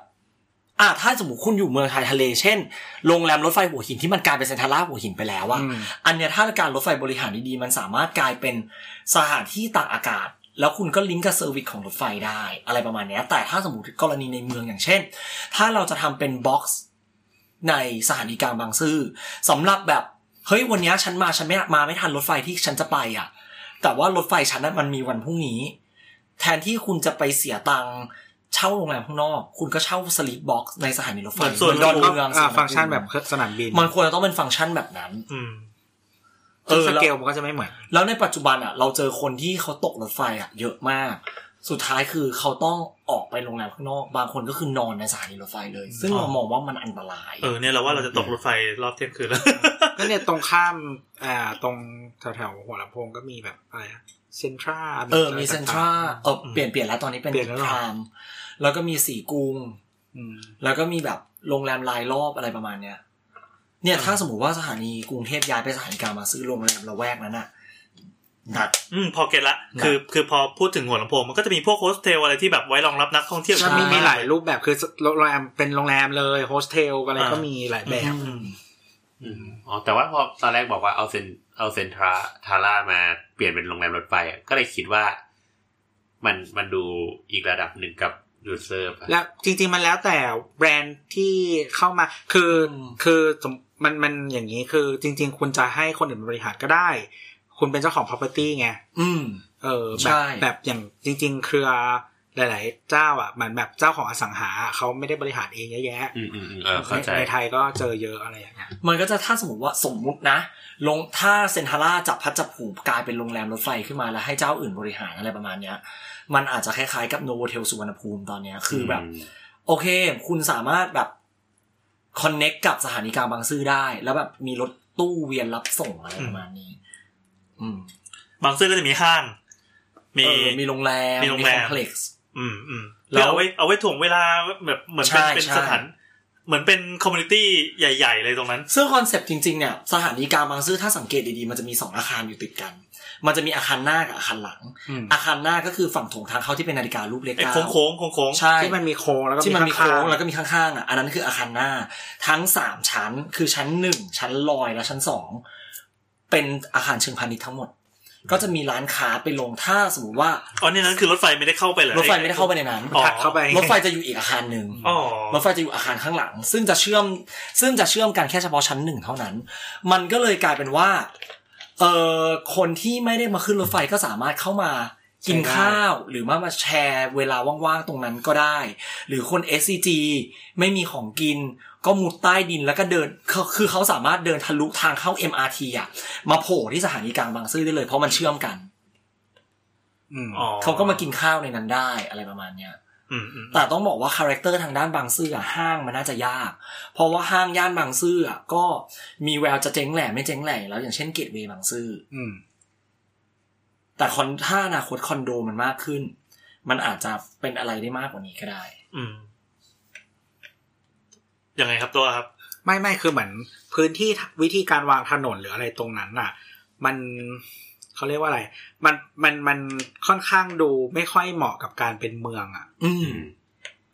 อ่าถ้าสมมติคุณอยู่เมืองชายทะเล เช่นโรงแรมรถไฟหัวหินที่มันกลายเป็นเซ็นทรัลลาดหัวหินไปแล้วอะ อืม อันเนี้ยถ้าการรถไฟบริหารดีๆ มันสามารถกลายเป็นสถานที่ตากอากาศ แล้วคุณก็ลิงก์กับเซอร์วิสของรถไฟได้ อะไรประมาณเนี้ยแต่ถ้าสมมติกรณีในเมืองอย่างเช่น ถ้าเราจะทำเป็นบ็อกซ์ในสถานีกลางบางซื่อสำหรับแบบเฮ้ยวันเนี้ยฉันมาฉันไม่มาไม่ทันรถไฟที่ฉันจะไปอ่ะ แต่ว่ารถไฟฉันน่ะมันมีวันพรุ่งนี้ แทนที่คุณจะไปเสียตังค์เช่าโรงแรมข้างนอก คุณก็เช่าสลีปบ็อกซ์ในสถานีรถไฟ เหมือนส่วน ดอนเมือง อ่าฟังก์ชันแบบสนามบิน มันควรจะต้องเป็นฟังก์ชันแบบนั้น อืม เออ ส แล้ว เกลมันก็จะไม่เหมือน แล้วในปัจจุบันอ่ะเราเจอคนที่เขาตกรถไฟอ่ะเยอะมาก สุดท้ายคือเขาต้องออกไปโรงแรมข้างนอก บางคนก็คือนอนในสถานีรถไฟเลย ซึ่ง อ๋อ เรามองว่ามันอันตราย เออเนี่ยเราว่าเราจะตกรถไฟรอบเที่ยงคืนแล้ว ก็เนี่ยตรงข้ามอ่าตรงแถวๆหัวลำโพงก็มีแบบอะไรเซ็นทรา เออมีเซ็นทราเออเปลี่ยนเปลี่ยนแล้วตอนนี้เป็น เปลี่ยนแล้วเหรอ พรามแล้วก็มีสีกรุง แล้วก็มีแบบโรงแรมรายรอบอะไรประมาณเนี้ยเนี่ยถ้าสมมติว่าสถานีกรุงเทพย้ายไปสถานีกลางบางซื่อโรงแรมละแวกนั้นอ่ะ นัด อืมพอเก็ตละคือคือพอพูดถึงหัวลำโพงมันก็จะมีพวกโฮสเทลอะไรที่แบบไว้รองรับนักท่องเที่ยว ใช่ มันมีมีหลายรูปแบบคือโรงแรมเป็นโรงแรมเลยโฮสเทลอะไรก็ อ่ามี มีหลายแบบ อืมอ๋อแต่ว่าพอตอนแรกบอกว่าเอาเซนเอาเซนทราทาร่ามาเปลี่ยนเป็นโรงแรมรถไฟอ่ะก็เลยคิดว่า มันมันดูอีกระดับหนึ่งกับดูเซอร์ฟอะ แล้วจริงๆมันแล้วแต่แบรนด์ที่เข้ามา คือคือสมมันมันอย่างนี้คือจริง ๆ คุณจะให้คนอื่นบริหารก็ได้ คุณเป็นเจ้าของ property ไง อืม เออแบ ใช่ บแบบอย่างจริง ๆ เครือหลาย ๆ เจ้าอ่ะเหมือนแบบเจ้าของอสังหาเขาไม่ได้บริหารเองเยอะแยะ อืมอืมอืมเออเข้าใจ ในไทยก็เจอเยอะอะไรอย่างเงี้ย มันก็จะถ้าสมมติว่าสมมุตินะลงถ้าเซนทาร่าจับพัดจับผูกกลายเป็นโรงแรมรถไฟขึ้นมาแล้วให้เจ้าอื่นบริหารอะไรประมาณเนี้ย มันอาจจะคล้ายๆกับโนโวเทลสุวรรณภูมิตอนเนี้ยคือแบบ โอเค คุณสามารถแบบคอนเน็กกับสถานีกลางบางซื่อได้ แล้วแบบมีรถตู้เวียนรับส่งอะไรประมาณนี้ อืม บางซื่อก็จะมีห้าง มี เออมีโรงแรม มีโรงแรม คอมเพล็กซ์ อืมอืม แล้ แล้ว วเอาไว้เอาไว้ถ่วงเวลาแบบเหมือนเป็น ใช่ เป็น ใช่ สถาน เหมือนเป็นคอมมูนิตี้ใหญ่ๆเลยตรงนั้น ซึ่งคอนเซปต์จริงๆเนี่ยสถานีกลางบางซื่อถ้าสังเกตดีๆ มันจะมีสองอาคารอยู่ติดกัน มันจะมีอาคารหน้ากับอาคารหลัง อืม อาคารหน้าก็คือฝั่งโถงทางเข้าที่เป็นนาฬิการูปเลข ไอ้ เก้า โค้งโค้งโค้งโค้ง ใช่ ที่มันมีโค้งแล้วก็ ที่มันมีโค้ง างๆ แล้วก็มีข้างๆอ่ะอันนั้นคืออาคารหน้า ทั้งสามชั้นคือชั้นหนึ่งชั้นลอยและชั้นสองเป็นอาคารเชิงพาณิชย์ทั้งหมด ก็จะมีร้านค้าไปลงถ้าสมมติว่า อ๋อนี่นั้นคือรถไฟไม่ได้เข้าไปเลย รถไฟไม่ได้เข้าไปในนั้น อ๋อ ถัดเข้าไป รถไฟจะอยู่อีกอาคารหนึ่ง อ๋อ รถไฟจะอยู่อาคารข้างหลัง ซึ่งจะเชื่อมซึ่งจะเชื่อมกันแค่เฉพาะชั้นหนึ่งเท่านั้น มันก็เลยกลายเป็นว่าเอ่อคนที่ไม่ได้มาขึ้นรถไฟก็สามารถเข้ามากินข้าวหรือมามาแชร์เวลาว่างๆตรงนั้นก็ได้ หรือคน SCG ไม่มีของกิน ก็มุดใต้ดินแล้วก็เดินคือคือเขาสามารถเดินทะลุทางเข้า MRT อ่ะมาโผล่ที่สถานีกลางบางซื่อได้เลยเพราะมันเชื่อมกัน อืม อ๋อ เขาก็มากินข้าวในนั้นได้อะไรประมาณเนี้ย อืมอืม แต่ต้องบอกว่าคาแรคเตอร์ทางด้านบางซื่ออะห้างมันน่าจะยาก เพราะว่าห้างย่านบางซื่ออะก็มีแววจะเจ๊งแหล่ไม่เจ๊งแหล่อยู่แล้วอย่างเช่นเกตเวย์บางซื่อ อืม แต่คอนถ้าอนาคตคอนโดมันมากขึ้น มันอาจจะเป็นอะไรได้มากกว่านี้ก็ได้ อืมยังไงครับตัวครับ ไม่ไม่คือเหมือนพื้นที่วิธีการวางถนนหรืออะไรตรงนั้นอ่ะ มันเขาเรียกว่าอะไร มันมันมันค่อนข้างดูไม่ค่อยเหมาะกับการเป็นเมืองอ่ะ อืม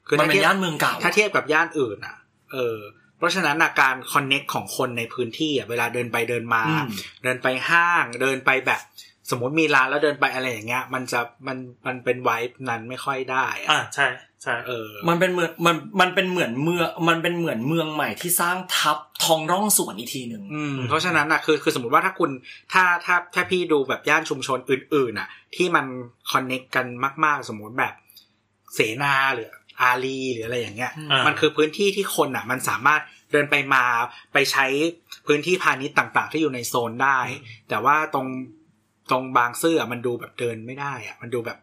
คือ มัน ถ้า เป็น เทียบ ย่านเมืองเก่า ถ้าเทียบกับย่านอื่นอ่ะ เออ เพราะฉะนั้นน่ะการคอนเน็กของคนในพื้นที่อ่ะ เวลาเดินไปเดินมา อืม เดินไปห้าง เดินไปแบบ สมมติมีร้านแล้วเดินไปอะไรอย่างเงี้ย มันจะมันมันเป็นไวท์นั้นไม่ค่อยได้ อ่า อ่ะ ใช่ใช่ เออ มันเป็นเมืองมันมันเป็นเหมือนเมืองมันเป็นเหมือนเมืองใหม่ที่สร้างทับทองร่องสวนอีกทีหนึ่ง อืมเพราะฉะนั้นอ่ะคือคือสมมติว่าถ้าคุณถ้าถ้าถ้าพี่ดูแบบย่านชุมชนอื่นๆอ่ะ ที่มันคอนเน็กกันมาก ๆ สมมติแบบเสนาหรืออารีหรืออะไรอย่างเงี้ย า มันคือพื้นที่ที่คนอ่ะ มันสามารถเดินไปมาไปใช้พื้นที่พาณิชย์ต่างๆ ที่อยู่ในโซนได้ แต่ว่าตรงตรงบางซื่ออะมันดูแบบเดินไม่ได้อ่ะ มันดูแบบ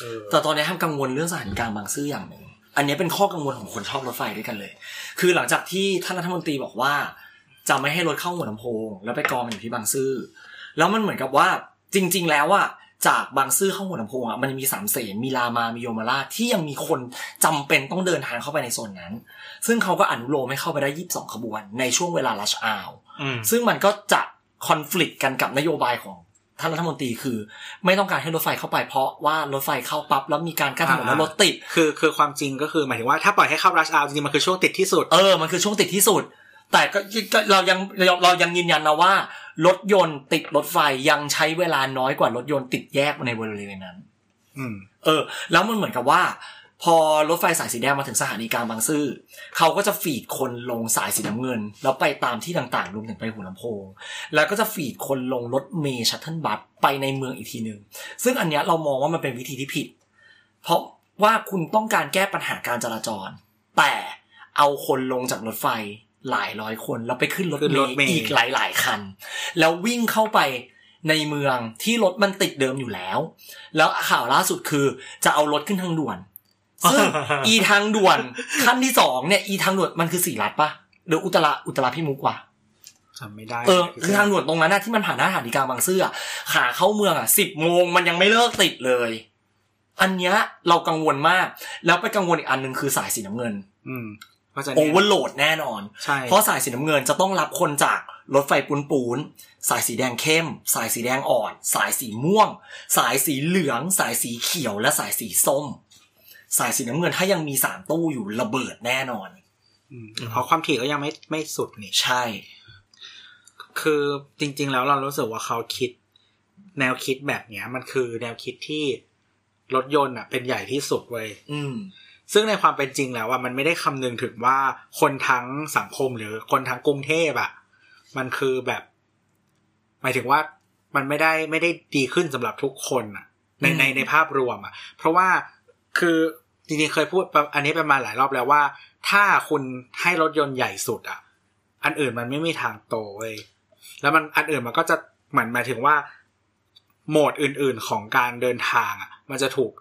เออ แต่ตอนนี้ห้ามกังวลเรื่องสถานการณ์บางซื่ออย่างหนึ่ง อันนี้เป็นข้อกังวลของคนชอบรถไฟด้วยกันเลย คือหลังจากที่ท่านรัฐมนตรีบอกว่า จะไม่ให้รถเข้าหัวลำโพง แล้วไปกองอยู่ที่บางซื่อ แล้วมันเหมือนกับว่าจริง ๆ แล้วอะจากบางซื่อเข้าหัวลำโพงอะมันยังมีสามเสนมีรามา มีโยมาราชที่ยังมีคนจำเป็นต้องเดินทางเข้าไปในโซนนั้น ซึ่งเขาก็อนุโลมให้เข้าไปได้ 22 ขบวน ในช่วงเวลาลัชอาว อืม ซึ่งมันก็จะคอน FLICT กันกับนโยบายของท่านรัฐมนตรีคือ ไม่ต้องการให้รถไฟเข้าไปเพราะว่ารถไฟเข้าปั๊บแล้วมีการกั้นถนนแล้วรถติด คือคือความจริงก็คือหมายถึงว่าถ้าปล่อยให้เข้ารัชอาจริงๆมันคือช่วงติดที่สุด เออ มันคือช่วงติดที่สุด แต่ก็ก็เรายังเราเรายังยืนยันนะว่า รถยนต์ติดรถไฟยังใช้เวลาน้อยกว่ารถยนต์ติดแยกในบริเวณนั้น อืม เออ แล้วมันเหมือนกับว่า พอรถไฟสายสีแดงมาถึงสถานีกลางบางซื่อเขาก็จะฟีดคนลงสายสีน้ำเงิน แล้วไปตามที่ต่างๆรวมถึงไปหัวลำโพง แล้วก็จะฟีดคนลงรถเมย์ชัตเทิลบัสไปในเมืองอีกทีหนึ่งซึ่งอันเนี้ยเรามองว่ามันเป็นวิธีที่ผิด เพราะว่าคุณต้องการแก้ปัญหาการจราจร แต่เอาคนลงจากรถไฟหลายร้อยคนแล้วไปขึ้นรถ ขึ้นรถเม เมย์ล์อีกหลาย ๆ คัน แล้ววิ่งเข้าไปในเมืองที่รถมันติดเดิมอยู่แล้ว แล้วข่าวล่าสุดคือจะเอารถขึ้นทางด่วน <laughs> ซึ่ง อีทางด่วนขั้นที่สองเนี่ยอีทางด่วนมันคือสี่รัฐปะหรืออุตระอุตระพิมุกวะ จำไม่ได้ เออคือทางด่วนตรงนั้นนะที่มันผ่านหน้าสถานีกลางบางซื่ออะขาเข้าเมืองอ่ะสิบโมงมันยังไม่เลิกติดเลย อันเนี้ยเรากังวลมาก แล้วไปกังวลอีกอันหนึ่งคือสายสีน้ำเงิน อืม ก็จะ โอ แน่น เวอร์โหลดแน่นอน ใช่ เพราะสายสีน้ำเงินจะต้องรับคนจากรถไฟปูนปูนๆสายสีแดงเข้ม สายสีแดงอ่อน สายสีม่วง สายสีเหลือง สายสีเขียวและสายสีส้ม สายสีน้ำเงินถ้ายังมีสามตู้อยู่ระเบิดแน่นอน อืมเพราะความถี่ก็ยังไม่ไม่สุดนี่ ใช่ คือจริง ๆ แล้วเรารู้สึกว่าเขาคิด แนวคิดแบบเนี้ย มันคือแนวคิดที่รถยนต์อ่ะ เป็นใหญ่ที่สุดเว้ย อืม ซึ่งในความเป็นจริงแล้วอ่ะมันไม่ได้คำนึงถึงว่าคนทั้งสังคมหรือคนทั้งกรุงเทพอ่ะ มันคือแบบ หมายถึงว่ามันไม่ได้ไม่ได้ดีขึ้นสำหรับทุกคนอ่ะ ใน อืม ในในภาพรวมอ่ะ เพราะว่าคือจริงๆเคยพูดประอันนี้ไปมาหลายรอบแล้วว่า ถ้าคุณให้รถยนต์ใหญ่สุดอ่ะ อันอื่นมันไม่มีทางโตเว้ยแล้วมันอันอื่นมันก็จะเหมือนหมายถึงว่า โหมดอื่นๆของการเดินทางอ่ะ มันจะถูก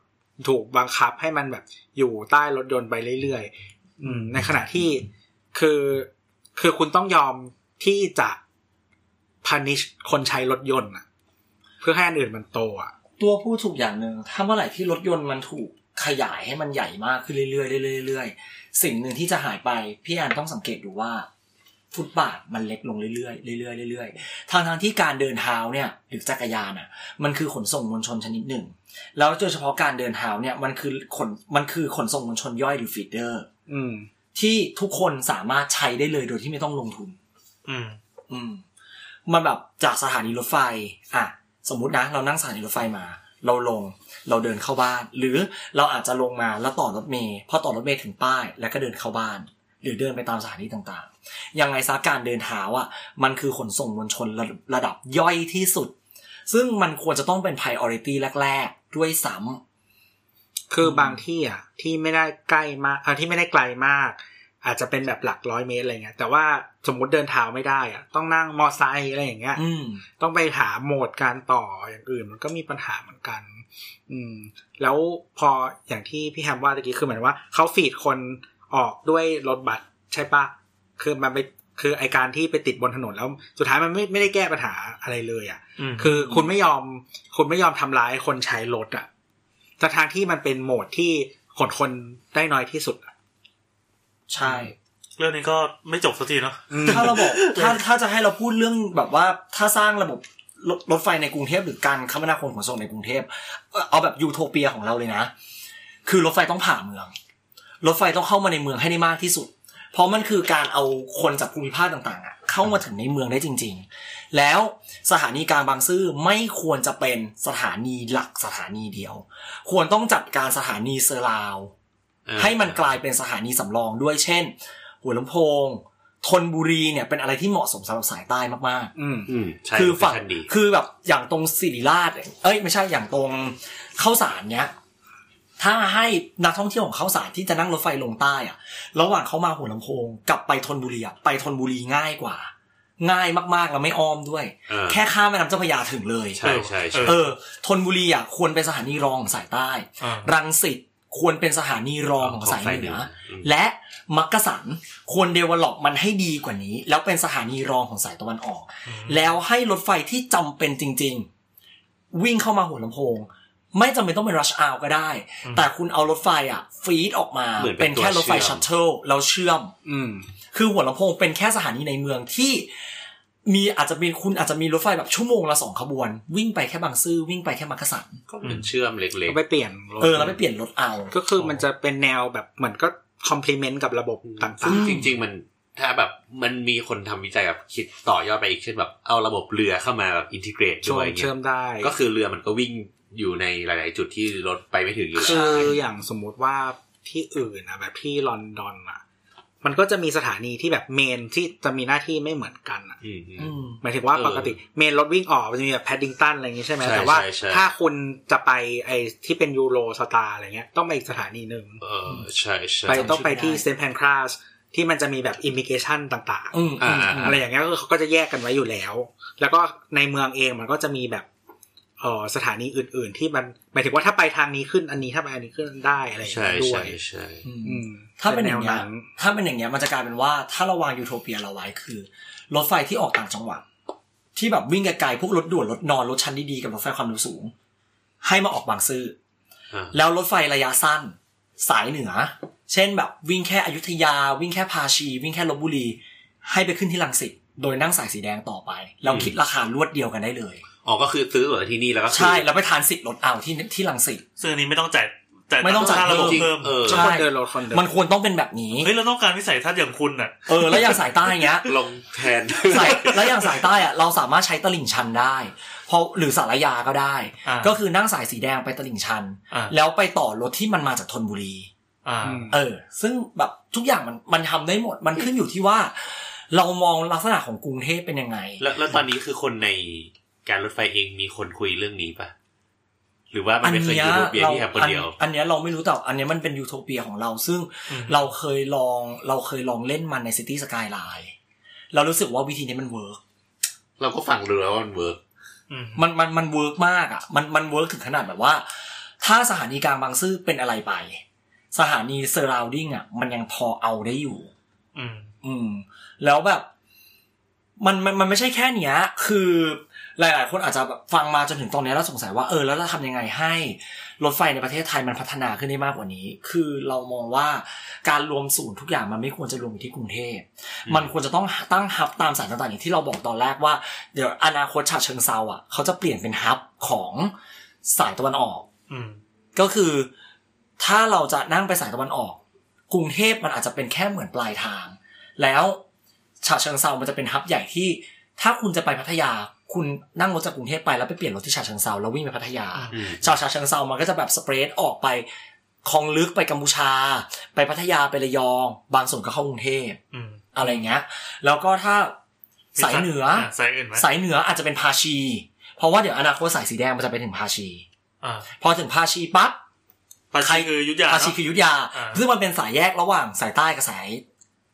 ถูกบังคับให้มันแบบอยู่ใต้รถยนต์ไปเรื่อยๆอืม ในขณะที่คือคือคุณต้องยอมที่จะ punish คนใช้รถยนต์อ่ะ เพื่อให้อันอื่นมันโตอ่ะ ตัวพูดถูกอย่างหนึ่งถ้าเมื่อไหร่ที่รถยนต์มันถูกขยายให้มันใหญ่มากขึ้นเรื่อยๆเรื่อยๆเรื่อยๆสิ่งหนึ่งที่จะหายไป พี่แอนต้องสังเกตดูว่า ฟุตบาทมันเล็กลงเรื่อยๆเรื่อยๆเรื่อยๆทางทางๆที่การเดินเท้าเนี่ย หรือจักรยานอ่ะ มันคือขนส่งมวลชนชนิดหนึ่ง แล้วโดยเฉพาะการเดินเท้าเนี่ยมันคือขนมันคือขนส่งมวลชนย่อยหรือฟีดเดอร์ อืม ที่ทุกคนสามารถใช้ได้เลยโดยที่ไม่ต้องลงทุน อืม อืมมันแบบจากสถานีรถไฟ อ่ะ สมมุตินะ เรานั่งสถานีรถไฟมา เราลง เราเดินเข้าบ้าน หรือเราอาจจะลงมาแล้วต่อรถเมย์พอต่อรถเมย์ถึงป้าย แล้วก็เดินเข้าบ้าน หรือเดินไปตามสถานีต่างๆ ยังไงซะการเดินเท้าอ่ะ มันคือขนส่งมวลชนระระดับย่อยที่สุด ซึ่งมันควรจะต้องเป็น priority แรก ๆ ด้วยซ้ คือบางที่อ่ะที่ไม่ได้ใกล้มากอ่ะที่ไม่ได้ไกลมาก อาจจะเป็นแบบหลักร้อยเมตรอะไรเงี้ย แต่ว่าสมมติเดินเท้าไม่ได้อ่ะ ต้องนั่งมอไซค์อะไรอย่างเงี้ย ำอืม ต้องไปหาโหมดการต่ออย่างอื่น มันก็มีปัญหาเหมือนกัน อืม แล้วพออย่างที่พี่แฮมว่าตะกี้คือเหมือนว่าเขาฟีดคนออกด้วยรถบัสใช่ปะคือมันไปคือไอการที่ไปติดบนถนนแล้ว สุดท้ายมันไม่ไม่ได้แก้ปัญหาอะไรเลยอ่ะ อืม คือคุณไม่ยอม คุณไม่ยอมทำร้ายคนใช้รถอ่ะแต่ทางที่มันเป็นโหมดที่ขนคนได้น้อยที่สุดอะ ใช่ เรื่องนี้ก็ไม่จบสักทีเนาะ อืม ถ้าระบบถ้าถ้าจะให้เราพูดเรื่องแบบว่าถ้าสร้างระบบรถรถไฟในกรุงเทพหรือการคมนาคมขนส่งในกรุงเทพเอ่อเอาแบบยูโทเปียของเราเลยนะ คือรถไฟต้องผ่าเมือง รถไฟต้องเข้ามาในเมืองให้ได้มากที่สุด เพราะมันคือการเอาคนจากภูมิภาคต่างๆอะเข้ามาถึงในเมืองได้จริง ๆ แล้วสถานีกลางบางซื่อไม่ควรจะเป็นสถานีหลักสถานีเดียว ควรต้องจัดการสถานีเซอร์ราว เออ ให้มันกลายเป็นสถานีสำรองด้วยเช่น หัวลำโพงธนบุรีเนี่ยเป็นอะไรที่เหมาะสมสำหรับสายใต้มาก อืม อืมใช่ ๆ คือฝั่ง ชันดี คือแบบอย่างตรงศิริราชเนี่ยเอ้ยไม่ใช่อย่างตรงเข้าสารเนี้ยถ้าให้นักท่องเที่ยวของเข้าสารที่จะนั่งรถไฟลงใต้อะระหว่างเขามาหัวลำโพงกลับไปธนบุรีอะไปธนบุรีง่ายกว่า ง่ายมากๆแล้วไม่อ้อมด้วย เออ แค่ข้ามแม่น้ำเจ้าพระยาถึงเลย ใช่ใช่ใช่ เออธนบุรีอะควรเป็นสถานีรองของสายใต้ อ่า รังสิตควรเป็นสถานีรองของสายเหนือ และมักกะสันควรเดเวล็อปมันให้ดีกว่านี้ แล้วเป็นสถานีรองของสายตะวันออก แล้วให้รถไฟที่จำเป็นจริง ๆ วิ่งเข้ามาหัวลำโพง ไม่จำเป็นต้องเป็นรัชอ r ก็ได้ แต่คุณเอารถไฟอ่ะ ฟีดออกมา เหมือนเป็ เป็น น แค่รถไฟ ตัวเชื่อม ชัตเทิลแล้วเชื่อม อืม คือหัวลำโพงเป็นแค่สถานีในเมืองที่ มีอาจจะมีคุณอาจจะมีรถไฟแบบชั่วโมงละสองขบวน วิ่งไปแค่บางซื่อวิ่งไปแค่มักกะสัน ก็เหมือนเชื่อมเล็ก ก็ไปเปลี่ยนรถ เออแล้วไปเปลี่ยนรถเอา ก็คือมันจะเป็นแนวแบบเหมือนก็คอมพลีเมนต์กับระบบ ๆ ต่าง ซึ่ง ๆ จริง ๆ มันถ้าแบบมันมีคนทำวิจัยแบบคิดต่อยอดไปอีกเช่นแบบเอาระบบเรือเข้ามาแบบอินทิเกรต ช ด้ ว วน ยเงี้ เชื่อย มได้ ก็คือเรือมันก็วิ่งอยู่ในหลาย ๆ จุดที่รถไปไม่ถึงอยู่ คือ แล้ว อย่างสมมุติว่าที่อื่นนะแบบที่ลอนดอนอ่ะ มันก็จะมีสถานีที่แบบเมนที่จะมีหน้าที่ไม่เหมือนกันอ่ะ อืมอืม อืม หมายถึงว่า เออ ปกติเมนรถวิ่งออกมันจะมีแบบแพดดิงตันอะไรอย่างงี้ใช่ไหม ใช่ แต่ว่า ใช่ใช่ ถ้าคุณจะไปไอ้ที่เป็นยูโรสตาร์อะไรเงี้ยต้องไปอีกสถานีหนึ่ง เออใช่ใช่ ไปต้องไป จำชื่อไม่ที่ได้ เซนต์แพนคราสที่มันจะมีแบบอิมิเกชันต่างๆ อืม อ่า อืม อ่า อะไรอย่างเงี้ยก็คือเขาก็จะแยกกันไว้อยู่แล้ว แล้วก็ในเมืองเองมันก็จะมีแบบเออสถานีอื่น ๆ ที่มันหมายถึงว่าถ้าไปทางนี้ขึ้นอันนี้ถ้าไปอันนี้ขึ้นได้อะไรอย่าง ใช่ เงี้ยด้ว ใช่ ย ใช่ อืม อืม ถ้าเป็นอย่าง แนว เงี้ย นั้น ถ้าเป็นอย่างเงี้ยมันจะกลายเป็นว่าถ้าเราวางยูโทเปียเราไว้คือ รถไฟที่ออกต่างจังหวัด ที่แบบวิ่งไกลๆพวกรถด่วนรถนอนรถชั้นดีๆกับรถไฟความเร็วสูง ให้มาออกบางซื่อ อ่า แล้วรถไฟระยะสั้น สายเหนือ เช่นแบบวิ่งแค่อยุธยา วิ่งแค่พาชี วิ่งแค่ลบบุรี ให้ไปขึ้นที่ลังสิตโดยนั่งสายสีแดงต่อไป แล้วคิดราคารวดเดียวกันได้เลย อ๋อก็คือซื้อตั๋วที่นี่แล้วก็คือ ใช่แล้วไปทานสิทธิ์ลดเอาที่ที่ลังสิต ซึ่งอันนี้ไม่ต้องจ่ายจ่าย ไม่ต้องจ่าย ค่าระบบ จริง เพิ่ม เออ ใช่ คนเดินรถคนเดิน มันควรต้องเป็นแบบนี้ เฮ้ยเราต้องการวิสัยทัศน์อย่างคุณน่ะ เออแล้วอย่างสายใต้เงี้ย ลงแทน สายแล้วอย่างสายใต้อะเราสามารถใช้ตลิ่งชันได้เพราะหรือสารยาก็ได้ อ่า ก็คือนั่งสายสีแดงไปตลิ่งชัน อ่า แล้วไปต่อรถที่มันมาจากธนบุรี อ่า อืม เออ ซึ่งแบบทุกอย่างมันมันทำได้หมด มันขึ้นอยู่ที่ว่า เรามองลักษณะของกรุงเทพเป็นยังไง แล้วแล้วตอนนี้คือคนในการรถไฟเองมีคนคุยเรื่องนี้ปะหรือว่ามันเป็นเคยยูโรเปียที่ทำคนเดียว อัอันเนี้ยเราไม่รู้แต่อันเนี้ยมันเป็นยูโทเปียของเรา ซึ่ง อืม เราเคยลองเราเคยลองเล่นมันในซิตี้สกายไลน์เรารู้สึกว่าวิธีนี้มันเวิร์ก เราก็ฟังรู้แล้วว่ามันเวิร์ก อืม มันมันมันเวิร์กมากอ่ะมันมันเวิร์กถึงขนาดแบบว่า ถ้าสถานีกลางบางซื่อเป็นอะไรไป สถานีเซอร์ราวดิ้งอ่ะมันยังพอเอาได้อยู่ อืม อืม แล้วแบบมันมันมันไม่ใช่แค่เนี้ย คือหลาย ๆ คนอาจจะแบบฟังมาจนถึงตรงเนี้ยแล้วสงสัยว่าเออแล้วเราทำยังไงให้ รถไฟในประเทศไทยมันพัฒนาขึ้นได้มากกว่านี้ คือเรามองว่าการรวมศูนย์ทุกอย่างมันไม่ควรจะรวมอยู่ที่กรุงเทพมันควรจะต้องตั้งฮับตามสายต่างๆอย่างที่เราบอกตอนแรกว่าเดี๋ยวอนาคตฉะเชิงเซาอ่ะเขาจะเปลี่ยนเป็นฮับของสายตะวันออก อืม ก็คือถ้าเราจะนั่งไปสายตะวันออก กรุงเทพมันอาจจะเป็นแค่เหมือนปลายทาง แล้วฉะเชิงเซามันจะเป็นฮับใหญ่ที่ ถ้าคุณจะไปพัทยาคุณนั่งรถจากกรุงเทพไปแล้วไปเปลี่ยนรถที่ฉะเชิงเซาแล้ววิ่งไปพัทยา อืม จากฉะเชิงเซามันก็จะแบบสเปรดออกไปคลองลึกไปกัมพูชา ไปพัทยาไประยอง บางส่วนก็เข้ากรุงเทพ อืม อะไรเงี้ย แล้วก็ถ้าสายเหนือ ะสายอื่นไหม สายเหนืออาจจะเป็นภาชี เพราะว่าเดี๋ยวอนาคตสายสีแดงมันจะไปถึงภาชี อ่า พอถึงภาชีปั๊บ ภาชีคืออยุทธยา ภาชี เนอะ คือยุทธยา อ่า ซึ่งมันเป็นสายแยกระหว่างสายใต้กับสาย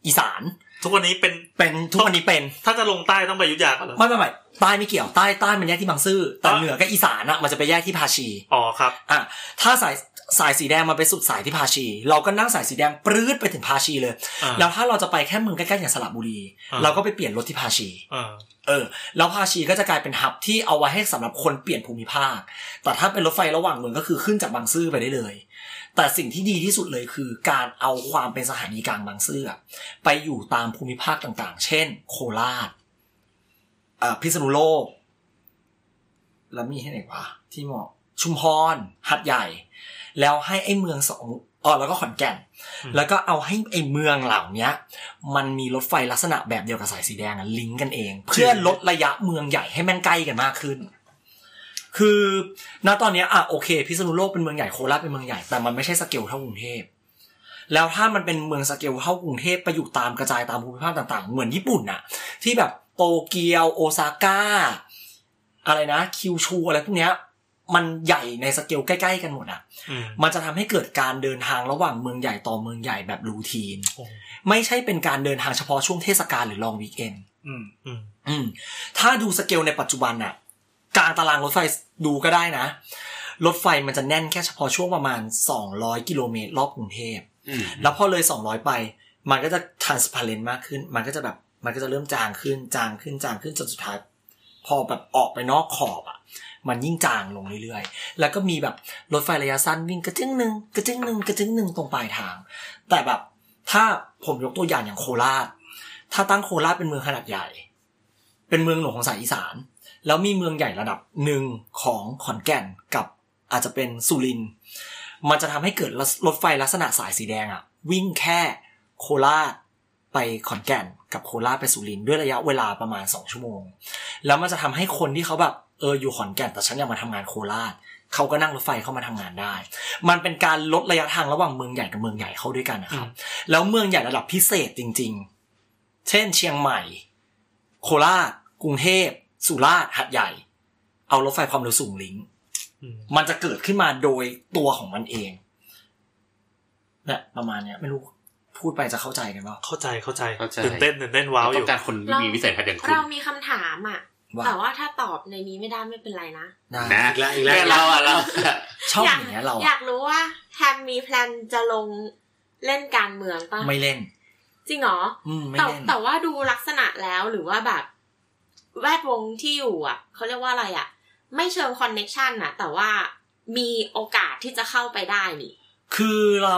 อีสาน ทุกวันนี้เป็น เป็นทุกวันนี้เป็น ถ้าจะลงใต้ต้องไปอยุทธยาก่อนเหรอ ไม่ไม่ไม่ใต้ไม่เกี่ยวใต้ใต้มันแยกที่บางซื่อแต่เหนือกับอีสานอะมันจะไปแยกที่ภาชี อ๋อครับ อ่ะถ้าสายสายสีแดงมันไปสุดสายที่ภาชี เราก็นั่งสายสีแดงปรื๊ดไปถึงภาชีเลย อ่า แล้วถ้าเราจะไปแค่เมืองใกล้ๆอย่างสระบุรี อ่า เราก็ไปเปลี่ยนรถที่ภาชี เออ เออแล้วภาชีก็จะกลายเป็นหับที่เอาไว้ให้สำหรับคนเปลี่ยนภูมิภาค แต่ถ้าเป็นรถไฟระหว่างเมืองก็คือขึ้นจากบางซื่อไปได้เลย แต่สิ่งที่ดีที่สุดเลยคือการเอาความเป็นสถานีกลางบางซื่ออะไปอยู่ตามภูมิภาคต่างๆ เช่น โคราชเอ่อพิษณุโลก แล้วมีที่ไหนวะที่เหมาะชุมพรหัดใหญ่ แล้วให้ไอ้เมืองสองอ๋อแล้วก็ขอนแก่น อืม แล้วก็เอาให้ไอ้เมืองเหล่าเนี้ย มันมีรถไฟลักษณะแบบเดียวกับสายสีแดงอะลิงก์กันเอง เพื่อลดระยะเมืองใหญ่ให้แม่งใกล้กันมากขึ้น คือณตอนเนี้ยอ่ะโอเคพิษณุโลกเป็นเมืองใหญ่โคราชเป็นเมืองใหญ่แต่มันไม่ใช่สเกลเท่ากรุงเทพแล้วถ้ามันเป็นเมืองสเกลเท่ากรุงเทพไปอยู่ตามกระจายตามภูมิภาคต่างๆ เหมือนญี่ปุ่นน่ะ ที่แบบโตเกียวโอซาก้า อะไรนะ คิวชูอะไรพวกเนี้ย มันใหญ่ในสเกลใกล้ๆกันหมดอ่ะ อืม มันจะทำให้เกิดการเดินทางระหว่างเมืองใหญ่ต่อเมืองใหญ่แบบรูทีน โอ้ ไม่ใช่เป็นการเดินทางเฉพาะช่วงเทศกาลหรือลองวีคเอน อืม อืม อืม ถ้าดูสเกลในปัจจุบันน่ะกลางตารางรถไฟดูก็ได้นะ รถไฟมันจะแน่นแค่เฉพาะช่วงประมาณ 200 กิโลเมตรรอบกรุงเทพ อืม แล้วพอเลย 200 ไป มันก็จะ transparent มากขึ้น มันก็จะแบบ มันก็จะเริ่มจางขึ้น จางขึ้น จางขึ้นจนสุดท้าย พอแบบออกไปนอกขอบอ่ะ มันยิ่งจางลงเรื่อยๆ แล้วก็มีแบบรถไฟระยะสั้นวิ่งกระจึ้งหนึ่งกระจึ้งหนึ่งกระจึ้งหนึ่งตรงปลายทาง แต่แบบถ้าผมยกตัวอย่างอย่างโคราช ถ้าตั้งโคราชเป็นเมืองขนาดใหญ่ เป็นเมืองหลวงของสายอีสาน แล้วมีเมืองใหญ่ระดับหนึ่งของขอนแก่นกับอาจจะเป็นสุรินทร์มันจะทำให้เกิดรถรถไฟลักษณะสายสีแดงอะวิ่งแค่โคราชไปขอนแก่น กับโคราชไปสุรินทร์ด้วยระยะเวลาประมาณ 2 ชั่วโมง แล้วมันจะทำให้คนที่เขาแบบเอออยู่ขอนแก่นแต่ฉันอยากมาทำงานโคราชเขาก็นั่งรถไฟเข้ามาทำงานได้ มันเป็นการลดระยะทางระหว่างเมืองใหญ่กับเมืองใหญ่เข้าด้วยกันนะครับ แล้วเมืองใหญ่ระดับพิเศษจริง ๆ เช่น เชียงใหม่ โคราช กรุงเทพ สุราษฎร์ หัดใหญ่ เอารถไฟความเร็วสูงลิงก์ อืม มันจะเกิดขึ้นมาโดยตัวของมันเองเนี่ยประมาณเนี้ย ไม่รู้พูดไปจะเข้าใจกันว่า เข้าใจเข้าใจ เข้าใจ ตื่นเต้นตื่นเต้นว้าว เรา อ ต้อยู่ งการคนที่มีวิสัยทัศน์อย่างคุณ เรามีคำถามอ่ะ ว่า แต่ว่าถ้าตอบในนี้ไม่ได้ไม่เป็นไรนะ ได้ นะ อีกแล้วอีก แม่ แล้ว เราอะเรา ชอบอย่างเงี้ยเรา อยา อะ กรู้ว่าแทมมีแพลนจะลงเล่นการเมืองป่ะ ไม่เล่น จริงเหรอ อืม ไม่ แต่ เล่น แต่ว่าดูลักษณะแล้วหรือว่าแบบ แวดวงที่อยู่อ่ะเขาเรียกว่าอะไรอ่ะ ไม่เชิงคอนเน็ชันอ่ะ แต่ว่ามีโอกาสที่จะเข้าไปได้นี่ คือเรา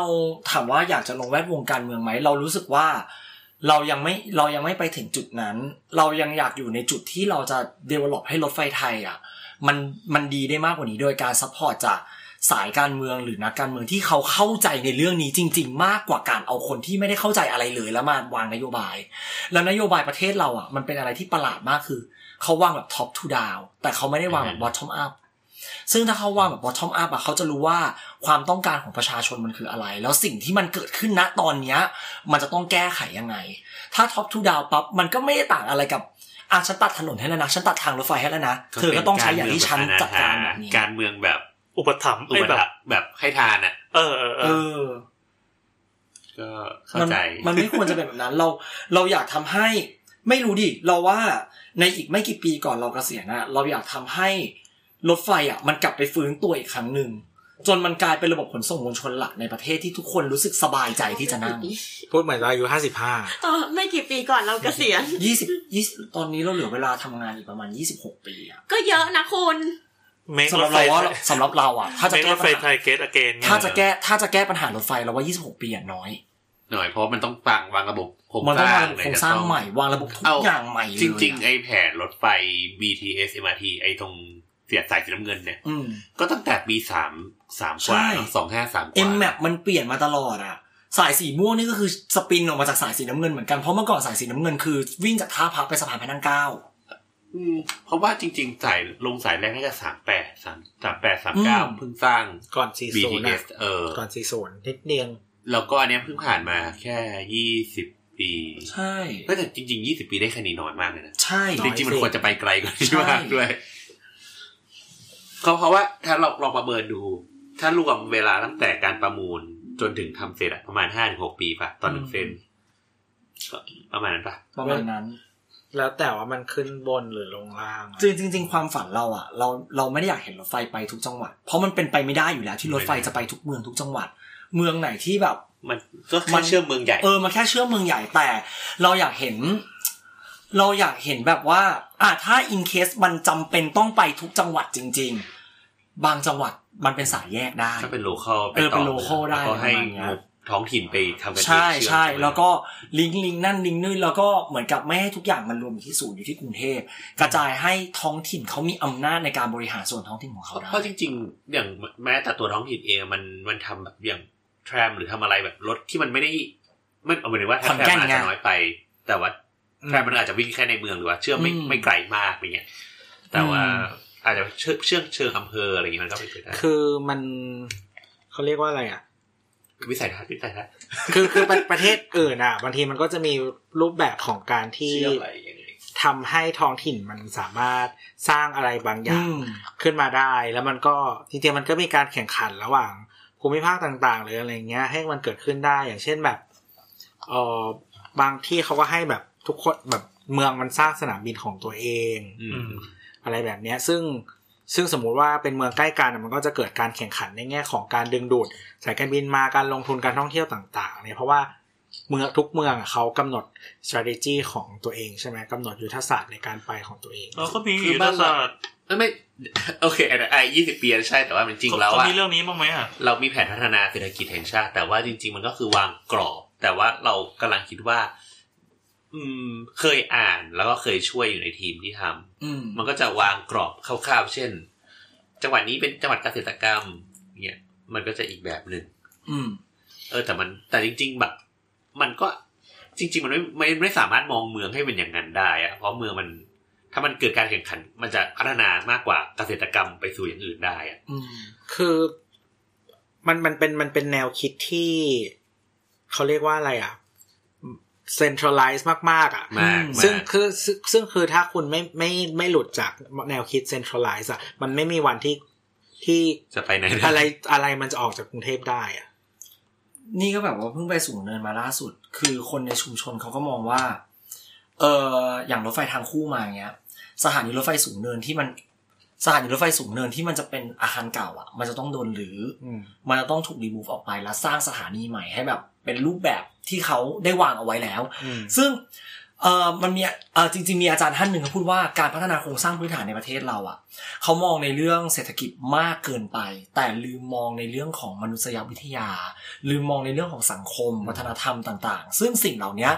ถามว่าอยากจะลงแวดวงการเมืองไหม เรารู้สึกว่า เรายังไม่เรายังไม่ไปถึงจุดนั้น เรายังอยากอยู่ในจุดที่เราจะ develop ให้รถไฟไทยอ่ะมันมันดีได้มากกว่านี้โดยการซัพพอร์ตจากสายการเมืองหรือนักการเมืองที่เขาเข้าใจในเรื่องนี้จริง ๆ มากกว่าการเอาคนที่ไม่ได้เข้าใจอะไรเลยแล้วมาวางนโยบาย แล้วนโยบายประเทศเราอ่ะมันเป็นอะไรที่ประหลาดมากคือ เขาวางแบบ top to down แต่เขาไม่ได้วางแบบ bottom up ซึ่งถ้าเขาวางแบบ bottom up อะเขาจะรู้ว่าความต้องการของประชาชนมันคืออะไร แล้วสิ่งที่มันเกิดขึ้นณตอนเนี้ยมันจะต้องแก้ไขยังไง ถ้า top to down ปั๊บมันก็ไม่ได้ต่างอะไรกับอ่ะฉันตัดถนนให้แล้วนะฉันตัดทางรถไฟให้แล้วนะเธอก็ต้องใช้อย่างที่ฉันจัดการแบบนี้ การเมืองแบบ อุปถัมภ์ อุ ไอ้ ป แบบ ถัมภ์แบบให้ทานอ่ะ เออเออเอ เอ อ อ ก็เข้าใจ มันมันไม่ควรจะเป็นแบบนั้นเราเราอยากทำให้ไม่รู้ดิเราว่าในอีกไม่กี่ปีก่อนเราเกษียณอะเราอยากทำให้รถไฟอะมันกลับไปฟื้นตัวอีกครั้งหนึ่งจนมันกลายเป็นระบบขนส่งมวลชนหลักในประเทศที่ทุกคนรู้สึกสบายใจที่จะนั่ง พูดเหมือนเราอายุห้าสิบห้า ตอนไม่กี่ปีก่อนเราเกษียณ ยี่สิบยี่สิบตอนนี้เราเหลือเวลาทำงานอีกประมาณยี่สิบหกปีอะ ก็เยอะนะคุณ เมค สำ ร หรับ ถไฟ เราว่าสำหรับเราอะถ้า เม จะ ค แก้ รถไฟ ปัญ ไท หาย เกตอเกน ถ้าจะแก้ถ้าจะแก้ปัญหารถไฟเราว่ายี่สิบหกปีอะน้อย หน่อยเพราะมันต้องปรังวางระบบโครง มัน ส ต้อร้าวงาง งระบบโครงสร้างใหม่วางระบบทุก เ อย่างใหม่เลย จ อะ ริง ๆ ไอแผนรถไฟ BTS MRT ไอตรงเสียดสายสีน้ำเงินเนี่ย อืม ก็ตั้งแต่ปีสามสามกว่า ใช่ สองห้าสามก เอ็ ว่าม แมปมันเปลี่ยนมาตลอดอะสายสีม่วงนี่ก็คือสปินออกมาจากสายสีน้ำเงินเหมือนกัน เพราะเมื่อก่อนสายสีน้ำเงินคือวิ่งจากท่าพระไปสะพานพระนั่งเกล้า อืมเพราะว่าจริง ๆ สายลงสายแรกน่าจะสามแปดสามสามแปดสามเก้า อืม เพิ่งสร้าง ก่อนสี่ศูนย์ BTS เออ ก่อนสี่ศูนย์นิดเดียว แล้วก็อันเนี้ยเพิ่งผ่านมาแค่ยี่สิบปี ใช่ ก็แต่จริงๆยี่สิบปีได้แค่นี้น้อยมากเลยนะ ใช่ จริงๆมันควรจะไปไกลกว่านี้ ใช่ มากด้วยเขาเพราะว่าถ้าเราลองประเมินดู ถ้ารวมเวลาตั้งแต่การประมูลจนถึงทำเสร็จอะประมาณห้าถึงหกปีป่ะตอนหนึ่งเส้นก็ประมาณนั้นป่ะ ประมาณนั้น แล้วแต่ว่ามันขึ้นบนหรือลงล่างอะ จริงจริง ๆ ความฝันเราอะเราเราไม่ได้อยากเห็นรถไฟไปทุกจังหวัด เพราะมันเป็นไปไม่ได้อยู่แล้วที่รถไฟจะไปทุกเมืองทุกจังหวัด เมืองไหนที่แบบ มันก็ มั แค่ น เชื่อมเมืองใหญ่ เออ มันแค่เชื่อมเมืองใหญ่แต่เราอยากเห็น เราอยากเห็นแบบว่า อ่ะถ้าอินเคสมันจำเป็นต้องไปทุกจังหวัดจริง ๆ บางจังหวัดมันเป็นสายแยกได้ ถ้าเป็นโลเคอล เออเป็น local ได้ ก็ให้ ประมาณเนี้ย งบท้องถิ่นไปทำกันเอง ใช่ เอม ใช่ ไหม แล้วก็ลิงก์ลิงก์นั่นลิงก์นี่แล้วก็เหมือนกับไม่ให้ทุกอย่างมันรวมอยู่ที่ศูนย์อยู่ที่กรุงเทพกระจายให้ท้องถิ่นเขามีอำนาจในการบริหารส่วนท้องถิ่นของเขาได้ เพราะจริง ๆ อย่างแม้แต่ตัวท้องถิ่นเองมันมันทำแบบอย่างแทรมหรือทำอะไรแบบรถที่มันไม่ได้มันเอาหมายถึงว่าถ้าแทรมอาจจะน้อยไป แต่ว่า ใช่มันอาจจะวิ่งแค่ในเมืองหรือว่าเชื่อมไม่ไม่ไกลมากอะไรเงี้ย แต่ว่าอาจจะเชื่อมเชื่อมเชิงอำเภออะไรเงี้ยมันก็เป็นไปได้ คือมันเขาเรียกว่าอะไรอ่ะ วิสัยทัศน์วิสัยทัศน์ <laughs> คือคือประประเทศอื่นอ่ะบางทีมันก็จะมีรูปแบบของการที่ เชื่อมอะไรอย่างเงี้ย ทำให้ท้องถิ่นมันสามารถสร้างอะไรบางอย่า อื ง ม ขึ้นมาได้แล้วมันก็จริงๆมันก็มีการแข่งขันระหว่างภูมิภาคต่างๆหรืออะไรเงี้ย ให้มันเกิดขึ้นได้อย่างเช่นแบบเออบางที่เขาก็ให้แบบทุกคนแบบเมืองมันสร้างสนามบินของตัวเอง อืม อะไรแบบเนี้ยซึ่งซึ่งสมมุติว่าเป็นเมืองใกล้กันมันก็จะเกิดการแข่งขันในแง่ของการดึงดูดสายการบินมาการลงทุนการท่องเที่ยวต่างๆเนี่ยเพราะว่าเมืองทุกเมืองอะเขากำหนด strategy ของตัวเองใช่ไหมกำหนดยุทธศาสตร์ในการไปของตัวเอง เราก็มีอยู่ในศาสตร์ เอ้ยไม่ <laughs> โอเคอันนั้นไอ้ยี่สิบปีอันนั้นใช่แต่ว่ามันจริง เขา แล้ว เขา อะ มีเรื่องนี้บ้างไหมอ่ะ เรามีแผนพัฒนาเศรษฐกิจแห่งชาติ แต่ว่าจริง ๆ มันก็คือวางกรอบ แต่ว่าเรากำลังคิดว่า อืม เคยอ่านแล้วก็เคยช่วยอยู่ในทีมที่ทำ อืม มันก็จะวางกรอบคร่าวๆ เช่น จังหวัดนี้เป็นจังหวัดเกษตรกรรมเนี่ยมันก็จะอีกแบบหนึ่ง อืม เออแต่มันแต่จริง ๆ แบบ มันก็จริง ๆ มันไม่ไม่ไม่สามารถมองเมืองให้เป็นอย่างนั้นได้อะเพราะเมืองมัน ถ้ามันเกิดการแข่งขัน มันจะพัฒนามากกว่าเกษตรกรรมไปสู่อย่างอื่นได้อะ อืม คือมันมันเป็นมันเป็นแนวคิดที่เขาเรียกว่าอะไรอ่ะ centralize มากๆอ่ะ มาก อืม มา ซึ่ง ก คือซึ่งซึ่งคือถ้าคุณไม่ไม่ไม่หลุดจากแนวคิด centralize อ่ะ มันไม่มีวันที่ที่ จะไปไหนด้ อะไรอะไรมันจะออกจากกรุงเทพได้อะ นี่ก็แบบว่าเพิ่งไปสูงเนินมาล่าสุด คือคนในชุมชนเขาก็มองว่า เอออย่างรถไฟทางคู่มาเงี้ย สถานีรถไฟสูงเนินที่มัน สถานีรถไฟสูงเนินที่มันจะเป็นอาคารเก่าอ่ะ มันจะต้องโดนหรือ มันจะต้องถูกรีมูฟออกไปแล้วสร้างสถานีใหม่ให้แบบ เป็นรูปแบบที่เขาได้วางเอาไว้แล้ว ซึ่ง เออมันมีเออจริง ๆ มีอาจารย์ท่านหนึ่งเขาพูดว่าการพัฒนาโครงสร้างพื้นฐานในประเทศเราอ่ะเขามองในเรื่องเศรษฐกิจมากเกินไป แต่ลืมมองในเรื่องของมนุษยวิทยา ลืมมองในเรื่องของสังคม วัฒนธรรมต่างๆ ซึ่งสิ่งเหล่านี้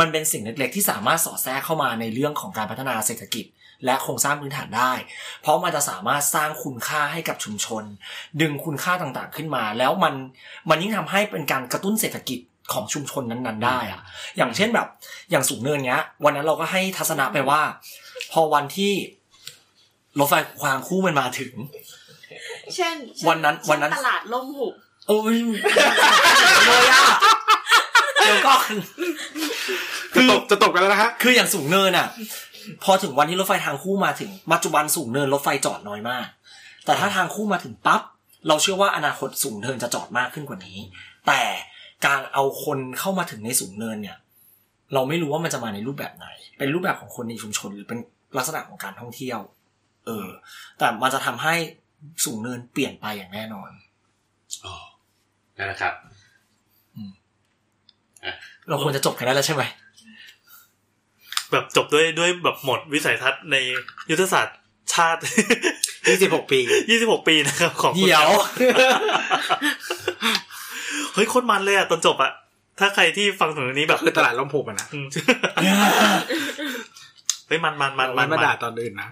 มันเป็นสิ่งเล็กๆ ที่สามารถสอดแทรกเข้ามาในเรื่องของการพัฒนาเศรษฐกิจ และโครงสร้างพื้นฐานได้ เพราะมันจะสามารถสร้างคุณค่าให้กับชุมชน ดึงคุณค่าต่างๆขึ้นมา แล้วมันมันยิ่งทำให้เป็นการกระตุ้นเศรษฐกิจของชุมชนนั้นๆ ได้อะอย่างเช่นแบบ อย่างสูงเนินเนี้ย วันนั้นเราก็ให้ทัศนะไปว่า พอวันที่รถไฟความคู่มันมาถึง เช่นเช่ วันนั้นวันนั้น เช่ตลาดล่มหุบ โอ้ยเลยอ่ะเดี๋ยวก่อน จะตกจะตกกันแล้วนะฮะ คืออย่างสูงเนินอ่ะ พอถึงวันที่รถไฟทางคู่มาถึงปัจจุบันสูงเนินรถไฟจอดน้อยมาก แต่ถ้าทางคู่มาถึงปั๊บเราเชื่อว่าอนาคตสูงเนินจะจอดมากขึ้นกว่านี้ แต่การเอาคนเข้ามาถึงในสูงเนินเนี่ย เราไม่รู้ว่ามันจะมาในรูปแบบไหน เป็นรูปแบบของคนในชุมชน หรือเป็นลักษณะของการท่องเที่ยว เออ แต่มันจะทำให้สูงเนินเปลี่ยนไปอย่างแน่นอน อ๋อนั่นแหละครับ เราควรจะจบกันได้แล้วใช่ไหม แบบจบด้วยด้วยแบบหมดวิสัยทัศน์ในยุทธศาสตร์ชาติ <laughs> 26 ปี 26 ปีนะครับของคุณ เดี๋ยว <laughs> เฮ้ยโคตรมันเลยอ่ะตอนจบอ่ะ ถ้าใครที่ฟังถึงตรงนี้แบบ <laughs> คือตลาดล้มผูกอะนะ อืมเฮ้ยมันมันมันมัมัน นมัมาน <laughs> ด่าตอนอื่นนะ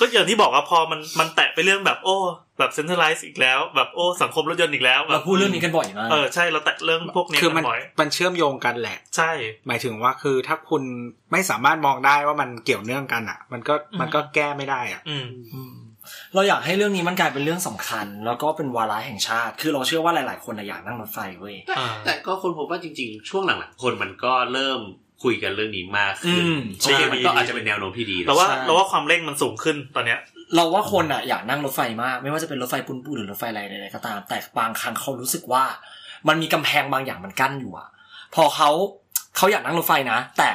ก็อย่างที่บอกว่าพอมันมันแตะไปเรื่องแบบโอ้ แบบเซ็นทรัลไลซ์อีกแล้วแบบโอ้สังคมรถยนต์อีกแล้วแบบ เราพูดเรื่องนี้กันบ่อยมาก เออใช่เราแตะเรื่องพวกเนี้ย คือมัน บ่อย มันเชื่อมโยงกันแหละ ใช่ หมายถึงว่าคือถ้าคุณไม่สามารถมองได้ว่ามันเกี่ยวเนื่องกันอ่ะ มันก็มันก็แก้ไม่ได้อ่ะ อืม อืมเราอยากให้เรื่องนี้มันกลายเป็นเรื่องสำคัญ แล้วก็เป็นวาระแห่งชาติ คือเราเชื่อว่าหลาย ๆ คนน่ะอยากนั่งรถไฟเว้ย อ่า แต่ก็คนพบว่าจริงๆ ช่วงหลังๆ คนมันก็เริ่มคุยกันเรื่องนี้มากขึ้น อืม โอเคมันก็อาจจะเป็นแนวโน้มที่ดีนะ เราว่า ใช่ เราว่าความเร่งมันสูงขึ้นตอนเนี้ย เราว่าคนอ่ะอยากนั่งรถไฟมาก ไม่ว่าจะเป็นรถไฟปุนปูหรือรถไฟอะไรใดๆก็ตาม แต่บางครั้งเขารู้สึกว่า มันมีกำแพงบางอย่างมันกั้นอยู่อะพอเขาเขาอยากนั่งรถไฟนะ แต่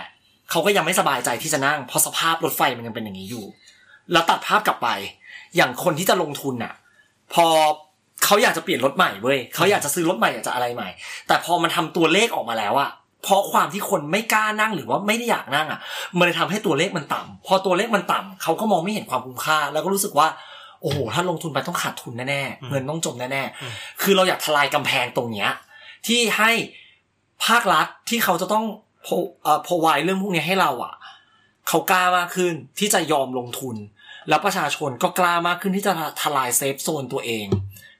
เขาก็ยังไม่สบายใจที่จะนั่ง เพราะสภาพรถไฟมันยังเป็นอย่างนี้อยู่ แล้วตัดภาพกลับไป อย่างคนที่จะลงทุนน่ะ พอเขาอยากจะเปลี่ยนรถใหม่เว้ยเขาอยากจะซื้อรถใหม่อยากจะอะไรใหม่ แต่พอมันทำตัวเลขออกมาแล้วอะเพราะความที่คนไม่กล้านั่งหรือว่าไม่ได้อยากนั่งอะมันเลยทำให้ตัวเลขมันต่ำพอตัวเลขมันต่ำเขาก็มองไม่เห็นความคุ้มค่า แล้วก็รู้สึกว่า โอ้โหถ้าลงทุนไปต้องขาดทุนแน่ อืม ๆเงินต้องจมแน่ อืม ๆคือเราอยากทลายกำแพงตรงเนี้ยที่ให้ภาครัฐที่เขาจะต้องพอไวเรื่องพวกเนี้ยให้เราอะเขากล้ามากขึ้นที่จะยอมลงทุน แล้วประชาชนก็กล้ามากขึ้นที่จะทลายเซฟโซนตัวเอง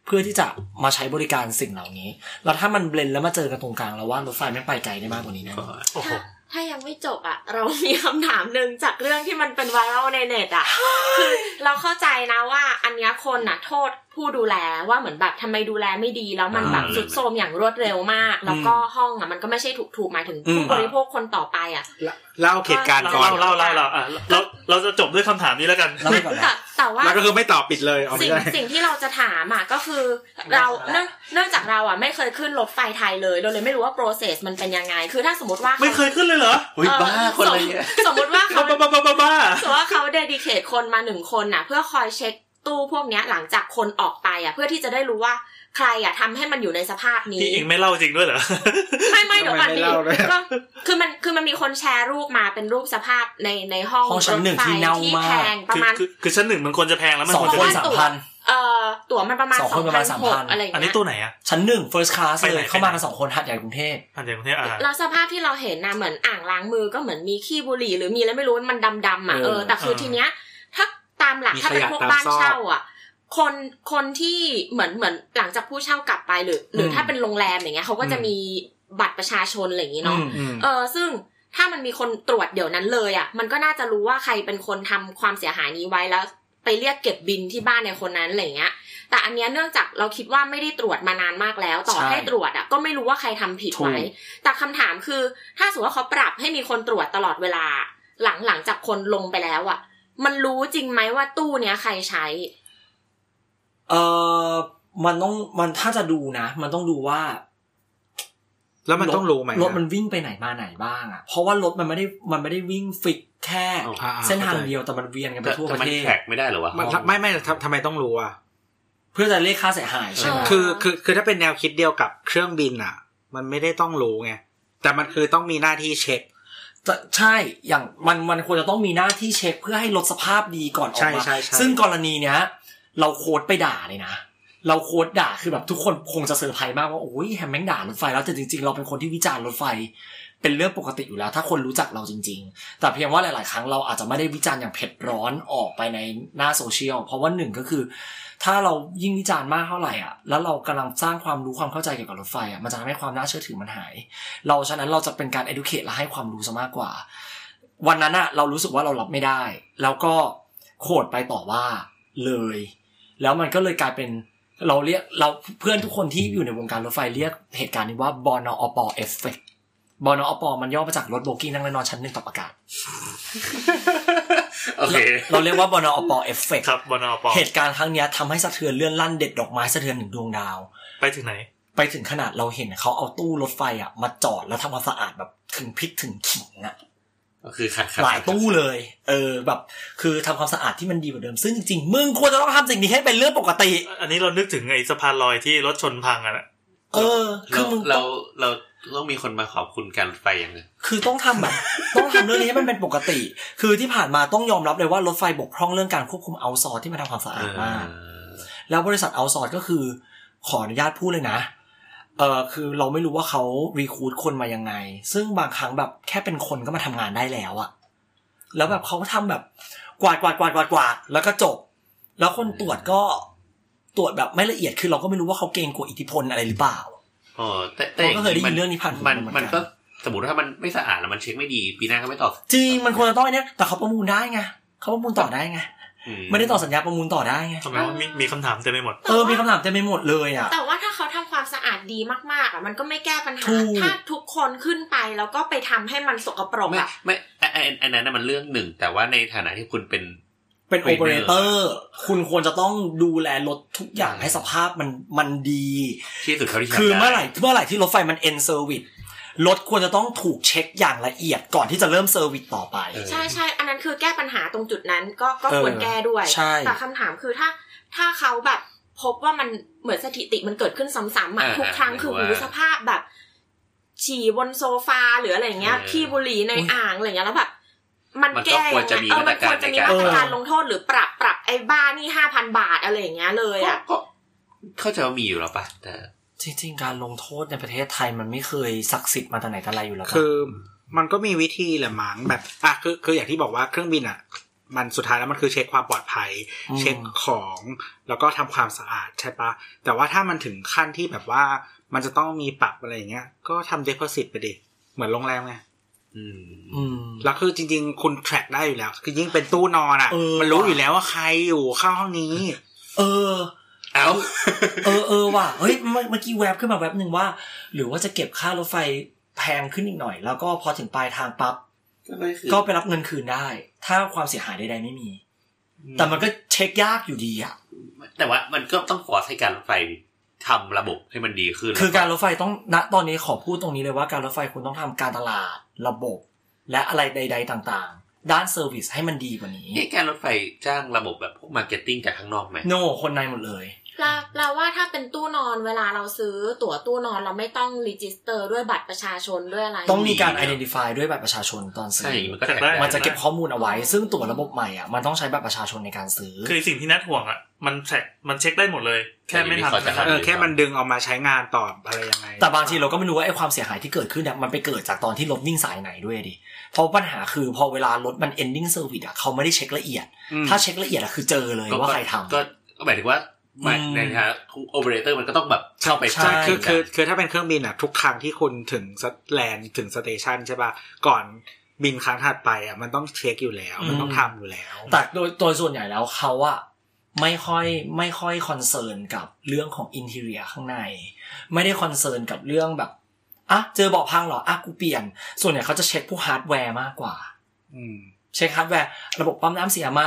เพื่อที่จะมาใช้บริการสิ่งเหล่านี้ แล้วถ้ามันเบลนแล้วมาเจอกันตรงกลางเราว่ารถไฟไม่งไปไกลได้มากกว่านี้แน่นอน โอ้โห ถ้าถ้ายังไม่จบอ่ะ เรามีคำถามหนึ่งจากเรื่องที่มันเป็นไวรัลในเน็ตอ่ะ คือเราเข้าใจนะว่าอันเนี้ยคนน่ะโทษผู้ดูแลว่าเหมือนแบบทำไมดูแลไม่ดีแล้วมันแบบสุดโทรมอย่างรวดเร็วมาก แล้วก็ห้องอ่ะมันก็ไม่ใช่ถูกๆหมายถึงผู้บริโภคคนต่อไปอ่ะ เล่าเหตุการณ์ก่อน เล่าเล่าเล่าเล่าอ่ะเราเราจะจบด้วยคำถามนี้แล้วกัน แล้วไปก่อน แต่ นะ แต่ว่า แล้วก็คือไม่ตอบปิดเลยเอาไม่ สิ่ง ได้ สิ่งที่เราจะถามอ่ะก็คือเราเนื่องเนื่องจากเราอ่ะไม่เคยขึ้นรถไฟไทยเลยเราเลยไม่รู้ว่าโปรเซสมันเป็นยังไง คือถ้าสมมติว่าขา ไม่เคยขึ้นเลยเหรอ เฮ้ย เอ่อ บ้าคนอะไร สม เนี่ย สมมติว่าเขา บ้าบ้าบ้าบ้าบ้า สมมติว่าเขาเดดิเคทคนมาหนึ่งคนน่ะ เพื่อคอยเช็คตู้พวกเนี้ยหลังจากคนออกไปอ่ะ เพื่อที่จะได้รู้ว่าใครอ่ะทำให้มันอยู่ในสภาพนี้ พี่อิงไม่เล่าจริงด้วยเหรอ ไม่ไม่เดี๋ยวก่อน ทำไมไม่ ดิ เล่าด้วยอะ ก็คือมันคือมันมีคนแชร์รูปมาเป็นรูปสภาพในในห้อง ห้องชั้นหนึ่ง รถไฟ ที่เน่า ที่ มาก แพงประ คือ มาณ คือคือชั้นหนึ่งมันควรจะแพงแล้วมัน สอ คว ง รจะขึ้นคนสามพัน เอ่อตั๋วมันประมาณ สอง ส ค อน ง ประ พั มาณ นหก 3,000 อะไรอย่าง อันนี้ เงี้ย ตู้ไหนอ่ะ ชั้นหนึ่ง first class ไปไหน เลยเข้ามากัไปไหนน สองคนหัดใหญ่กรุงเทพ อันเดียวกรุงเทพอ่า แล้วสภาพที่เราเห็นนะเหมือนอ่างล้างมือก็เหมือนมีขี้บุหรี่หรือมีอะไรไม่รู้มันดำๆอ่ะเออแต่คือ เออ ทีเนี้ย ถ้าตามหลัก มี ถ้าเป็น ขยะ พวก ตาม บ้าน ซอก เช่าอ่ะ คนคนที่เหมือนเหมือนหลังจากผู้เช่ากลับไปหรือ หรือถ้าเป็นโรงแรมอย่างเงี้ยเขาก็จะมีบัตรประชาชนอะไรอย่างงี้เนาะ อืม อืม เออซึ่งถ้ามันมีคนตรวจเดี๋ยวนั้นเลยอ่ะ มันก็น่าจะรู้ว่าใครเป็นคนทำความเสียหายนี้ไว้แล้ว ไปเรียกเก็บบินที่บ้านในคนนั้นอะไรอย่างเงี้ย แต่อันเนี้ยเนื่องจากเราคิดว่าไม่ได้ตรวจมานานมากแล้ว ต่อ ใช่ ให้ตรวจอ่ะก็ไม่รู้ว่าใครทำผิดไว้ แต่คำถามคือ ถ้าสมมติว่าเขาปรับให้มีคนตรวจตลอดเวลา หลังหลังจากคนลงไปแล้วอ่ะ มันรู้จริงไหมว่าตู้เนี้ยใครใช้ เออมันต้องมันถ้าจะดูนะ มันต้องดูว่า แล้วมันต้องรู้ไหม รถมันวิ่งไปไหนมาไหนบ้างอะเพราะว่ารถมันไม่ได้มันไม่ได้วิ่งฟิกแค่ อ่าๆ เส้นทางเดียวแต่มันเวียนกันไป แต่ ทั่วป แต่ ระ มัน เทศ แท็กไม่ได้เหรอวะ มันไม่ไม่ทำทำไมต้องรู้อ่ะ เพื่อจะเรียกค่าเสียหายใช่ไหม เ คือคือคือถ้าเป็นแนวคิดเดียวกับเครื่องบินอ่ะ มันไม่ได้ต้องรู้ไงแต่มันคือต้องมีหน้าที่เช็ค แต่ใช่อย่างมันมันควรจะต้องมีหน้าที่เช็คเพื่อให้ลดสภาพดีก่อนออกมา ใช่ใช่ใช่ ซึ่งกรณีเนี้ย เราโค้ดไปด่าเลยนะ เราโค้ดด่าคือแบบทุกคนคงจะเซอร์ไพรส์มากว่าโอ้ยแฮมแม่งด่ารถไฟแล้วแต่จริงๆ เราเป็นคนที่วิจารณ์รถไฟ เป็นเรื่องปกติอยู่แล้ว ถ้าคนรู้จักเราจริง ๆ แต่เพียงว่าหลาย ๆ ครั้งเราอาจจะไม่ได้วิจารณ์อย่างเผ็ดร้อนออกไปในหน้าโซเชียลเพราะว่าหนึ่งก็คือ ถ้าเรายิ่งวิจารณ์มากเท่าไหร่อ่ะแล้วเรากำลังสร้างความรู้ความเข้าใจเกี่ยวกับรถไฟอ่ะมันจะทำให้ความน่าเชื่อถือมันหาย เราฉะนั้นเราจะเป็นการ educate และให้ความรู้ซะมากกว่า วันนั้นอะเรารู้สึกว่าเรารับไม่ได้ แล้วก็โคดไปต่อว่าเลย แล้วมันก็เลยกลายเป็นเราเรียกเราเพื่อนทุกคนที่อยู่ในวงการรถไฟเรียกเหตุการณ์นี้ว่าบอนอปอเอฟเฟกบอนอปอมันย่อมาจากรถโบกี้นั่งและนอนชั้นหนึ่งต่ออากาศ โอเค เราเรียกว่าบอนอปอเอฟเฟก ครับบนอป เหตุการณ์ครั้งเนี้ยทำให้สะเทือนเลื่อนลั่นเด็ดดอกไม้สะเทือนหนึ่งดวงดาว ไปถึงไหน ไปถึงขนาดเราเห็นเขาเอาตู้รถไฟอ่ะมาจอดแล้วทำความสะอาดแบบถึงพริกถึงขิงอ่ะ ก็คือขัดขัด หลายตู้เลย เออ แบบ คือทำความสะอาดที่มันดีกว่าเดิม ซึ่งจริงๆ มึงควรจะต้องทำสิ่งนี้ให้เป็นเรื่องปกติ อันนี้เรานึกถึงไอ้สะพานลอยที่รถชนพังอะนะ เออ คื เรา อมึง เรา ต้อง เราต้องมีคนมาขอบคุณการรถไฟอย่างหนึง คือต้องทำแบบ <laughs> ต้องทำเรื่องนี้ให้มันเป็นปกติ คือที่ผ่านมาต้องยอมรับเลยว่ารถไฟบกพร่องเรื่องการควบคุมเอาซอที่มันทำความสะอาดมาก เออ แล้วบริษัทเอาซอร์ก็คือ ขออนุญาตพูดเลยนะ เออคือเราไม่รู้ว่าเขารีคูดคนมายังไง ซึ่งบางครั้งแบบแค่เป็นคนก็มาทำงานได้แล้วอะแล้วแบบเขาทำแบบกวาดกวาดกวาดกวาดกวาดแล้วก็จบ แล้วคนตรวจก็ตรวจแบบไม่ละเอียดคือเราก็ไม่รู้ว่าเขาเกรงกลัวอิทธิพลอะไรหรือเปล่า อ๋อแต่แต่าง ผมก็เคยได้ยินเรื่องนี้ผ่านหู มัน เหมือนกัน มันก็สมมติว่าถ้ามันไม่สะอาดแล้วมันเช็คไม่ดีปีหน้าก็ไม่ตอบ จริงมันควรจะต้องไอ้เนี่ยแต่เขาประมูลได้ไงเขาประมูลต่อได้ไง อื ไม่ได้ต่อสัญญาประมูลต่อได้ไง ทำไมวะมีมีคำถามเต็มไปหมด เออมีคำถามเต็มไปหมดเลยอะ แต่ว่าถ้าเขาทำความสะอาดดีมากๆอ่ะมันก็ไม่แก้ปัญหา ถูก ถ้าทุกคนขึ้นไปแล้วก็ไปทำให้มันสกปรก ไม่ อ่ะ ไม่ไอ้ไอ้ไอ้นั้นน่ะมันเรื่องหนึ่ง แต่ว่าในฐานะที่คุณเป็น เป็นโอเปอเร trainer เตอร์ คุณควรจะต้องดูแลรถทุกอย่างให้สภาพมันมันดี ที่สุดเท่าที่ทำ คือเมื่อไห ด้ ร่เมื่อไหร่ที่รถไฟมัน end service รถควรจะต้องถูกเช็คอย่างละเอียดก่อนที่จะเริ่มเซอร์วิสต่อไป เออ ใช่ใช่อันนั้นคือแก้ปัญหาตรงจุดนั้นก็ก็ เอคอวรแก้ด้วย ใช่ แต่คำถามคือถ้าถ้าเขาแบบพบว่ามันเหมือนสถิติมันเกิดขึ้นซ้ำๆอ่ะ อ่า ทุกครั้งคือ หมายถึง หู ว่า สภาพแบบ ฉี่บนโซฟาหรืออะไรอย่างเงี้ย เออ ขี้บุหรี่ใน อุ๊ย อ่างอะไรอย่างเงี้ยแล้วแบบมัน มันก็ แก้ ควรจะมี เออมันควรจะมีมาตร มาตร กา การ ร ลงโทษหรือปรับปรับไอ้บ้านี่ห้าพันบาทอะไรอย่างเงี้ยเลย ก็ อ่ะ ก็เข้าใจว่ามีอยู่แล้วป่ะแต่ จริงๆ การลงโทษในประเทศไทยมันไม่เคยศักดิ์สิทธิ์มาแต่ไหนแต่ไรอยู่แล้วรับ คือมันก็มีวิธีแหละมั้งแบบอ่ะคือคืออย่างที่บอกว่าเครื่องบินอ่ะ มันสุดท้ายแล้วมันคือเช็คความปลอดภัย เช็คของแล้วก็ทำความสะอาดใช่ปะแต่ว่าถ้ามันถึงขั้นที่แบบว่ามันจะต้องมีปรับอะไรอย่างเงี้ย ก็ทำเด p o s i t ไปดิ เหมือนโรงแรมไง อืม อืม แล้วคือจริง ๆ คุณ track ได้อยู่แล้ว คือยิ่งเป็นตู้นอนอ่ะ เออ มันรู้อยู่แล้วว่าใครอยู่เข้าห้องนี้ เออ เอา เออเออว่ะเฮ้ยเมื่อเมื่อกี้แวบขึ้นมาแวบหนึ่งว่า หรือว่าจะเก็บค่ารถไฟแพงขึ้นอีกหน่อย แล้วก็พอถึงปลายทางปั๊บ ก็ไปรับเงินคืนได้ ถ้าความเสียหายใดๆไม่มี แต่มันก็เช็คยากอยู่ดีอ่ะ แต่ว่ามันก็ต้องฟอร์สให้การรถไฟทำระบบให้มันดีขึ้น คือการรถไฟต้องณตอนนี้ขอพูดตรงนี้เลยว่าการรถไฟคุณต้องทำการตลาดระบบ และอะไรใด ๆต่างๆ ด้านเซอร์วิสให้มันดีกว่านี้ นี่การรถไฟจ้างระบบแบบพวกมาร์เก็ตติ้งจากข้างนอกไหม โน คนในหมดเลย เราเราว่าถ้าเป็นตู้นอนเวลาเราซื้อตั๋วตู้นอนเราไม่ต้องรีจิสเตอร์ด้วยบัตรประชาชนด้วยอะไร ต้องมีการ ดีนะ identify ด้วยบัตรประชาชนตอนซื้ ใช่ อ อย่างนี้มันก็ แต่ แตก ได้ ได้ มันจะเก็บข้อมูลเอาไว้ ซึ่งตั๋วระบบใหม่อ่ะมันต้องใช้บัตรประชาชนในการซื้อ คือสิ่งที่นัดห่วงอ่ะมันแทร็กมันเช็คได้หมดเลย แค่ไม่ทำนะครับ เออแค่มันดึงเออกมาใช้งานตอบอะไรยังไง แต่บางทีเราก็ไม่รู้ว่าไอ้ความเสียหายที่เกิดขึ้นเนี่ยมันไปเกิดจากตอนที่รถวิ่งสายไหนด้วยดิ เพราะปัญหาคือพอเวลารถมัน ending service อ่ะเขาไม่ได้เช็คละเอียด อืม ถ้าเช็คละเอียดอะคือเจอเลย ก็ ว่าใครทำ ก็ก็หมายถึงว่าหมาย อืม ในฐานะโอเปอเรเตอร์มันก็ต้องแบบเข้าไป ใช่ ใช่ จ้าง คือคือคือถ้าเป็นเครื่องบินอ่ะทุกครั้งที่คุณถึงสแลนด์ถึงสเตชันใช่ป่ะ ก่อนบินครั้งถัดไปอ่ะมันต้องเช็คอยู่แล้ว มันต้องทำอยู่แล้ว แต่โดยโดยส่วนใหญ่แล้วเขาอะไม่ค่อยไม่ค่อยคอนเซิร์นกับเรื่องของอินเทเรียข้างใน ไม่ได้คอนเซิร์นกับเรื่องแบบอ่ะเจอเบาะพังเหรออ่ะกูเปลี่ยน ส่วนใหญ่เขาจะเช็คพวกฮาร์ดแวร์มากกว่า อืม เช็คฮาร์ดแวร์ระบบปั๊มน้ำเสียไหม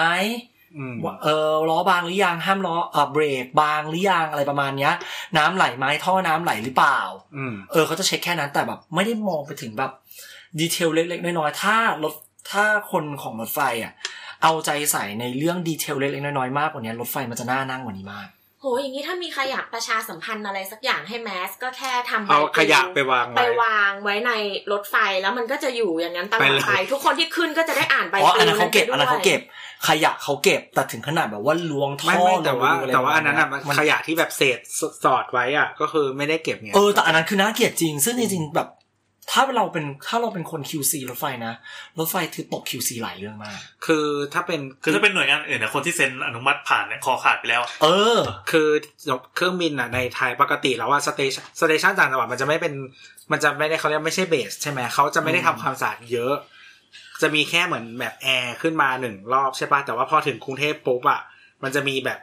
อืม ว่าเออล้อบางหรือยังห้ามล้อเออเบรกบางหรือยังอะไรประมาณเนี้ย น้ำไหลไหมท่อน้ำไหลหรือเปล่า อืม เออเขาจะเช็คแค่นั้นแต่แบบไม่ได้มองไปถึงแบบดีเทลเล็กๆน้อยๆถ้ารถถ้าคนของรถไฟอ่ะเอาใจใส่ในเรื่องดีเทลเล็กๆน้อยๆมากกว่านี้รถไฟมันจะน่านั่งกว่านี้มาก โหอย่างนี้ถ้ามีใครอยากประชาสัมพันธ์อะไรสักอย่างให้แมส ก็แค่ทำใบ เอา ปลิว ขยะไปวาง ไป ไว้ วางไว้ในรถไฟแล้วมันก็จะอยู่อย่างนั้นตล ไป อ เล ด ย ไป ทุกคนที่ขึ้นก็จะได้อ่านใบ อ๋อ ปลิ อันนั้นเขาเก็บ ไปด้วย อันนั้นเขาเก็บ ขยะเขาเก็บแต่ถึงขนาดแบบว่าล้วงท่อ ไม่ไม่แต่ ลงป ว่า ดูะไร แต่ว่า ปรมณ อันนั้นอ่ะมัน มัน ขยะที่แบบเศษสสอดไว้อ่ะ ก็คือไม่ได้เก็บไง เออแต่อันนั้นคือน่าเกลียดจริง ซึ่งจริงๆแบบ ถ้าเราเป็นถ้าเราเป็นคน QC รถไฟนะ รถไฟถือตก QC หลายเรื่องมาก คือถ้าเป็น คือถ้าเป็นหน่วยงานอื่นเนี่ยคนที่เซ็นอนุมัติผ่านเนี่ยคอขาดไปแล้ว เออ คือเครื่องบินอ่ะในไทยปกติแล้วว่าสเตชันสเตชันต่างจังหวัดมันจะไม่เป็นมันจะไม่ได้เขาเรียกไม่ใช่เบสใช่ไหมเขาจะไม่ได้ทำความสะอาดเยอะ จะมีแค่เหมือนแบบแอร์ขึ้นมาหนึ่งรอบใช่ป่ะแต่ว่าพอถึงกรุงเทพปุ๊บอ่ะมันจะมีแบบ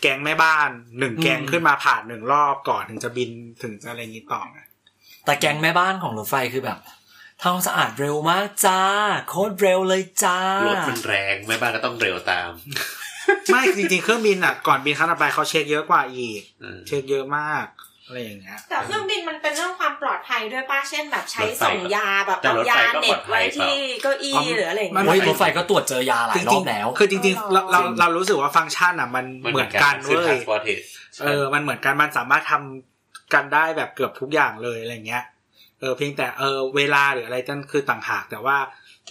แก๊งแม่บ้านหนึ่งแก๊ง อืม ขึ้นมาผ่านหนึ่งรอบก่อนถึงจะบินถึงจะอะไรอย่างนี้ต่อไง แต่แกงแม่บ้านของรถไฟคือแบบทำความสะอาดเร็วมากจ้าโคตรเร็วเลยจ้าร ถมันแรงแม่บ้านก็ต้องเร็วตาม ไม่จริงๆ เครื่องบินอ่ะ ก่อนบินครั้งต่อไปเขาเช็คเยอะกว่าอีก เออ เช็คเยอะมากอะไรอย่างเงี้ย แต่เครื่องบินมันเป็นเรื่องความปลอดภัยด้วยป้าเช่นแบบใช้ รถไฟ ส่งยาแบบ แต่ เอา รถไฟ ยา ก็ เหน็บปลอดภั ไว้ ย ที่เก้าอี้หรืออะไรอย่างเงี้ย โอ้ยรถไฟก็ตรวจเจอยาหลา จ ย ริ รอง บแล้ว ๆคือจริงๆเราเราเรารู้สึกว่าฟังก์ชันอ่ะ มัน มัน เหมือนกัน คือ เว้ย transportation เออมันเหมือนกันมันสามารถทำกันได้แบบเกือบทุกอย่างเลยอะไรเงี้ยเออเพียงแต่เออเวลาหรืออะไรนั่นคือต่างหาก แต่ว่า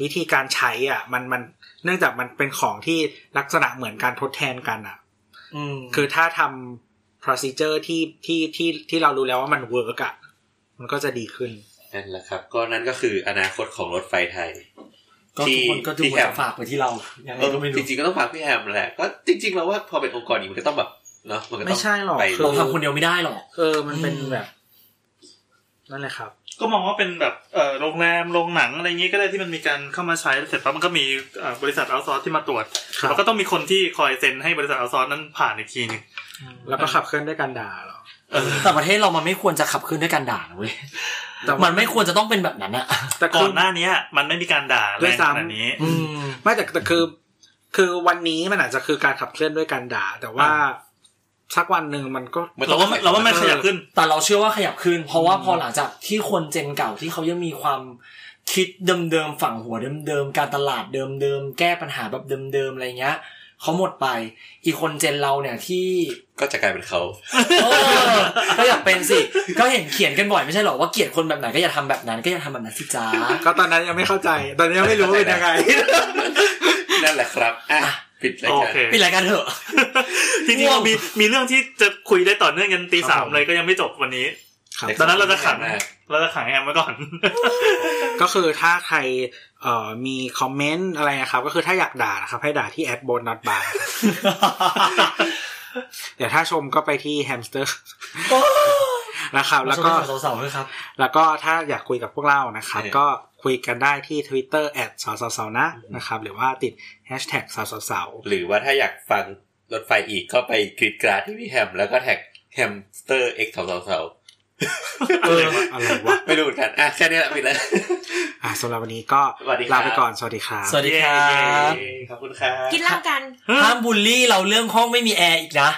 วิธีการใช้อ่ะ มันมันเนื่องจากมันเป็นของที่ลักษณะเหมือนการทดแทนกันอ่ะ อืม คือถ้าทำ procedure ที่ที่ที่ที่เรารู้แล้วว่ามันเวิร์กอ่ะมันก็จะดีขึ้น นั่นแหละครับ ก็นั่นก็คืออนาคตของรถไฟไทย ก็ทุกคนก็ดู ที่ เหมื แถ อน ม จะฝากไปที่เรายังไง เออ ก็ไม่ จ รู้ ริงๆก็ต้องฝากพี่แฮมแหละก็จริงๆเราว่าพอเป็นองค์กรอีกมันก็ต้องแบบเนาะมันก็ต้อง ไม่ใช่หรอก ไป คือ เราทำคนเดียวไม่ได้หรอก เออ มันเป็น อืม แบบ นั่นแหละครับ ก็มองว่าเป็นแบบเอ่อโรงแรมโรงหนังอะไรอย่างงี้ก็ได้ที่มันมีการเข้ามาใช้แล้วเสร็จปั๊บมันก็มีเอ่อบริษัทเอาซอร์ที่มาตรวจ ครับ แล้วก็ต้องมีคนที่คอยเซ็นให้บริษัทเอาซอร์นั้นผ่านอีกทีหนึง แล้วก็ขับเคลื่อนด้วยการด่าเหรอ เออ แต่ประเทศเรามันไม่ควรจะขับเคลื่อนด้วยการด่านะเว้ย แต่ว่ามั มันไม่ควรจะต้องเป็นแบบนั้นอะ แต่ ก่ ก่ อ อน น ห นะ น้าเนี้ยมันไม่มีการด่าแร ด้วย งขซ้ำนาดนี้ อืม ไม่แต่แต่คือ คือวันนี้มันอาจจะคือการขับเคลื่อนด้วยการด่า แต่ว่า อ่า สักวันหนึ่งมันก็ เราว่าเราว่ามันขยับขึ้น แต่เราเชื่อว่าขยับขึ้น เพราะว่าพอหลังจากที่คนเจนเก่าที่เขายังมีความคิดเดิมๆฝั่งหัวเดิมๆการตลาดเดิมๆแก้ปัญหาแบบเดิมๆอะไรเงี้ยเขาหมดไป อีกคนเจนเราเนี่ยที่ ก็จะกลายเป็นเขา เออก็อยากเป็นสิ ก็เห็นเขียนกันบ่อยไม่ใช่หรอว่าเกลียดคนแบบไหนก็อย่าทำแบบนั้นก็อย่าทำแบบนั้นสิจ้า ก็ตอนนั้นยังไม่เข้าใจ ตอนนี้ยังไม่รู้เป็นยังไง นั่นแหละครับอ่ะปิดราย โอ การ เค ปิดรายการเถอะ จริงๆเรามีมีเรื่องที่จะคุยได้ต่อเนื่องกันตี ครั สา บ ม ผม เลยก็ยังไม่จบวันนี้ ครับ ตอนนั้นเราจะขัง มาก เราจะขังแอมไว้ก่อน ก็คือถ้าใครเอ่อมีคอมเมนต์อะไรนะครับ ก็คือถ้าอยากด่านะครับ ให้ด่าที่แอดบนนัดบาร์เดี๋ยวถ้าชมก็ไปที่แฮมสเตอร์นะครับ แล้ แล้ว ว ก็ ก็ สาวๆด้วยครับ แล้วก็ถ้าอยากคุยกับพวกเรานะครับ ก็คุยกันได้ที่ Twitter แอดสาวสาวๆนะนะครับ หรือว่าติด Hashtag สาวสาว หรือว่าถ้าอยากฟังรถไฟอีกก็ไปกรีดกราดที่พี่แฮมแล้วก็แท็กแฮมสเตอร์เอ็กซ์สองสองสอง ๆเอออะไร <laughs> วะ ไม่รู้เหมือนกันอ่ะแค่นี้แหละปิดแล้ว อ่ะสำหรับวันนี้ก็ สวัสดีครับ ลาไปก่อน สวัสดีครับ สวัสดีครับ เย้ขอบคุณครับ กินเหล้ากัน ห้ามบูลลี่เราเรื่องห้องไม่มีแอร์อีกนะ